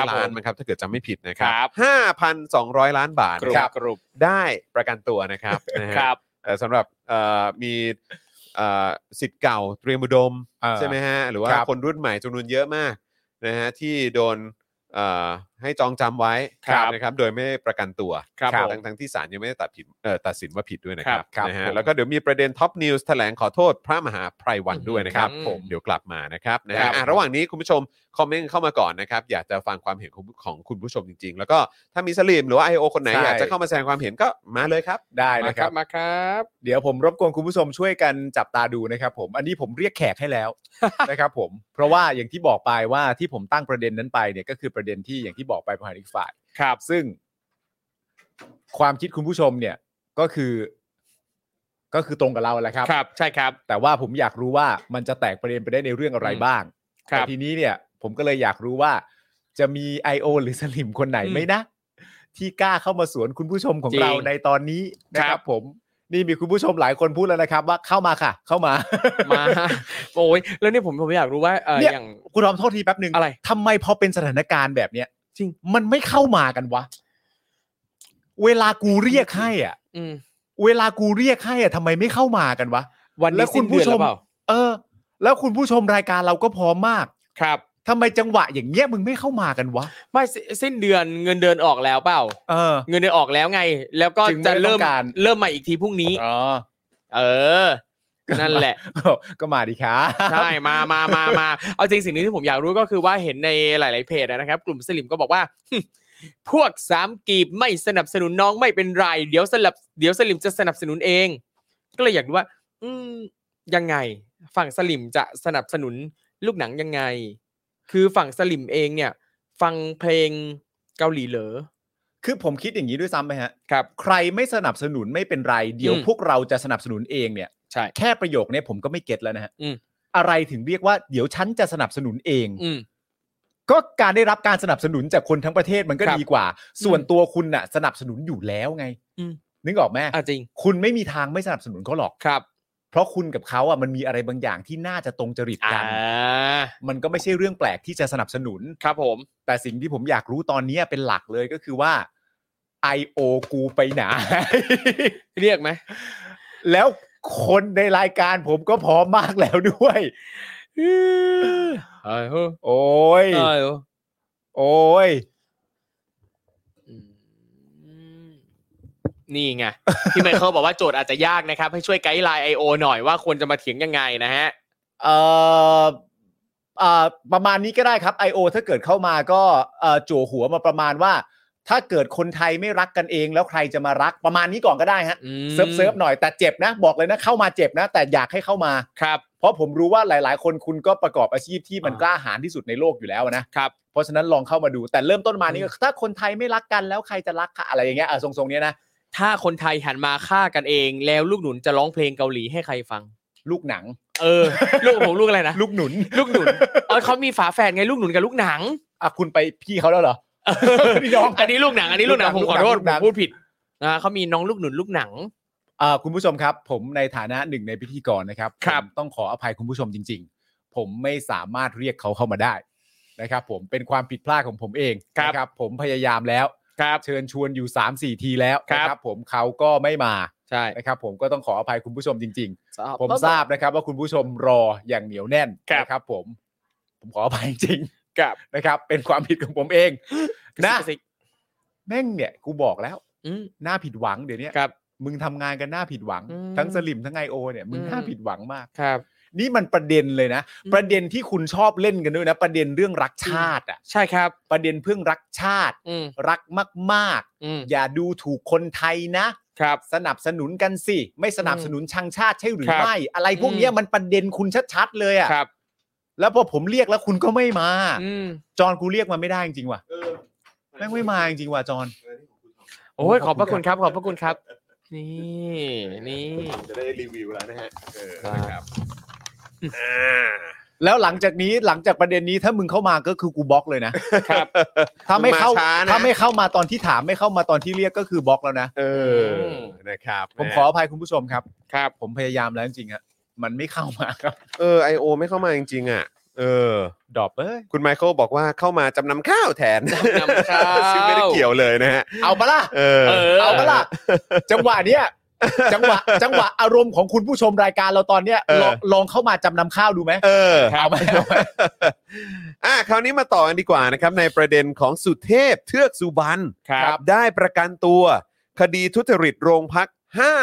Speaker 1: 5,200 ล้าน
Speaker 3: ผม
Speaker 1: มั้งครับถ้าเกิดจำไม่ผิดนะครับ
Speaker 3: ครับ
Speaker 1: 5,200 ล้านบาท
Speaker 3: กรุ
Speaker 1: นะค
Speaker 3: บ
Speaker 1: รับ
Speaker 3: กรุบ
Speaker 1: ได้ประกันตัวนะครับนะฮะ
Speaker 3: ครับ
Speaker 1: แต่สำหรับเอ่อมีเอ่อสิทธิ์เก่าเตรียมอุดม
Speaker 2: เอ่อ
Speaker 1: ใช่ไหมฮะ หรือว่า
Speaker 2: ครับ
Speaker 1: คนรุ่นใหม่จำนวนเยอะมากนะฮะที่โดนเอ่อให้จองจำไว้
Speaker 3: ครับ
Speaker 1: นะครับ โดยไม่ประกันตัว
Speaker 3: ครับผม
Speaker 1: ทั้งทั้งที่ศาลยังไม่ได้ตัดผิดเอ่อตัดสินว่าผิดด้วยนะครับ
Speaker 3: ครับ
Speaker 1: นะฮะ
Speaker 3: ครับผม
Speaker 1: แล้วก็เดี๋ยวมีประเด็นท็อปนิวส์แถลงขอโทษพระมหาไพรวันด้วยนะครับ
Speaker 3: ครับผม
Speaker 1: เดี๋ยวกลับมานะครับนะฮะ
Speaker 3: ครับ
Speaker 1: อ่ะระหว่างนี้คุณผู้ชมคอมเมนต์เข้ามาก่อนนะครับ อยากจะฟังความเห็นของของคุณผู้ชมจริง ๆ แล้วก็ถ้ามีสลิมหรือว่าไอโอคนไหน
Speaker 2: ใช่
Speaker 1: อยากจะเข้ามาแสดงความเห็นก็มาเลยครับ
Speaker 2: ได้
Speaker 3: มา
Speaker 2: นะ
Speaker 3: ค
Speaker 2: ค
Speaker 3: รั
Speaker 2: รั
Speaker 3: บบ มาครับ
Speaker 2: เดี๋ยวผมรบกวนคุณผู้ชมช่วยกันจับตาดูนะครับผม อันนี้ผมเรียกแขกให้ แล้ว นะครับผม เพราะว่าอย่างที่บอกไปว่าที่ผมตั้งประเด็นนั้นไปเนี่ยก็คือประเด็นที่อย่างที่บอกไปประหารอีกฝ่าย
Speaker 3: ครับ
Speaker 2: ซึ่ง ความคิดคุณผู้ชมเนี่ยก็คือ ก็คือตรงกับเราแหละครับ
Speaker 3: ครับ ใช่ครับ
Speaker 2: แต่ว่าผมอยากรู้ว่ามันจะแตกประเด็นไปได้ในเรื่องอะไร
Speaker 3: อืม
Speaker 2: บ้าง
Speaker 3: ครับ
Speaker 2: แต่ทีนี้เนี่ย ผมก็เลยอยากรู้ว่า จะมี I.O. หรือสลิมคนไหน
Speaker 3: อืม
Speaker 2: ไหมนะ ที่กล้าเข้ามาสวนคุณผู้ชมของ
Speaker 3: จริง
Speaker 2: เราในตอนนี้นะค
Speaker 3: ครั
Speaker 2: รั
Speaker 3: บบ
Speaker 2: ผม นี่มีคุณผู้ชมหลายคนพูดแล้วนะครับ ว่าเข้ามาค่ะ เข้า มา
Speaker 3: มา โอ้ยแล้วเนี่ยผมผมอยากรู้ว่าเออ
Speaker 2: เนี่ย
Speaker 3: อย่าง
Speaker 2: คุณทอมโทษทีแป๊บหนึ่ง
Speaker 3: อะไร
Speaker 2: ทำไมพอเป็นสถานการณ์แบบเนี้ยจริงมันไม่เข้ามากันวะ เวลากูเรียกให้อ่ะ
Speaker 3: อืม
Speaker 2: เวลากูเรียกให้อ่ะทำไมไม่เข้ามากันวะ
Speaker 3: วัน
Speaker 2: แล้
Speaker 3: นี้
Speaker 2: วคุ
Speaker 3: สิ้
Speaker 2: ณ
Speaker 3: น
Speaker 2: ผู้
Speaker 3: เดือน
Speaker 2: ช
Speaker 3: ห
Speaker 2: ม
Speaker 3: รือเปล่า
Speaker 2: เออ แล้วคุณผู้ชมรายการเราก็พร้อมมาก
Speaker 3: ครับ
Speaker 2: ทำไมจังหวะอย่างเงี้ยมึงไม่เข้ามากันวะ
Speaker 3: ไม่สิสิ้นเดือนเงินเดือนออกแล้วเปล่า
Speaker 2: เออ
Speaker 3: เงินเดือนออกแล้วไง แล้วก็
Speaker 2: จึงไม่
Speaker 3: จะ
Speaker 2: ได้
Speaker 3: เริ่ม
Speaker 2: ต้องการ
Speaker 3: เริ่มใหม่อีกทีพรุ่งนี้
Speaker 2: อ๋อ
Speaker 3: เออ นั่นแหละ
Speaker 2: ก็มาดีครับ
Speaker 3: ใช่มามามามาเอาจริงสิ่งหนึงที่ผมอยากรู้ก็คือว่าเห็นในหลาย ๆ เพจนะครับ กลุ่มสลิมก็บอกว่า พวกสามกีบไม่สนับสนุนน้องไม่เป็นไรเดี๋ยวสลับเดี๋ยวสลิมจะสนับสนุนเอง ก็เลยอยากรู้ว่า อืมยังไง ฝั่งสลิมจะสนับสนุนลูกหนังยังไง คือฝั่งสลิมเองเนี่ย ฟังเพลงเกาหลีเหรอ
Speaker 2: คือผมคิดอย่างนี้ด้วยซ้ำไปฮะ
Speaker 3: ครับ
Speaker 2: ใครไม่สนับสนุนไม่เป็นไร เดี๋ยว
Speaker 3: อืม
Speaker 2: พวกเราจะสนับสนุนเองเนี่ย
Speaker 3: ใช่
Speaker 2: แค่ประโยคเนี้ยผมก็ไม่เก็ตแล้วนะฮะ
Speaker 3: อืม
Speaker 2: อะไรถึงเรียกว่าเดี๋ยวฉันจะสนับสนุนเอง
Speaker 3: อืม
Speaker 2: ก็การได้รับการสนับสนุนจากคนทั้งประเทศมันก็
Speaker 3: ครับ
Speaker 2: ดีกว่า ส่วนตัวคุณน่ะ สนับสนุนอยู่แล้วไง
Speaker 3: อืม
Speaker 2: นึกออกไหม
Speaker 3: อ่ะจริง
Speaker 2: คุณไม่มีทางไม่สนับสนุนเขาหรอก
Speaker 3: ครับ
Speaker 2: เพราะคุณกับเขาอ่ะมันมีอะไรบางอย่างที่น่าจะตรงจริต
Speaker 3: อ่า
Speaker 2: กัน มันก็ไม่ใช่เรื่องแปลกที่จะสนับสนุน
Speaker 3: ครับผม
Speaker 2: แต่สิ่งที่ผมอยากรู้ตอนเนี้ยเป็นหลักเลยก็คือว่า I.O. กูไปไหน
Speaker 3: เรียกไหม
Speaker 2: แล้วคนในรายการผมก็พร้อมมากแล้วด้วย
Speaker 3: เอ้ยเฮ้ย
Speaker 2: โอ้ย
Speaker 3: เอ้ยเฮ้ย
Speaker 2: โอ้ย
Speaker 3: อืมนี่ไง พี่ไมเคิลบอกว่าโจทย์อาจจะยากนะครับ ให้ช่วยไกด์ไลน์ I.O. หน่อยว่าควรจะมาเถียงยังไงนะฮะ
Speaker 2: เอ่อเอ่อประมาณนี้ก็ได้ครับ I.O. ถ้าเกิดเข้ามาก็เอ่อจั่วหัวมาประมาณว่า ถ้าเกิดคนไทยไม่รักกันเองแล้วใครจะมารักประมาณนี้ก่อนก็ได้ฮะ
Speaker 3: อืม
Speaker 2: เซิร์ฟเซิร์ฟหน่อยแต่เจ็บนะ บอกเลยนะ เข้ามาเจ็บนะ แต่อยากให้เข้ามา
Speaker 3: ครับ
Speaker 2: เพราะผมรู้ว่าหลาย ๆ คนคุณก็ประกอบอาชีพที่มัน
Speaker 3: อ่าก ก
Speaker 2: ล้าหาญที่สุดในโลกอยู่แล้วนะครับ เพราะฉะนั้นลองเข้ามาดู แต่เริ่มต้นมานี่ก็ถ้าคนไทยไม่รักกันแล้วใครจะรักคะอะไรอย่างเงี้ยอ่ะทรงๆเนี้ยนะ
Speaker 3: ถ้าคนไทยหันมาฆ่ากันเอง แล้วลูกหนุนจะร้องเพลงเกาหลีให้ใครฟัง
Speaker 2: ลูกหนัง
Speaker 3: เออ ลูกผมลูกอะไรนะ
Speaker 2: ลูกหนุน
Speaker 3: ลูกหนุน เออเขามีฝาแฝดไงลูกหนุนกับลูกห นัง
Speaker 2: อ่ะคุณไปพี่เขาแล้วเหรอ นี่น้อง
Speaker 3: อันนี้ลูกหนัง อันนี้ลูกหนังผมขอโทษ
Speaker 2: ลูก
Speaker 3: ผ
Speaker 2: หนั
Speaker 3: ม
Speaker 2: ง
Speaker 3: พูดผิดนะเขามีน้องลูกหนุนลูกหนัง
Speaker 2: อ่าคุณผู้ชมครับ ผมในฐานะหนึ่งในพิธีกรนะครับ
Speaker 3: ครับ
Speaker 2: ผมต้องขออภัยคุณผู้ชมจริง ๆ ผมไม่สามารถเรียกเขาเข้ามาได้นะครับ ผมเป็นความผิดพลาดของผมเองนะครับ ผมพยายามแล้ว
Speaker 3: ครับ
Speaker 2: เชิญชวนอยู่ 3 4 ทีแล้ว
Speaker 3: ครับ
Speaker 2: นะครับ ผมเขาก็ไม่มา
Speaker 3: ใช่
Speaker 2: นะครับ ผมก็ต้องขออภัยคุณผู้ชมจริง ๆ ผมทราบนะครับ ว่าคุณผู้ชมรออย่างเหนียวแน่นนะครับ ผม ผมขออภัยจริง
Speaker 3: กับ
Speaker 2: ๆนะครับ เป็นความผิดของผมเอง นะ
Speaker 3: กรซิกกรซิก
Speaker 2: แม่งเนี่ยกูบอกแล้ว
Speaker 3: อืม
Speaker 2: หน้าผิดหวังเดี๋ยวนี้
Speaker 3: ครับ
Speaker 2: มึงทำงานกันหน้าผิดหวัง
Speaker 3: อืม
Speaker 2: ทั้งสลิมทั้งไอโอเนี่ยมึง
Speaker 3: อืม
Speaker 2: หน้าผิดหวังมาก
Speaker 3: ครับ
Speaker 2: นี่มันประเด็นเลยนะ
Speaker 3: อืม
Speaker 2: ประเด็นที่คุณชอบเล่นกันด้วยนะ ประเด็นเรื่องรักชาติอ่ะ
Speaker 3: ใช่ครับ
Speaker 2: ประเด็นเพื่องรักชาติ
Speaker 3: อืม
Speaker 2: รักมาก
Speaker 3: อืม
Speaker 2: ๆ อย่าดูถูกคนไทยนะ
Speaker 3: ครับ
Speaker 2: สนับสนุนกันสิ ไม่สนับสนุนชังชาติใช่หรือ
Speaker 3: ครับ
Speaker 2: ไม่ อะไรพวกเนี้ย
Speaker 3: อืม
Speaker 2: มันประเด็นคุณชัดๆเลยอ่ะ
Speaker 3: ครับ
Speaker 2: แล้วพอผมเรียกแล้วคุณก็ไม่มา
Speaker 3: อืม
Speaker 2: จอนกูเรียกมาไม่ได้จริงๆว่ะแม่งไม่มาจริงๆว่ะจอน
Speaker 3: โอ้ยข
Speaker 2: ข
Speaker 3: อ
Speaker 2: อ
Speaker 3: บบ พ
Speaker 2: คุณ
Speaker 3: ระคุณครับ ขอบพระคุณครับ นี่นี่
Speaker 1: จะได้รีวิวแล้วนะฮะเออครับ
Speaker 2: แล้วหลังจากนี้หลังจากประเด็นนี้ถ้ามึงเข้ามาก็คือกูบล็อกเลย นะ
Speaker 3: ครับ
Speaker 2: ถ้าไม่เข้า
Speaker 1: ช้นะ
Speaker 2: ถ้าไม่เข้ามาตอนที่ถามไม่เข้ามาตอนที่เรียกก็คือบล็อกแล้วนะ
Speaker 1: เอออ
Speaker 3: ม
Speaker 1: นะครับ
Speaker 2: ผมขออภัยคุณผู้ชมครับ
Speaker 3: ครับ
Speaker 2: ผมพยายามแล้วจริงๆฮะมันไม่เข้ามาครับ
Speaker 1: เออไอโอไม่เข้ามาจริงๆอ่ะ เออ
Speaker 2: ดรอปเอ้ย
Speaker 1: คุณไมเคิลบอกว่าเข้ามาจำนำข้าวแทน
Speaker 3: จำนำข้าว
Speaker 1: ซึ่งไม่ได้เกี่ยวเลยนะฮะ
Speaker 2: เอาปะล่ะ
Speaker 1: เออ
Speaker 3: เออ
Speaker 2: เอาปะล่ะจังหวะเนี้ยจังหวะจังหวะอารมณ์ของคุณผู้ชมรายการเราตอนเนี้ย
Speaker 1: เออ
Speaker 2: ลองลองเข้ามาจำนำข้าวดูไหม
Speaker 1: เออ
Speaker 2: เอาไหมเอาไหม
Speaker 1: อ่ะคราวนี้มาต่อกันดีกว่านะครับ ในประเด็นของสุเทพเทือกสุบรรณ
Speaker 3: ครับ
Speaker 1: ได้ประกันตัว คดีทุจริตโรงพัก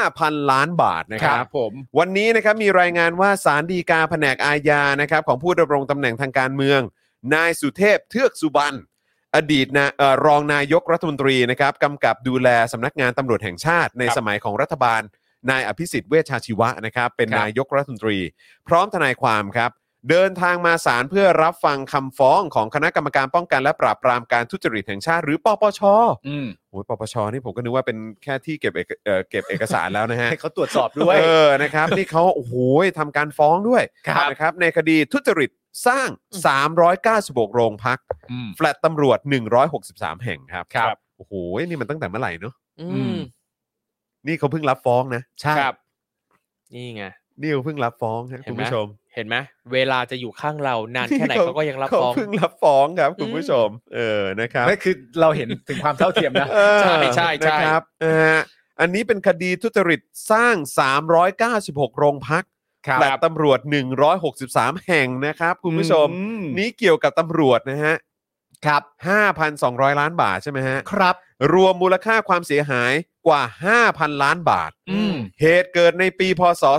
Speaker 1: 5,000 ล้านบาทนะ
Speaker 2: ค
Speaker 1: ค
Speaker 2: รั
Speaker 1: รับ
Speaker 2: บผม
Speaker 1: วันนี้นะครับมีรายงานว่าสารดีกาแผนกอาญานะครับของผู้ดำรงตำแหน่งทางการเมือง นายสุเทพเทือกสุบรรณอดีตนะเอ่อรองนายกรัฐมนตรีนะครับกำกับดูแลสำนักงานตำรวจแห่งชาติ ในสมัยของรัฐบาล นายอภิสิทธิ์เวชชาชีวะนะครับเป็นนายกรัฐมนตรี พร้อมทนายความครับ เดินทางมาศาลเพื่อรับฟังคำฟ้องของคณะกรรมการป้องกันและปราบปรามการทุจริตแห่งชาติ หรือปปช
Speaker 2: อืม
Speaker 1: โอ้ยปปชนี่ผมก็นึกว่าเป็นแค่ที่เก็บเอกเอ่อเก็บเอกสารแล้วนะฮะ
Speaker 2: ให้เขาตรวจสอบด้วย
Speaker 1: เออ นะครับ นี่เขาโอ้โหทำการฟ้องด้วย
Speaker 2: ครับ
Speaker 1: นะครับ ในคดีทุจริตสร้าง 396 โรงพัก
Speaker 2: ม
Speaker 1: แฟลตตำรวจ 163 แห่งครับ
Speaker 2: ครับ
Speaker 1: โอ้โห นี่มันตั้งแต่เมื่อไหร่เนอะ
Speaker 3: อื
Speaker 2: อืม
Speaker 3: ม
Speaker 1: นี่เขาเพิ่งรับฟ้องนะ
Speaker 2: ใช่
Speaker 3: ครับ นี่ไง
Speaker 1: นี่เขาเพิ่งรับฟ้องนะคุ
Speaker 3: เห็น
Speaker 1: ณ
Speaker 3: ไหม
Speaker 1: ผู้ชม
Speaker 3: เห็นไหมเวลาจะอยู่ข้างเรานานแค่ไหนเขาก็ยังรับ
Speaker 1: เขา
Speaker 3: ฟ้อง
Speaker 1: เพิ่งรับฟ้องครับ คุณผู้
Speaker 3: อืม
Speaker 1: ชม เออนะครับ
Speaker 2: ไม่คือเราเห็นถึงความเท่าเทียมนะ
Speaker 1: เออ
Speaker 3: ใช่ใช่ใช่
Speaker 1: นะครับนะฮะอันนี้เป็นคดีทุจริตสร้าง 396 โรงพัก
Speaker 2: ครับ
Speaker 1: และตำรวจ 163 แห่งนะครับ คุณผู้ชม
Speaker 2: อื
Speaker 1: นี่เกี่ยวกับตำรวจนะฮะ
Speaker 2: ครับ
Speaker 1: 5,200 ล้านบาทใช่ไหมฮะ
Speaker 2: ครับ
Speaker 1: รวมมูลค่าความเสียหายกว่า 5,000 ล้านบาท
Speaker 2: อืม
Speaker 1: เหตุเกิดในปีพศ 2552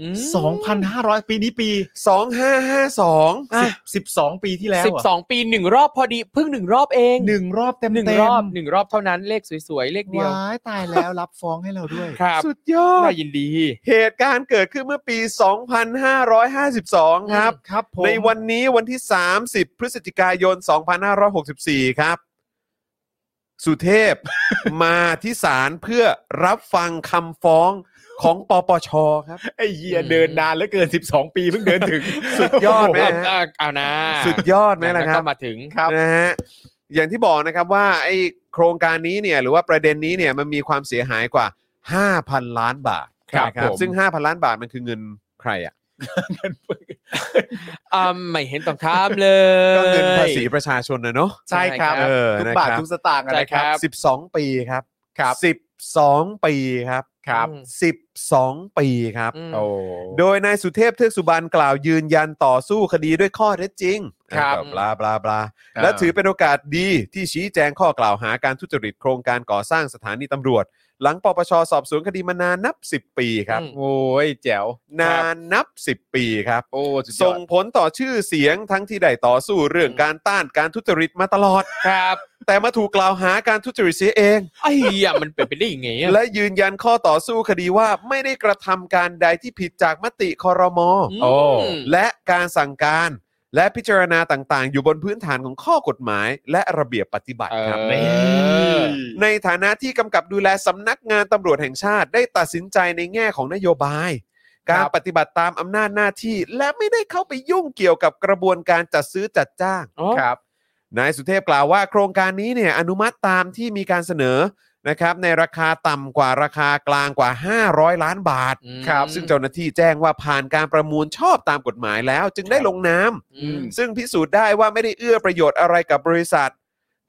Speaker 3: อืม
Speaker 2: สองพันห้าร้อยปีนี้ปี
Speaker 1: 2552
Speaker 2: สิบสิบสองปีที่แล้ว
Speaker 3: สิบสองปีหนึ่งรอบพอดีเพิ่งหนึ่งรอบเอง
Speaker 2: หนึ่งรอบเต็ม
Speaker 3: หนึ่ง
Speaker 2: เต็ม
Speaker 3: รอบหนึ่งรอบเท่านั้นเลขสวยๆ เลขเดียว
Speaker 2: ว้ายตายแล้วรับฟ้องให้เราด้วย
Speaker 3: ครับ
Speaker 1: สุดยอด
Speaker 3: น่ายินดี
Speaker 1: เหตุการณ์เกิดขึ้นเมื่อปี 2552 ครับ
Speaker 2: ครับผม
Speaker 1: ในวันนี้วันที่ 30 พฤศจิกายน 2564 ครับ สุเทพ มาที่ศาลเพื่อรับฟังคำฟ้องของปปชครับ
Speaker 2: ไอ้เหี้ยเดินนานเหลือเกิน 12 ปีเพิ่งเดินถึง
Speaker 1: สุดยอดไหม
Speaker 3: เอา
Speaker 1: ฮะ
Speaker 3: เอาเอานะ
Speaker 1: สุดยอดไหมล่ะครับ
Speaker 3: ก็มาถึง
Speaker 2: ครับ
Speaker 1: นะฮะอย่างที่บอกนะครับว่าไอ้โครงการนี้เนี่ยหรือว่าประเด็นนี้เนี่ยมันมีความเสียหายกว่า 5,000 ล้านบาท
Speaker 2: ครับ
Speaker 1: นะ
Speaker 2: ผม
Speaker 1: ซึ่ง 5,000 ล้านบาทมันคือเงินใครอ่ะ
Speaker 3: อ่าไม่เห็นต้องถามเลย
Speaker 1: ก็เงินภาษีประชาชนนะเนาะ
Speaker 2: ใช่ครับ
Speaker 1: เออ
Speaker 2: ทุก
Speaker 1: นะครับ
Speaker 2: บาททุกสตางค์อะ
Speaker 3: ใช่
Speaker 2: นะค
Speaker 3: ครั
Speaker 2: รับ
Speaker 3: บ
Speaker 1: 12 ปีครับครับ12 ปีครับ
Speaker 2: ครับ
Speaker 1: 12 ปีครับ
Speaker 3: อืม
Speaker 2: โอ้
Speaker 1: โดยนายสุเทพเทือกสุบรรณกล่าวยืนยันต่อสู้คดีด้วยข้อเท็จจริง
Speaker 2: ครับ
Speaker 1: บลาบลาบลาและถือเป็นโอกาสดีที่ชี้แจงข้อกล่าวหาการทุจริตโครงการก่อสร้างสถานีตำรวจ หลังปปชสอบสวนคดีมานานนับ 10 ปีครับ
Speaker 3: อืม
Speaker 2: โอ้ยแจ๋ว
Speaker 1: นานนับ 10 ปีครับ
Speaker 2: โอ้สุดยอ
Speaker 1: ส่ง
Speaker 2: ด
Speaker 1: ผลต่อชื่อเสียงทั้งที่ได้ต่อสู้เรื่องการต้านการทุจริตมาตลอด
Speaker 3: ครับ
Speaker 1: แต่มาถูกกล่าวหาการทุจริตเสียเอง
Speaker 3: ไอ้เหี้ยมันเป็นไปได้ยังไงอะ
Speaker 1: และยืนยันข้อต่อสู้คดีว่าไม่ได้กระทำการใดที่ผิดจากมติคอรมอ
Speaker 3: ม
Speaker 2: โอ้
Speaker 1: และการสั่งการและพิจารณาต่างๆ อยู่บนพื้นฐานของข้อกฎหมาย และระเบียบปฏิบัติครับ
Speaker 3: เออ
Speaker 1: ในฐานะที่กำกับดูแลสำนักงานตำรวจแห่งชาติได้ตัดสินใจในแง่ของนโยบาย
Speaker 2: ค
Speaker 1: กา
Speaker 2: รับ
Speaker 1: รปฏิบัติตามอำนาจหน้าที่ และไม่ได้เข้าไปยุ่งเกี่ยวกับกระบวนการจัดซื้อจัดจ้าง
Speaker 3: อ๋อ
Speaker 2: ครับ
Speaker 1: นายสุเทพกล่าวว่าโครงการนี้เนี่ยอนุมัติตามที่มีการเสนอนะครับในราคาต่ำกว่าราคากลางกว่า 500 ล้านบาท
Speaker 3: อืม
Speaker 1: ครับซึ่งเจ้าหน้าที่แจ้งว่าผ่านการประมูลชอบตามกฎหมายแล้ว จึงได้ลงนาม
Speaker 3: อืม
Speaker 1: ซึ่งพิสูจน์ได้ว่าไม่ได้เอื้อประโยชน์อะไรกับบริษัท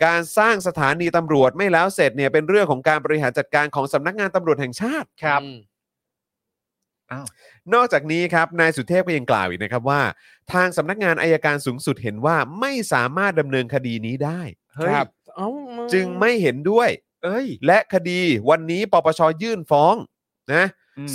Speaker 1: การสร้างสถานีตำรวจไม่แล้วเสร็จเนี่ยเป็นเรื่องของการบริหารจัดการของสำนักงานตำรวจแห่งชาติ นอกจากนี้ครับนายสุเทพก็ยังกล่าวอีกนะครับว่า ทางสำนักงานอายการสูงสุดเห็นว่าไม่สามารถดำเนินคดีนี้ได้
Speaker 2: เฮ้ย
Speaker 3: ครับเอ้ามา
Speaker 1: จึงไม่เห็นด้วย
Speaker 2: เอ้ย
Speaker 1: และคดีวันนี้ปปชยื่นฟ้องนะ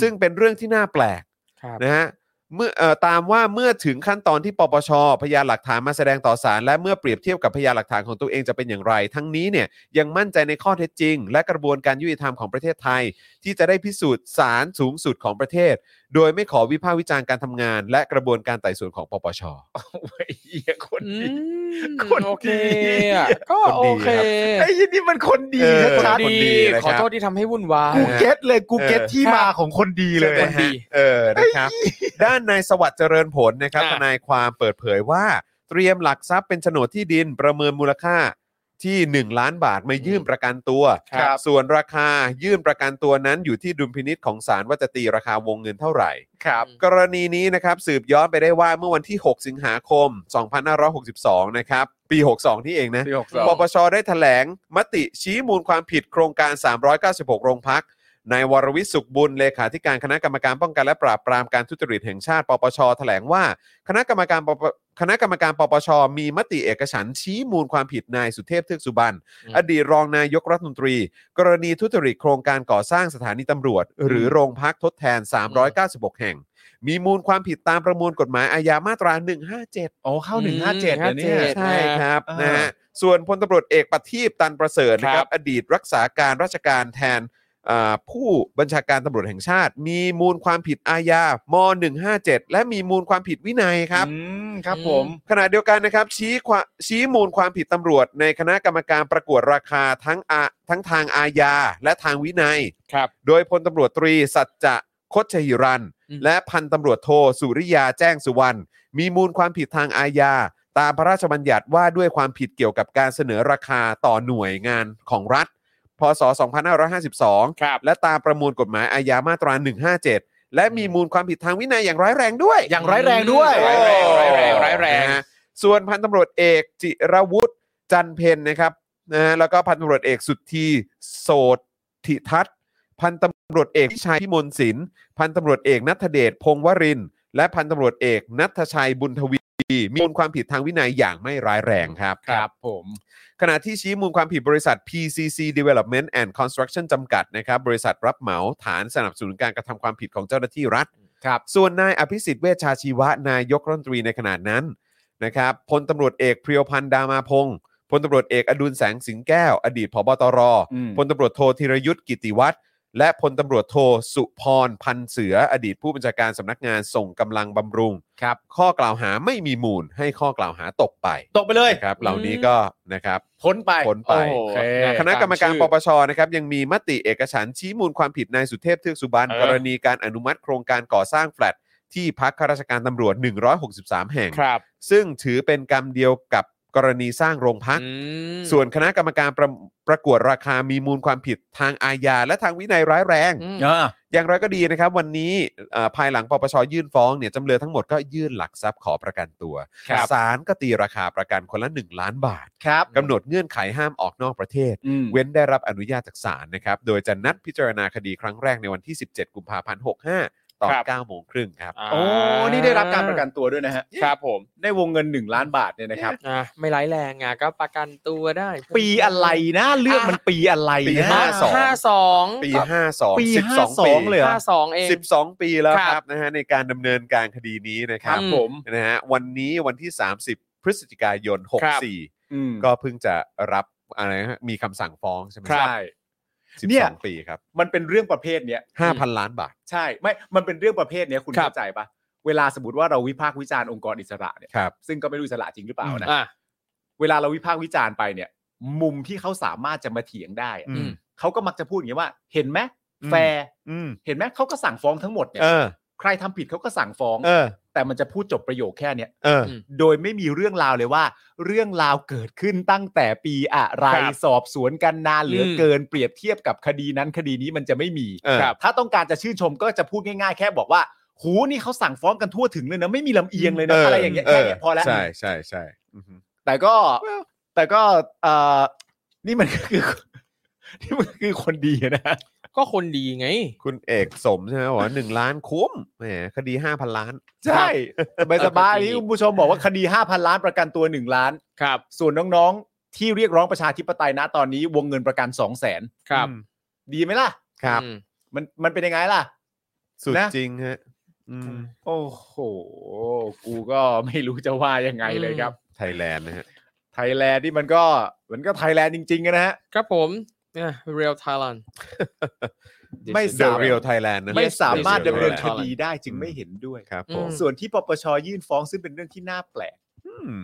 Speaker 1: ซึ่งเป็นเรื่องที่น่าแปลก
Speaker 3: ครับ
Speaker 1: นะฮะเมื่อเอ่อตามว่าเมื่อถึงขั้นตอนที่ปปชพยานหลักฐานมาแสดงต่อศาลและเมื่อเปรียบเทียบกับพยานหลักฐานของตัวเองจะเป็นอย่างไร ทั้งนี้เนี่ยยังมั่นใจในข้อเท็จจริง และกระบวนการยุติธรรมของประเทศไทย ที่จะได้พิสูจน์ศาลสูงสุดของประเทศ โดยไม่ขอวิพากษ์วิจารณ์การทำงาน และกระบวนการไต่สวนของปปช
Speaker 2: โอ้ยเหี้ยคน
Speaker 3: อื
Speaker 2: ดี
Speaker 3: ม
Speaker 2: คนดี
Speaker 3: โอเคอะก็
Speaker 1: คน
Speaker 3: โอ
Speaker 1: ดี
Speaker 3: เค
Speaker 1: ครับ
Speaker 2: ไอ้ยี่นี่มันคนดี
Speaker 1: เออ
Speaker 2: ชัด
Speaker 1: คนดีนะครับ
Speaker 3: ขอโทษที่ทำให้วุ่นวาย
Speaker 2: ๆกูเก็ตเลยกูเก็ต
Speaker 1: เออ
Speaker 2: ที่มาของคนดีเลย
Speaker 3: คนดี
Speaker 1: เออนะครับ ด้านนายสวัสดิ์เจริญผลนะครับ
Speaker 3: อ่ะ
Speaker 1: ทนายความเปิดเผยว่า เตรียมหลักทรัพย์เป็นโฉนดที่ดินประเมินมูลค่าที่ 1 ล้านบาทมายื่นประกันตัว
Speaker 2: ครับ
Speaker 1: ส่วนราคายื่นประกันตัวนั้นอยู่ที่ดุลพินิษของศาลว่าจะตีราคาวงเงินเท่าไหร่
Speaker 2: ครับ
Speaker 1: กรณีนี้นะครับสืบย้อนไปได้ว่าเมื่อวันที่ 6 สิงหาคม 2562 นะครับ ปี 62 ที่เองนะ
Speaker 2: ปีหกส
Speaker 3: ครั
Speaker 2: อบ ง
Speaker 1: ปปชได้แถลงมติชี้มูลความผิดโครงการ 396 โรงพัก นายวรวิศสุขบุญ เลขาธิการคณะกรรมการป้องกันและปราบปรามการทุจริตแห่งชาติ ปปช แถลงว่า คณะกรรมการปปคณะกรรมการปปช มีมติเอกฉันท์ชี้มูลความผิดนายสุเทพเทือกสุบรรณ
Speaker 3: อืม
Speaker 1: อดีตรองนายกรัฐมนตรี กรณีทุจริตโครงการก่อสร้างสถานีตำรวจ หรือโรงพักทดแทน 396 แห่ง มีมูลความผิดตามประมวลกฎหมายอาญามาตรา 157
Speaker 2: โอ้เข้า
Speaker 3: อืม
Speaker 2: 157เดี๋ยวนี้
Speaker 3: 157
Speaker 1: ใช่ครับ
Speaker 2: อ่าน
Speaker 1: นะฮะส่วนพลตำรวจเอกปฏิบตันประเสริฐนะค
Speaker 3: ครั
Speaker 1: รับ
Speaker 3: บ
Speaker 1: อดีตรักษาการราชการแทนอ่าผู้บัญชาการตำรวจแห่งชาติ มีมูลความผิดอาญาม157 และมีมูลความผิดวินัยครับ
Speaker 2: อืมครับผม
Speaker 1: ขณะเดียวกันนะครับชี้ความชี้มูลความผิดตำรวจ ในคณะกรรมการประกวดราคาทั้งอาทั้งทางอาญาและทางวินัย
Speaker 3: ครับ
Speaker 1: โดยพลตำรวจตรีสัจจะคดชหิรัน
Speaker 3: อืม
Speaker 1: และพันตำรวจโทสุริยาแจ้งสุวรรณมีมูลความผิดทางอาญา ตามพระราชบัญญัติว่าด้วยความผิดเกี่ยวกับการเสนอราคาต่อหน่วยงานของรัฐ พศ 2552
Speaker 3: ครับ
Speaker 1: และตามประมวลกฎหมายอาญามาตรา 157 และมีมูลความผิดทางวินัยอย่างร้ายแรงด้วย
Speaker 2: อย่างร้ายแรงด้วย
Speaker 3: ร้ายแรงร้ายแรงร้ายแรง
Speaker 1: นะฮะส่วนพันตำรวจเอกจิรวุฒิจันเพนนะครับนะฮะแล้วก็พันตำรวจเอกสุทธีโสธิทัศน์พันตำรวจเอกพิชัยพิมลศิลป์พันตำรวจเอกนัทเดชพงศ์วรินทร์และพันตำรวจเอกนัทชัยบุญทวี มีมูลความผิดทางวินัยอย่างไม่ร้ายแรงครับ
Speaker 2: ครับผม
Speaker 1: ขณะที่ชี้มูลความผิดบริษัท PCC Development and Construction จำกัดนะครับบริษัทรับเหมาฐานสนับสนุนการกระทำความผิดของเจ้าหน้าที่รัฐ
Speaker 2: ครับ
Speaker 1: ส่วนนายอภิสิทธิ์เวชชาชีวะ นายกรัฐมนตรีในขณะนั้นนะครับพลตำรวจเอกเพรียวพันธ์ดามาพงศ์พลตำรวจเอกอดุลแสงสิงแก้ว อดีตผบตร
Speaker 2: อืม
Speaker 1: พลตำรวจโทธีรยุทธ์กิติวัตรและพลตำรวจโทสุพรพันธ์เสือ อดีตผู้บัญชาการสำนักงานส่งกำลังบำรุง
Speaker 2: ครับ
Speaker 1: ข้อกล่าวหาไม่มีมูลให้ข้อกล่าวหาตกไป
Speaker 2: ตกไปเลย
Speaker 1: นะครับเหล่านี้ก็นะครับ
Speaker 2: พ้นไป
Speaker 1: พ้นไป
Speaker 3: โอ้โห
Speaker 2: โอเค
Speaker 1: คณะกรรมการ
Speaker 2: ตชื่อ
Speaker 1: ปปชนะครับยังมีมติเอกฉันท์ชี้มูลความผิดนายสุเทพเทือกสุบรรณ
Speaker 2: เออ
Speaker 1: กรณีการอนุมัติโครงการก่อสร้างแฟลตที่พักข้าราชการตำรวจ 163 แห่ง
Speaker 3: ครับ
Speaker 1: ซึ่งถือเป็นกรรมเดียวกับกรณีสร้างโรงพัก
Speaker 3: อืม
Speaker 1: ส่วนคณะกรรมการประประกวดราคามีมูลความผิดทางอาญาและทางวินัยร้ายแรง
Speaker 3: อืม
Speaker 2: เออ
Speaker 1: อย่างไรก็ดีนะครับวันนี้เอ่อภายหลังปปชยื่นฟ้องเนี่ยจำเลยทั้งหมดก็ยื่นหลักทรัพย์ขอประกันตัว
Speaker 2: ครับ
Speaker 1: ศาลก็ตีราคาประกันคนละ 1 ล้านบาท
Speaker 2: ครับ
Speaker 1: กำหนดเงื่อนไขห้ามออกนอกประเทศ
Speaker 2: อืม
Speaker 1: เว้นได้รับอนุญาตจากศาลนะครับ โดยจะนัดพิจารณาคดีครั้งแรกในวันที่ 17 กุมภาพันธ์ 65 ตอน
Speaker 3: ครั
Speaker 1: 9
Speaker 3: บ
Speaker 1: โมงครึ่งครับ
Speaker 3: อ่า
Speaker 2: โอ้นี่ได้รับการประกันตัวด้วยนะฮะ
Speaker 3: ครับผม
Speaker 2: ในวงเงิน 1 ล้านบาทเนี่ยนะครับ
Speaker 3: อ่ะไม่ร้ายแรงอ่ะก็ประกันตัวได้
Speaker 2: ปีอะไรนะ เรื่องมันปีอะไร
Speaker 1: ปี
Speaker 2: นะ
Speaker 1: ห้าสอง
Speaker 3: ห้าสอง
Speaker 1: ปี 52
Speaker 2: ปี
Speaker 1: 12
Speaker 2: 52
Speaker 1: ปี
Speaker 2: เลยเหร
Speaker 3: ห้าสองเอง
Speaker 1: 12 ปีแล้วค
Speaker 3: ครั
Speaker 1: รับบ นะฮะในการดำเนินการคดีนี้นะค
Speaker 2: ค
Speaker 1: รั
Speaker 2: รั
Speaker 1: บบ
Speaker 2: ผม
Speaker 1: นะฮะวันนี้วันที่ 30 พฤศจิกายน 64
Speaker 2: อืม
Speaker 1: ก็เพิ่งจะรับอะไรนะฮะมีคำสั่งฟ้องใช่ไหม
Speaker 2: ใช่ เนี่ย
Speaker 1: 12 ปีครับ
Speaker 2: มันเป็นเรื่องประเภทเนี้ย
Speaker 1: 5,000 ล้านบาท
Speaker 2: ใช่ไม่ มันเป็นเรื่องประเภทเนี้ยคุณ
Speaker 3: ครับ
Speaker 2: เข้าใจปะเวลาสมมติว่าเราวิพากษ์วิจารณ์องค์กรอิสระเนี่ย
Speaker 1: ครับ
Speaker 2: ซึ่งก็ไม่รู้อิสระจริงหรือเปล่านะ
Speaker 3: อ่ะ
Speaker 2: เวลาเราวิพากษ์วิจารณ์ไปเนี่ย มุมที่เขาสามารถจะมาเถียงได้อะ
Speaker 1: อืม
Speaker 2: เขาก็มักจะพูดอย่างนี้ยว่า เห็นไหม
Speaker 1: อืม
Speaker 2: แฟร์
Speaker 1: อืม
Speaker 2: เห็นไหมเขาก็สั่งฟ้องทั้งหมดเนี่ย
Speaker 1: เออ
Speaker 2: ใครทำผิดเขาก็สั่งฟ้อง
Speaker 1: เออ
Speaker 2: แต่มันจะพูดจบประโยคแค่เนี้ย
Speaker 1: เออ
Speaker 3: อืม
Speaker 2: โดยไม่มีเรื่องราวเลยว่า เรื่องราวเกิดขึ้นตั้งแต่ปีอะไร
Speaker 3: ครับ
Speaker 2: สอบสวนกันนานเหลืออ
Speaker 3: ม
Speaker 2: เกินเปรียบเทียบกับคดีนั้นคดีนี้มันจะไม่มี
Speaker 1: เออ
Speaker 3: ครับ
Speaker 2: ถ้าต้องการจะชื่นชมก็จะพูดง่ายๆ แค่บอกว่าหูนี่เขาสั่งฟ้องกันทั่วถึงเลยนะ ไม่มีลำเอียงเลยนะ อะไรอย่างเงี้ยแค่เนี้ยพอแล้ว
Speaker 1: ใช่ใช่ใช่อือฮึ
Speaker 2: แต่ก็ แต่ก็เอ่อนี่มันก็คือ นี่มันก็คือคนดีนะ
Speaker 3: ก็คนดีไง
Speaker 1: คุณเอกสมใช่ไหมบอกว่าหนึ่งล้านคุ้มแหมคดีห้าพันล้าน
Speaker 2: ใช่สบาย
Speaker 3: เอ
Speaker 2: ๆ
Speaker 3: อก็จริง
Speaker 2: นี่คุณผู้ชมบอกว่าคดี 5,000 ล้านประกันตัว 1 ล้าน
Speaker 3: ครับ
Speaker 2: ส่วนน้องๆ ที่เรียกร้องประชาธิปไตยนะตอนนี้วงเงินประกัน 2 0 0 0 0 0
Speaker 3: ครับ
Speaker 2: ดีไหมล่ะ
Speaker 1: ครับ
Speaker 3: อืม
Speaker 2: มันมันเป็นยังไงล่ะ
Speaker 1: สุด
Speaker 2: นะ
Speaker 1: จริงฮะอืม
Speaker 2: โอ้โหกูก็ไม่รู้จะว่ายังไงเลยครับ
Speaker 1: ไทยแลนด์นะฮะ
Speaker 2: ไทยแลนด์นี่มันก็มันก็ไทยแลนด์จริงๆอะนะฮะ
Speaker 3: ครับผมเนี่ยเรียลไทยแลนด์
Speaker 2: ไม่
Speaker 1: เด
Speaker 2: สา
Speaker 1: อะ
Speaker 2: มารถ
Speaker 1: เรียลไทยแลนด์นะ
Speaker 2: ไม่สามารถ
Speaker 1: Yes,
Speaker 2: ดำเนิน
Speaker 1: Real
Speaker 2: ค
Speaker 1: Thailand
Speaker 2: ดีได้จึงไม่เห็นด้วย
Speaker 1: ครับผม
Speaker 3: อืม
Speaker 2: ส่วนที่ปปชยื่นฟ้องซึ่งเป็นเรื่องที่น่าแปลก
Speaker 1: อืม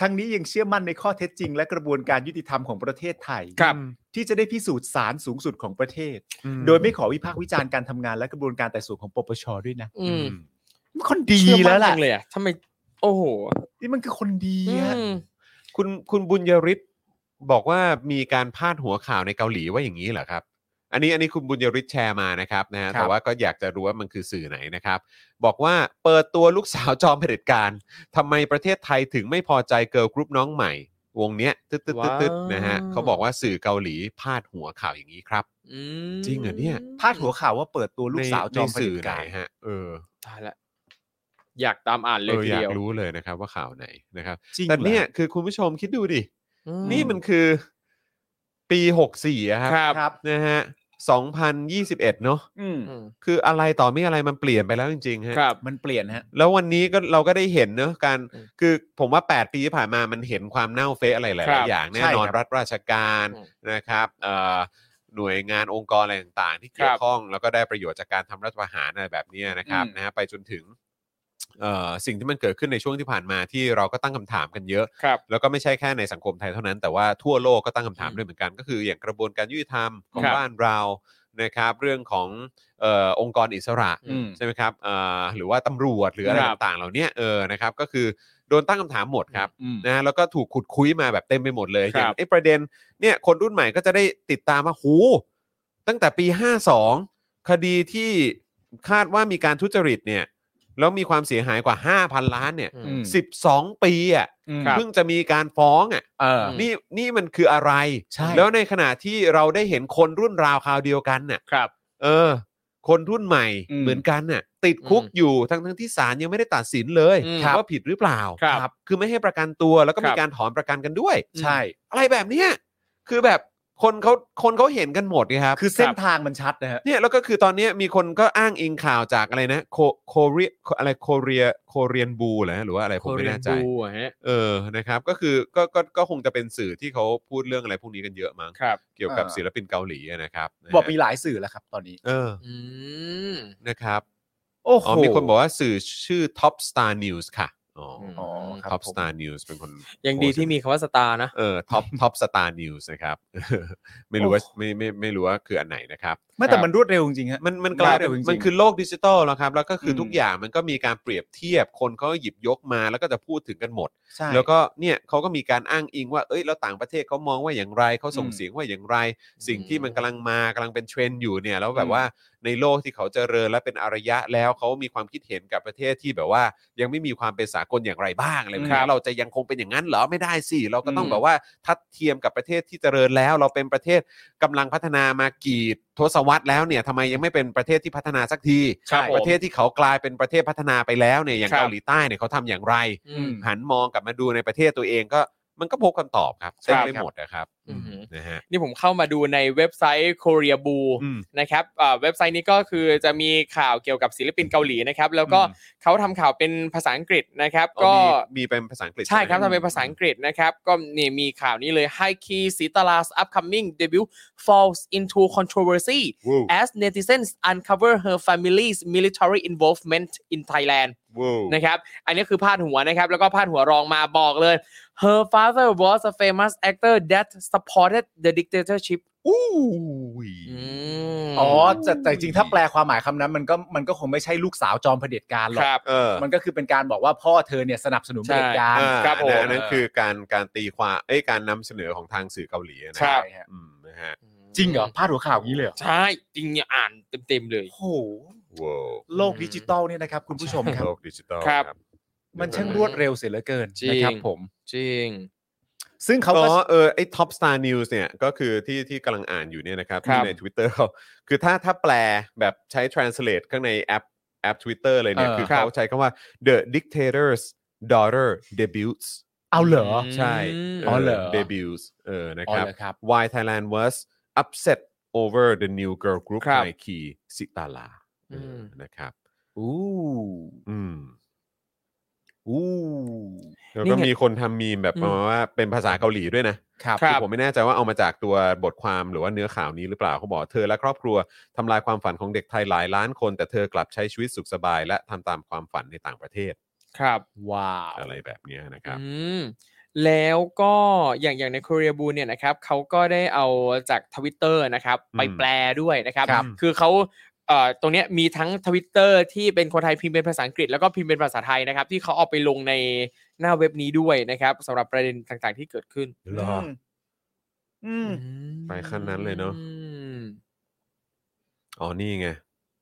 Speaker 2: ทั้งนี้ยังเชื่อมั่นในข้อเท็จจริง และกระบวนการยุติธรรมของประเทศไทย
Speaker 3: ครับ
Speaker 2: ที่จะได้พิสูจน์ศาลสูงสุดของประเทศ
Speaker 1: อื
Speaker 2: โดยไม่ขอวิพากษ์วิจารณ์การทำงานและกระบวนการไต่สวนของปปชด้วยนะ
Speaker 3: อื
Speaker 1: อื
Speaker 3: ม
Speaker 1: ม
Speaker 2: มันคนดี
Speaker 3: เชื่อมั่น
Speaker 2: แล้วล่ะ
Speaker 3: จังเลยอ่ะทำไม โอ้โห
Speaker 2: นี่มันคือคนดีอะ
Speaker 3: อืม
Speaker 1: คุณคุณบุญยริศบอกว่ามีการพาดหัวข่าวในเกาหลีว่าอย่างนี้เหรอครับ อันนี้อันนี้คุณบุญยริศแชร์มานะครับนะฮะแต่ว่าก็อยากจะรู้ว่ามันคือสื่อไหนนะครับ บอกว่าเปิดตัวลูกสาวจอมเผด็จการทำไมประเทศไทยถึงไม่พอใจเกิร์ลกรุ๊ปน้องใหม่ วงเนี้ยตึ๊ดตึ๊ดตึ๊ดตึ๊ดนะฮะเขาบอกว่าสื่อเกาหลีพาดหัวข่าวอย่างนี้ครับ
Speaker 3: อืม
Speaker 1: จริงเหรอเนี่ย
Speaker 2: พาดหัวข่าวว่าเปิดตัวลูกสาวจอม
Speaker 1: ใน
Speaker 2: เผด็
Speaker 1: สื่
Speaker 2: จ
Speaker 1: อไหน
Speaker 2: การ
Speaker 1: ฮะเออ
Speaker 3: ตายละอยากตามอ่านเลย
Speaker 1: เออ
Speaker 3: ที
Speaker 1: อยาก
Speaker 3: เดียว
Speaker 1: รู้เลยนะครับว่าข่าวไหนนะครับ
Speaker 2: จริง
Speaker 1: แต่เนี่ย
Speaker 2: หรอ
Speaker 1: คือคุณผู้ชมคิดดูดิ
Speaker 3: อืม
Speaker 1: นี่มันคือปี 64อะค
Speaker 3: ครับ รับ
Speaker 2: ครับ
Speaker 1: นะฮะ2021 เนอะ
Speaker 2: อืม
Speaker 3: อืม
Speaker 1: คืออะไรต่อไม่อะไรมันเปลี่ยนไปแล้วจริงๆฮะ
Speaker 3: ครับ
Speaker 2: มันเปลี่ยนฮะ
Speaker 1: แล้ววันนี้ก็เราก็ได้เห็นเนอะการ
Speaker 3: อืม
Speaker 1: คือผมว่า 8 ปีที่ผ่านมามันเห็นความเน่าเฟะอะไรหลา
Speaker 3: ครั
Speaker 1: ยๆ
Speaker 3: บ
Speaker 1: อย่างแน่
Speaker 2: ใช่
Speaker 1: นอน
Speaker 2: ครับ
Speaker 1: รัฐราชการ
Speaker 3: อืม
Speaker 1: นะครับเอ่อหน่วยงานองค์กรอะไรต่างๆ ที่เกี่ย
Speaker 3: คว รับ
Speaker 1: ข้องแล้วก็ได้ประโยชน์จากการทำรัฐประหารอะไรแบบเนี้ยนะครับ
Speaker 2: อืม
Speaker 1: นะฮะไปจนถึงเอ่อสิ่งที่มันเกิดขึ้นในช่วงที่ผ่านมาที่เราก็ตั้งคำถามกันเยอะ
Speaker 3: ครับ
Speaker 1: แล้วก็ไม่ใช่แค่ในสังคมไทยเท่านั้น แต่ว่าทั่วโลกก็ตั้งคำถาม
Speaker 3: อืม
Speaker 1: ด้วยเหมือนกัน ก็คืออย่างกระบวนการยุติธรรมของ
Speaker 3: ครับ
Speaker 1: บ้านเรานะครับ เรื่องของเออองค์กรอิสระ
Speaker 2: อืม
Speaker 1: ใช่ไหมครับเอ่อหรือว่าตำรวจหรืออะไร
Speaker 3: ครับ
Speaker 1: ต่างๆ เหล่าเนี้ยเออนะครับ ก็คือ โดนตั้งคำถามหมดครับ
Speaker 2: อืม
Speaker 1: นะแล้วก็ถูกขุดคุยมาแบบเต็มไปหมดเลย
Speaker 3: ครับ
Speaker 1: อย่างไอ้ประเด็นเนี่ยคนรุ่นใหม่ก็จะได้ติดตามว่าหูตั้งแต่ปี 52 คดีที่คาดว่ามีการทุจริตเนี่ยแล้วมีความเสียหายกว่า 5,000 ล้านเนี่ย
Speaker 2: อืม
Speaker 1: 12 ปีอ่ะ
Speaker 2: อืม
Speaker 1: เพิ่งจะมีการฟ้องอ่ะ
Speaker 2: เออ
Speaker 1: นี่นี่มันคืออะไร
Speaker 2: ใช่
Speaker 1: แล้วในขณะที่เราได้เห็นคนรุ่นราวคราวเดียวกันน่ะ
Speaker 3: ครับ
Speaker 1: เออ คนรุ่นใหม่
Speaker 2: อืม
Speaker 1: เหมือนกันน่ะ ติดคุก
Speaker 3: อืม
Speaker 1: อยู่ทั้งทั้งที่ศาลยังไม่ได้ตัดสินเลย
Speaker 3: อืมครับ
Speaker 1: ว่าผิดหรือเปล่า
Speaker 3: ครับ
Speaker 1: คือไม่ให้ประกันตัวแล้วก็
Speaker 3: ครั
Speaker 1: มี
Speaker 3: บ
Speaker 1: การถอนประกันกันด้วย
Speaker 2: ใช่
Speaker 1: อะไรแบบเนี้ยคือแบบคนเขาคนเขาเห็นกันหมดไงครับ
Speaker 2: คือเส้นทางมันชัดนะฮะ
Speaker 1: เนี่ยแล้วก็คือตอนเนี้ยมีคนก็อ้างอิงข่าวจากอะไรนะโคโคเรียอะไรโคเรียโคเรียนบูเหรอฮะหรือว่าอะไรผมไม่แน่ใจ
Speaker 3: Korean Blue อะฮะ
Speaker 1: เออ นะครับ ก็คือ ก็ ก็ ก็คงจะเป็นสื่อที่เขาพูดเรื่องอะไรพวกนี้กันเยอะมั้ง
Speaker 3: ครับ
Speaker 1: เกี่ยวกับ
Speaker 2: อ่า
Speaker 1: ศิลปินเกาหลีอะนะครับนะฮะ
Speaker 2: บอกมีหลายสื่อแล้วครับ ตอนนี้
Speaker 1: เออ
Speaker 3: อืม
Speaker 1: นะครับ
Speaker 2: โอ้โห
Speaker 1: อ๋อ มีคนบอกว่าสื่อชื่อ Top Star News ค่ะ อ๋ออ
Speaker 3: ม
Speaker 2: อ๋อครับ
Speaker 1: ท็อป
Speaker 2: ผ
Speaker 1: ส
Speaker 2: ม
Speaker 1: ตาร์นิวส์เป็นคน
Speaker 3: ยังดีที่มีคำว่าสตาร์นะ
Speaker 1: เออท็อปท็อปสตาร์นิวส์นะครับ ไม่รู้ว่า
Speaker 2: โอ้โห
Speaker 1: ไม่ไม่ไม่รู้ว่าคืออันไหนนะครับ
Speaker 2: ไม่แต่
Speaker 3: ครับ
Speaker 2: มันรวดเร็วจริงๆฮะ
Speaker 1: มันมันกลายเป็น
Speaker 2: เร็วจริงๆ
Speaker 1: มันคือโลกดิจิตอลแล้วครับ แล้วก็คืออ
Speaker 2: ม
Speaker 1: ทุกอย่างมันก็มีการเปรียบเทียบ คนเขาก็หยิบยกมาแล้วก็จะพูดถึงกันหมด
Speaker 2: ใช่
Speaker 1: แล้วก็เนี่ยเขาก็มีการอ้างอิงว่าเอ้ยแล้วต่างประเทศเขามองว่าอย่างไรเขาส่ง
Speaker 2: อืม
Speaker 1: เสียงว่าอย่างไร สิ่งที่มัน
Speaker 3: อืม
Speaker 1: กำลังมากำลังเป็นเทรนด์อยู่เนี่ยแล้วแบ
Speaker 2: อื
Speaker 1: บ
Speaker 2: ม
Speaker 1: ว่าในโลกที่เขาเจริญและเป็นอารยะแล้วเขามีความคิดเห็นกับประเทศที่แบบว่า ยังไม่มีความเป็นสากลอย่างไรบ้างอะไรแบบ
Speaker 3: ครั
Speaker 1: นี้
Speaker 3: บ
Speaker 1: เราจะยังคงเป็นอย่างนั้นเหรอไม่ได้สิเราก็ต้อง
Speaker 3: อืม
Speaker 1: แบบว่าทัดเทียมกับประเทศที่เจริญแล้ว เราเป็นประเทศกำลังพัฒนามากี่ทศวรรษแล้วเนี่ยทำไมยังไม่เป็นประเทศที่พัฒนาสักที
Speaker 3: ครับผม
Speaker 1: ประเทศที่เขากลายเป็นประเทศพัฒนาไปแล้วเนี่ยอย่าง
Speaker 3: ครับ
Speaker 1: เกาหลีใต้เนี่ยเขาทำอย่างไร
Speaker 3: อืม
Speaker 1: หันมองกลับมาดูในประเทศตัวเองก็มันก็พบคำตอบครับเต็มไป
Speaker 3: ครับ
Speaker 1: หมดนะครับ
Speaker 3: อืม
Speaker 1: นะฮะ
Speaker 3: นี่ผมเข้ามาดูในเว็บไซต์ Korea b u
Speaker 1: อืม
Speaker 3: นะครับอ่าเว็บไซต์นี้ก็คือจะมีข่าวเกี่ยวกับศิลปินเกาหลีนะครับ แล้วก็
Speaker 2: อืม
Speaker 3: เขาทำข่าวเป็นภาษาอังกฤษนะครับ
Speaker 1: อ๋
Speaker 3: ก็
Speaker 1: อมีมีเป็นภาษาอังกฤษ
Speaker 3: ใช่ครับ
Speaker 1: ไหม
Speaker 3: ทำเป็นภาษาอังกฤษนะครับ ก็นี่มีข่าวนี้เลย High Key s i t a l a s upcoming debut falls into controversy
Speaker 1: วู้
Speaker 3: as netizens uncover her family's military involvement in Thailand
Speaker 1: วู้
Speaker 3: นะครับ อันนี้คือพาดหัวนะครับ แล้วก็พาดหัวรองมาบอกเลย her father was a famous actor that supported the dictatorship
Speaker 1: อู้ย
Speaker 3: อืม
Speaker 2: อ๋อแต่แต่จริงๆถ้าแปลความหมายคำนั้นมันก็มันก็คงไม่ใช่ลูกสาวจอมเผด็จการหรอก
Speaker 3: ครับ
Speaker 1: เออ
Speaker 2: มันก็คือเป็นการบอกว่าพ่อเธอเนี่ยสนับสนุนเผด็จการ
Speaker 1: อ่า
Speaker 3: ครับผม
Speaker 1: นะอันนั้นคือการการตีความเอ้ยการนำเสนอของทางสื่อเกาหลีนะ
Speaker 2: ใช่ฮะ
Speaker 1: อืมนะฮะ
Speaker 2: จริงเหรอพาดหัวข่าวอย่างนี้เลยเหรอ
Speaker 3: ใช่ จริงเนี่ยอ่านเต็มๆเลย
Speaker 2: โอ้โห
Speaker 1: ว้าว
Speaker 2: โลกดิจิตอลเนี่ยนะครับ คุณผู้ชมครับ
Speaker 1: โลกดิจิตอล
Speaker 3: ครับ
Speaker 2: มันช่างรวดเร็วเสียเหลือเกิน
Speaker 3: จริง
Speaker 2: นะครับผม
Speaker 3: จริง
Speaker 2: ซึ่งเขา
Speaker 1: อ๋
Speaker 2: ก็
Speaker 1: อเออไอ้ Top Star News เนี่ยก็คือที่ที่กำลังอ่านอยู่เนี่ยนะครับ
Speaker 3: ครั
Speaker 1: ที่
Speaker 3: บ
Speaker 1: ใน Twitter เขาคือถ้าถ้าแปลแบบใช้ translate ข้างในแอปแอป Twitter เลยเนี่ย
Speaker 2: เออ
Speaker 1: คือ
Speaker 3: ครับ
Speaker 1: เขาใช้คำว่า the dictator's daughter debuts
Speaker 2: เอาเหรอ
Speaker 1: ใช่
Speaker 2: อ๋อเหรอ
Speaker 1: เดบิวส์เออนะค
Speaker 2: อ๋อ
Speaker 1: รับ
Speaker 2: เหรอครับ
Speaker 1: Why Thailand was upset over the new girl group
Speaker 3: ครับ
Speaker 1: ไนคีสิตาลาเอออ
Speaker 3: ม
Speaker 1: นะครับ
Speaker 2: อู้
Speaker 1: อืม
Speaker 2: อู้
Speaker 1: แล้ว
Speaker 3: นี่
Speaker 1: ก็
Speaker 3: ไง
Speaker 1: มีคนทำมีมแบบ
Speaker 3: อืม
Speaker 1: ประมาณว่าเป็นภาษาเกาหลีด้วยนะครับ
Speaker 3: ครับ
Speaker 1: อผมไม่แน่ใจว่าเอามาจากตัวบทความหรือว่าเนื้อข่าวนี้หรือเปล่าเขาบอกเธอและครอบครัวทำลายความฝันของเด็กไทยหลายล้านคน แต่เธอกลับใช้ชีวิตสุขสบาย และทำตามความฝันในต่างประเทศ
Speaker 3: ครับ
Speaker 2: ว้าว
Speaker 1: อะไรแบบเนี้ยนะครับ
Speaker 3: อืมแล้วก็อย่างอย่างใน Korea b o o เนี่ยนะครับเขาก็ได้เอาจากทวิตเตอร์นะครับ
Speaker 1: อืม
Speaker 3: ไปแปลด้วยนะครับ
Speaker 2: ครับ
Speaker 3: อเขาเอ่อตรงเนี้ยมีทั้งทวิตเตอร์ที่เป็นคนไทยพิมพ์เป็นภาษาอังกฤษแล้วก็พิมพ์เป็นภาษาไทยนะครับ ที่เขาเอาไปลงในหน้าเว็บนี้ด้วยนะครับสำหรับประเด็นต่างๆที่เกิดขึ้น
Speaker 1: เหรอ
Speaker 2: มอืม
Speaker 3: อืม
Speaker 1: ไปขั้นนั้นเลยเนอะ
Speaker 3: อืม
Speaker 1: อ๋อนี่ไง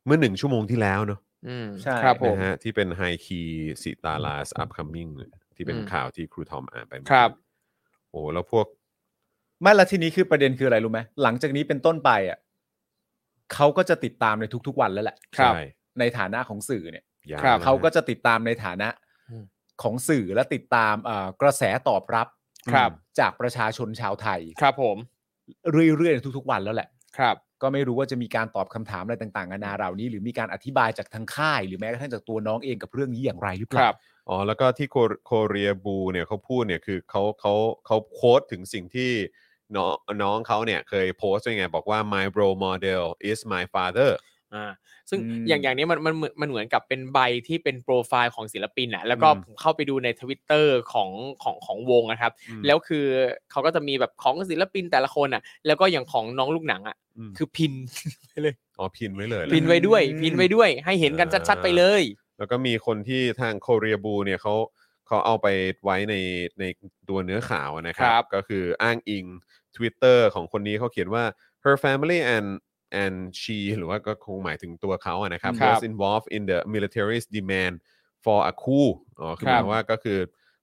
Speaker 1: เมื่อหนึ่งชั่วโมงที่แล้วเนอะ
Speaker 3: อืม
Speaker 2: ใช่
Speaker 3: ครับผม
Speaker 1: นะฮะที่เป็นไฮคีสิตาลาสอัพคัมมิ่งที่เป็น
Speaker 3: อืม
Speaker 1: ข่าวที่ครูทอมอ่านไปเมื่อ
Speaker 3: ครับ
Speaker 1: กี้โอ้แล้วพวก
Speaker 2: ไม่และทีนี้คือประเด็นคืออะไรรู้ไหมหลังจากนี้เป็นต้นไปอ่ะเขาก็จะติดตามในทุก ๆ วันแล้วแหละ
Speaker 3: ครับ
Speaker 1: ใช่
Speaker 2: ในฐานะของสื่อเนี่ย
Speaker 1: ยาว
Speaker 3: ครับ
Speaker 1: นะ
Speaker 2: เขาก็จะติดตามในฐานะ
Speaker 3: อืม
Speaker 2: ของสื่อและติดตามเอ่อกระแสตอบรับ
Speaker 3: ครับ
Speaker 2: จากประชาชนชาวไทย
Speaker 3: ครับผม
Speaker 2: เรื่อยๆในทุกๆ วันแล้วแหละ
Speaker 3: ครับ
Speaker 2: ก็ไม่รู้ว่าจะมีการตอบคำถามอะไรต่างๆนานาเหล่านี้ หรือมีการอธิบายจากทางค่าย หรือแม้กระทั่งจากตัวน้องเองกับเรื่องนี้อย่างไรหรือเป
Speaker 3: ค
Speaker 2: ล่า
Speaker 3: รับ
Speaker 1: อ๋อแล้วก็ที่โคเรียบูเนี่ยเขาพูดเนี่ยคือเขาเขาเขาโค้ดถึงสิ่งที่น้องน้องเขาเนี่ยเคยโพสต์ด้วยไง บอกว่า my role model is my father
Speaker 3: อ่าซึ่ง
Speaker 2: อืม
Speaker 3: อย่างอย่างนี้มันมันเหมือนมันเหมือนกับเป็นใบที่เป็นโปรไฟล์ของศิลปินอะแล้วก็
Speaker 2: อืม
Speaker 3: ผมเข้าไปดูในทวิตเตอร์ของของของวงนะครับ
Speaker 1: อืม
Speaker 3: แล้วคือเขาก็จะมีแบบของศิลปินแต่ละคนอะแล้วก็อย่างของน้องลูกหนังอะ
Speaker 1: อืม
Speaker 3: คือพิน ไปเลย
Speaker 1: อ๋อพินไว้เลยเหรอ
Speaker 3: พินไว้ด้วย
Speaker 2: อืม
Speaker 3: พินไว้ด้วย ให้เห็นกันชัดๆไปเลย
Speaker 1: แล้วก็มีคนที่ทางโคเรียบูเนี่ยเขา เขาเอาไปไว้ในในตัวเนื้อข่าวนะครั
Speaker 3: ครับ บ
Speaker 1: ก็คืออ้างอิง Twitter ของคนนี้เขาเขียนว่า her family and and she หรือว่าก็คงหมายถึงตัวเขาอะนะครับ
Speaker 3: ครับ
Speaker 1: was involved in the military's demand for a coup อ๋อคือห
Speaker 3: ครั
Speaker 1: มา
Speaker 3: บ
Speaker 1: ยว่าก็คือ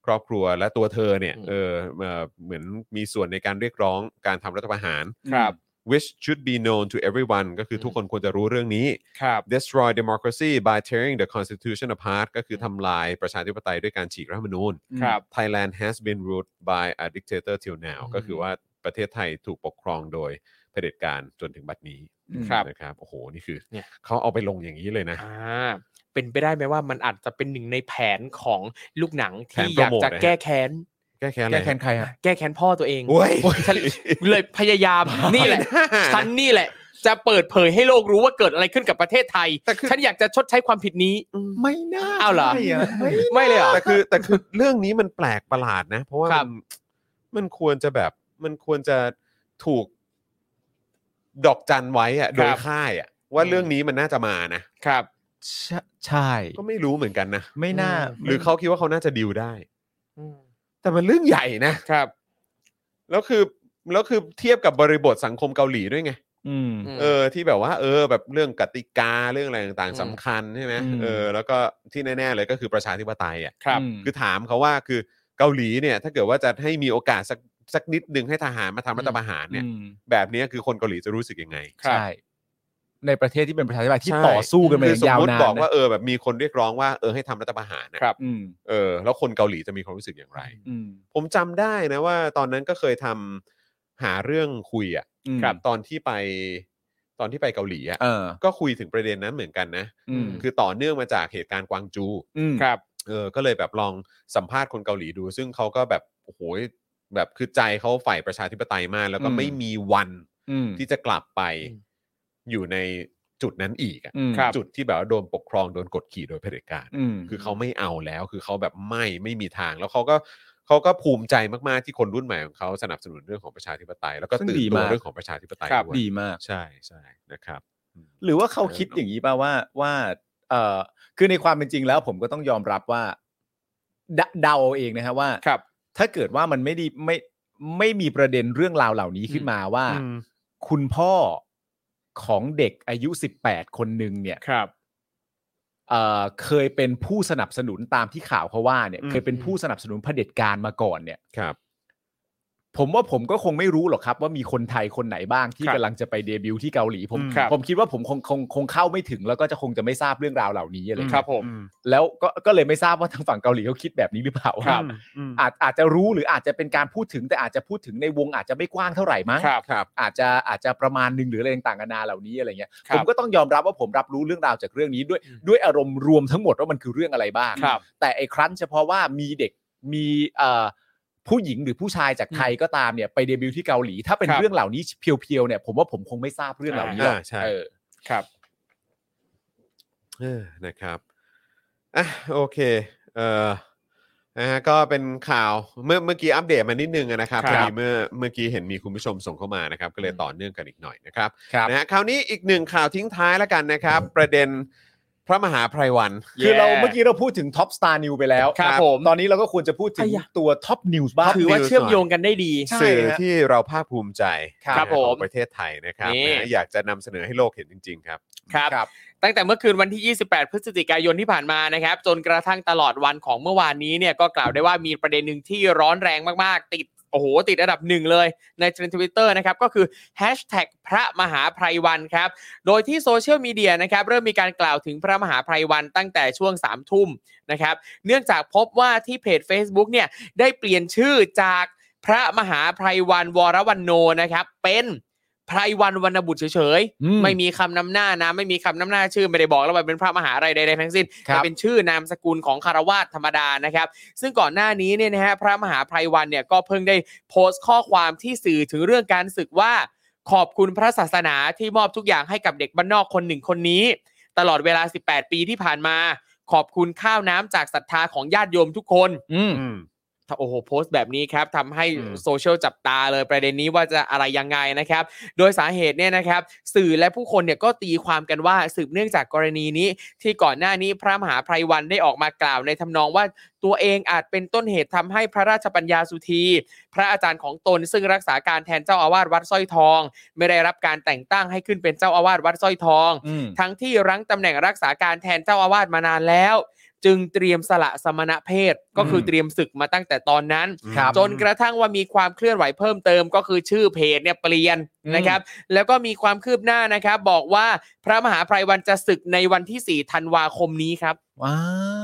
Speaker 1: ครอบครัวและตัวเธอเนี่ย
Speaker 3: อืม
Speaker 1: เออเอ่อเหมือนมีส่วนในการเรียกร้องการทำรัฐประหาร
Speaker 3: ครับ
Speaker 1: which should be known to everyone ก็คืออ
Speaker 3: ม
Speaker 1: ทุกคนควรจะรู้เรื่องนี้
Speaker 3: ครับ
Speaker 1: destroy democracy by tearing the constitution apart ก็คือทำลายประชาธิปไตยด้วยการฉีกรัฐธรรมนูญ
Speaker 3: ครับ
Speaker 1: Thailand has been ruled by a dictator till now
Speaker 3: อืม
Speaker 1: ก็คือว่าประเทศไทยถูกปกครองโดยเผด็จการจนถึงบัดนี้
Speaker 2: อืม
Speaker 3: ครับ
Speaker 1: นะครับโอ้โห นี่คือ
Speaker 3: เนี่ย
Speaker 1: เขาเอาไปลงอย่างนี้เลยนะ
Speaker 3: อ่าเป็นไปได้ไหมว่ามันอาจจะเป็นหนึ่งในแผนของลูกหนังที่
Speaker 1: แผนโป
Speaker 3: อ
Speaker 1: ร
Speaker 3: ยาก
Speaker 1: โมท
Speaker 3: จะ
Speaker 1: นะฮะ
Speaker 3: แก้แค้น
Speaker 1: แก้แค้นอะไร
Speaker 2: แก้แค้นใครฮะ
Speaker 3: แก้แค้นพ่อตัวเอง
Speaker 1: โอ้ย
Speaker 3: ฉันเลยพยา ยาม นี่แหละ ฉันนี่แหละ จะเปิดเผยให้โลกรู้ว่าเกิดอะไรขึ้นกับประเทศไทย
Speaker 1: แต่คือ
Speaker 3: ฉันอยากจะชดใช้ความผิดนี้
Speaker 1: ไม่น่า
Speaker 3: อ้าวเหรอ
Speaker 1: ใช่ะไม่
Speaker 3: ไม่เลยเหรอ
Speaker 1: แต่คือแต่คือเรื่องนี้มันแปลกประหลาดนะ เพราะว่า
Speaker 3: ครั
Speaker 1: มั
Speaker 3: บ
Speaker 1: นมันควรจะแบบมันควรจะถูกดอกจันไว้อะโดยค่ายอะว่าเรื่องนี้มันน่าจะมานะครับ
Speaker 2: ใช่
Speaker 1: ก็ไม่รู้เหมือนกันนะ
Speaker 2: ไม่น่า
Speaker 1: หรือเขาคิดว่าเขาน่าจะดีลได้
Speaker 3: อืม
Speaker 1: แต่มันเรื่องใหญ่นะ
Speaker 3: ครับ
Speaker 1: แล้วคือแล้วคือเทียบกับบริบทสังคมเกาหลีด้วยไง
Speaker 2: อืม
Speaker 1: เออที่แบบว่า เออ แบบเรื่องกติกาเรื่องอะไรต่าง
Speaker 3: อืม
Speaker 1: ๆสำคัญใช่ไหม
Speaker 2: อืม
Speaker 1: เออแล้วก็ที่แน่ๆเลยก็คือประชาธิปไตยอ่ะ
Speaker 3: ครับ
Speaker 2: ม
Speaker 1: คือถามเขาว่าคือเกาหลีเนี่ย ถ้าเกิดว่าจะให้มีโอกาสสักสักนิดหนึ่งให้ทหารมาทำรัฐประหารเนี่ย
Speaker 2: อืม
Speaker 1: แบบเนี้ยคือคนเกาหลีจะรู้สึกยังไง
Speaker 3: ครับ
Speaker 2: ใช่ ในประเทศที่เป็นประชาธิปไตยที่
Speaker 1: ใช่
Speaker 2: ต่อสู้กันมา
Speaker 1: คือสม
Speaker 2: ยาว
Speaker 1: มติ
Speaker 2: นา
Speaker 1: บอก
Speaker 2: น
Speaker 1: ว่า
Speaker 2: นะ
Speaker 1: เออแบบมีคนเรียกร้องว่าเออให้ทำรัฐประหารนะครับ
Speaker 2: อืม
Speaker 1: เออแล้วคนเกาหลีจะมีความรู้สึกอย่างไร
Speaker 2: อืม
Speaker 1: ผมจำได้นะว่า ตอนนั้นก็เคยทำหาเรื่องคุยอ่ะ
Speaker 2: อืม
Speaker 1: ตอนที่ไปตอนที่ไปเกาหลีอ่ะ
Speaker 2: เออ
Speaker 1: ก็คุยถึงประเด็นนั้นเหมือนกันนะ
Speaker 2: อืม
Speaker 1: คือต่อเนื่องมาจากเหตุการณ์กวางจู
Speaker 2: อืม
Speaker 3: ครับ
Speaker 1: เออก็เลยแบบลองสัมภาษณ์คนเกาหลีดู ซึ่งเขาก็แบบโอ้โหแบบคือใจเขาฝ่ายประชาธิปไตยมาก แล้วก็
Speaker 2: อืม
Speaker 1: ไม่มีวัน
Speaker 2: อืม
Speaker 1: ที่จะกลับไป
Speaker 3: อืม
Speaker 1: อยู่ในจุดนั้นอีกอะ
Speaker 2: อืม
Speaker 3: ครับ
Speaker 1: จุดที่แบบว่าโดนปกครองโดนกดขี่โดยเผด็จการ
Speaker 2: อืม
Speaker 1: คือเขาไม่เอาแล้ว คือเขาแบบไม่ไม่มีทาง แล้วเขาก็เขาก็ภูมิใจมากๆที่คนรุ่นใหม่ของเขาสนับสนุนเรื่องของประชาธิปไตย แล้วก็
Speaker 2: ซึ่ง
Speaker 1: ตื่น
Speaker 2: ดี
Speaker 1: ตัว
Speaker 2: มาก
Speaker 1: เรื่องของประชาธิปไตย
Speaker 3: ครับ
Speaker 1: ด้วย
Speaker 2: ดีมาก
Speaker 1: ใช่ใช่นะครับอืม
Speaker 2: หรือว่าเขาคิดอย่างนี้ป่ะว่าว่าเออคือในความเป็นจริงแล้ว ผมก็ต้องยอมรับว่าเดาเดาเอาเองนะฮะว่า
Speaker 3: ครับ
Speaker 2: ถ้าเกิดว่ามันไม่ไดีไม่ไม่มีประเด็นเรื่องราวเหล่านี้ขึ้นมาว่า
Speaker 1: อืม
Speaker 2: คุณพ่อของเด็กอายุสิบแปดคนหนึ่งเนี่ย
Speaker 3: ครับ
Speaker 2: เอ่อเคยเป็นผู้สนับสนุนตามที่ข่าวเขาว่าเนี่ย
Speaker 1: อืม
Speaker 2: เคยเป็นผู้สนับสนุนเผด็จการมาก่อนเนี่ย
Speaker 1: ครับ
Speaker 2: ผมว่าผมก็คงไม่รู้หรอกครับ ว่ามีคนไทยคนไหนบ้างที่
Speaker 3: ครับ
Speaker 2: กำลังจะไปเดบิวต์ที่เกาหลีผม
Speaker 1: อืม
Speaker 3: ครับ
Speaker 2: ผมคิดว่าผมคงคงคงเข้าไม่ถึงแล้วก็จะคงจะไม่ทราบเรื่องราวเหล่านี้อะไร
Speaker 3: ครับผม
Speaker 1: อืม
Speaker 2: แล้วก็ก็เลยไม่ทราบว่าทางฝั่งเกาหลีเขาคิดแบบนี้หรือเปล่า
Speaker 3: ครับ
Speaker 1: อืม
Speaker 2: อาจอาจจะรู้หรืออาจจะเป็นการพูดถึงแต่อาจจะพูดถึงในวงอาจจะไม่กว้างเท่าไหร่มั้ง
Speaker 3: ครับ
Speaker 1: ครับ
Speaker 2: อาจจะอาจจะประมาณหนึ่งหรืออะไรต่างๆนานาเหล่านี้อะไรเงี้ย
Speaker 3: ครั
Speaker 2: ผ
Speaker 3: บ
Speaker 2: มก็ต้องยอมรับว่าผมรับรู้เรื่องราวจากเรื่องนี้ด้วย
Speaker 3: อืม
Speaker 2: ด้วยอารมณ์รวมทั้งหมดว่ามันคือเรื่องอะไรบ้าง
Speaker 3: ครับ
Speaker 2: แต่ไอ้ครั้นเฉพาะว่ามีเด็กมีเอ่อผู้หญิงหรือผู้ชายจากไทยก็ตามเนี่ยไปเดบิวต์ที่เกาหลี ถ้าเป็น
Speaker 3: ครับ
Speaker 2: เรื่องเหล่านี้เพียวๆเนี่ยผมว่าผมคงไม่ทราบเรื่องเหล่านี้หรอก
Speaker 1: อ่าใช่
Speaker 2: เออ
Speaker 3: ครับ
Speaker 1: เออนะครับอ่ะโอเคเออนะฮะก็เป็นข่าวเมื่อเมื่อกี้อัปเดตมานิดนึงนะครับ
Speaker 3: ครั
Speaker 1: พ
Speaker 3: บ
Speaker 1: อดีเมื่อเมื่อกี้เห็นมีคุณผู้ชมส่งเข้ามานะครับ ก็เลยต่อเนื่องกันอีกหน่อยนะครับ
Speaker 2: ครับ
Speaker 1: นะฮะคราวนี้อีกหนึ่งข่าวทิ้งท้ายแล้วกันนะครับ ประเด็นพระมหาไพรวัน
Speaker 2: คือเราเมื่อกี้เราพูดถึงท็อปสตาร์นิวไปแล้ว
Speaker 3: ครับผม
Speaker 2: ตอนนี้เราก็ควรจะพูดถึงตัวท็อปนิวส์บ้าง
Speaker 3: ถือว่าเชื่อมโยงกันได้ดี
Speaker 2: ใช่
Speaker 1: สื่อที่เราภาคภูมิใจ
Speaker 3: ครับ
Speaker 1: นะฮะ
Speaker 3: ผม
Speaker 1: ของประเทศไทยนะครับ
Speaker 3: นี่
Speaker 1: นะฮะอยากจะนำเสนอให้โลกเห็นจริง ๆ ครับ
Speaker 3: ครับ
Speaker 2: ครับ
Speaker 3: ตั้งแต่เมื่อคืนวันที่ 28 พฤศจิกายนที่ผ่านมานะครับ จนกระทั่งตลอดวันของเมื่อวานนี้เนี่ยก็กล่าวได้ว่ามีประเด็นหนึ่งที่ร้อนแรงมากๆ ติดโอ้โห ติดอันดับหนึ่งเลยในเทรนด์ทวิตเตอร์นะครับ ก็คือ hashtag พระมหาไพรวันครับ โดยที่โซเชียลมีเดียนะครับ เริ่มมีการกล่าวถึงพระมหาไพรวันตั้งแต่ช่วง 3 ทุ่มนะครับ เนื่องจากพบว่าที่เพจ Facebook เนี่ยได้เปลี่ยนชื่อจากพระมหาไพรวันวรวันโนนะครับ เป็นไพรวันวรรณบุตรเฉย
Speaker 2: อืม
Speaker 3: ไม่มีคำนำหน้านะ ไม่มีคำนำหน้าชื่อไม่ได้บอกแล้วว่าเป็นพระมหาอะไรใดๆทั้งสิ้น
Speaker 2: ครับ
Speaker 3: แต่เป็นชื่อนามสกุลของคารวาสธรรมดานะครับ ซึ่งก่อนหน้านี้เนี่ยนะฮะพระมหาไพรวันเนี่ยก็เพิ่งได้โพสต์ข้อความที่สื่อถึงเรื่องการศึกว่า ขอบคุณพระศาสนาที่มอบทุกอย่างให้กับเด็กบ้านนอกคนหนึ่งคนนี้ ตลอดเวลา 18 ปีที่ผ่านมา ขอบคุณข้าวน้ำจากศรัทธาของญาติโยมทุกคน
Speaker 2: อืม
Speaker 3: โอ้โหโพสต์แบบนี้ครับทำให้
Speaker 2: อืม
Speaker 3: โซเชียลจับตาเลยประเด็นนี้ว่าจะอะไรยังไงนะครับ โดยสาเหตุเนี่ยนะครับ สื่อและผู้คนเนี่ยก็ตีความกันว่าสืบเนื่องจากกรณีนี้ ที่ก่อนหน้านี้พระมหาไพรวันได้ออกมากล่าวในทำนองว่าตัวเองอาจเป็นต้นเหตุทำให้พระราชปัญญาสุธี พระอาจารย์ของตนซึ่งรักษาการแทนเจ้าอาวาสวัดสร้อยทอง ไม่ได้รับการแต่งตั้งให้ขึ้นเป็นเจ้าอาวาสวัดสร้อยทอง
Speaker 2: อืม
Speaker 3: ทั้งที่รั้งตำแหน่งรักษาการแทนเจ้าอาวาสมานานแล้ว จึงเตรียมสละสมณเพศก็คือ
Speaker 2: ม
Speaker 3: เตรียมศึกมาตั้งแต่ตอนนั้น
Speaker 2: ครับ
Speaker 3: จนกระทั่งว่ามีความเคลื่อนไหวเพิ่มเติมก็คือชื่อเพจเนี่ยเปลี่ยน
Speaker 2: อืม
Speaker 3: นะครับ แล้วก็มีความคืบหน้านะครับ บอกว่าพระมหาไพรวันจะศึกในวันที่ 4 ธันวาคมนี้ครับ
Speaker 2: ว้า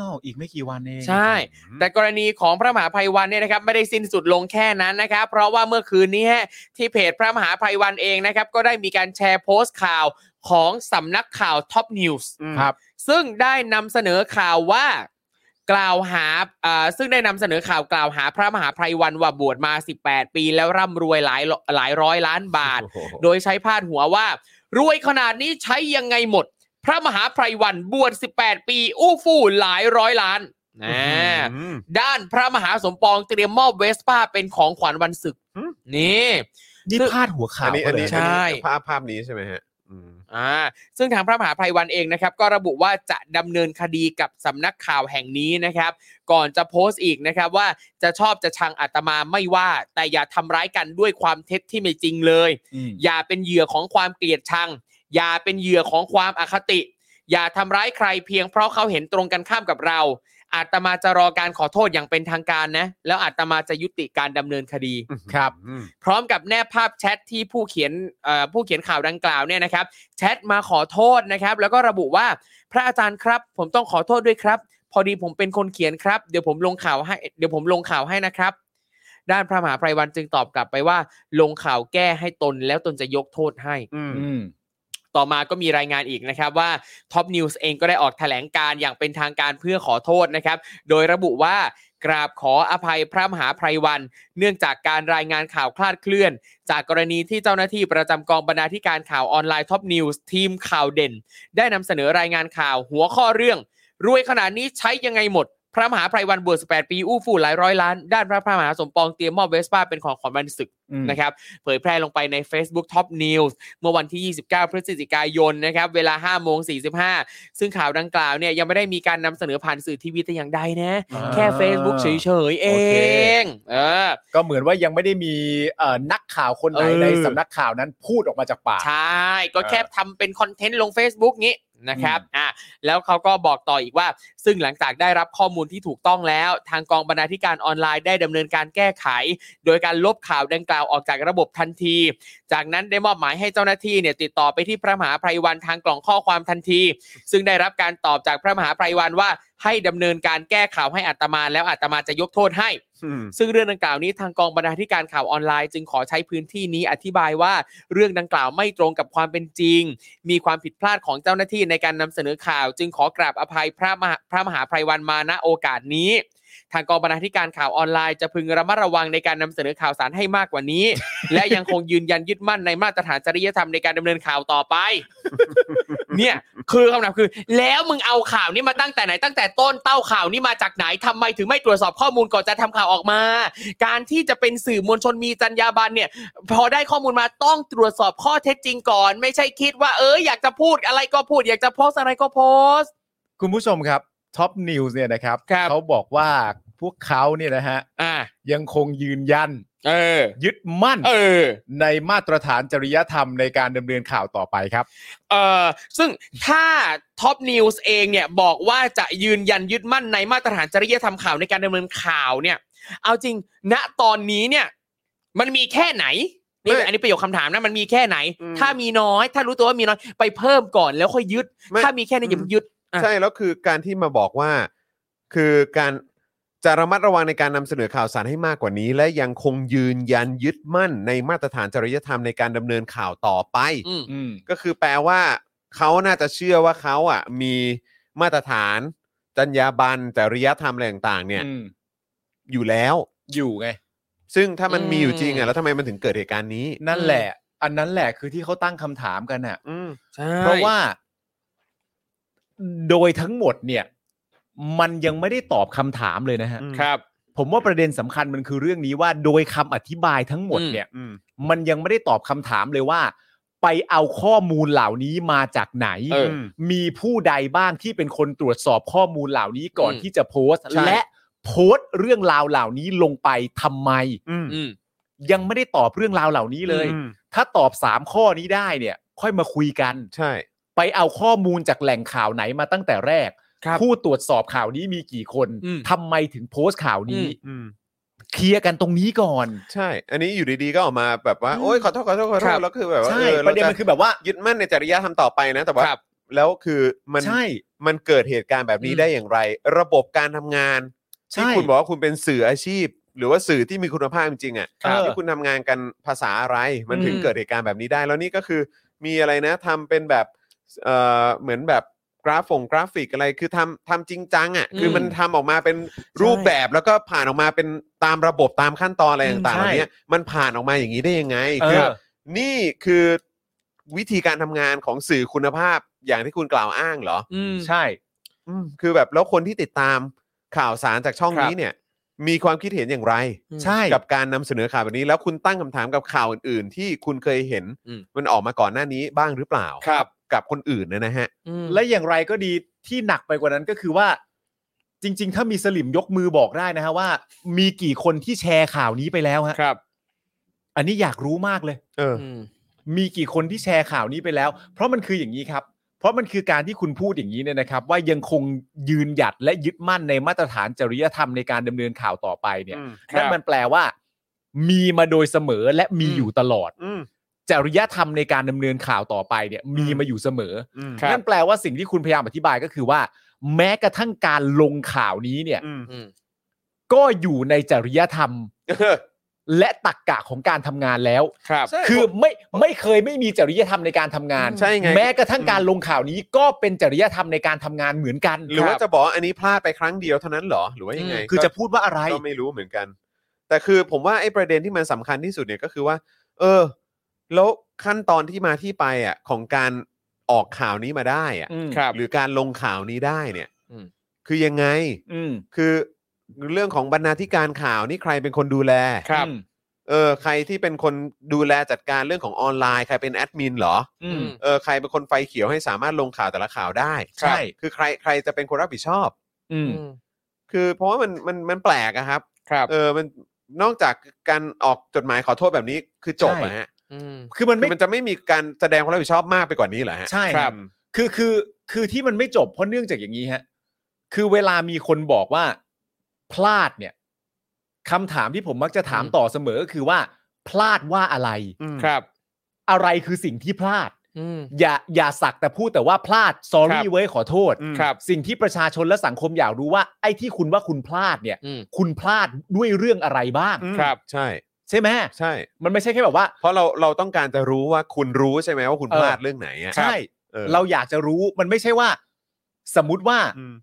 Speaker 2: ว อีกไม่กี่วันเอง
Speaker 3: ใช่ แต่กรณีของพระมหาไพรวันเนี่ยนะครับไม่ได้สิ้นสุดลงแค่นั้นนะครับ เพราะว่าเมื่อคืนนี้ฮะที่เพจพระมหาไพรวันเองนะครับ ก็ได้มีการแชร์โพสต์ข่าวของสำนักข่าวท็อปนิวส์
Speaker 2: ครับ
Speaker 3: ซึ่งได้นำเสนอข่าวว่า กล่าวหาอ่าซึ่งได้นำเสนอข่าวกล่าวหาพระมหาไพรวันว่าบวชมา 18 ปี แล้วร่ำรวยหลายหลายร้อยล้านบาท
Speaker 1: โอ้โห
Speaker 3: โดยใช้พาดหัวว่า รวยขนาดนี้ใช้ยังไงหมด พระมหาไพรวันบวช18 ปี อู้ฟู่หลายร้อยล้านนะ
Speaker 1: อืม
Speaker 3: ด้านพระมหาสมปองเตรียมมอบเวสป้าเป็นของขวัญวันศึก
Speaker 1: หืม
Speaker 3: นี่
Speaker 2: นี่พาดหัวข่า
Speaker 1: อั
Speaker 2: วน
Speaker 1: นี้อันนี้
Speaker 2: เหร
Speaker 3: ใช่
Speaker 1: ภาพภาพนี้ใช่ไหมฮะอืม
Speaker 3: อ่าซึ่งทางพระมหาภัยวันเองนะครับ ก็ระบุว่าจะดำเนินคดีกับสำนักข่าวแห่งนี้นะครับ ก่อนจะโพสต์อีกนะครับว่าจะชอบจะชังอาตมาไม่ว่า แต่อย่าทำร้ายกันด้วยความเท็จที่ไม่จริงเลย
Speaker 2: อืม
Speaker 3: อย่าเป็นเหยื่อของความเกลียดชัง อย่าเป็นเหยื่อของความอคติ อย่าทำร้ายใครเพียงเพราะเขาเห็นตรงกันข้ามกับเรา อาตมาจะรอการขอโทษอย่างเป็นทางการนะ แล้วอาตมาจะยุติการดำเนินคดี
Speaker 2: ครับ
Speaker 3: พร้อมกับแนบภาพแชทที่ผู้เขียนเอ่อผู้เขียนข่าวดังกล่าวเนี่ยนะครับ แชทมาขอโทษนะครับ แล้วก็ระบุว่าพระอาจารย์ครับ ผมต้องขอโทษด้วยครับ พอดีผมเป็นคนเขียนครับ เดี๋ยวผมลงข่าวให้ เดี๋ยวผมลงข่าวให้นะครับ ด้านพระมหาไพรวันจึงตอบกลับไปว่า ลงข่าวแก้ให้ตนแล้วตนจะยกโทษให้
Speaker 2: อืม
Speaker 3: ต่อมาก็มีรายงานอีกนะครับว่าท็อปนิวส์เองก็ได้ออกแถลงการอย่างเป็นทางการเพื่อขอโทษนะครับ โดยระบุว่ากราบขออภัยพระมหาไพรวัน เนื่องจากการรายงานข่าวคลาดเคลื่อน จากกรณีที่เจ้าหน้าที่ประจำกองบรรณาธิการข่าวออนไลน์ท็อปนิวส์ทีมข่าวเด่น ได้นำเสนอรายงานข่าวหัวข้อเรื่อง รวยขนาดนี้ใช้ยังไงหมด พระมหาไพรวันบวช18 ปีอู้ฟู่หลายร้อยล้าน ด้านพระพระมหาสมปองเตรียมมอบเวสป้าเป็นของขวัญวันศึก นะครับเผยแพร่ลงไปใน Facebook Top News เมื่อวันที่ 29 พฤศจิกายนนะครับเวลา5โมง45 ซึ่งข่าวดังกล่าวเนี่ยยังไม่ได้มีการนำเสนอผ่านสื่อทีวีแต่อย่างใดนะ
Speaker 2: อ่า
Speaker 3: แค่ Facebook เฉยๆ เอ
Speaker 2: โอเค
Speaker 3: งเออ
Speaker 2: ก็เหมือนว่ายังไม่ได้มีเอ่อนักข่าวคนไหน
Speaker 3: เออ
Speaker 2: ในสำนักข่าวนั้นพูดออกมาจากปาก
Speaker 3: ใช่ ก็แค่ทำเป็นคอนเทนต์ลง Facebook งี้นะครับอ่ะแล้วเขาก็บอกต่ออีกว่า ซึ่งหลังจากได้รับข้อมูลที่ถูกต้องแล้ว ทางกองบรรณาธิการออนไลน์ได้ดำเนินการแก้ไข โดยการลบข่าวดังกล่าวออกจากระบบทันที จากนั้นได้มอบหมายให้เจ้าหน้าที่เนี่ยติดต่อไปที่พระมหาไพรวันทางกล่องข้อความทันที ซึ่งได้รับการตอบจากพระมหาไพรวันว่าให้ดำเนินการแก้ข่าวให้อัตมาแล้วอัตมาจะยกโทษให้ ซึ่งเรื่องดังกล่าวนี้ทางกองบรรณาธิการข่าวออนไลน์จึงขอใช้พื้นที่นี้อธิบายว่าเรื่องดังกล่าวไม่ตรงกับความเป็นจริง มีความผิดพลาดของเจ้าหน้าที่ในการนำเสนอข่าว จึงขอกราบอภัยพระมหาพระมหาไพรวันมาณโอกาสนี้ ทางกองบรรณาธิการข่าวออนไลน์จะพึงระมัดระวังในการนำเสนอข่าวสารให้มากกว่านี้ และยังคงยืนยันยึดมั่นในมาตรฐานจริยธรรมในการดำเนินข่าวต่อไป เนี่ยคือคำถามคือ แล้วมึงเอาข่าวนี้มาตั้งแต่ไหนตั้งแต่ต้นเต้าข่าวนี้มาจากไหนทำไมถึงไม่ตรวจสอบข้อมูลก่อนจะทำข่าวออกมา การที่จะเป็นสื่อมวลชนมีจรรยาบรรณเนี่ย พอได้ข้อมูลมาต้องตรวจสอบข้อเท็จจริงก่อน ไม่ใช่คิดว่าเอออยากจะพูดอะไรก็พูด อยากจะโพสต์อะไรก็โพสต์
Speaker 2: คุณผู้ชมครับท็อปนิวส์เนี่ยนะครับ
Speaker 3: ครับ
Speaker 2: เขาบอกว่าพวกเขาเนี่ยนะฮะ
Speaker 3: อ่า
Speaker 2: ยังคงยืนยัน
Speaker 3: เออ
Speaker 2: ยึดมั่น
Speaker 3: เออ
Speaker 2: ในมาตรฐานจริยธรรมในการดำเนินข่าวต่อไปครับ
Speaker 3: เออซึ่งถ้าท็อปนิวส์เองเนี่ยบอกว่าจะยืนยันยึดมั่นในมาตรฐานจริยธรรมข่าวในการดำเนินข่าวเนี่ย เอาจริงณตอนนี้เนี่ยมันมีแค่ไหนนี่
Speaker 1: ไม่
Speaker 3: อันนี้ประโยคคำถามนะมันมีแค่ไหน
Speaker 1: อืม
Speaker 3: ถ้ามีน้อย ถ้ารู้ตัวว่ามีน้อยไปเพิ่มก่อนแล้วค่อยยึด
Speaker 1: ไม่
Speaker 3: ถ้ามีแค่นี้อย่า
Speaker 1: อืม
Speaker 3: เพิ่งยึด อ่ะ
Speaker 1: ใช่แล้วคือการที่มาบอกว่า คือการจะระมัดระวังในการนำเสนอข่าวสารให้มากกว่านี้ และยังคงยืนยันยึดมั่นในมาตรฐานจริยธรรมในการดำเนินข่าวต่อไป
Speaker 3: อืม
Speaker 2: อืม
Speaker 1: ก็คือแปลว่าเขาน่าจะเชื่อว่าเขาอ่ะมีมาตรฐานจรรยาบรรณจริยธรรมอะไรต่างๆ เนี่ย
Speaker 2: อืม
Speaker 1: อยู่แล้ว
Speaker 2: อยู่ไง
Speaker 1: ซึ่งถ้ามันมีอยู่จริง
Speaker 3: อื
Speaker 1: อ่ะ
Speaker 3: ม
Speaker 1: แล้วทำไมมันถึงเกิดเหตุการณ์นี้
Speaker 2: นั่นแหละ อันนั้นแหละคือที่เขาตั้งคำถามกันน่ะ
Speaker 1: อืม
Speaker 3: ใช่
Speaker 2: เพราะว่า โดยทั้งหมดเนี่ย มันยังไม่ได้ตอบคำถามเลยนะฮะ
Speaker 1: อืม
Speaker 3: ครับ
Speaker 2: ผมว่าประเด็นสำคัญมันคือเรื่องนี้ว่าโดยคำอธิบายทั้งหมด
Speaker 3: อืม
Speaker 2: เนี่ย
Speaker 5: อืม
Speaker 2: มันยังไม่ได้ตอบคำถามเลยว่า ไปเอาข้อมูลเหล่านี้มาจากไหน
Speaker 3: เออ
Speaker 2: มีผู้ใดบ้างที่เป็นคนตรวจสอบข้อมูลเหล่านี้ก่อน
Speaker 3: อืม
Speaker 2: ที่จะโพสต์
Speaker 5: ใช่
Speaker 2: และโพสต์เรื่องราวเหล่านี้ลงไปทำไม
Speaker 5: อืม
Speaker 3: อืม
Speaker 2: ยังไม่ได้ตอบเรื่องราวเหล่านี้เลย
Speaker 5: อืม
Speaker 2: ถ้าตอบสามข้อนี้ได้เนี่ย ค่อยมาคุยกัน
Speaker 1: ใช่
Speaker 2: ไปเอาข้อมูลจากแหล่งข่าวไหนมาตั้งแต่แรก
Speaker 5: ครับ
Speaker 2: ผู้ตรวจสอบข่าวนี้มีกี่คน
Speaker 3: อืม
Speaker 2: ทำไมถึงโพสต์ข่าวนี้
Speaker 3: อืม
Speaker 5: อืม
Speaker 2: เคลียร์กันตรงนี้ก่อน
Speaker 1: ใช่ อันนี้อยู่ดีๆก็ออกมาแบบว่า
Speaker 2: อืม
Speaker 1: โอ๊ยขอโทษขอโทษขอโท
Speaker 3: ครั
Speaker 1: ษ
Speaker 3: บ
Speaker 1: แล้วคือแบบว่า
Speaker 2: ใช่
Speaker 1: เออ
Speaker 2: ป
Speaker 1: เรา
Speaker 2: ระเด็น
Speaker 1: จะ
Speaker 2: มันคือแบบว่า
Speaker 1: ยึดมั่นในจริยธรรมต่อไปนะ แต่ว่า
Speaker 3: ครับ
Speaker 1: แล้วคือมัน
Speaker 2: ใช่
Speaker 1: มันเกิดเหตุการณ์แบบนี้
Speaker 2: อืม
Speaker 1: ได้อย่างไร ระบบการทำงานที่
Speaker 2: ใช่
Speaker 1: คุณบอกว่าคุณเป็นสื่ออาชีพ หรือว่าสื่อที่มีคุณภาพจริงๆอ่ะ
Speaker 2: ครับ
Speaker 1: ที่คุณทำงานกันภาษาอะไร มันถึง
Speaker 3: อืม
Speaker 1: เกิดเหตุการณ์แบบนี้ได้ แล้วนี่ก็คือมีอะไรนะทำเป็นแบบเอ่อเหมือนแบบกราฟงกราฟิกอะไรคือทำทำจริงจังอ่ะคืออ
Speaker 3: ม
Speaker 1: มันทำออกมาเป็นรูปแบบแล้วก็ผ่านออกมาเป็นตามระบบตามขั้นตอนอะไรต่างๆเห
Speaker 2: ใช่
Speaker 1: ล่านี้มันผ่านออกมาอย่างนี้ได้ยังไง
Speaker 2: เอ
Speaker 1: คือ
Speaker 2: อ
Speaker 1: นี่คือวิธีการทำงานของสื่อคุณภาพอย่างที่คุณกล่าวอ้างเหรอ
Speaker 3: อืม
Speaker 2: ใช่
Speaker 1: อคือแบบแล้วคนที่ติดตามข่าวสารจากช่อง
Speaker 3: ครับ
Speaker 1: นี้เนี่ย มีความคิดเห็นอย่างไร
Speaker 2: ใช่
Speaker 1: กับการนำเสนอข่าวแบบนี้ แล้วคุณตั้งคำถามกับข่าวอื่นๆ ที่คุณเคยเห็น
Speaker 3: อืม
Speaker 1: มันออกมาก่อนหน้านี้บ้างหรือเปล่า
Speaker 2: ครับ
Speaker 1: กับคนอื่นเนยนะฮะ
Speaker 3: อืม
Speaker 2: และอย่างไรก็ดีที่หนักไปกว่านั้นก็คือว่า จริง ๆ ถ้ามีสลิมยกมือบอกได้นะฮะว่า มีกี่คนที่แชร์ข่าวนี้ไปแล้วฮะ
Speaker 3: ครับ
Speaker 2: อันนี้อยากรู้มากเลย
Speaker 1: เออ
Speaker 3: อืม
Speaker 2: มีกี่คนที่แชร์ข่าวนี้ไปแล้ว เพราะมันคืออย่างนี้ครับ เพราะมันคือการที่คุณพูดอย่างนี้เนี่ยนะครับ ว่ายังคงยืนหยัดและยึดมั่นในมาตรฐานจริยธรรมในการดำเนินข่าวต่อไปเนี่ย
Speaker 1: อืม
Speaker 3: ครับ
Speaker 2: นั่นมันแปลว่า มีมาโดยเสมอและมีอยู่ตลอด
Speaker 1: อืม
Speaker 2: จริยธรรมในการดำเนินข่าวต่อไปเนี่ย มีมาอยู่เสมอ
Speaker 5: อืม
Speaker 3: ครับ
Speaker 2: นั่นแปลว่าสิ่งที่คุณพยายามอธิบายก็คือว่า แม้กระทั่งการลงข่าวนี้เนี่ย
Speaker 5: อืม
Speaker 3: อืม
Speaker 2: ก็อยู่ในจริยธรรม
Speaker 1: เออ
Speaker 2: และตรรกกะของการทำงานแล้ว
Speaker 3: ครับ
Speaker 1: ใช่
Speaker 2: คือ
Speaker 1: ผม
Speaker 2: ไม่ไม่เคยไม่มีจริยธรรมในการทำงาน
Speaker 1: ใช่ไง
Speaker 2: แม้กระทั่งการลงข่าวนี้ก็เป็นจริยธรรมในการทำงานเหมือนกัน
Speaker 1: หรือว่า
Speaker 2: คบ
Speaker 1: จะบอกว่าอันนี้พลาดไปครั้งเดียวเท่านั้นเหรอหรือว่ายังไง
Speaker 2: คือจะพูดว่าอะไร
Speaker 1: ก็ไม่รู้เหมือนกัน แต่คือผมว่าไอ้ประเด็นที่มันสำคัญที่สุดเนี่ยก็คือว่า เออ แล้วขั้นตอนที่มาที่ไปอ่ะของการออกข่าวนี้มาได้อ่ะ
Speaker 2: อืม
Speaker 3: ครับ
Speaker 1: หรือการลงข่าวนี้ได้เนี่ย
Speaker 3: อืม
Speaker 1: คือยังไง
Speaker 2: อืม
Speaker 1: คือเรื่องของบรรณาธิการข่าวนี่ใครเป็นคนดูแล
Speaker 3: ครับ
Speaker 2: อืม
Speaker 1: เออใครที่เป็นคนดูแลจัดการเรื่องของออนไลน์ใครเป็นแอดมินเหรอ
Speaker 2: อืม
Speaker 1: เออใครเป็นคนไฟเขียวให้สามารถลงข่าวแต่ละข่าวได้
Speaker 2: ใช่
Speaker 1: คือใครใครจะเป็นคนรับผิดชอบ
Speaker 2: อืม
Speaker 1: คือเพราะว่ามันมันมันแปลกอะครับ
Speaker 3: ครับ
Speaker 1: เออ มันนอกจากการออกจดหมายขอโทษแบบนี้คือจบ
Speaker 2: ใช่
Speaker 1: นะฮะ
Speaker 3: อืม
Speaker 2: คือมัน
Speaker 1: คื
Speaker 2: ไม่
Speaker 1: อมันจะไม่มีการแสดงความรับผิดชอบมากไปกว่านี้เหรอฮะ
Speaker 2: ใช่
Speaker 3: ครับ
Speaker 2: คือคือคือที่มันไม่จบเพราะเนื่องจากอย่างนี้ฮะ คือเวลามีคนบอกว่า พลาดเนี่ยคำถามที่ผมมักจะถาม
Speaker 3: อืม
Speaker 2: ต่อเสมอก็คือว่า พลาดว่าอะไร
Speaker 5: อืม
Speaker 3: ครับ
Speaker 2: อะไรคือสิ่งที่พลาด
Speaker 3: อืม
Speaker 2: อย่าอย่าสักแต่พูดแต่ว่าพลาด sorry
Speaker 3: ครับ
Speaker 2: เว้ยขอโทษ
Speaker 5: อืม
Speaker 3: ครับ
Speaker 2: สิ่งที่ประชาชนและสังคมอยากรู้ว่าไอ้ที่คุณว่าคุณพลาดเนี่ย
Speaker 3: อืม
Speaker 2: คุณพลาดด้วยเรื่องอะไรบ้าง
Speaker 5: อืม
Speaker 3: ครับ
Speaker 1: ใช่
Speaker 2: ใช่ไหม
Speaker 1: ใช่
Speaker 2: มันไม่ใช่แค่แบบว่า
Speaker 1: เพราะเราเราต้องการจะรู้ว่าคุณรู้ใช่ไหมว่าคุณ
Speaker 2: เออ
Speaker 1: พลาดเรื่องไหนอะ
Speaker 2: ใช่
Speaker 1: ออ
Speaker 2: เราอยากจะรู้มันไม่ใช่ว่า สมมติว่า
Speaker 5: อืม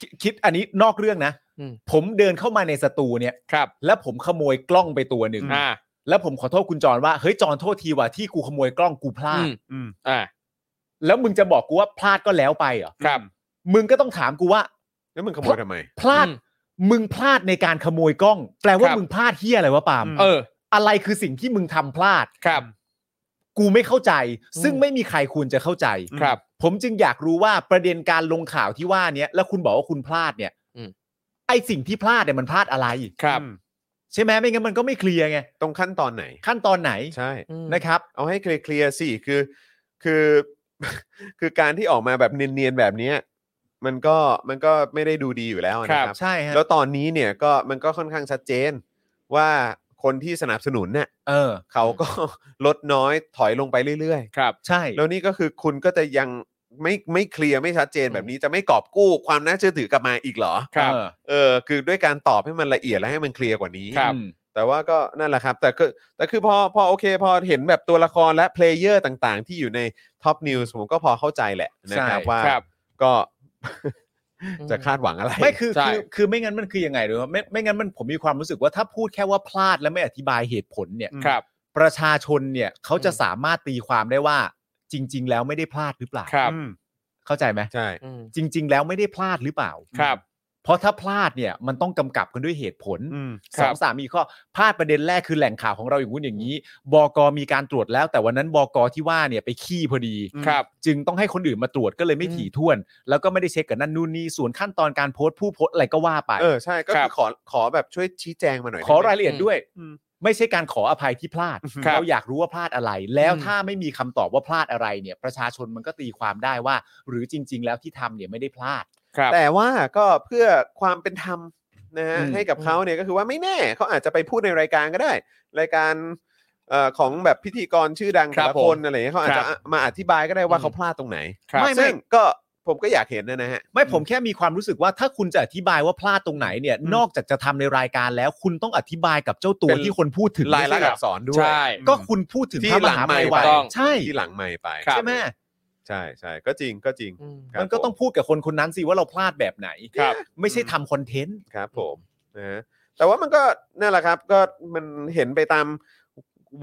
Speaker 2: คิดคิดอันนี้นอกเรื่องนะ
Speaker 3: อืม
Speaker 2: ผมเดินเข้ามาในสตูเนี่ย
Speaker 3: ครับ
Speaker 2: แล้วผมขโมยกล้องไปตัวหนึ่ง
Speaker 3: อ่า
Speaker 2: แล้วผมขอโทษคุณจรว่าเฮ้ยจรโทษทีว่าที่กูขโมยกล้องกูพลา
Speaker 3: อื
Speaker 2: ด
Speaker 3: ม
Speaker 5: อืม
Speaker 3: อ่า
Speaker 2: แล้วมึงจะบอกกูว่าพลาดก็แล้วไปเหรอ
Speaker 3: ครับ
Speaker 2: มึงก็ต้องถามกูว่า
Speaker 1: แล้วมึงขโมยทำไม
Speaker 2: พลาด
Speaker 3: อืม
Speaker 2: มึงพลาดในการขโมยกล้อง แปลว่า
Speaker 3: ครับ
Speaker 2: มึงพลาดเฮียอะไรวะปาล์ม
Speaker 5: อืม
Speaker 3: เออ
Speaker 2: อะไรคือสิ่งที่มึงทำพลาด
Speaker 3: ครับ
Speaker 2: กูไม่เข้าใจ
Speaker 3: อืม
Speaker 2: ซึ่งไม่มีใครควรจะเข้าใจ
Speaker 3: ครับ
Speaker 2: ผมจึงอยากรู้ว่าประเด็นการลงข่าวที่ว่าเนี้ยแล้วคุณบอกว่าคุณพลาดเนี่ย
Speaker 3: อืม
Speaker 2: ไอสิ่งที่พลาดเนี่ยมันพลาดอะไร
Speaker 3: ครับ
Speaker 2: ใช่ไหมไม่งั้นมันก็ไม่เคลียร์ไง
Speaker 1: ตรงขั้นตอนไหน
Speaker 2: ขั้นตอนไหน
Speaker 1: ใช่
Speaker 3: อืม
Speaker 2: นะครับ
Speaker 1: เอาให้เคลียร์ๆสิคือคือ คือการที่ออกมาแบบเนียนๆแบบเนี้ยมันก็มันก็ไม่ได้ดูดีอยู่แล้วนะ
Speaker 3: ค
Speaker 1: ค
Speaker 3: รั
Speaker 1: รับ บ
Speaker 2: ใช่ฮะ
Speaker 1: แล้วตอนนี้เนี่ยก็มันก็ค่อนข้างชัดเจนว่าคนที่สนับสนุนเนี่ย
Speaker 2: เออ
Speaker 1: เขาก็ ลดน้อยถอยลงไปเรื่อย
Speaker 3: ครับ
Speaker 2: ใช่
Speaker 1: ๆ แล้วนี่ก็คือคุณก็จะยังไม่ไม่เคลียร์ไม่ชัดเจน
Speaker 3: อืม
Speaker 1: แบบนี้จะไม่กอบกู้ความน่าเชื่อถือกลับมาอีกเหรอ
Speaker 3: ครับ
Speaker 2: เออ
Speaker 1: เออ คือด้วยการตอบให้มันละเอียดและให้มันเคลียร์กว่านี้
Speaker 3: ครับ
Speaker 2: อืม
Speaker 1: แต่ว่าก็นั่นแหละครับ แต่คือแต่คือพอพอโอเค พอเห็นแบบตัวละครและเพลเยอร์ต่างๆ ที่อยู่ในท็อปนิวส์ผมก็พอเข้าใจแหละนะครับ
Speaker 2: ใช่
Speaker 1: ว่า
Speaker 3: ครับ
Speaker 1: ก็ จะคาดหวังอะไร
Speaker 2: ไม่คือ
Speaker 3: ใช่
Speaker 2: คือคือไม่งั้นมันคือยังไงหรือว่าไม่ไม่งั้นมันผมมีความรู้สึกว่าถ้าพูดแค่ว่าพลาดและไม่อธิบายเหตุผลเนี่ย
Speaker 3: ครับ
Speaker 2: ประชาชนเนี่ยเขาจะ
Speaker 3: อืม
Speaker 2: สามารถตีความได้ว่า จริง ๆ แล้วไม่ได้พลาดหรือเปล่า
Speaker 3: ครับ
Speaker 5: อืม
Speaker 2: เข้าใจไหม
Speaker 1: ใช่
Speaker 3: อืม
Speaker 2: จริง ๆ แล้วไม่ได้พลาดหรือเปล่า
Speaker 3: ครับ
Speaker 2: เพราะถ้าพลาดเนี่ยมันต้องกำกับกันด้วยเหตุผล สองสามมีข้อพลาดประเด็นแรกคือแหล่งข่าวของเราอย่างงู้นอย่างนี้ บกมีการตรวจแล้ว แต่วันนั้นบกที่ว่าเนี่ยไปขี้พอดี
Speaker 3: ครับ
Speaker 2: จึงต้องให้คนอื่นมาตรวจก็เลยไม่
Speaker 1: อืม
Speaker 2: ถี่ถ้วน แล้วก็ไม่ได้เช็คกับนั่นนู่นนี่ส่วนขั้นตอนการโพสต์ผู้โพสต์อะไรก็ว่าไป
Speaker 1: เออใช่ก็
Speaker 3: ครั
Speaker 1: คื
Speaker 3: บ
Speaker 1: อขอขอแบบช่วยชี้แจงมาหน่อย
Speaker 2: ขอ
Speaker 1: ได้ไหม
Speaker 2: รายละเอียดด้วย
Speaker 1: อืม
Speaker 2: ไม่ใช่การขออภัยที่พลาด
Speaker 1: ครับ
Speaker 2: เราอยากรู้ว่าพลาดอะไร แล้ว
Speaker 3: อืม
Speaker 2: ถ้าไม่มีคำตอบว่าพลาดอะไรเนี่ยประชาชนมันก็ตีความได้ว่า หรือจริง ๆ แล้วที่ทำเนี่ยไม่ได้พลาด
Speaker 3: ครับ
Speaker 1: แต่ว่าก็เพื่อความเป็นธรรมนะฮะ
Speaker 2: อืม
Speaker 1: ให้กับเขาเนี่ยก็คือว่าไม่แน่เขาอาจจะไปพูดในรายการก็ได้ รายการเอ่อของแบบพิธีกรชื่อดัง
Speaker 3: ครั
Speaker 1: แต่
Speaker 3: บ
Speaker 1: ละคน
Speaker 3: ผม
Speaker 1: อะไรอย่างเงี้ยเขาอาจจะ
Speaker 3: ครับ
Speaker 1: มาอธิบายก็ได้ว่า
Speaker 3: อืม
Speaker 1: เขาพลาดตรงไหน
Speaker 3: ครับ
Speaker 2: ไม่
Speaker 1: ซึ่งก็ผมก็อยากเห็นนะนะฮะ
Speaker 2: ไม่ผมแค่มีความรู้สึกว่าถ้าคุณจะอธิบายว่าพลาดตรงไหนเนี่ย
Speaker 1: อืม
Speaker 2: นอกจากจะทำในรายการแล้ว คุณต้องอธิบายกับเจ้าตัว
Speaker 3: เป็น
Speaker 2: ที่คนพูดถึง
Speaker 1: ลายลักษณ์
Speaker 2: ไม่
Speaker 1: อัก
Speaker 2: ใช่เหรอ
Speaker 1: ษรด้วย
Speaker 3: ใช่
Speaker 2: ก็คุณพูดถึง
Speaker 1: ที่
Speaker 2: พระม
Speaker 1: ห
Speaker 2: หา
Speaker 1: ลังไม
Speaker 2: ภั
Speaker 1: ค์
Speaker 2: ยวั
Speaker 1: ถู
Speaker 2: น
Speaker 1: กต้อง
Speaker 2: ใช่
Speaker 1: ที่หลังไม่ไป
Speaker 3: ครับ
Speaker 2: ใช่ไหม
Speaker 1: ใช่ใช่ก็จริงก็จริง
Speaker 3: อืม
Speaker 1: ครับ
Speaker 2: มันก็ต้อง
Speaker 1: ผ
Speaker 2: พูดกับคนคนนั้นสิว่าเราพลาดแบบไหน
Speaker 3: ครับ
Speaker 2: ไม่ใช่ทำคอนเทนต์
Speaker 1: ครับผมนะฮะแต่ว่ามันก็นั่นแหละครับก็มันเห็นไปตาม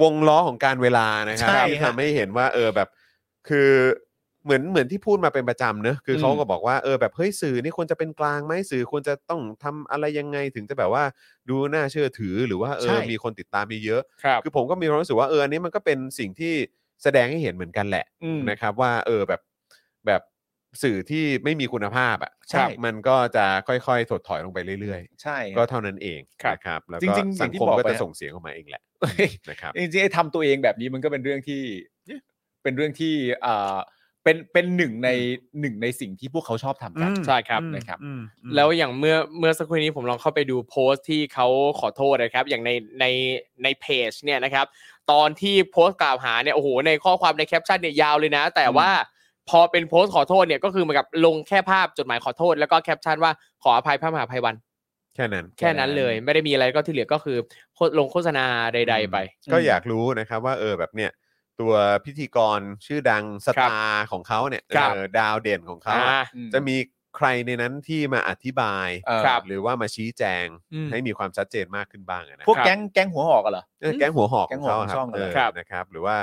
Speaker 1: วงล้อของการเวลานะครั
Speaker 2: ใช่
Speaker 1: ที่
Speaker 2: ฮะ
Speaker 1: ทำให้เห็นว่าเออแบบคือเหมือนเหมือนที่พูดมาเป็นประจำเนอะคืออ
Speaker 2: ม
Speaker 1: เขาก็บอกว่าเออแบบเฮ้ยสื่อนี่ควรจะเป็นกลางไหมสื่อควรจะต้องทำอะไรยังไงถึงจะแบบว่าดูน่าเชื่อถือหรือว่าเออ
Speaker 2: ใช่
Speaker 1: มีคนติดตามเยอะ
Speaker 3: ครับ
Speaker 1: ๆคือผมก็มีความรู้สึกว่าเอออันนี้มันก็เป็นสิ่งที่แสดงให้เห็นเหมือนกันแหละ
Speaker 2: อืม
Speaker 1: นะครับว่าเออแบบแบบสื่อที่ไม่มีคุณภาพอ่ะ
Speaker 2: ใช่
Speaker 1: มันก็จะค่อยๆถดถอยลงไปเรื่อย
Speaker 2: ใช่
Speaker 1: ๆ ก็เท่านั้นเอง
Speaker 3: ครับ
Speaker 1: นะครับแล้ว
Speaker 2: จ
Speaker 1: ก็
Speaker 2: ริงๆอ
Speaker 1: สั
Speaker 2: ย่าง งที่
Speaker 1: คม
Speaker 2: บอก
Speaker 1: ก็
Speaker 2: ไป
Speaker 1: จะ
Speaker 2: ฮะ
Speaker 1: ส่งเสียงออกมาเองแหละนะครับ
Speaker 2: จริงๆไอ้ทำตัวเองแบบนี้มันก็เป็นเรื่องที่เป็นเรื่องที่เอ่อเป็นเป็นหนึ่งในหนึ่งในสิ่งที่พวกเขาชอบทำกัน
Speaker 1: อืม
Speaker 3: ใช่ครับ
Speaker 2: นะครับ
Speaker 3: แล้วอย่างเมื่อเมื่อสักครู่นี้ผมลองเข้าไปดูโพสต์ที่เขาขอโทษนะครับ อย่างในในในเพจเนี่ยนะครับ ตอนที่โพสต์กล่าวหาเนี่ยโอ้โหในข้อความในแคปชั่นเนี่ยยาวเลยนะ แต่ว่าพอเป็นโพสต์ขอโทษเนี่ยก็คือเหมือนกับลงแค่ภาพจดหมายขอโทษ แล้วก็แคปชั่นว่าขออภัยพระมหาภัยวัน
Speaker 1: แค่นั้น
Speaker 3: แค่นั้นเลย ไม่ได้มีอะไรก็ที่เหลือก็คือโฆษลงโฆษณาใด ๆ ไป
Speaker 1: ก็อยากรู้นะครับว่าเออแบบเนี่ยตัวพิธีกรชื่อดังสตาร์ของเขาเนี่ย
Speaker 3: ครับ
Speaker 1: เออดาวเด่นของเขา
Speaker 3: อ่า
Speaker 1: อะ
Speaker 2: อืม
Speaker 1: จะมีใครในนั้นที่มาอธิบาย
Speaker 2: เออ
Speaker 3: ครับ
Speaker 1: หรือว่ามาชี้แจง
Speaker 3: อืม
Speaker 1: ให้มีความชัดเจนมากขึ้นบ้างอะนะ
Speaker 2: พวกแก๊งแก๊งหัวหอกอะเหรอ
Speaker 1: เออแก๊งหัวหอก
Speaker 2: แก๊ง
Speaker 1: ข
Speaker 2: หัวหอกของช่อง
Speaker 1: เ
Speaker 2: เลยครับ
Speaker 1: นะครับ หรือว่า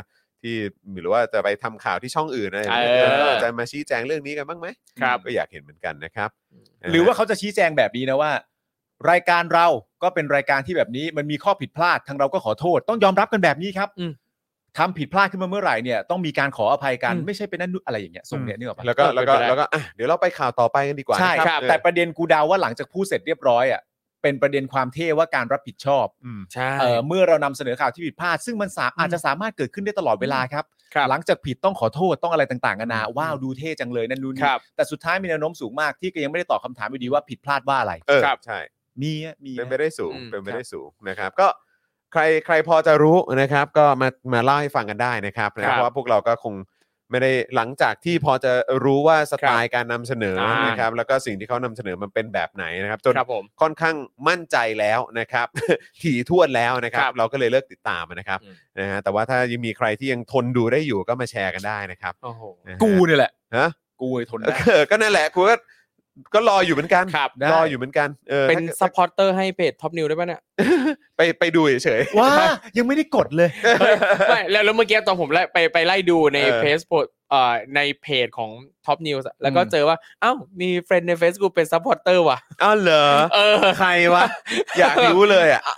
Speaker 1: ที่หรือว่าจะไปทำข่าวที่ช่องอื่นอะไรอย่างเงี้ย
Speaker 3: เออ
Speaker 1: เออจะมาชี้แจงเรื่องนี้กันบ้างไหม
Speaker 3: ครับ
Speaker 1: ก็อยากเห็นเหมือนกันนะครับ
Speaker 2: หรือว่าเขาจะชี้แจงแบบนี้นะว่า รายการเราก็เป็นรายการที่แบบนี้มันมีข้อผิดพลาดทางเราก็ขอโทษ ต้องยอมรับกันแบบนี้ครับ
Speaker 3: อืม
Speaker 2: ทำผิดพลาดขึ้นมาเมื่อไหร่เนี่ยต้องมีการขออภัยกัน
Speaker 3: อืม
Speaker 2: ไม่ใช่เป็นนั่นนู่นอะไรอย่างเงี้ยทรงเนี่ยนึกออกปะ
Speaker 1: แล้วก็แล้วก็
Speaker 3: เป็นไปได้
Speaker 1: แล้วก็อ่ะเดี๋ยวเราไปข่าวต่อไปกันดีกว่า
Speaker 2: ใช่
Speaker 1: นะครับ
Speaker 2: แต่ประเด็นกูเดาว่าหลังจากพูดเสร็จเรียบร้อยอ่ะเป็นประเด็นความเท่ว่าการรับผิดชอบ
Speaker 1: อืม
Speaker 3: ใช่
Speaker 2: เอ่อเมื่อเรานำเสนอข่าวที่ผิดพลาด ซึ่งมันสาอาจจะสามารถเกิดขึ้นได้ตลอดเวลาครับ
Speaker 3: ครับ
Speaker 2: หลังจากผิดต้องขอโทษต้องอะไรต่างๆกันานาว้าวดูเท่จังเลยนั่นนู่น
Speaker 3: ค
Speaker 2: นี่
Speaker 3: รับ
Speaker 2: แต่สุดท้ายมีแนวโน้มสูงมากที่ก็ยังไม่ได้ตอบคำถามอยู่ดีว่าผิดพลาดว่าอะไร
Speaker 1: เออ
Speaker 3: ครับ
Speaker 1: ใช่
Speaker 2: มีอะมี
Speaker 1: เป็นไป
Speaker 2: อะ
Speaker 1: ได้สูง
Speaker 3: อืม
Speaker 1: เป็นไป
Speaker 3: ครับ
Speaker 1: ได้สูงนะครับ ก็ใครใครพอจะรู้นะครับ ก็มามาเล่าให้ฟังกันได้นะครับนะเพราะว่าพวกเราก็คงไม่ได้หลังจากที่พอจะรู้ว่าสไตล์การนำเสนอ
Speaker 3: ครับ
Speaker 1: นะครับ แล้วก็สิ่งที่เขานำเสนอมันเป็นแบบไหนนะครับจน
Speaker 3: ครับผม
Speaker 1: ค่อนข้างมั่นใจแล้วนะครับ ถี่ถ้วนแล้วนะครับ
Speaker 3: ครับ
Speaker 1: เราก็เลยเลิกติดตามนะครับ
Speaker 3: อืม
Speaker 1: นะฮะแต่ว่าถ้ายังมีใครที่ยังทนดูได้อยู่ก็มาแชร์กันได้นะครับ
Speaker 3: โอ้โห
Speaker 1: นะฮะ
Speaker 2: กูเนี่ยแหละ
Speaker 1: ฮะ
Speaker 2: กูไอ้ทน
Speaker 1: เอ
Speaker 2: ได้
Speaker 1: อก็นั่นแหละกูก็ก็รออยู่เหมือนกัน
Speaker 3: ครับ
Speaker 1: รออยู่เหมือนกันเออ
Speaker 3: เป็น
Speaker 1: ถ้า
Speaker 3: ซัพพอร์เตอร์ให้เพจท็อปนิวได้ป่ะเนี่ย
Speaker 1: ไปไปดูเฉยๆ
Speaker 2: ว้ายังไม่ได้กดเลย
Speaker 3: ไม่แล้วแล้วเมื่อกี้ตอนผมไล่ไปไปไล่ดูใน
Speaker 1: เออ
Speaker 3: เพจโพสเอ่อในเพจของ Top News อะแล้วก็
Speaker 2: อืม
Speaker 3: เจอว่า เอ้า มีเฟรนด์ใน Facebook เป็นซัพพอร์เตอร์ว่ะ
Speaker 1: อ้าวเหรอ
Speaker 3: เออ
Speaker 1: ใครวะ อยากรู้เลยอ่ะ
Speaker 3: อ่ะ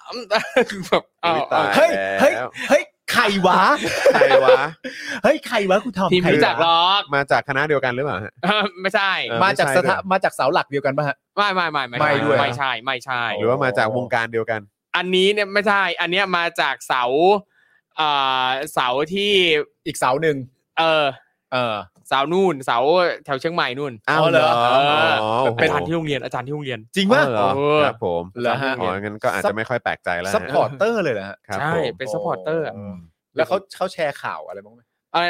Speaker 3: แบบเอ้า
Speaker 1: อุ๊ย
Speaker 3: เอา
Speaker 1: ตาย
Speaker 2: เฮ้ยเฮ้ย
Speaker 1: แล้ว
Speaker 2: เฮ้ยใครวะ
Speaker 1: ใครวะ
Speaker 2: เฮ้ยใครวะกูทอม
Speaker 3: ทีม
Speaker 2: ใคร
Speaker 3: รู้
Speaker 2: วะ
Speaker 3: จักหรอก
Speaker 1: มาจากคณะเดียวกันหรือเปล่าฮะ
Speaker 3: เออไม่ใช่
Speaker 1: เออ
Speaker 2: มาจากสถา
Speaker 1: ไม่ใช่ด้วย
Speaker 2: มาจากเสาหลักเดียวกันป่ะฮะ
Speaker 3: ไม่ไม่ไม่
Speaker 2: ไม่ด้วย
Speaker 3: ไม่ใช่ไม่ใช่
Speaker 1: หรือว่ามาจากวงการเดียวกัน
Speaker 3: อันนี้เนี่ยไม่ใช่ อันเนี้ยมาจากเสาเอ่อเสาที่
Speaker 2: อีกเสาหนึ่ง
Speaker 3: เออ
Speaker 2: เออ
Speaker 3: เสานู่นเสาแถวเชียงใหม่นู่น
Speaker 1: อ้าวเหรออ๋อโอ้โห
Speaker 3: เป็นอาจารย์ที่โรงเรียนอาจารย์ที่โรงเรียน
Speaker 2: จริงป่ะ
Speaker 1: อ้าวเหรอ
Speaker 3: เออ
Speaker 1: ครับผม
Speaker 2: เหรอฮะ
Speaker 1: อ๋องั้นก็อาจจะไม่ค่อยแปลกใจแล้วฮะ
Speaker 2: ซัพพอร์เตอร์เลยนะฮะ
Speaker 1: ครับ
Speaker 3: ใช่
Speaker 1: ผม
Speaker 3: เป็นซัพพอร์เตอร์อะ
Speaker 1: อืม
Speaker 2: แล้วเขาเขาแชร์ข่าวอะไรบ้างไหม
Speaker 3: อะไร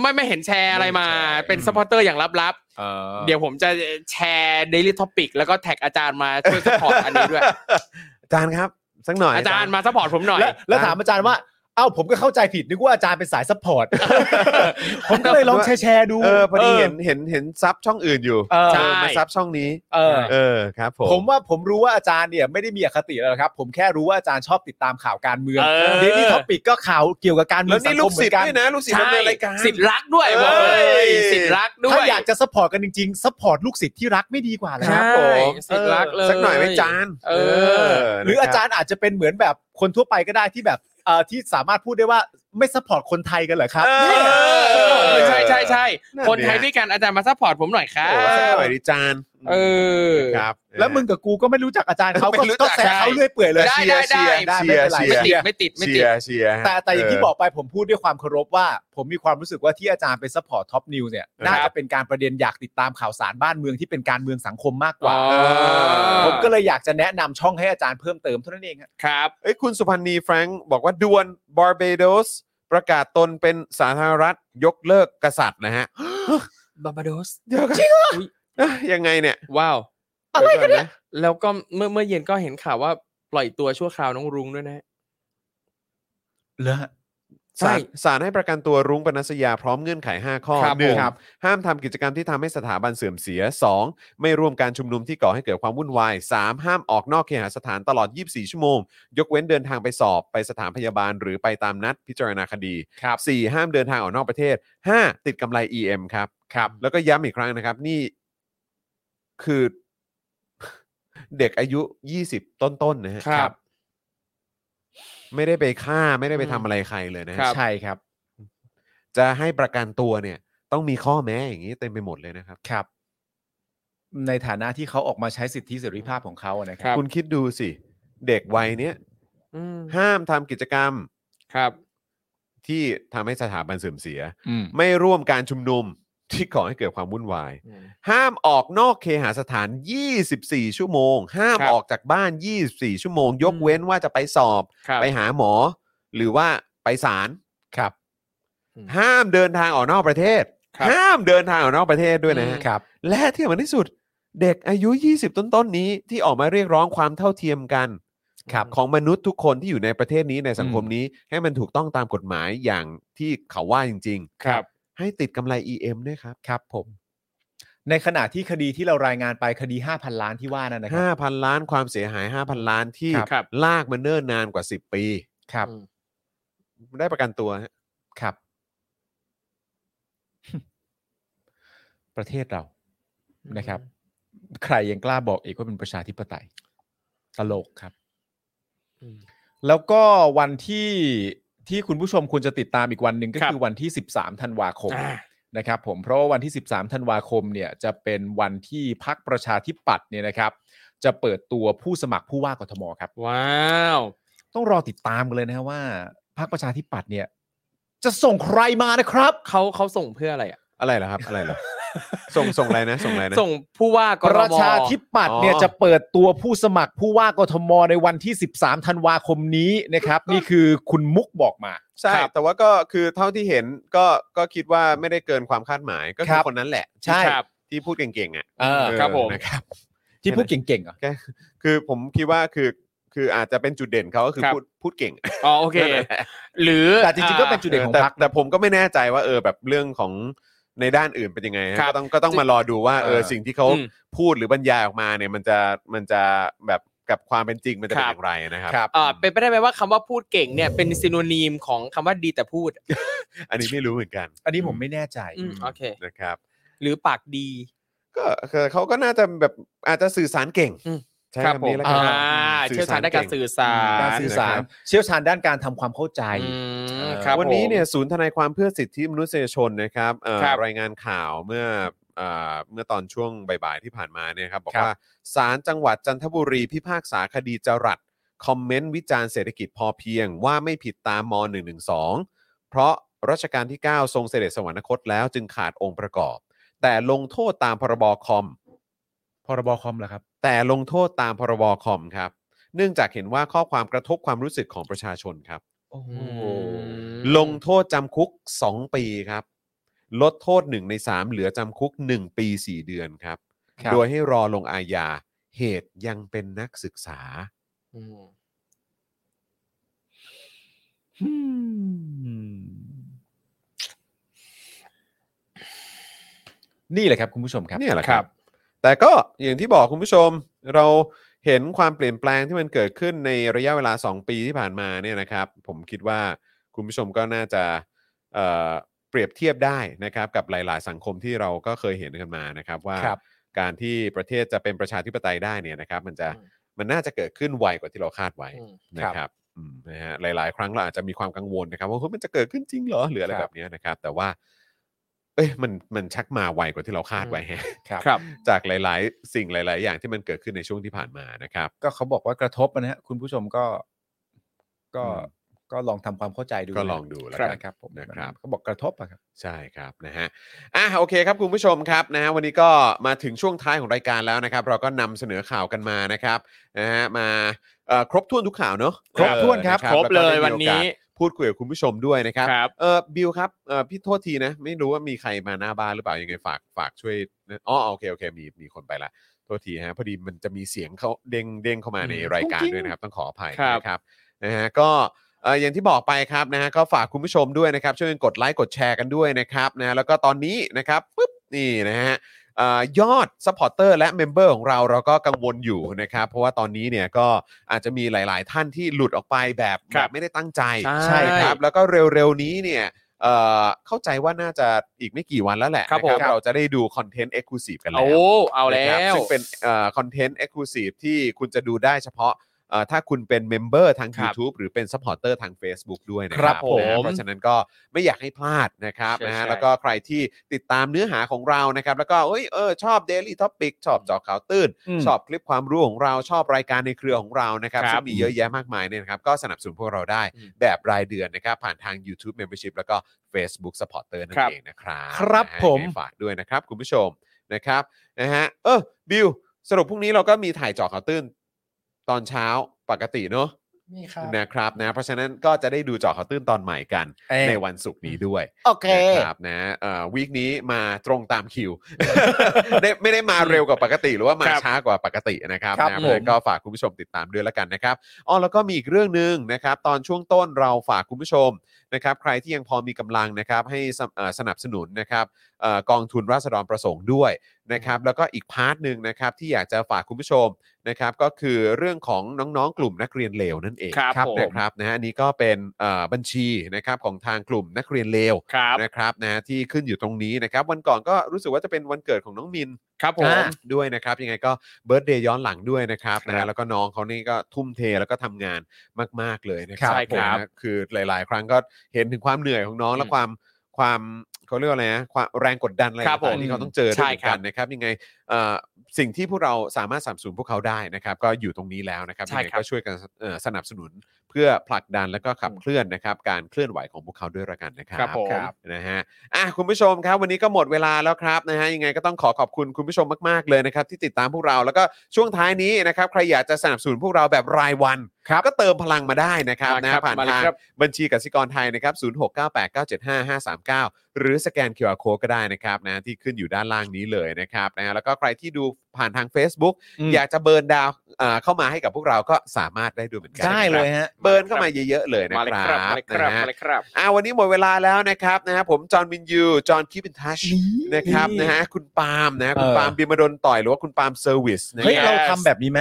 Speaker 3: ไม่ไม่เห็นแชร์อะไรมา
Speaker 2: ไม่เห็นแชร์
Speaker 3: เป็นซัพพอร์เตอร์อย่างลับๆ เดี๋ยวผมจะแชร์ Daily Topic แล้วก็แท็กอาจารย์มาช่วยซัพพอร์ตอันนี้ด้วย
Speaker 1: อาจารย์ครับ สักหน่อย
Speaker 3: อาจารย์มาซัพพอร์ตผมหน่อย
Speaker 2: แล้วแล้วถามอาจารย์ว่า เอ้าผมก็เข้าใจผิดนึกว่าอาจารย์เป็นสายซัพพอร์ ต ผมก็เลยลองแชร์แชร์ดู
Speaker 1: เออพอดีเห็นเห็นเห็นซับช่องอื่นอยู่
Speaker 2: เออ
Speaker 1: เออมาซับช่องนี้
Speaker 2: เออ
Speaker 1: เออครับผม
Speaker 2: ผมว่าผมรู้ว่าอาจารย์เนี่ยไม่ได้มีอคติอะไรหรอกครับ ผมแค่รู้ว่าอาจารย์ชอบติดตามข่าวการเมือง
Speaker 3: เออ
Speaker 2: เดลี่ท็อปิกก็ข่าวเกี่ยวกับการเมื
Speaker 1: แล้
Speaker 2: อ
Speaker 1: ว
Speaker 2: งสั
Speaker 1: นี่
Speaker 2: ง
Speaker 1: ลูก
Speaker 2: คมเห
Speaker 1: ศิ
Speaker 2: มื
Speaker 1: ษ
Speaker 2: อ
Speaker 1: ย์
Speaker 2: นกั
Speaker 1: ด้วย
Speaker 2: น
Speaker 1: นะลูกศิษย์ดำเนินรายการ
Speaker 3: สิทธิ์รักด้วยบอกเล
Speaker 1: เอ้
Speaker 3: ย
Speaker 1: ย
Speaker 3: สิทธิ์รักด้วย
Speaker 2: ถ้าอยากจะสปอร์ตกันจริงๆสปอร์ตลูกศิษย์ที่รักไม่ดีกว่าเลยค
Speaker 3: ใช่
Speaker 2: รับ
Speaker 3: สิทธิ์รักเลย
Speaker 1: สักหน่อยไหมจาน
Speaker 3: เออ
Speaker 2: หรืออาจารย์อาจจะเป็นเหมือนแบบคนทั่วไปก็ได้ที่แบบเอ่อที่สามารถพูดได้ว่าไม่สปอร์ตคนไทยกันเหรอครับ
Speaker 1: เอ
Speaker 3: เออใช่ใช่ใช่
Speaker 1: นั่นดิ
Speaker 3: คนไทยด้วยกันอาจารย์มาซัพพอร์ตผมหน่อยครั
Speaker 1: โอ้สัก
Speaker 3: บ
Speaker 1: หน่อยดิจาน
Speaker 3: เออ
Speaker 1: ครับ
Speaker 2: แล้วมึงกับกูก็ไม่รู้จักอาจารย์เขาก็
Speaker 1: ไม่รู้จัก
Speaker 2: ก็แซะเขาเรื่อยเปื่อยเลย
Speaker 3: ได้
Speaker 1: เชียร์
Speaker 3: ได้ได้
Speaker 2: ได้ไม่เป็นไร
Speaker 1: เชียร์
Speaker 3: ไม่
Speaker 2: ไม่
Speaker 3: ติ
Speaker 2: ติ
Speaker 3: ด
Speaker 2: ด
Speaker 3: ไม่ติดไม่
Speaker 1: เชีย
Speaker 3: ติด
Speaker 1: ร์เชียร์ฮะ
Speaker 2: แต่แต่อย่างที่บอกไปผมพูดด้วยความเคารพว่า ผมมีความรู้สึกว่าที่อาจารย์ไปซัพพอร์ตท็อปนิวส์เนี่ย
Speaker 1: ครับ
Speaker 2: น่าจะเป็นการประเด็นอยากติดตามข่าวสารบ้านเมืองที่เป็นการเมืองสังคมมากกว่า
Speaker 3: อ๋อ
Speaker 2: ผมก็เลยอยากจะแนะนำช่องให้อาจารย์เพิ่มเติมเท่านั้นเองฮะ
Speaker 3: ครับ
Speaker 1: เอ้ยคุณสุพันธ์นีแฟรงค์บอกว่าดวนบาร์เบโดสประกาศตนเป็นสาธารณรัฐยกเลิกกษัตริย์นะ ฮะ
Speaker 3: บาบาโดส
Speaker 1: เดี๋ยวกัน
Speaker 3: อุ๊ย
Speaker 1: เอ้ยยังไงเนี่ย
Speaker 3: ว้าว
Speaker 1: อะไรกันเนี่ย
Speaker 3: แล้วก็เมื่อเมื่อเย็นก็เห็นข่าวว่าปล่อยตัวชั่วคราวน้องรุ้งด้วยนะฮะ ใช่
Speaker 1: ศาลศาลให้ประกันตัวรุ้งปนัสยาพร้อมเงื่อนไข 5 ข้อ
Speaker 3: ครับ
Speaker 1: หนึ่ง
Speaker 3: ผม
Speaker 1: ห้ามทำกิจกรรมที่ทำให้สถาบันเสื่อมเสีย 2. ไม่ร่วมการชุมนุมที่ก่อให้เกิดความวุ่นวาย 3. ห้ามออกนอกเคหสถานตลอด 24 ชั่วโมง ยกเว้นเดินทางไปสอบไปสถานพยาบาล หรือไปตามนัดพิจารณาคดี
Speaker 2: ครับ
Speaker 1: 4ห้ามเดินทางออกนอกประเทศ 5 ติดกำไร EM ครับครับ แล้วก็ย้ำอีกครั้งนะครับ นี่คือ เด็กอายุ 20 ต้นๆนะฮะ
Speaker 3: ครับ
Speaker 1: ไม่ได้ไปฆ่าไม่ได้ไป
Speaker 3: อืม
Speaker 1: ทำอะไรใครเลยนะฮะ
Speaker 3: ครับ
Speaker 2: ใช่ครับ
Speaker 1: จะให้ประกันตัวเนี่ย ต้องมีข้อแม้อย่างนี้เต็มไปหมดเลยนะครับ
Speaker 2: ครับ ในฐานะที่เขาออกมาใช้สิทธิเสรีภาพของเขาอะนะค
Speaker 3: ครั
Speaker 2: รับ
Speaker 3: บ
Speaker 1: คุณคิดดูสิ เด็กวัยเนี้ย
Speaker 3: อืม
Speaker 1: ห้ามทำกิจกรรม
Speaker 3: ครับ
Speaker 1: ที่ทำให้สถาบันเสื่อมเสีย
Speaker 2: อืม
Speaker 1: ไม่ร่วมการชุมนุมที่ก่อให้เกิดความวุ่นวาย ห้ามออกนอกเคหสถาน 24 ชั่วโมง ห้าม
Speaker 3: ครับ
Speaker 1: ออกจากบ้าน 24 ชั่วโมง ยก
Speaker 3: อืม
Speaker 1: เว้นว่าจะไปสอบ
Speaker 3: ครับ
Speaker 1: ไปหาหมอ หรือว่าไปศาล
Speaker 2: ครับ
Speaker 3: อืม
Speaker 1: ห้ามเดินทางออกนอกประเทศ
Speaker 3: ครับ
Speaker 1: ห้ามเดินทางออกนอกประเทศด้วยนะฮะ
Speaker 2: ครับ
Speaker 1: และที่สำคัญที่สุด เด็กอายุ 20 ต้นๆนนี้ที่ออกมาเรียกร้องความเท่าเทียมกัน
Speaker 2: ครับ
Speaker 1: ของมนุษย์ทุกคนที่อยู่ในประเทศนี้ในสังคม
Speaker 2: อืม
Speaker 1: นี้ ให้มันถูกต้องตามกฎหมายอย่างที่เขาว่าจริง
Speaker 3: ครับ
Speaker 1: ๆ ให้ติดกำไร EM ด้วยครับ
Speaker 2: ครับผม ในขณะที่คดีที่เรารายงานไปคดี 5,000 ล้านที่ว่านั่นนะค
Speaker 1: ห้า
Speaker 2: รับ
Speaker 1: พันล้านความเสียหายห้าพันล้านที่
Speaker 3: ครับครับ
Speaker 1: ลากมาเนิ่นนานกว่าสิบปี
Speaker 2: ครับ
Speaker 3: อืม
Speaker 1: ได้ประกันตัวฮะ
Speaker 2: ครับ ประเทศเรา นะครับ ใครยังกล้าบอกอีกว่าเป็นประชาธิปไตย ตลกครับ
Speaker 3: อืม
Speaker 2: แล้วก็วันที่ที่คุณผู้ชมควรจะติดตามอีกวันหนึ่งก็
Speaker 3: ครับ
Speaker 2: คือวันที่ 13ธันวาคม
Speaker 3: อ่า
Speaker 2: นะครับผมเพราะว่าวันที่ 13ธันวาคมเนี่ยจะเป็นวันที่พักประชาธิปัตย์เนี่ยนะครับ จะเปิดตัวผู้สมัครผู้ว่ากทมครับ
Speaker 3: ว้าว
Speaker 2: ต้องรอติดตามกันเลยนะว่าพรรคประชาธิปัตย์เนี่ย จะส่งใครมานะครับ
Speaker 3: เขาเขาส่งเพื่ออะไรอ่ะ
Speaker 1: อะไรเหรอครับ อะไรเหรอ ส่งส่งอะไรนะ ส่งอะไรนะ
Speaker 3: ส่งผู้ว่าก
Speaker 2: ป
Speaker 3: ร
Speaker 2: ระ
Speaker 3: ม
Speaker 2: ชาธิปัตย์เนี่ย
Speaker 1: อ๋อ
Speaker 2: จะเปิดตัวผู้สมัครผู้ว่ากทมในวันที่ 13ธันวาคมนี้นะครับ นี่คือคุณมุกบอกมา
Speaker 1: ใช่
Speaker 3: ครับ
Speaker 1: แต่ว่าก็คือเท่าที่เห็นก็ก็คิดว่าไม่ได้เกินความคาดหมายก็
Speaker 2: ค
Speaker 1: คื
Speaker 2: รั
Speaker 1: อบ คนนั้นแหละ
Speaker 2: ใช่
Speaker 1: ที่
Speaker 3: ครับ
Speaker 1: ที่พูดเก่งๆอ่ะ
Speaker 2: เออ
Speaker 1: เออ
Speaker 3: ครับผม
Speaker 1: นะครับ
Speaker 2: ที่พูดเก่งๆเหรอ่ะ
Speaker 1: คือผมคิดว่าคือคืออาจจะเป็นจุดเด่นเขาก็คือ
Speaker 3: ครับ
Speaker 1: พูดพูดเก่ง
Speaker 3: อ๋อโอเค หรือ
Speaker 2: แต่จริงๆก็เป็นจุ
Speaker 3: อ่า
Speaker 2: ดเด่นของ
Speaker 1: แต่
Speaker 2: พรรคนะ
Speaker 1: แต่ผมก็ไม่แน่ใจว่าเออแบบเรื่องของในด้านอื่นเป็นยังไงฮะ
Speaker 3: ครับ
Speaker 1: ก็ต้องก็ต้องมารอดูว่าเออ
Speaker 2: เออ
Speaker 1: สิ่งที่เขา
Speaker 3: อืม
Speaker 1: พูดหรือบรรยายออกมาเนี่ยมันจะมันจะแบบกับความเป็นจริงมันจะเป็น
Speaker 3: ค
Speaker 1: อ
Speaker 3: รับ
Speaker 1: ย่างไรนะครับ
Speaker 2: ครับ
Speaker 3: อ่าเป็นไปได้ไหมว่าคำว่าพูดเก่งเนี่ยเป็นซิโนนีมของคำว่าดีแต่พูด
Speaker 1: อันนี้ไม่รู้เหมือนกัน
Speaker 2: อันนี้ผมไม่แน่ใจ
Speaker 3: อืมโอเค
Speaker 1: นะครับ
Speaker 3: หรือปากดี
Speaker 1: ก็คือเขาก็น่าจะแบบอาจจะสื่อสารเก่ง
Speaker 3: อืม
Speaker 1: ใช่
Speaker 3: ครับ
Speaker 1: คำ
Speaker 3: ผม
Speaker 1: นี้แล้วกัน
Speaker 3: อ่า
Speaker 1: อืม
Speaker 3: เชี่ยวชาญด้านการสื่อสา
Speaker 1: อืม
Speaker 3: ร
Speaker 2: การสื่อสาร เชี่ยวชาญด้านการทำความเข้าใจ
Speaker 3: อืมครับ
Speaker 1: วันนี้
Speaker 3: ผม
Speaker 1: เนี่ยศูนย์ทนายความเพื่อสิทธิมนุษยชนนะครับเอ่อ
Speaker 3: ครับ
Speaker 1: รายงานข่าวเมื่อเอ่อเมื่อตอนช่วงบ่ายๆที่ผ่านมาเนี่ยครับบอก
Speaker 2: ครับ
Speaker 1: ว่าศาลจังหวัดจันทบุรีพิพากษาคดีจรัสคอมเมนต์วิจารณ์เศรษฐกิจพอเพียงว่าไม่ผิดตามม .112 เพราะรัชกาลที่ 9 ทรงเสด็จสวรรคตแล้วจึงขาดองค์ประกอบ แต่ลงโทษตามพรบคอม
Speaker 2: พรบคอมเหรอครับ
Speaker 1: แต่ลงโทษตามพรบคอมครับ เนื่องจากเห็นว่าข้อความกระทบความรู้สึกของประชาชนครับ
Speaker 2: โอ้โห
Speaker 3: อืม
Speaker 1: ลงโทษจำคุก 2 ปีครับ ลดโทษ 1 ใน 3 เหลือจำคุก 1 ปี 4 เดือนครับ
Speaker 2: ครับ
Speaker 1: โดยให้รอลงอาญาเหตุยังเป็นนักศึกษา
Speaker 3: อืม
Speaker 2: อืม นี่แหละครับคุณผู้ชมครับ
Speaker 1: เนี่ยแหละครับ แต่ก็อย่างที่บอกคุณผู้ชม เราเห็นความเปลี่ยนแปลงที่มันเกิดขึ้นในระยะเวลา 2 ปีที่ผ่านมาเนี่ยนะครับ ผมคิดว่าคุณผู้ชมก็น่าจะเอ่อเปรียบเทียบได้นะครับกับหลาย ๆ สังคมที่เราก็เคยเห็นกันมานะครับว่า
Speaker 2: ครับ
Speaker 1: การที่ประเทศจะเป็นประชาธิปไตยได้เนี่ยนะครับ มันจะมันน่าจะเกิดขึ้นไวกว่าที่เราคาดไว้
Speaker 3: อืม
Speaker 1: นะครับอืมนะฮะหลาย ๆ ครั้งเราอาจจะมีความกังวลนะครับว่าเฮ้ยมันจะเกิดขึ้นจริงเหรอหรืออะไร
Speaker 2: ครับ
Speaker 1: แบบเนี้ยนะครับ แต่ว่า เอ้ยมันมันชักมาไวกว่าที่เราคาดไว้แฮะ
Speaker 2: ครับ
Speaker 3: ครับ
Speaker 1: จากหลาย ๆ สิ่งหลาย ๆ อย่างที่มันเกิดขึ้นในช่วงที่ผ่านมานะครับ
Speaker 2: ก็เขาบอกว่ากระทบนะฮะคุณผู้ชมก็ก็
Speaker 1: อืม
Speaker 2: ก็ลองทำความเข้าใจดู
Speaker 1: ก็ลองดูแล้วกัน
Speaker 2: นะครับผม
Speaker 1: นะครับ
Speaker 2: เขาบอกกระทบอะครับ
Speaker 1: ใช่ครับนะฮะอ่ะโอเคครับคุณผู้ชมครับนะฮะวันนี้ก็มาถึงช่วงท้ายของรายการแล้วนะครับ เราก็นำเสนอข่าวกันมานะครับนะฮะมาเอ่อครบถ้วนทุกข่าวเนอะ
Speaker 2: ครบถ้วนครับ
Speaker 1: เออะ
Speaker 3: ครบ
Speaker 1: แก็
Speaker 3: เลย
Speaker 1: ได้มี
Speaker 3: วันนี้
Speaker 1: โอกาสพูดคุยกับคุณผู้ชมด้วยนะครับ
Speaker 3: ครับ
Speaker 1: เออบิวครับเออพี่โทษทีนะ ไม่รู้ว่ามีใครมาหน้าบ้านหรือเปล่ายังไงฝากฝากช่วยนะอ๋อโอเคโอเคมีมีคนไปละ โทษทีฮะพอดีมันจะมีเสียงเขาเด้งเด้งเข้ามาในรายการด้วยนะครับ ต้องขออภัย
Speaker 3: ครับ
Speaker 1: นะครับนะฮะก็เอ่ออย่างที่บอกไปครับนะฮะก็ฝากคุณผู้ชมด้วยนะครับ ช่วยกันกดไลค์กดแชร์กันด้วยนะครับนะฮะแล้วก็ตอนนี้นะครับปุ๊บนี่นะฮะเอ่อยอดซัพพอร์เตอร์และเมมเบอร์ของเราเราก็กังวลอยู่นะครับ เพราะว่าตอนนี้เนี่ยก็อาจจะมีหลาย ๆ ท่านที่หลุดออกไปแบบ
Speaker 3: ครับ
Speaker 1: แบบไม่ได้ตั้งใจ
Speaker 2: ใช่
Speaker 1: ครับแล้วก็เร็ว ๆ นี้เนี่ยเอ่อเข้าใจว่าน่าจะอีกไม่กี่วันแล้วแหละ
Speaker 3: ครับ
Speaker 1: นะ
Speaker 3: ผม
Speaker 1: เราจะได้ดูคอนเทนต์เอ็กซ์คลูซีฟกันแล้ว
Speaker 3: โอ้เอาแล้
Speaker 1: นะครับ
Speaker 3: ว
Speaker 1: ซึ่งเป็นคอนเทนต์เอ็กซ์คลูซีฟที่คุณจะดูได้เฉพาะเอ่อถ้าคุณเป็นเมมเบอร์ทาง
Speaker 3: ครับ
Speaker 1: YouTube หรือเป็น s u p p อร์เตอร์ทาง Facebook ด้วยนะค
Speaker 2: ครั
Speaker 1: รับบ
Speaker 2: ผม
Speaker 1: นะฮะเพราะฉะนั้นก็ไม่อยากให้พลาดนะครับ
Speaker 3: ใช่
Speaker 1: นะฮะ
Speaker 3: ใช่
Speaker 1: แล้วก็ใครที่ติดตามเนื้อหาของเรานะครับ แล้วก็เอ้ยเออชอบ Daily Topic ชอบเจอข่าวตื้น
Speaker 2: อืม
Speaker 1: ชอบคลิปความรู้ของเราชอบรายการในเครือของเรานะครับ
Speaker 3: ครับ
Speaker 1: ซึ่งมีเยอะแยะมากมายเนี่ยนะครับก็สนับสนุนพวกเราได้
Speaker 3: อืม
Speaker 1: แบบรายเดือนนะครับผ่านทาง YouTube Membership แล้วก็ Facebook Supporter นั่
Speaker 3: ครั
Speaker 1: น
Speaker 3: บ
Speaker 1: เองนะครับ
Speaker 2: ครับ
Speaker 1: นะฮะ
Speaker 2: ผม
Speaker 1: ยังไงฝากด้วยนะครับคุณผู้ชม นะครับนะฮะเออบิวสรุปพรุ่งนี้เราก็มีถ่ายเจอข่าวตื้น ตอนเช้าปกติเนอะ
Speaker 5: นี่ครับ
Speaker 1: นะครับนะเพราะฉะนั้นก็จะได้ดูเจอข่าวตื้นตอนใหม่กัน ในวันศุกร์นี้ด้วย
Speaker 2: โอเค
Speaker 1: นะครับนะเอ่อวีคนี้มาตรงตามคิว ได้ไม่ได้มาเร็วกว่าปกติ หรือว่ามา
Speaker 3: ครับ
Speaker 1: ช้ากว่าปกตินะครับ
Speaker 2: ครับ
Speaker 1: นะ
Speaker 2: ผม
Speaker 1: เพราะฉะนั้นก็ฝากคุณผู้ชมติดตามด้วยแล้วกันนะครับอ๋อแล้วก็มีอีกเรื่องหนึ่งนะครับ ตอนช่วงต้นเราฝากคุณผู้ชมนะครับ ใครที่ยังพอมีกำลังนะครับ ให้สนับเอ่อสนับสนุนนะครับ เอ่อกองทุนราษฎรประสงค์ด้วยนะครับแล้วก็อีกพาร์ทหนึ่งนะครับที่อยากจะฝากคุณผู้ชมนะครับก็คือเรื่องของน้องๆ กลุ่มนักเรียนเลวนั่นเอง
Speaker 3: ครับผม
Speaker 1: นะครับนะฮะอันนี้ก็เป็นเอ่อบัญชีนะครับของทางกลุ่มนักเรียนเลว
Speaker 3: ครับ
Speaker 1: นะครับนะฮะที่ขึ้นอยู่ตรงนี้นะครับ วันก่อนก็รู้สึกว่าจะเป็นวันเกิดของน้องมิน
Speaker 3: ครับผม
Speaker 2: อ่า
Speaker 1: ด้วยนะครับยังไงก็เบิร์ตเดย์ย้อนหลังด้วยนะครับนะ
Speaker 3: ครั
Speaker 1: ฮะ
Speaker 3: บ
Speaker 1: แล้วก็น้องเขานี่ก็ทุ่มเทแล้วก็ทำงานมาก ๆเลยนะครับ
Speaker 3: ใช่ครับ
Speaker 1: ผมนะคือหลาย ๆ ครั้งก็เห็นถึงความเหนื่อยของน้องและ
Speaker 3: อืม
Speaker 1: ความความเขาเรียกว่าอะไรนะความแรงกดดันอะไร
Speaker 3: ครับผม
Speaker 1: ต่างๆที่เขาต้องเจอด้วยเหมือนกันนะครับยังไงเอ่อสิ่งที่พวกเราสามารถสนับสนุนพวกเขาได้นะครับ ก็อยู่ตรงนี้แล้วนะครับ
Speaker 3: ใช่
Speaker 1: ยังไง
Speaker 3: ครั
Speaker 1: ก็
Speaker 3: บ
Speaker 1: ช่วยกันเอ่อสนับสนุนเพื่อผลักดันแล้วก็ขับ
Speaker 3: อืม
Speaker 1: เคลื่อนนะครับ การเคลื่อนไหวของพวกเขาด้วยละกันนะครับ
Speaker 3: ครับผม
Speaker 1: นะฮะ อ่ะคุณผู้ชมครับ วันนี้ก็หมดเวลาแล้วครับนะฮะยังไงก็ต้องขอขอบคุณคุณผู้ชมมาก ๆ เลยนะครับ ที่ติดตามพวกเราแล้วก็ช่วงท้ายนี้นะครับใครอยากจะสนับสนุนพวกเราแบบรายวันครับก็เติมพลังมาได้นะครับ
Speaker 3: มา
Speaker 1: นะครับผ่าน
Speaker 3: มาเลย
Speaker 1: ทาง
Speaker 3: ครับ
Speaker 1: บัญชีกสิกรไทยนะครับ0698975539 หรือสแกน QR Code ก็ได้นะครับนะที่ขึ้นอยู่ด้านล่างนี้เลยนะครับนะฮะแล้วก็ใครที่ดูผ่านทาง Facebook อยากจะเบิร์นดาวน์อ่าเข้ามาให้กับพวกเราก็สามารถได้ด้วยเหมือนกั
Speaker 2: ได้เลยฮะ
Speaker 1: เบิร์นเข้ามาเยอะๆเลยนะ
Speaker 3: มาเลย
Speaker 1: ค
Speaker 3: ครั
Speaker 1: รั
Speaker 3: บบ มาเลยครับ
Speaker 1: นะฮะ
Speaker 3: มาเลยครับ
Speaker 1: อ่าวันนี้หมดเวลาแล้วนะครับนะฮะผมจอห์นวินยู จอห์นคีปินทัชนะครับนะฮะคุณปาล์มนะฮะคุณ
Speaker 2: เออ
Speaker 1: ปาล์มบิมมาดนต่อยหรือว่าคุณปาล์มเซอร์วิสนะ
Speaker 2: เฮ้ย
Speaker 1: ค
Speaker 3: แอ
Speaker 1: รับ
Speaker 2: เรา
Speaker 3: ส
Speaker 2: ทำแบบนี้ไหม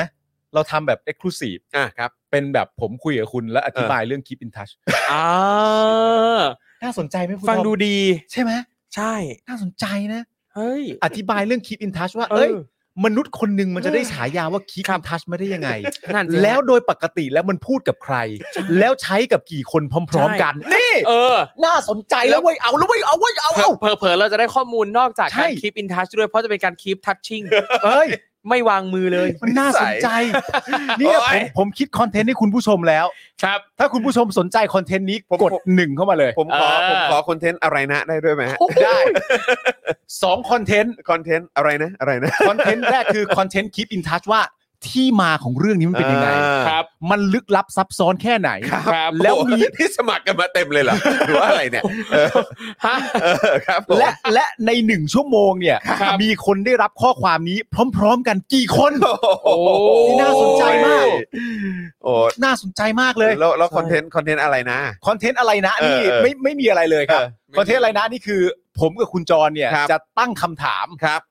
Speaker 2: เราทำแบบเอ็กซ์คลูซีฟ
Speaker 1: อ่ะครับ
Speaker 2: เป็นแบบผมคุยกับคุณและอธิบายเรื่อง Keep in Touch
Speaker 3: อ่า
Speaker 2: น่าสนใจไหมคุณ
Speaker 3: ฟัง
Speaker 2: ทอม
Speaker 3: ดูดี
Speaker 2: ใช่ไหม
Speaker 3: ใช่
Speaker 2: น่าสนใจนะ
Speaker 3: เฮ้ย
Speaker 2: อธิบายเรื่อง Keep in Touch ว่า
Speaker 3: เออ
Speaker 2: เอ้ย มนุษย์คนหนึ่งมันจะได้ฉายาว่า Keep
Speaker 3: ครับ
Speaker 2: in Touch ไม่ได้ยังไง
Speaker 3: นั่นสิฮะ
Speaker 2: แล้วโดยปกติแล้วมันพูดกับใคร แล้วใช้กับกี่คนพร้อม ๆ กัน นี่
Speaker 3: เออ
Speaker 2: น่าสนใจแล้วเว้ยเอาแล้วเว้ยเอาเว้ยเอาเอา
Speaker 3: เผลอเผลอๆเราจะได้ข้อมูลนอกจาก
Speaker 2: ใช่
Speaker 3: การคีปอินทัชด้วยเพราะจะเป็นการคีปทัช ชิ่ง
Speaker 2: เอ้ย
Speaker 3: ไม่วางมือเลย
Speaker 2: มันน่าสนใจ เนี่ยผมผมคิดคอนเทนต์ให้คุณผู้ชมแล้ว
Speaker 3: ครับ
Speaker 2: ถ้าคุณผู้ชมสนใจคอนเทนต์นี้
Speaker 1: ผม
Speaker 2: กด
Speaker 1: ผม
Speaker 2: หนึ่งเข้ามาเลย
Speaker 1: ผมขอ
Speaker 3: เออ
Speaker 1: ผมขอคอนเทนต์อะไรนะได้ด้วยไหมฮะ
Speaker 2: ได้สองคอนเทนต์
Speaker 1: คอนเทนต์อะไรนะอะไรนะ
Speaker 2: คอนเทนต์แรกคือคอนเทนต์คลิปอินทัชว่าที่มาของเรื่องนี้มันเป็นยังไง
Speaker 1: อ่า
Speaker 3: ครับ
Speaker 2: มันลึกลับซับซ้อนแค่ไหน
Speaker 3: ครับ
Speaker 2: แล้ว
Speaker 1: โอ้โหที่สมัครกันมาเต็มเลยเหร อหรือว่าอะไรเนี่ยเออ
Speaker 3: ฮะ
Speaker 1: เออครับผม
Speaker 2: และและในหนึ่งชั่วโมงเนี่ย
Speaker 3: ครับ
Speaker 2: มีคนได้รับข้อความนี้พร้อม ๆ กันกี่คน
Speaker 1: โอ้โห
Speaker 2: นี่น่าสนใจมาก
Speaker 1: โอ้
Speaker 2: น่าสนใจมากเลย
Speaker 1: แล้วแล้วคอนเทนต์คอนเทนต์อะไรนะ
Speaker 2: คอนเทนต์อะไรนะนี่
Speaker 1: เออเออ
Speaker 2: ไม่ไม่มีอะไรเลยครับ
Speaker 1: เออ
Speaker 2: คอนเทนต์อะไรนะนี่คือ ผมกับคุณจรเนี่ย
Speaker 1: ครับ
Speaker 2: จะตั้งคำถาม
Speaker 1: ครับ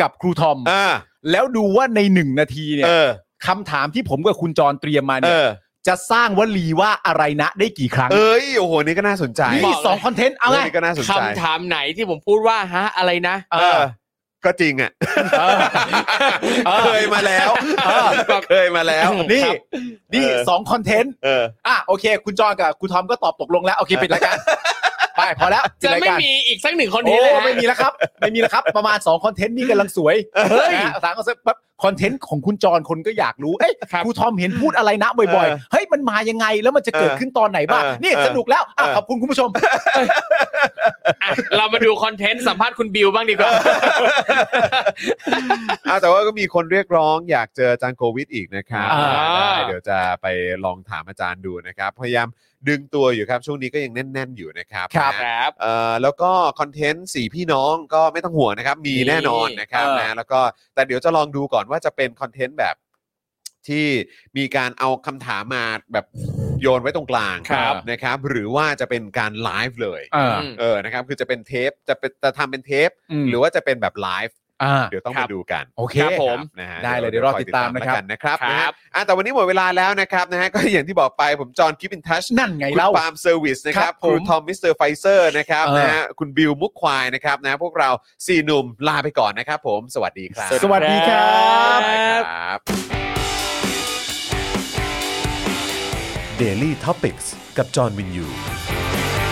Speaker 2: กับครูทอม
Speaker 1: อ่า
Speaker 2: แล้วดูว่าในหนึ่งนาทีเนี่ย
Speaker 1: เออ
Speaker 2: คำถามที่ผมกับคุณจรเตรียมมา
Speaker 1: เอ
Speaker 2: เนี่ย
Speaker 1: อ
Speaker 2: จะสร้างวลีว่าอะไรนะได้กี่ครั้ง
Speaker 1: เอ้ยโอ้โหนี่ก็น่าสนใจ
Speaker 2: นี่สองคอนเทนต์เอาไง
Speaker 1: นี่ก็น่าสนใจ
Speaker 3: คำถามไหนที่ผมพูดว่าฮะอะไรนะ
Speaker 1: เออ ก็จริงอ่ะ
Speaker 2: เออ
Speaker 1: เคยมาแล้ว
Speaker 2: เออ
Speaker 1: เคยมาแล้ว
Speaker 2: นี่
Speaker 1: ครับ
Speaker 2: นี่
Speaker 1: เออ
Speaker 2: สองคอนเทนต์
Speaker 1: เออ
Speaker 2: อ่ะโอเค คุณจอนกับคุณทอมก็ตอบตกลงแล้วโอเคปิด รายการไปพอแล้วปิด
Speaker 3: จะ
Speaker 2: ราย
Speaker 3: ไม่
Speaker 2: การ
Speaker 3: มีอีกสักหนึ่งคอนเท
Speaker 2: โอ้
Speaker 3: นต์เลย
Speaker 2: ไม่มีแล้วครับ ไม่มีแล้วครับ ประมาณ2คอนเทนต์นี่กำลังสวยเฮ้ยสามคอนเทนต์ปั๊บคอนเทนต์ของคุณจอนคนก็อยากรู้เอ้ย
Speaker 3: ครับ
Speaker 2: ครูทอมเห็นพูดอะไรนะบ่อย
Speaker 1: เออ
Speaker 2: ๆเฮ้ยมันมายังไงแล้วมันจะเกิด
Speaker 1: เออ
Speaker 2: ขึ้นตอนไหนบ้าง
Speaker 1: เออ
Speaker 2: นี่
Speaker 1: เออ
Speaker 2: สนุกแล้วอ่ะ
Speaker 1: เออ
Speaker 2: ขอบคุณคุณผู้ชม
Speaker 3: อ่ะเรามาดูคอนเทนต์สัมภาษณ์คุณบิวบ้างดีกว่า
Speaker 1: อ่ะแต่ว่าก็มีคนเรียกร้องอยากเจออาจารย์โควิดอีกนะครับ
Speaker 2: อ่า
Speaker 1: ได้เดี๋ยวจะไปลองถามอาจารย์ดูนะครับ พยายามดึงตัวอยู่ครับ ช่วงนี้ก็ยังแน่น ๆ อยู่นะครับ
Speaker 2: ครับ
Speaker 1: นะ
Speaker 3: ครับ
Speaker 1: เอ่อแล้วก็คอนเทนต์สี่พี่น้องก็ไม่ต้องห่วงนะครับ มี
Speaker 3: มี
Speaker 1: แน่นอนนะครับ
Speaker 2: เออ
Speaker 1: นะแล้วก็แต่เดี๋ยวจะลองดูก่อนว่าจะเป็นคอนเทนต์แบบที่มีการเอาคำถามมาแบบโยนไว้ตรงกลาง
Speaker 3: ครับ
Speaker 1: นะครับ หรือว่าจะเป็นการไลฟ์เลย
Speaker 2: เออ
Speaker 3: อืม
Speaker 1: เออนะครับคือจะเป็นเทปจะเป็นจะทำเป็นเทป
Speaker 2: อืม
Speaker 1: หรือว่าจะเป็นแบบไลฟ์
Speaker 2: อ่า
Speaker 1: เดี๋ยวต้อง
Speaker 3: ครั
Speaker 1: มา
Speaker 3: บ
Speaker 1: ดูกัน
Speaker 2: โอเค
Speaker 3: ครับผม
Speaker 1: นะฮะ
Speaker 2: ได้เลยเดี๋ยวรอติดตาม
Speaker 1: เดี๋ยว
Speaker 2: นะค
Speaker 1: แล้
Speaker 2: รับ
Speaker 1: วกันะครับ
Speaker 3: ครับ
Speaker 1: นะฮะอ่ะแต่วันนี้หมดเวลาแล้วนะครับนะฮะก็อย่างที่บอกไปผมจอห์นคิปอินทัช
Speaker 2: นั่นไง
Speaker 1: คุณ
Speaker 2: เล่า
Speaker 1: ปาล์มเซอร์วิสนะค
Speaker 2: ค
Speaker 1: รั
Speaker 2: รั
Speaker 1: บบ ครู
Speaker 2: ผม
Speaker 1: ทอมมิสเตอร์ไฟเซอร์นะครับ
Speaker 2: เออ
Speaker 1: นะฮะคุณบิวมุกควายนะครับนะพวกเราสี่หนุ่มลาไปก่อนนะครับผมสวัสดีครับ
Speaker 2: สวัสดีครั
Speaker 1: ส
Speaker 2: บ
Speaker 1: วัสดีครับ
Speaker 5: Daily t o p i c กกับจอห์นวินยู